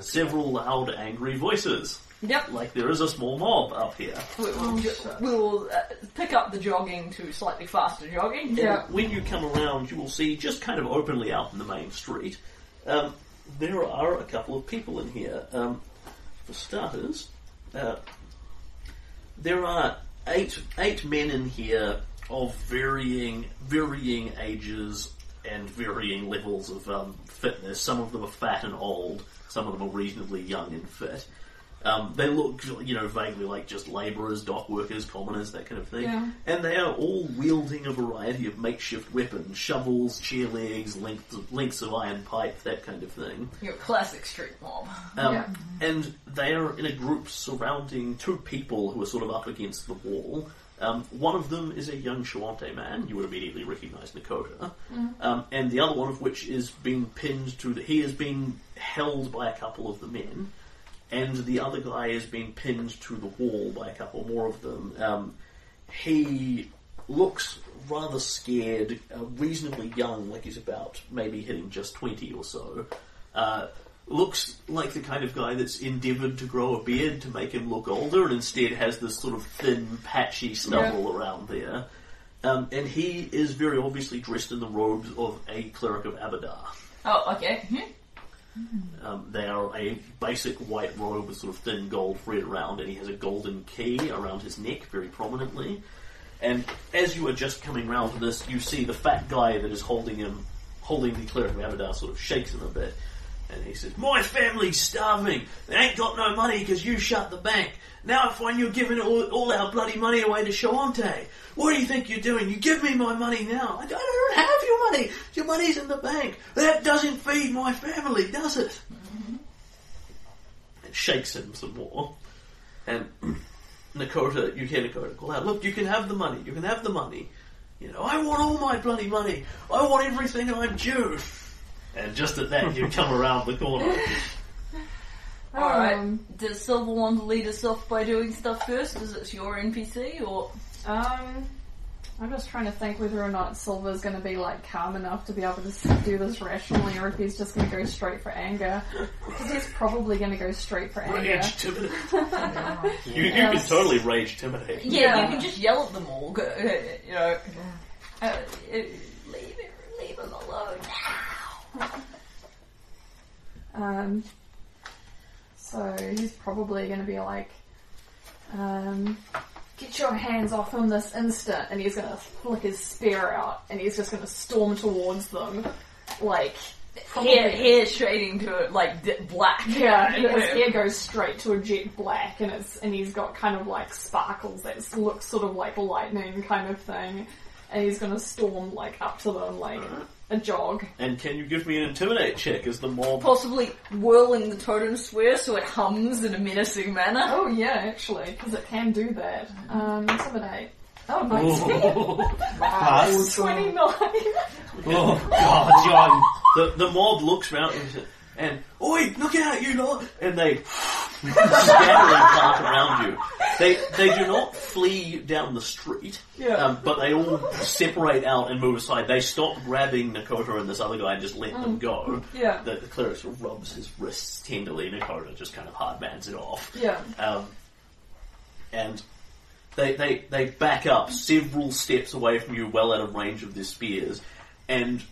S1: Several loud, angry voices.
S3: Yep.
S1: Like there is a small mob up here.
S3: We will, ju- we will uh, pick up the jogging to slightly faster jogging.
S2: Yeah.
S1: When you come around, you will see just kind of openly out in the main street. Um, there are a couple of people in here. Um, for starters, uh, there are eight eight men in here of varying varying ages and varying levels of um, fitness. Some of them are fat and old. Some of them are reasonably young and fit. Um, they look, you know, vaguely like just labourers, dock workers, commoners, that kind of thing.
S2: Yeah.
S1: And they are all wielding a variety of makeshift weapons: shovels, chair legs, lengths of, lengths of iron pipe, that kind of thing.
S3: Your classic street mob.
S1: Um,
S2: Yeah.
S1: And they are in a group surrounding two people who are sort of up against the wall. Um, one of them is a young Shawante man, you would immediately recognize Nakota. Um, and the other one of which is being pinned to the. He is being held by a couple of the men. And the other guy is being pinned to the wall by a couple more of them. Um, he looks rather scared, uh, reasonably young, like he's about maybe hitting just 20 or so. Uh, looks like the kind of guy that's endeavoured to grow a beard to make him look older and instead has this sort of thin, patchy stubble around there. Um, and he is very obviously dressed in the robes of a cleric of Abadar.
S8: Oh, okay. Mhm.
S3: Hmm.
S1: Um, they are a basic white robe with sort of thin gold thread around, and he has a golden key around his neck very prominently. And as you are just coming round to this, you see the fat guy that is holding him, holding the cleric of Abadar, sort of shakes him a bit. And he says, My family's starving. They ain't got no money because you shut the bank. Now I find you're giving all, all our bloody money away to Shawante. What do you think you're doing? You give me my money now. I don't, I don't have your money. Your money's in the bank. That doesn't feed my family, does it? And shakes him some more. And Nakota, you hear Nakota call out, Look, you can have the money. You can have the money. You know, I want all my bloody money. I want everything I'm due. And just at that, you come around the corner.
S8: Alright.
S2: Um,
S8: Does Silver want to lead us off by doing stuff first? Is it your NPC or.
S2: Um, I'm just trying to think whether or not Silver's going to be like calm enough to be able to s- do this rationally, or if he's just going to go straight for anger. Because he's probably going to go straight for anger.
S1: Rage timidate. You, you
S2: Yeah.
S1: can totally rage timidate.
S8: Yeah, you can just yell at them all. Go, you know. Uh, uh, leave it, leave them alone.
S2: Um, so he's probably going to be like, um, get your hands off him this instant, and he's going to flick his spear out, and he's just going to storm towards them, like
S8: Hair, hair shading to it like di- black.
S2: Yeah,
S8: You know.
S2: his hair goes straight to a jet black, and it's and he's got kind of like sparkles that s- look sort of like lightning kind of thing, and he's going to storm like up to them like a jog.
S1: And can you give me an intimidate check as the mob?
S8: Possibly whirling the totem sphere so it hums in a menacing manner.
S2: Oh yeah, actually, because it can do that.
S8: Mm-hmm.
S2: Um, intimidate. Oh,
S1: Ooh.
S2: 19.
S1: Pass.
S2: 29.
S1: Oh God, John! The the mob looks round and, says, and oi, look out, you lot! And they scatter and dart around you. They they do not flee down the street,
S2: Yeah.
S1: um, but they all separate out and move aside. They stop grabbing Nakota and this other guy and just let them
S2: Mm.
S1: go.
S2: Yeah.
S1: The, the cleric sort of rubs his wrists tenderly. Nakota just kind of hard mans it off.
S2: Yeah.
S1: Um, and they, they, they back up several steps away from you, well out of range of their spears, and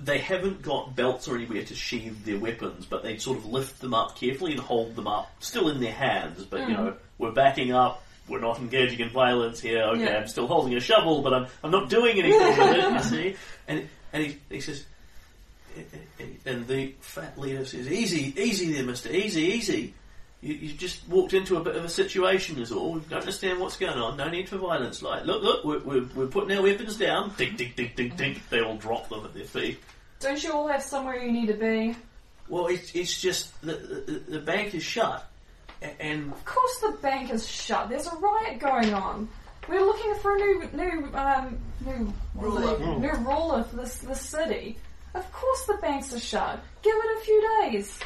S1: they haven't got belts or anywhere to sheathe their weapons, but they sort of lift them up carefully and hold them up, still in their hands, but you
S24: Mm.
S1: know, we're backing up, we're not engaging in violence here, okay,
S24: Yeah.
S1: I'm still holding a shovel, but I'm, I'm not doing anything with it, you see? And, and he, he says, "Eh, and the fat leader says, "Easy, easy there, Mister. Easy, easy. You, you just walked into a bit of a situation, is all. We don't understand what's going on. No need for violence. Like, look, look, we're, we're, we're putting our weapons down. Ding, ding, ding, ding, ding. They all drop them at their feet.
S2: Don't you all have somewhere you need to be?
S1: Well, it's it's just the the, the bank is shut, a- and
S2: Of course the bank is shut. There's a riot going on. We're looking for a new new um new what was it?
S1: Ruler.
S2: new ruler for this this city. Of course the banks are shut. Give it a few days.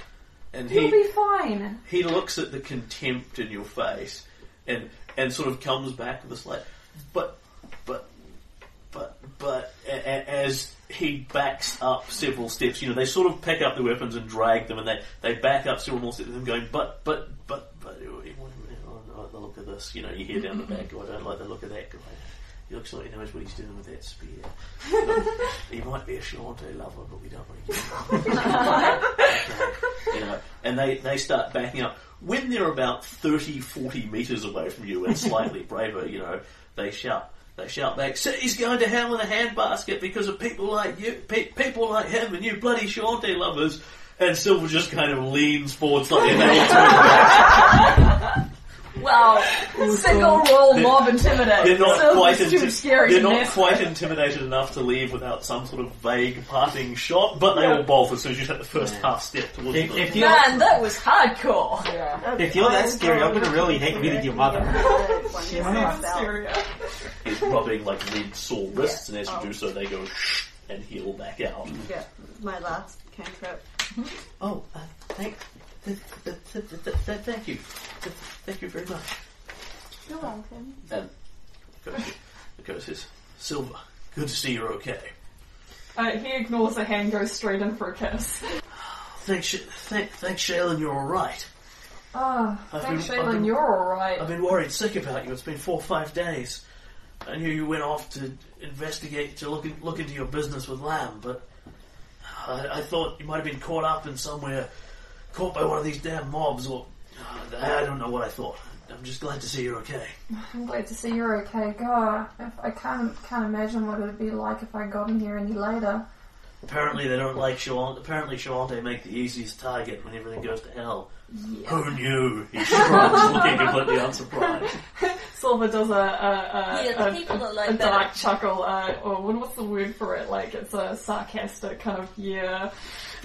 S1: and
S2: You'll be
S1: he
S2: fine.
S1: he looks at the contempt in your face, and and sort of comes back with a slight, but but but but a- a- as he backs up several steps, you know, they sort of pick up the weapons and drag them, and they, they back up several more steps, and going, but but but but oh, I don't like the look of this. You know, you hear down the back, oh, I don't like the look of that guy. He looks like he knows what he's doing with that spear. Um, he might be a Shante lover, but we don't want to get him. you know, and they, they start backing up. When they're about 30, 40 metres away from you and slightly braver, you know, they shout, they shout back, City's going to hell in a handbasket because of people like you, pe- people like him and you bloody Shante lovers. And Silver just kind of leans forward slightly and they all turn
S8: Wow. Single roll
S1: They're-
S8: mob intimidate.
S1: They're not
S8: Silver's
S1: quite
S8: too
S1: inti-
S8: scary
S1: They're
S8: to
S1: not
S8: mess
S1: quite intimidated enough to leave without some sort of vague parting shot, but they
S8: Yeah.
S1: all bolt as soon as you take the first half step towards
S15: If-
S1: them.
S15: if you-
S8: Man, that was hardcore.
S15: If you're that scary, I'm gonna really hate meeting your mother.
S1: He's rubbing like lead sore wrists, and as you do so, they go shh and heal back out.
S7: Yeah, my last cantrip.
S1: Oh, uh, thank, th- th- th- th- th- th- thank you, Th- thank you very much.
S7: You're welcome.
S1: And Nicola says, Silver, good to see you're okay.
S2: Uh, he ignores the hand, goes straight in for a kiss.
S1: Thanks, Sh- thank, thanks, Shaylin, you're alright.
S28: Ah,
S2: Oh,
S1: I've
S2: thanks,
S1: been- I've been-
S2: Shaylin, you're alright.
S1: I've been worried sick about you. It's been four or five days. I knew you went off to investigate, to look, in, look into your business with Lamb, but I, I thought you might have been caught up in somewhere, caught by one of these damn mobs, or I, I don't know what I thought. I'm just glad to see you're okay.
S28: I'm glad to see you're okay. God, if I can't can't imagine what it would be like if I got in here any later.
S1: Apparently they don't like Shalante. Apparently Shalante make the easiest target when everything goes to hell. Who knew? He shrugs, looking completely unsurprised.
S2: Silver does a, a, a,
S3: Yeah, the
S2: a-
S3: people that
S2: a-
S3: like
S2: a
S3: that.
S2: dark chuckle, uh, or what- what's the word for it? Like, it's a sarcastic kind of, yeah.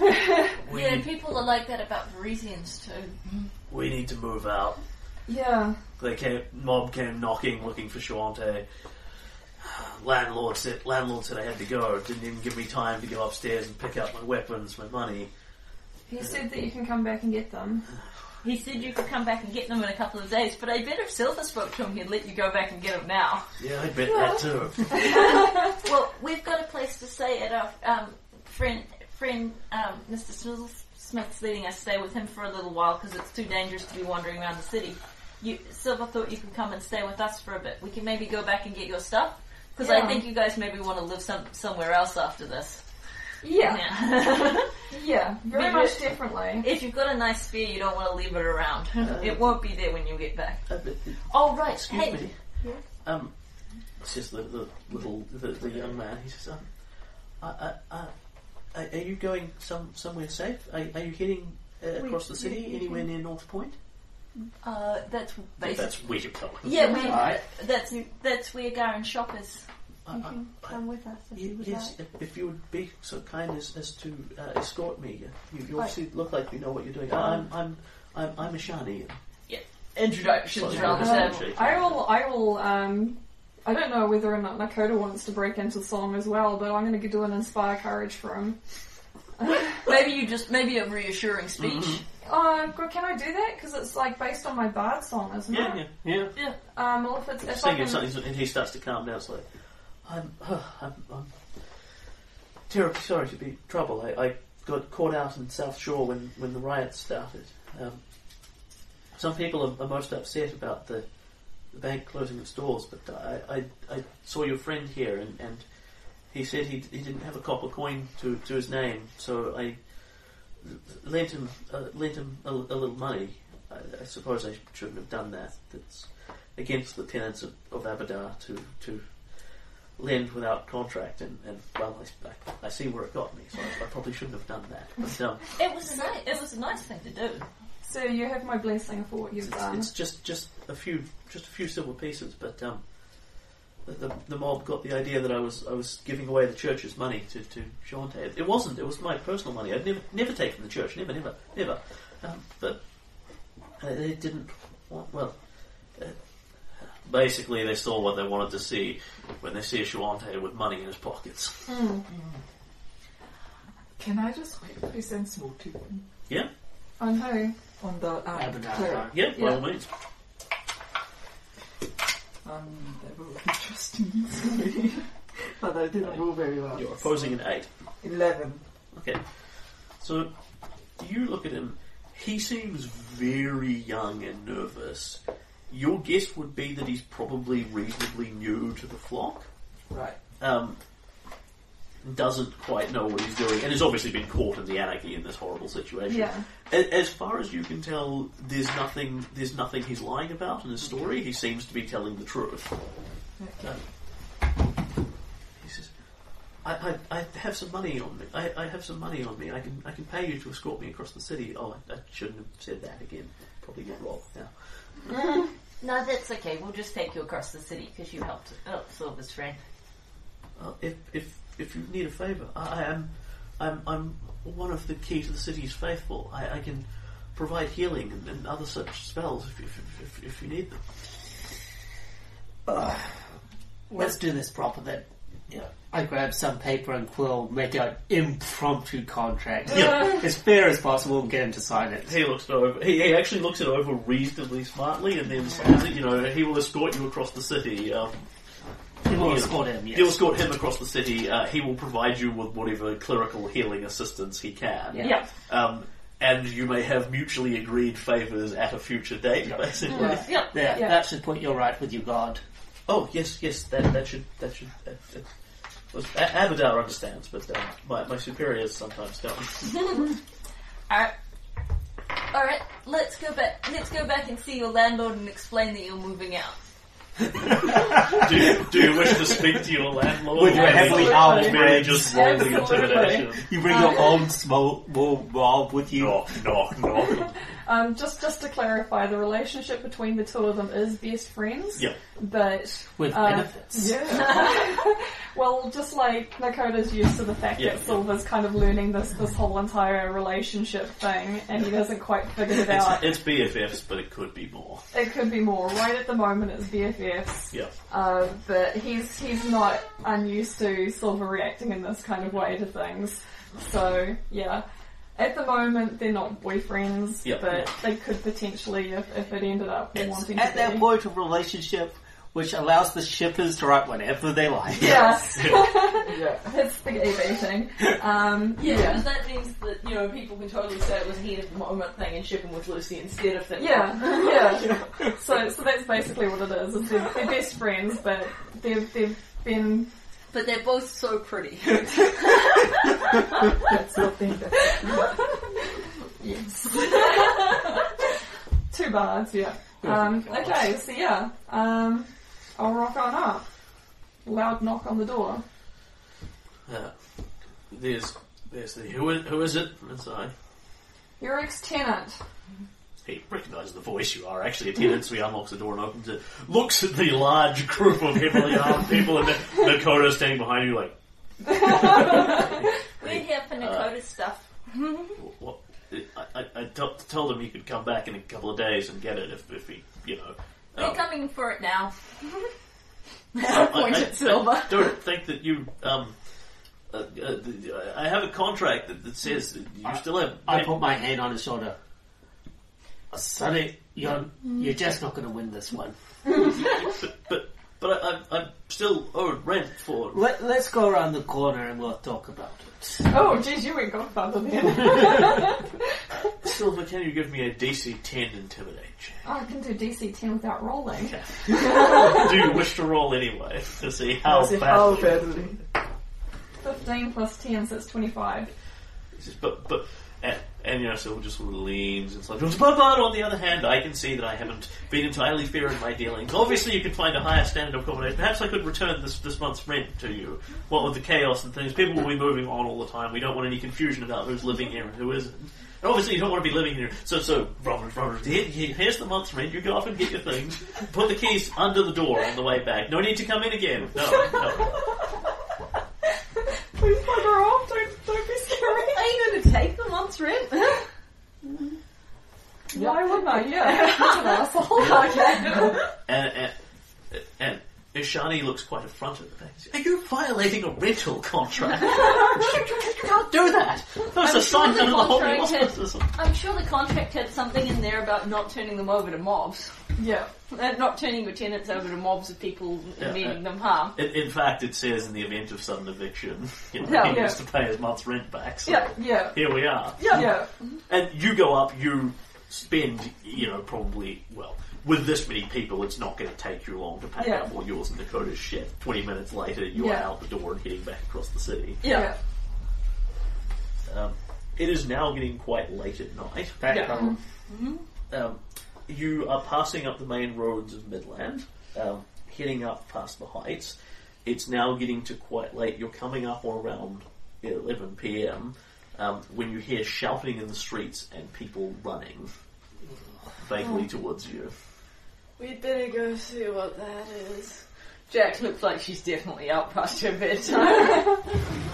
S3: yeah, people are like that about Parisians too.
S1: We need to move out.
S2: Yeah.
S1: They came, mob came knocking, looking for Shalante. Landlord said, landlord said I had to go. Didn't even give me time to go upstairs and pick up my weapons, my money.
S28: He said that you can come back and get them.
S3: He said you could come back and get them in a couple of days, but I bet if Silver spoke to him, he'd let you go back and get them now.
S1: Yeah, I bet that too.
S3: well, we've got a place to stay at our um, friend friend um, Mr. Smith, Smith's letting us stay with him for a little while because it's too dangerous to be wandering around the city. You, Silver thought you could come and stay with us for a bit. We can maybe go back and get your stuff because
S2: Yeah.
S3: I think you guys maybe want to live some somewhere else after this.
S2: Yeah. yeah, very
S3: Maybe-
S2: much differently.
S3: If you've got a nice spear, you don't want to leave it around.
S1: Uh,
S3: it won't be there when you get back. oh, right.
S1: Excuse
S3: hey.
S1: me. Um, it's just the, the little the, the young man. He says, um, I, I, I, are- "Are you going some somewhere safe? Are, are you heading uh,
S3: We-
S1: across the city
S3: we-
S1: anywhere near North Point?"
S3: Uh, that's basically.
S1: That's where you're going.
S3: Yeah, we,
S1: All right.
S3: that's that's where Garen shop is.
S1: You can
S10: come with us if you would
S1: Yes,
S10: like.
S1: if- if you would be so kind as, as to uh, escort me, you, you
S10: Right.
S1: obviously look like you know what you're doing. I'm I'm I'm, I'm Ashani.
S3: Yeah, introductions
S1: Sorry,
S3: rather
S1: I'm
S3: than-
S1: Ashani.
S2: I will, I will, um, I don't know whether or not Nakoda wants to break into song as well, but I'm gonna do an inspire courage for him.
S3: maybe you just maybe a reassuring speech.
S2: Uh, gr- can I do that? Because it's like based on my bard song, isn't it?
S1: Yeah, yeah,
S3: yeah.
S2: Um, well, if it's if I
S1: Singing
S2: can,
S1: something, and he starts to calm down. It's like, I'm, I'm, I'm terribly sorry to be trouble. I, I got caught out in South Shore when, when the riots started. Um, some people are, are most upset about the, the bank closing its doors, but I, I, I saw your friend here, and, and he said he, he didn't have a copper coin to, to his name, so I lent him uh, lent him a, a little money. I, I suppose I shouldn't have done that. That's against the tenets of, of Abadar to to lend without contract, and, and well, I, I, I see where it got me, so I, I probably shouldn't have done that. But um,
S3: It was a nice, it was a nice thing to do.
S2: so you have my blessing for what you've done.
S1: it's just just a few just a few silver pieces, but um, the, the, the mob got the idea that I was I was giving away the church's money to to Shante. It, it wasn't. It was my personal money. I'd never never taken the church. Never, never, never. Um, but uh, they didn't want well. Uh, Basically, they saw what they wanted to see when they see a Shawante with money in his pockets.
S2: Hmm.
S4: Can I just make three cents more to them?
S1: Yeah,
S2: On who?
S4: On the uh, cleric.
S1: yeah, by all means.
S4: Um, that will be interesting. Sorry. but I didn't roll very well.
S1: You're opposing an eight.
S4: Eleven.
S1: Okay. So you look at him. He seems very young and nervous. Your guess would be that he's probably reasonably new to the flock.
S4: Right.
S1: Um, doesn't quite know what he's doing, and has obviously been caught in the anarchy in this horrible situation.
S2: Yeah.
S1: A- As far as you can tell, there's nothing. There's nothing he's lying about in his story. He seems to be telling the truth.
S4: Okay.
S1: He says, I, I, I have some money on me. I, I have some money on me. I can I can pay you to escort me across the city. Oh, I, I shouldn't have said that again. Probably get robbed now.
S3: no, that's okay. We'll just take you across the city because you helped oh, Silver's friend.
S1: Uh, if if if you need a favour, I, I am I'm I'm one of the key to the city's faithful. I, I can provide healing and, and other such spells if if, if, if you need them.
S6: Let's do this proper then.
S1: Yeah.
S6: I grab some paper and quill, make an impromptu contract
S1: Yeah.
S6: as fair as possible, and get him to sign it.
S1: He looks it over. He, he actually looks it over reasonably smartly, and then says, you know he will escort you across the city. Um, will
S6: We'll escort him, yes.
S1: You'll escort him across the city. Uh, he will provide you with whatever clerical healing assistance he can.
S3: Yeah. Yeah.
S1: Um, and you may have mutually agreed favours at a future date, basically.
S6: Yeah. Yeah. Yeah. Yeah. That should put you right with your god.
S1: Oh yes, yes. That that should that should. Uh, uh, well, A- Abadar understands, but uh, my, my superiors sometimes don't.
S8: Alright. Alright, let's go back let's go back and see your landlord and explain that you're moving out.
S1: do, you, do you wish to speak to your landlord?
S15: With your
S1: Or
S15: heavily
S1: really
S15: armed
S1: really
S15: friends.
S1: just roll the intimidation.
S15: You bring
S6: Uh,
S15: your own small mob with you.
S1: Knock, knock, knock.
S2: Um, just just to clarify, the relationship between the two of them is best friends.
S1: Yep.
S2: But
S6: With
S2: uh,
S6: benefits.
S2: Yeah. well, just like Nakoda's used to the fact
S1: Yeah,
S2: that Silva's kind of learning this this whole entire relationship thing, and he doesn't quite figure it out.
S1: Uh, It's, it's BFFs, but it could be more.
S2: It could be more. Right at the moment, it's BFFs.
S1: Yeah.
S2: Uh, but he's he's not unused to Silver reacting in this kind of way to things. So yeah, at the moment they're not boyfriends,
S15: Yeah.
S2: but they could potentially if, if it ended up
S15: It's
S2: wanting
S15: at
S2: to
S15: that
S2: be.
S15: point of relationship which allows the shippers to write whatever they like.
S2: Yes. it's the gay baiting. Um,
S3: Yeah,
S2: yeah.
S3: because that means that, you know, people can totally say it was a heat of the moment thing and ship him with Lucy instead of thing.
S2: Yeah, yeah. So, so that's basically what it is. It's they're, they're best friends, but they've they've been.
S8: But they're both so pretty.
S2: that's what they. yes. Two bards, yeah. Um, okay, so yeah, um, I'll rock on up. Loud knock on the door.
S1: Uh, there's there's the who is, who is it? It's I.
S2: Your ex-tenant.
S1: He recognises the voice you are actually a tenant, so he unlocks the door and opens it. Looks at the large group of heavily armed people and Dakota standing behind you like,
S8: We're here for Nakoda's stuff.
S1: what? I, I, I to- told him he could come back in a couple of days and get it if, if he, you know.
S8: We're
S3: Oh.
S1: Um,
S8: coming for it now.
S1: I- I-
S8: Point
S1: I-
S8: at Silver.
S1: I don't think that you. Um, uh, uh, th- I have a contract that, that says that you still have.
S6: I put my hand on his shoulder. "Oh, Sonny, you're, you're just not going to win this one.
S1: but but I, I'm, I'm still owed rent for.
S6: Let, let's go around the corner and we'll talk about it.
S2: Oh, geez, you went Godfather then.
S1: Silver, can you give me a DC 10 intimidate?
S2: I can do DC 10 without rolling.
S1: Do you wish to roll anyway to see how
S2: See
S1: badly?
S2: how
S4: Oh,
S2: badly. 15 plus 10, so it's 25.
S1: He says, But but and, and you know, Silver just sort of leans and slouches. But but on the other hand, I can see that I haven't been entirely fair in my dealings. Obviously, you could find a higher standard of accommodation. Perhaps I could return this this month's rent to you. What with the chaos and things, people will be moving on all the time. We don't want any confusion about who's living here and who isn't. And obviously, you don't want to be living here. So, so, Robert, Robert, here, here- here's the month's rent. You go off and get your things. Put the keys under the door on the way back. No need to come in again. No, no.
S2: Please bugger off, don't, don't be scary.
S3: Are you going to take the month's rent?
S2: Why wouldn't I? Yeah, that's an asshole.
S1: And, and, and Ishani looks quite affronted at that. She says, Are you violating a rental contract? you can't do that. That's a sign under the whole
S8: had, I'm sure the contract had something in there about not turning them over to mobs. Uh,
S2: Yeah.
S8: not turning your tenants over to mobs of people
S1: Yeah,
S8: and meaning
S1: uh,
S8: them harm.
S1: In, in fact, it says in the event of sudden eviction, you know,
S8: Yeah.
S1: he needs
S8: Yeah.
S1: to pay his month's rent back. So
S8: Yeah,
S2: yeah.
S1: here we are.
S2: Yeah. Yeah.
S1: And you go up, you spend, you know, probably, well, with this many people, it's not going to take you long to pack
S2: Yeah.
S1: up all yours and Dakota's shit. 20 minutes later, you
S2: Yeah.
S1: are out the door and heading back across the city.
S2: Yeah.
S1: Um, it is now getting quite late at night.
S6: Yeah.
S1: Um, you are passing up the main roads of Midland, um, heading up past the heights. It's now getting to quite late. You're coming up on around 11 p.m. Um, when you hear shouting in the streets and people running vaguely
S3: Oh.
S1: towards you.
S3: We better go see what that is. Jack looks like she's definitely out past her bedtime.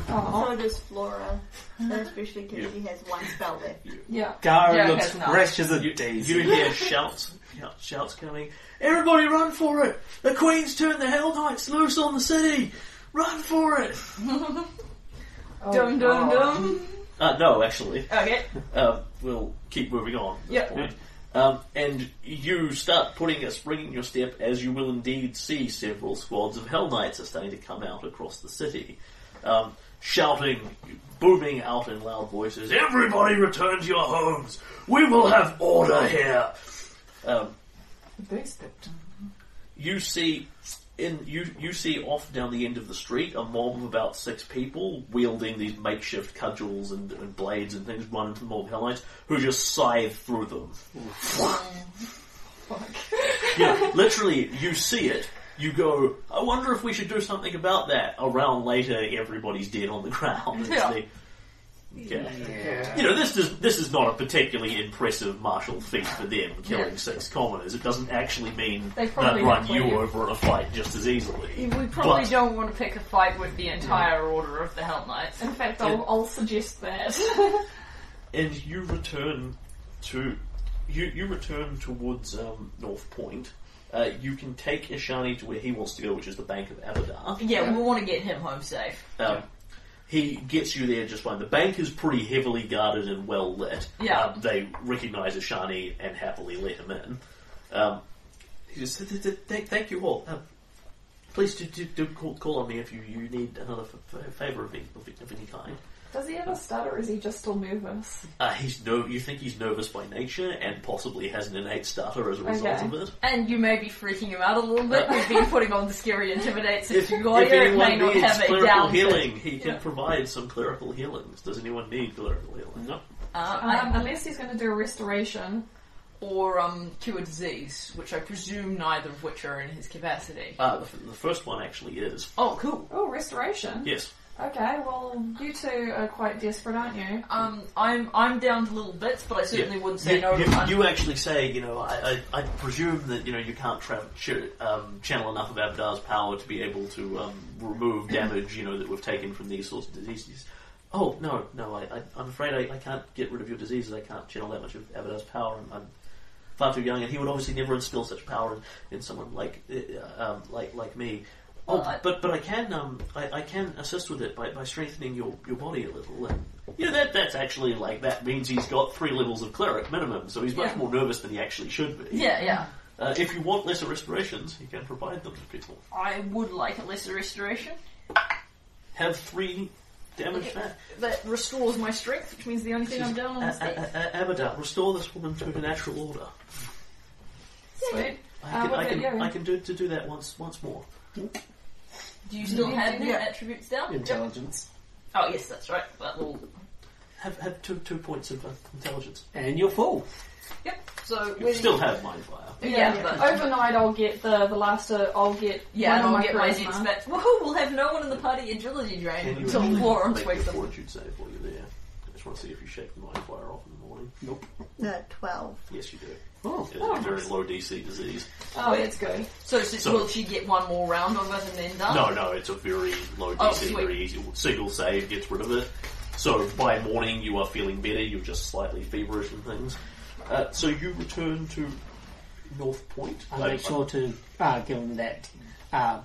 S8: Uh-huh.
S7: So does Flora, especially because she has one spell left.
S2: Yeah.
S15: Gara looks fresh as a daisy.
S1: You hear shouts, shout- shouts coming. Everybody run for it! The Queen's turned the Hell Knights loose on the city! Run for it!
S3: dum
S8: Oh,
S3: dum dum.
S1: Uh, no, actually.
S3: Okay.
S1: Uh, we'll keep moving on. at this
S3: Yep.
S1: point. Um, and you start putting a spring in your step as you will indeed see several squads of Hell Knights are starting to come out across the city. Um, shouting, booming out in loud voices, Everybody return to your homes! We will have order here! Um,
S17: They stepped.
S1: you see in you you see off down the end of the street a mob of about six people wielding these makeshift cudgels and, and blades and things run into the mob of Hellites who just scythe through them. yeah, literally you see it. You go, I wonder if we should do something about that. A round later everybody's dead on the ground. It's
S3: Yeah.
S1: the- yeah.
S3: Yeah.
S1: You know, this is this is not a particularly impressive martial feat for them, killing six commoners. It doesn't actually mean
S3: They
S1: that
S3: probably
S1: run
S3: don't
S1: you
S3: play.
S1: over in a fight just as easily.
S3: We probably
S1: But-
S3: don't want to pick a fight with the entire order of the Hell Knights.
S2: In fact, I'll, I'll suggest that.
S1: and you return to you you return towards um, North Point. Uh, you can take Ishani to where he wants to go, which is the Bank of Abadar.
S3: yeah, we want to get him home safe.
S1: Um, he gets you there just fine. The bank is pretty heavily guarded and well lit.
S3: Yeah.
S1: Um, they recognise Ashani and happily let him in. Um, he just said, "Th- th- th- thank you all. Um, please do, do, do call, call on me if you, you need another f- f- favour of, any- of, of any kind.
S2: Does he ever stutter? or Is he just still nervous?
S1: Uh, he's no, you think he's nervous by nature and possibly has an innate stutter as a result
S3: Okay.
S1: of it.
S3: And you may be freaking him out a little bit. We've been putting on the scary intimidates if you got
S1: if
S3: here. It
S1: anyone
S3: may not
S1: needs
S3: have it
S1: clerical
S3: down. but-
S1: healing, he can
S3: Yeah.
S1: provide some clerical healings. Does anyone need clerical healing? No.
S3: Uh,
S2: Um, unless he's going to do a restoration.
S3: or um, cure disease, which I presume neither of which are in his capacity.
S1: Uh, the, f- the first one actually is.
S3: Oh, cool.
S2: Oh, restoration.
S1: Yes.
S2: Okay, well, you two are quite desperate, aren't you?
S3: Um, I'm I'm down to little bits, but I certainly
S1: Yeah.
S3: wouldn't say
S1: you,
S3: no
S1: you,
S3: to one.
S1: you actually say, you know, I, I, I presume that you know you can't tra- ch- um, channel enough of Abdar's power to be able to um, remove
S3: Mm-hmm.
S1: damage, you know, that we've taken from these sorts of diseases. Oh no, no, I, I, I'm afraid I, I can't get rid of your diseases. I can't channel that much of Abdar's power. I'm, I'm far too young, and he would obviously never instill such power in, in someone like uh, um, like like me. Oh,
S3: Well, I-
S1: but but I can um I, I can assist with it by, by strengthening your, your body a little. And, you know that that's actually like that means he's got three levels of cleric minimum, so he's much
S3: Yeah.
S1: more nervous than he actually should be.
S3: Yeah, yeah.
S1: Uh, if you want lesser restorations, you can provide them to people.
S3: I would like a lesser restoration.
S1: Have three damage
S3: Okay.
S1: back.
S3: That restores my strength, which means the only thing I'm down on
S1: A-
S3: is
S1: a-
S3: that.
S1: a- a- Abadar, restore this woman to her natural order.
S2: Sweet.
S1: I
S2: Uh,
S1: can,
S2: what
S1: I,
S2: about
S1: can,
S2: you?
S1: I can do to do that once once more.
S3: Do you still have the
S6: Yeah.
S3: attributes down?
S6: Intelligence.
S3: Oh yes, that's right. That will.
S1: Have have two two points of uh, intelligence.
S6: And you're full.
S3: Yep. So
S1: You still have mindfire.
S3: Yeah, but-
S2: overnight I'll get the the last. Uh, I'll get
S3: Yeah,
S2: one
S3: and
S2: of
S3: I'll
S2: my
S3: get my
S2: charisma.
S3: next match. Woohoo! We'll have no one in the party agility drain
S1: Can you
S3: until
S1: actually
S3: Lawrence
S1: make
S3: wakes
S1: the
S3: up.
S1: fortitude save while you're there? I just want to see if you shake the mindfire off in the morning. Nope.
S7: No, 12.
S1: Yes, you do.
S6: Oh,
S1: it's a very low DC disease.
S2: Oh, that's good.
S3: So, so,
S1: So-
S3: will she get one more round of it and then done?
S1: No, no, it's a very low DC,
S3: Oh, sweet.
S1: very easy. Single save gets rid of it. So by morning you are feeling better, you're just slightly feverish and things. Uh, so you return to North Point.
S6: I'll
S1: Uh,
S6: make sure to uh, give him that uh,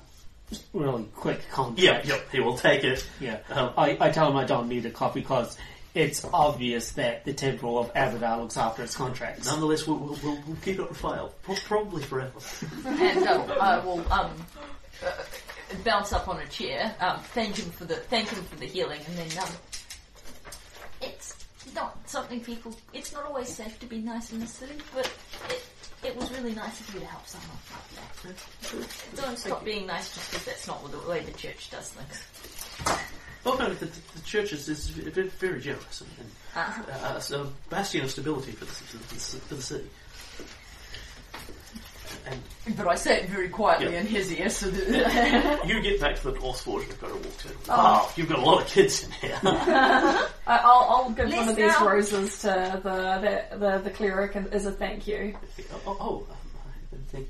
S6: really quick
S1: Yeah,
S6: contract.
S1: yep, he will take it.
S6: Yeah.
S1: Um,
S6: I, I tell him I don't need a copy because it's obvious that the Temple of Avatar looks after its contracts.
S1: Nonetheless, we'll, we'll, we'll, we'll keep it on file. Pro- Probably forever.
S3: And uh, I will um, uh, bounce up on a chair, um, thank him for the thank him for the healing, and then um,
S10: It's not something people. It's not always safe to be nice in the city, but it, it was really nice of you to help someone like that.
S3: don't stop being nice just because that's not the way the church does things.
S1: Oh no, the, the the church is, is ve- ve- very generous and, and
S3: Uh,
S1: uh, a bastion of stability for the, for the, for the city. And
S3: but I say it very quietly
S1: Yeah.
S3: in his ear, so that
S1: Yeah. you get back to the North Forge and go to walk to. Wow,
S2: Oh.
S1: you've got a lot of kids in here. Oh,
S2: I, Uh, I'll, I'll give one of these
S3: Listen.
S2: roses to the the, the, the cleric and- as a thank you.
S1: oh, oh, I didn't think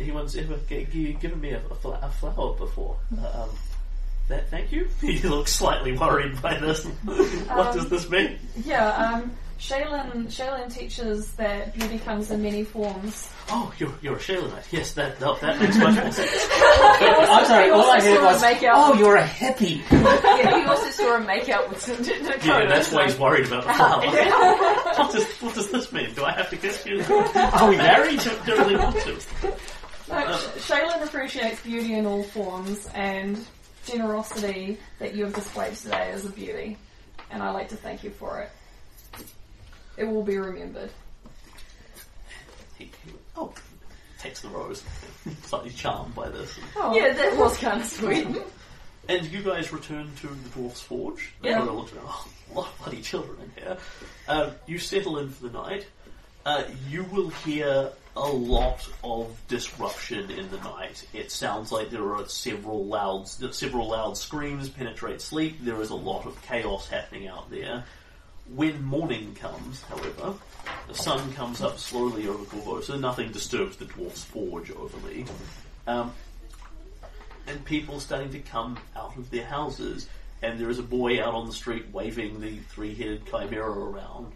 S1: anyone's ever g- g- given me a, a, fl- a flower before. Uh, um, that, thank you. he looks slightly worried by this. what does
S2: Um,
S1: this mean?
S2: Yeah, um, Shaylin, Shaylin teaches that beauty comes in many forms.
S1: Oh, you're, you're a Shaylite. Yes, that, no, that makes much more sense.
S15: I'm sorry,
S8: we
S15: all I
S8: also
S15: heard
S8: saw a
S15: was,
S8: makeout.
S15: oh, you're a hippie.
S8: yeah, you also saw him make out with some Dakota.
S1: Yeah, that's why he's worried about the flower.
S8: Yeah.
S1: what, does, what does this mean? Do I have to kiss you?
S15: Are we married?
S1: I don't really want to.
S2: No, Sh- Shaylin appreciates beauty in all forms, and generosity that you have displayed today is a beauty, and I like to thank you for it. It will be remembered.
S1: He, he, oh, takes the rose. Slightly charmed by this.
S2: Oh.
S8: Yeah, that was kind of sweet.
S1: And you guys return to the Dwarf's Forge.
S8: Yeah.
S1: Everyone looks around, oh, a lot of bloody children in here. Um, you settle in for the night. Uh, you will hear a lot of disruption in the night. It sounds like there are several loud, several loud screams penetrate sleep. There is a lot of chaos happening out there. When morning comes, however, the sun comes up slowly over Corvosa. Nothing disturbs the Dwarf's Forge overly. Um, and people starting to come out of their houses. And there is a boy out on the street waving the three-headed chimera around.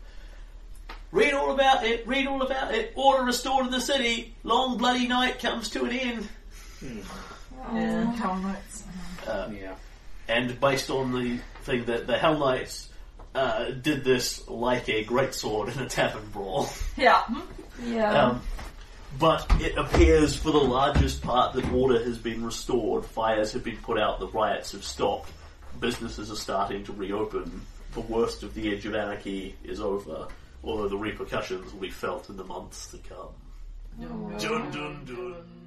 S1: Read all about it. Read all about it. Order restored in the city. Long bloody night comes to an end.
S4: Oh,
S17: Yeah. Hell nights.
S1: Uh, And based on the thing that the Hell Knights uh, did this like a greatsword in a tavern brawl.
S8: Yeah.
S29: Yeah.
S1: Um, but it appears for the largest part that order has been restored, fires have been put out, the riots have stopped, businesses are starting to reopen, the worst of the Edge of Anarchy is over, although the repercussions will be felt in the months to come. Dun dun dun.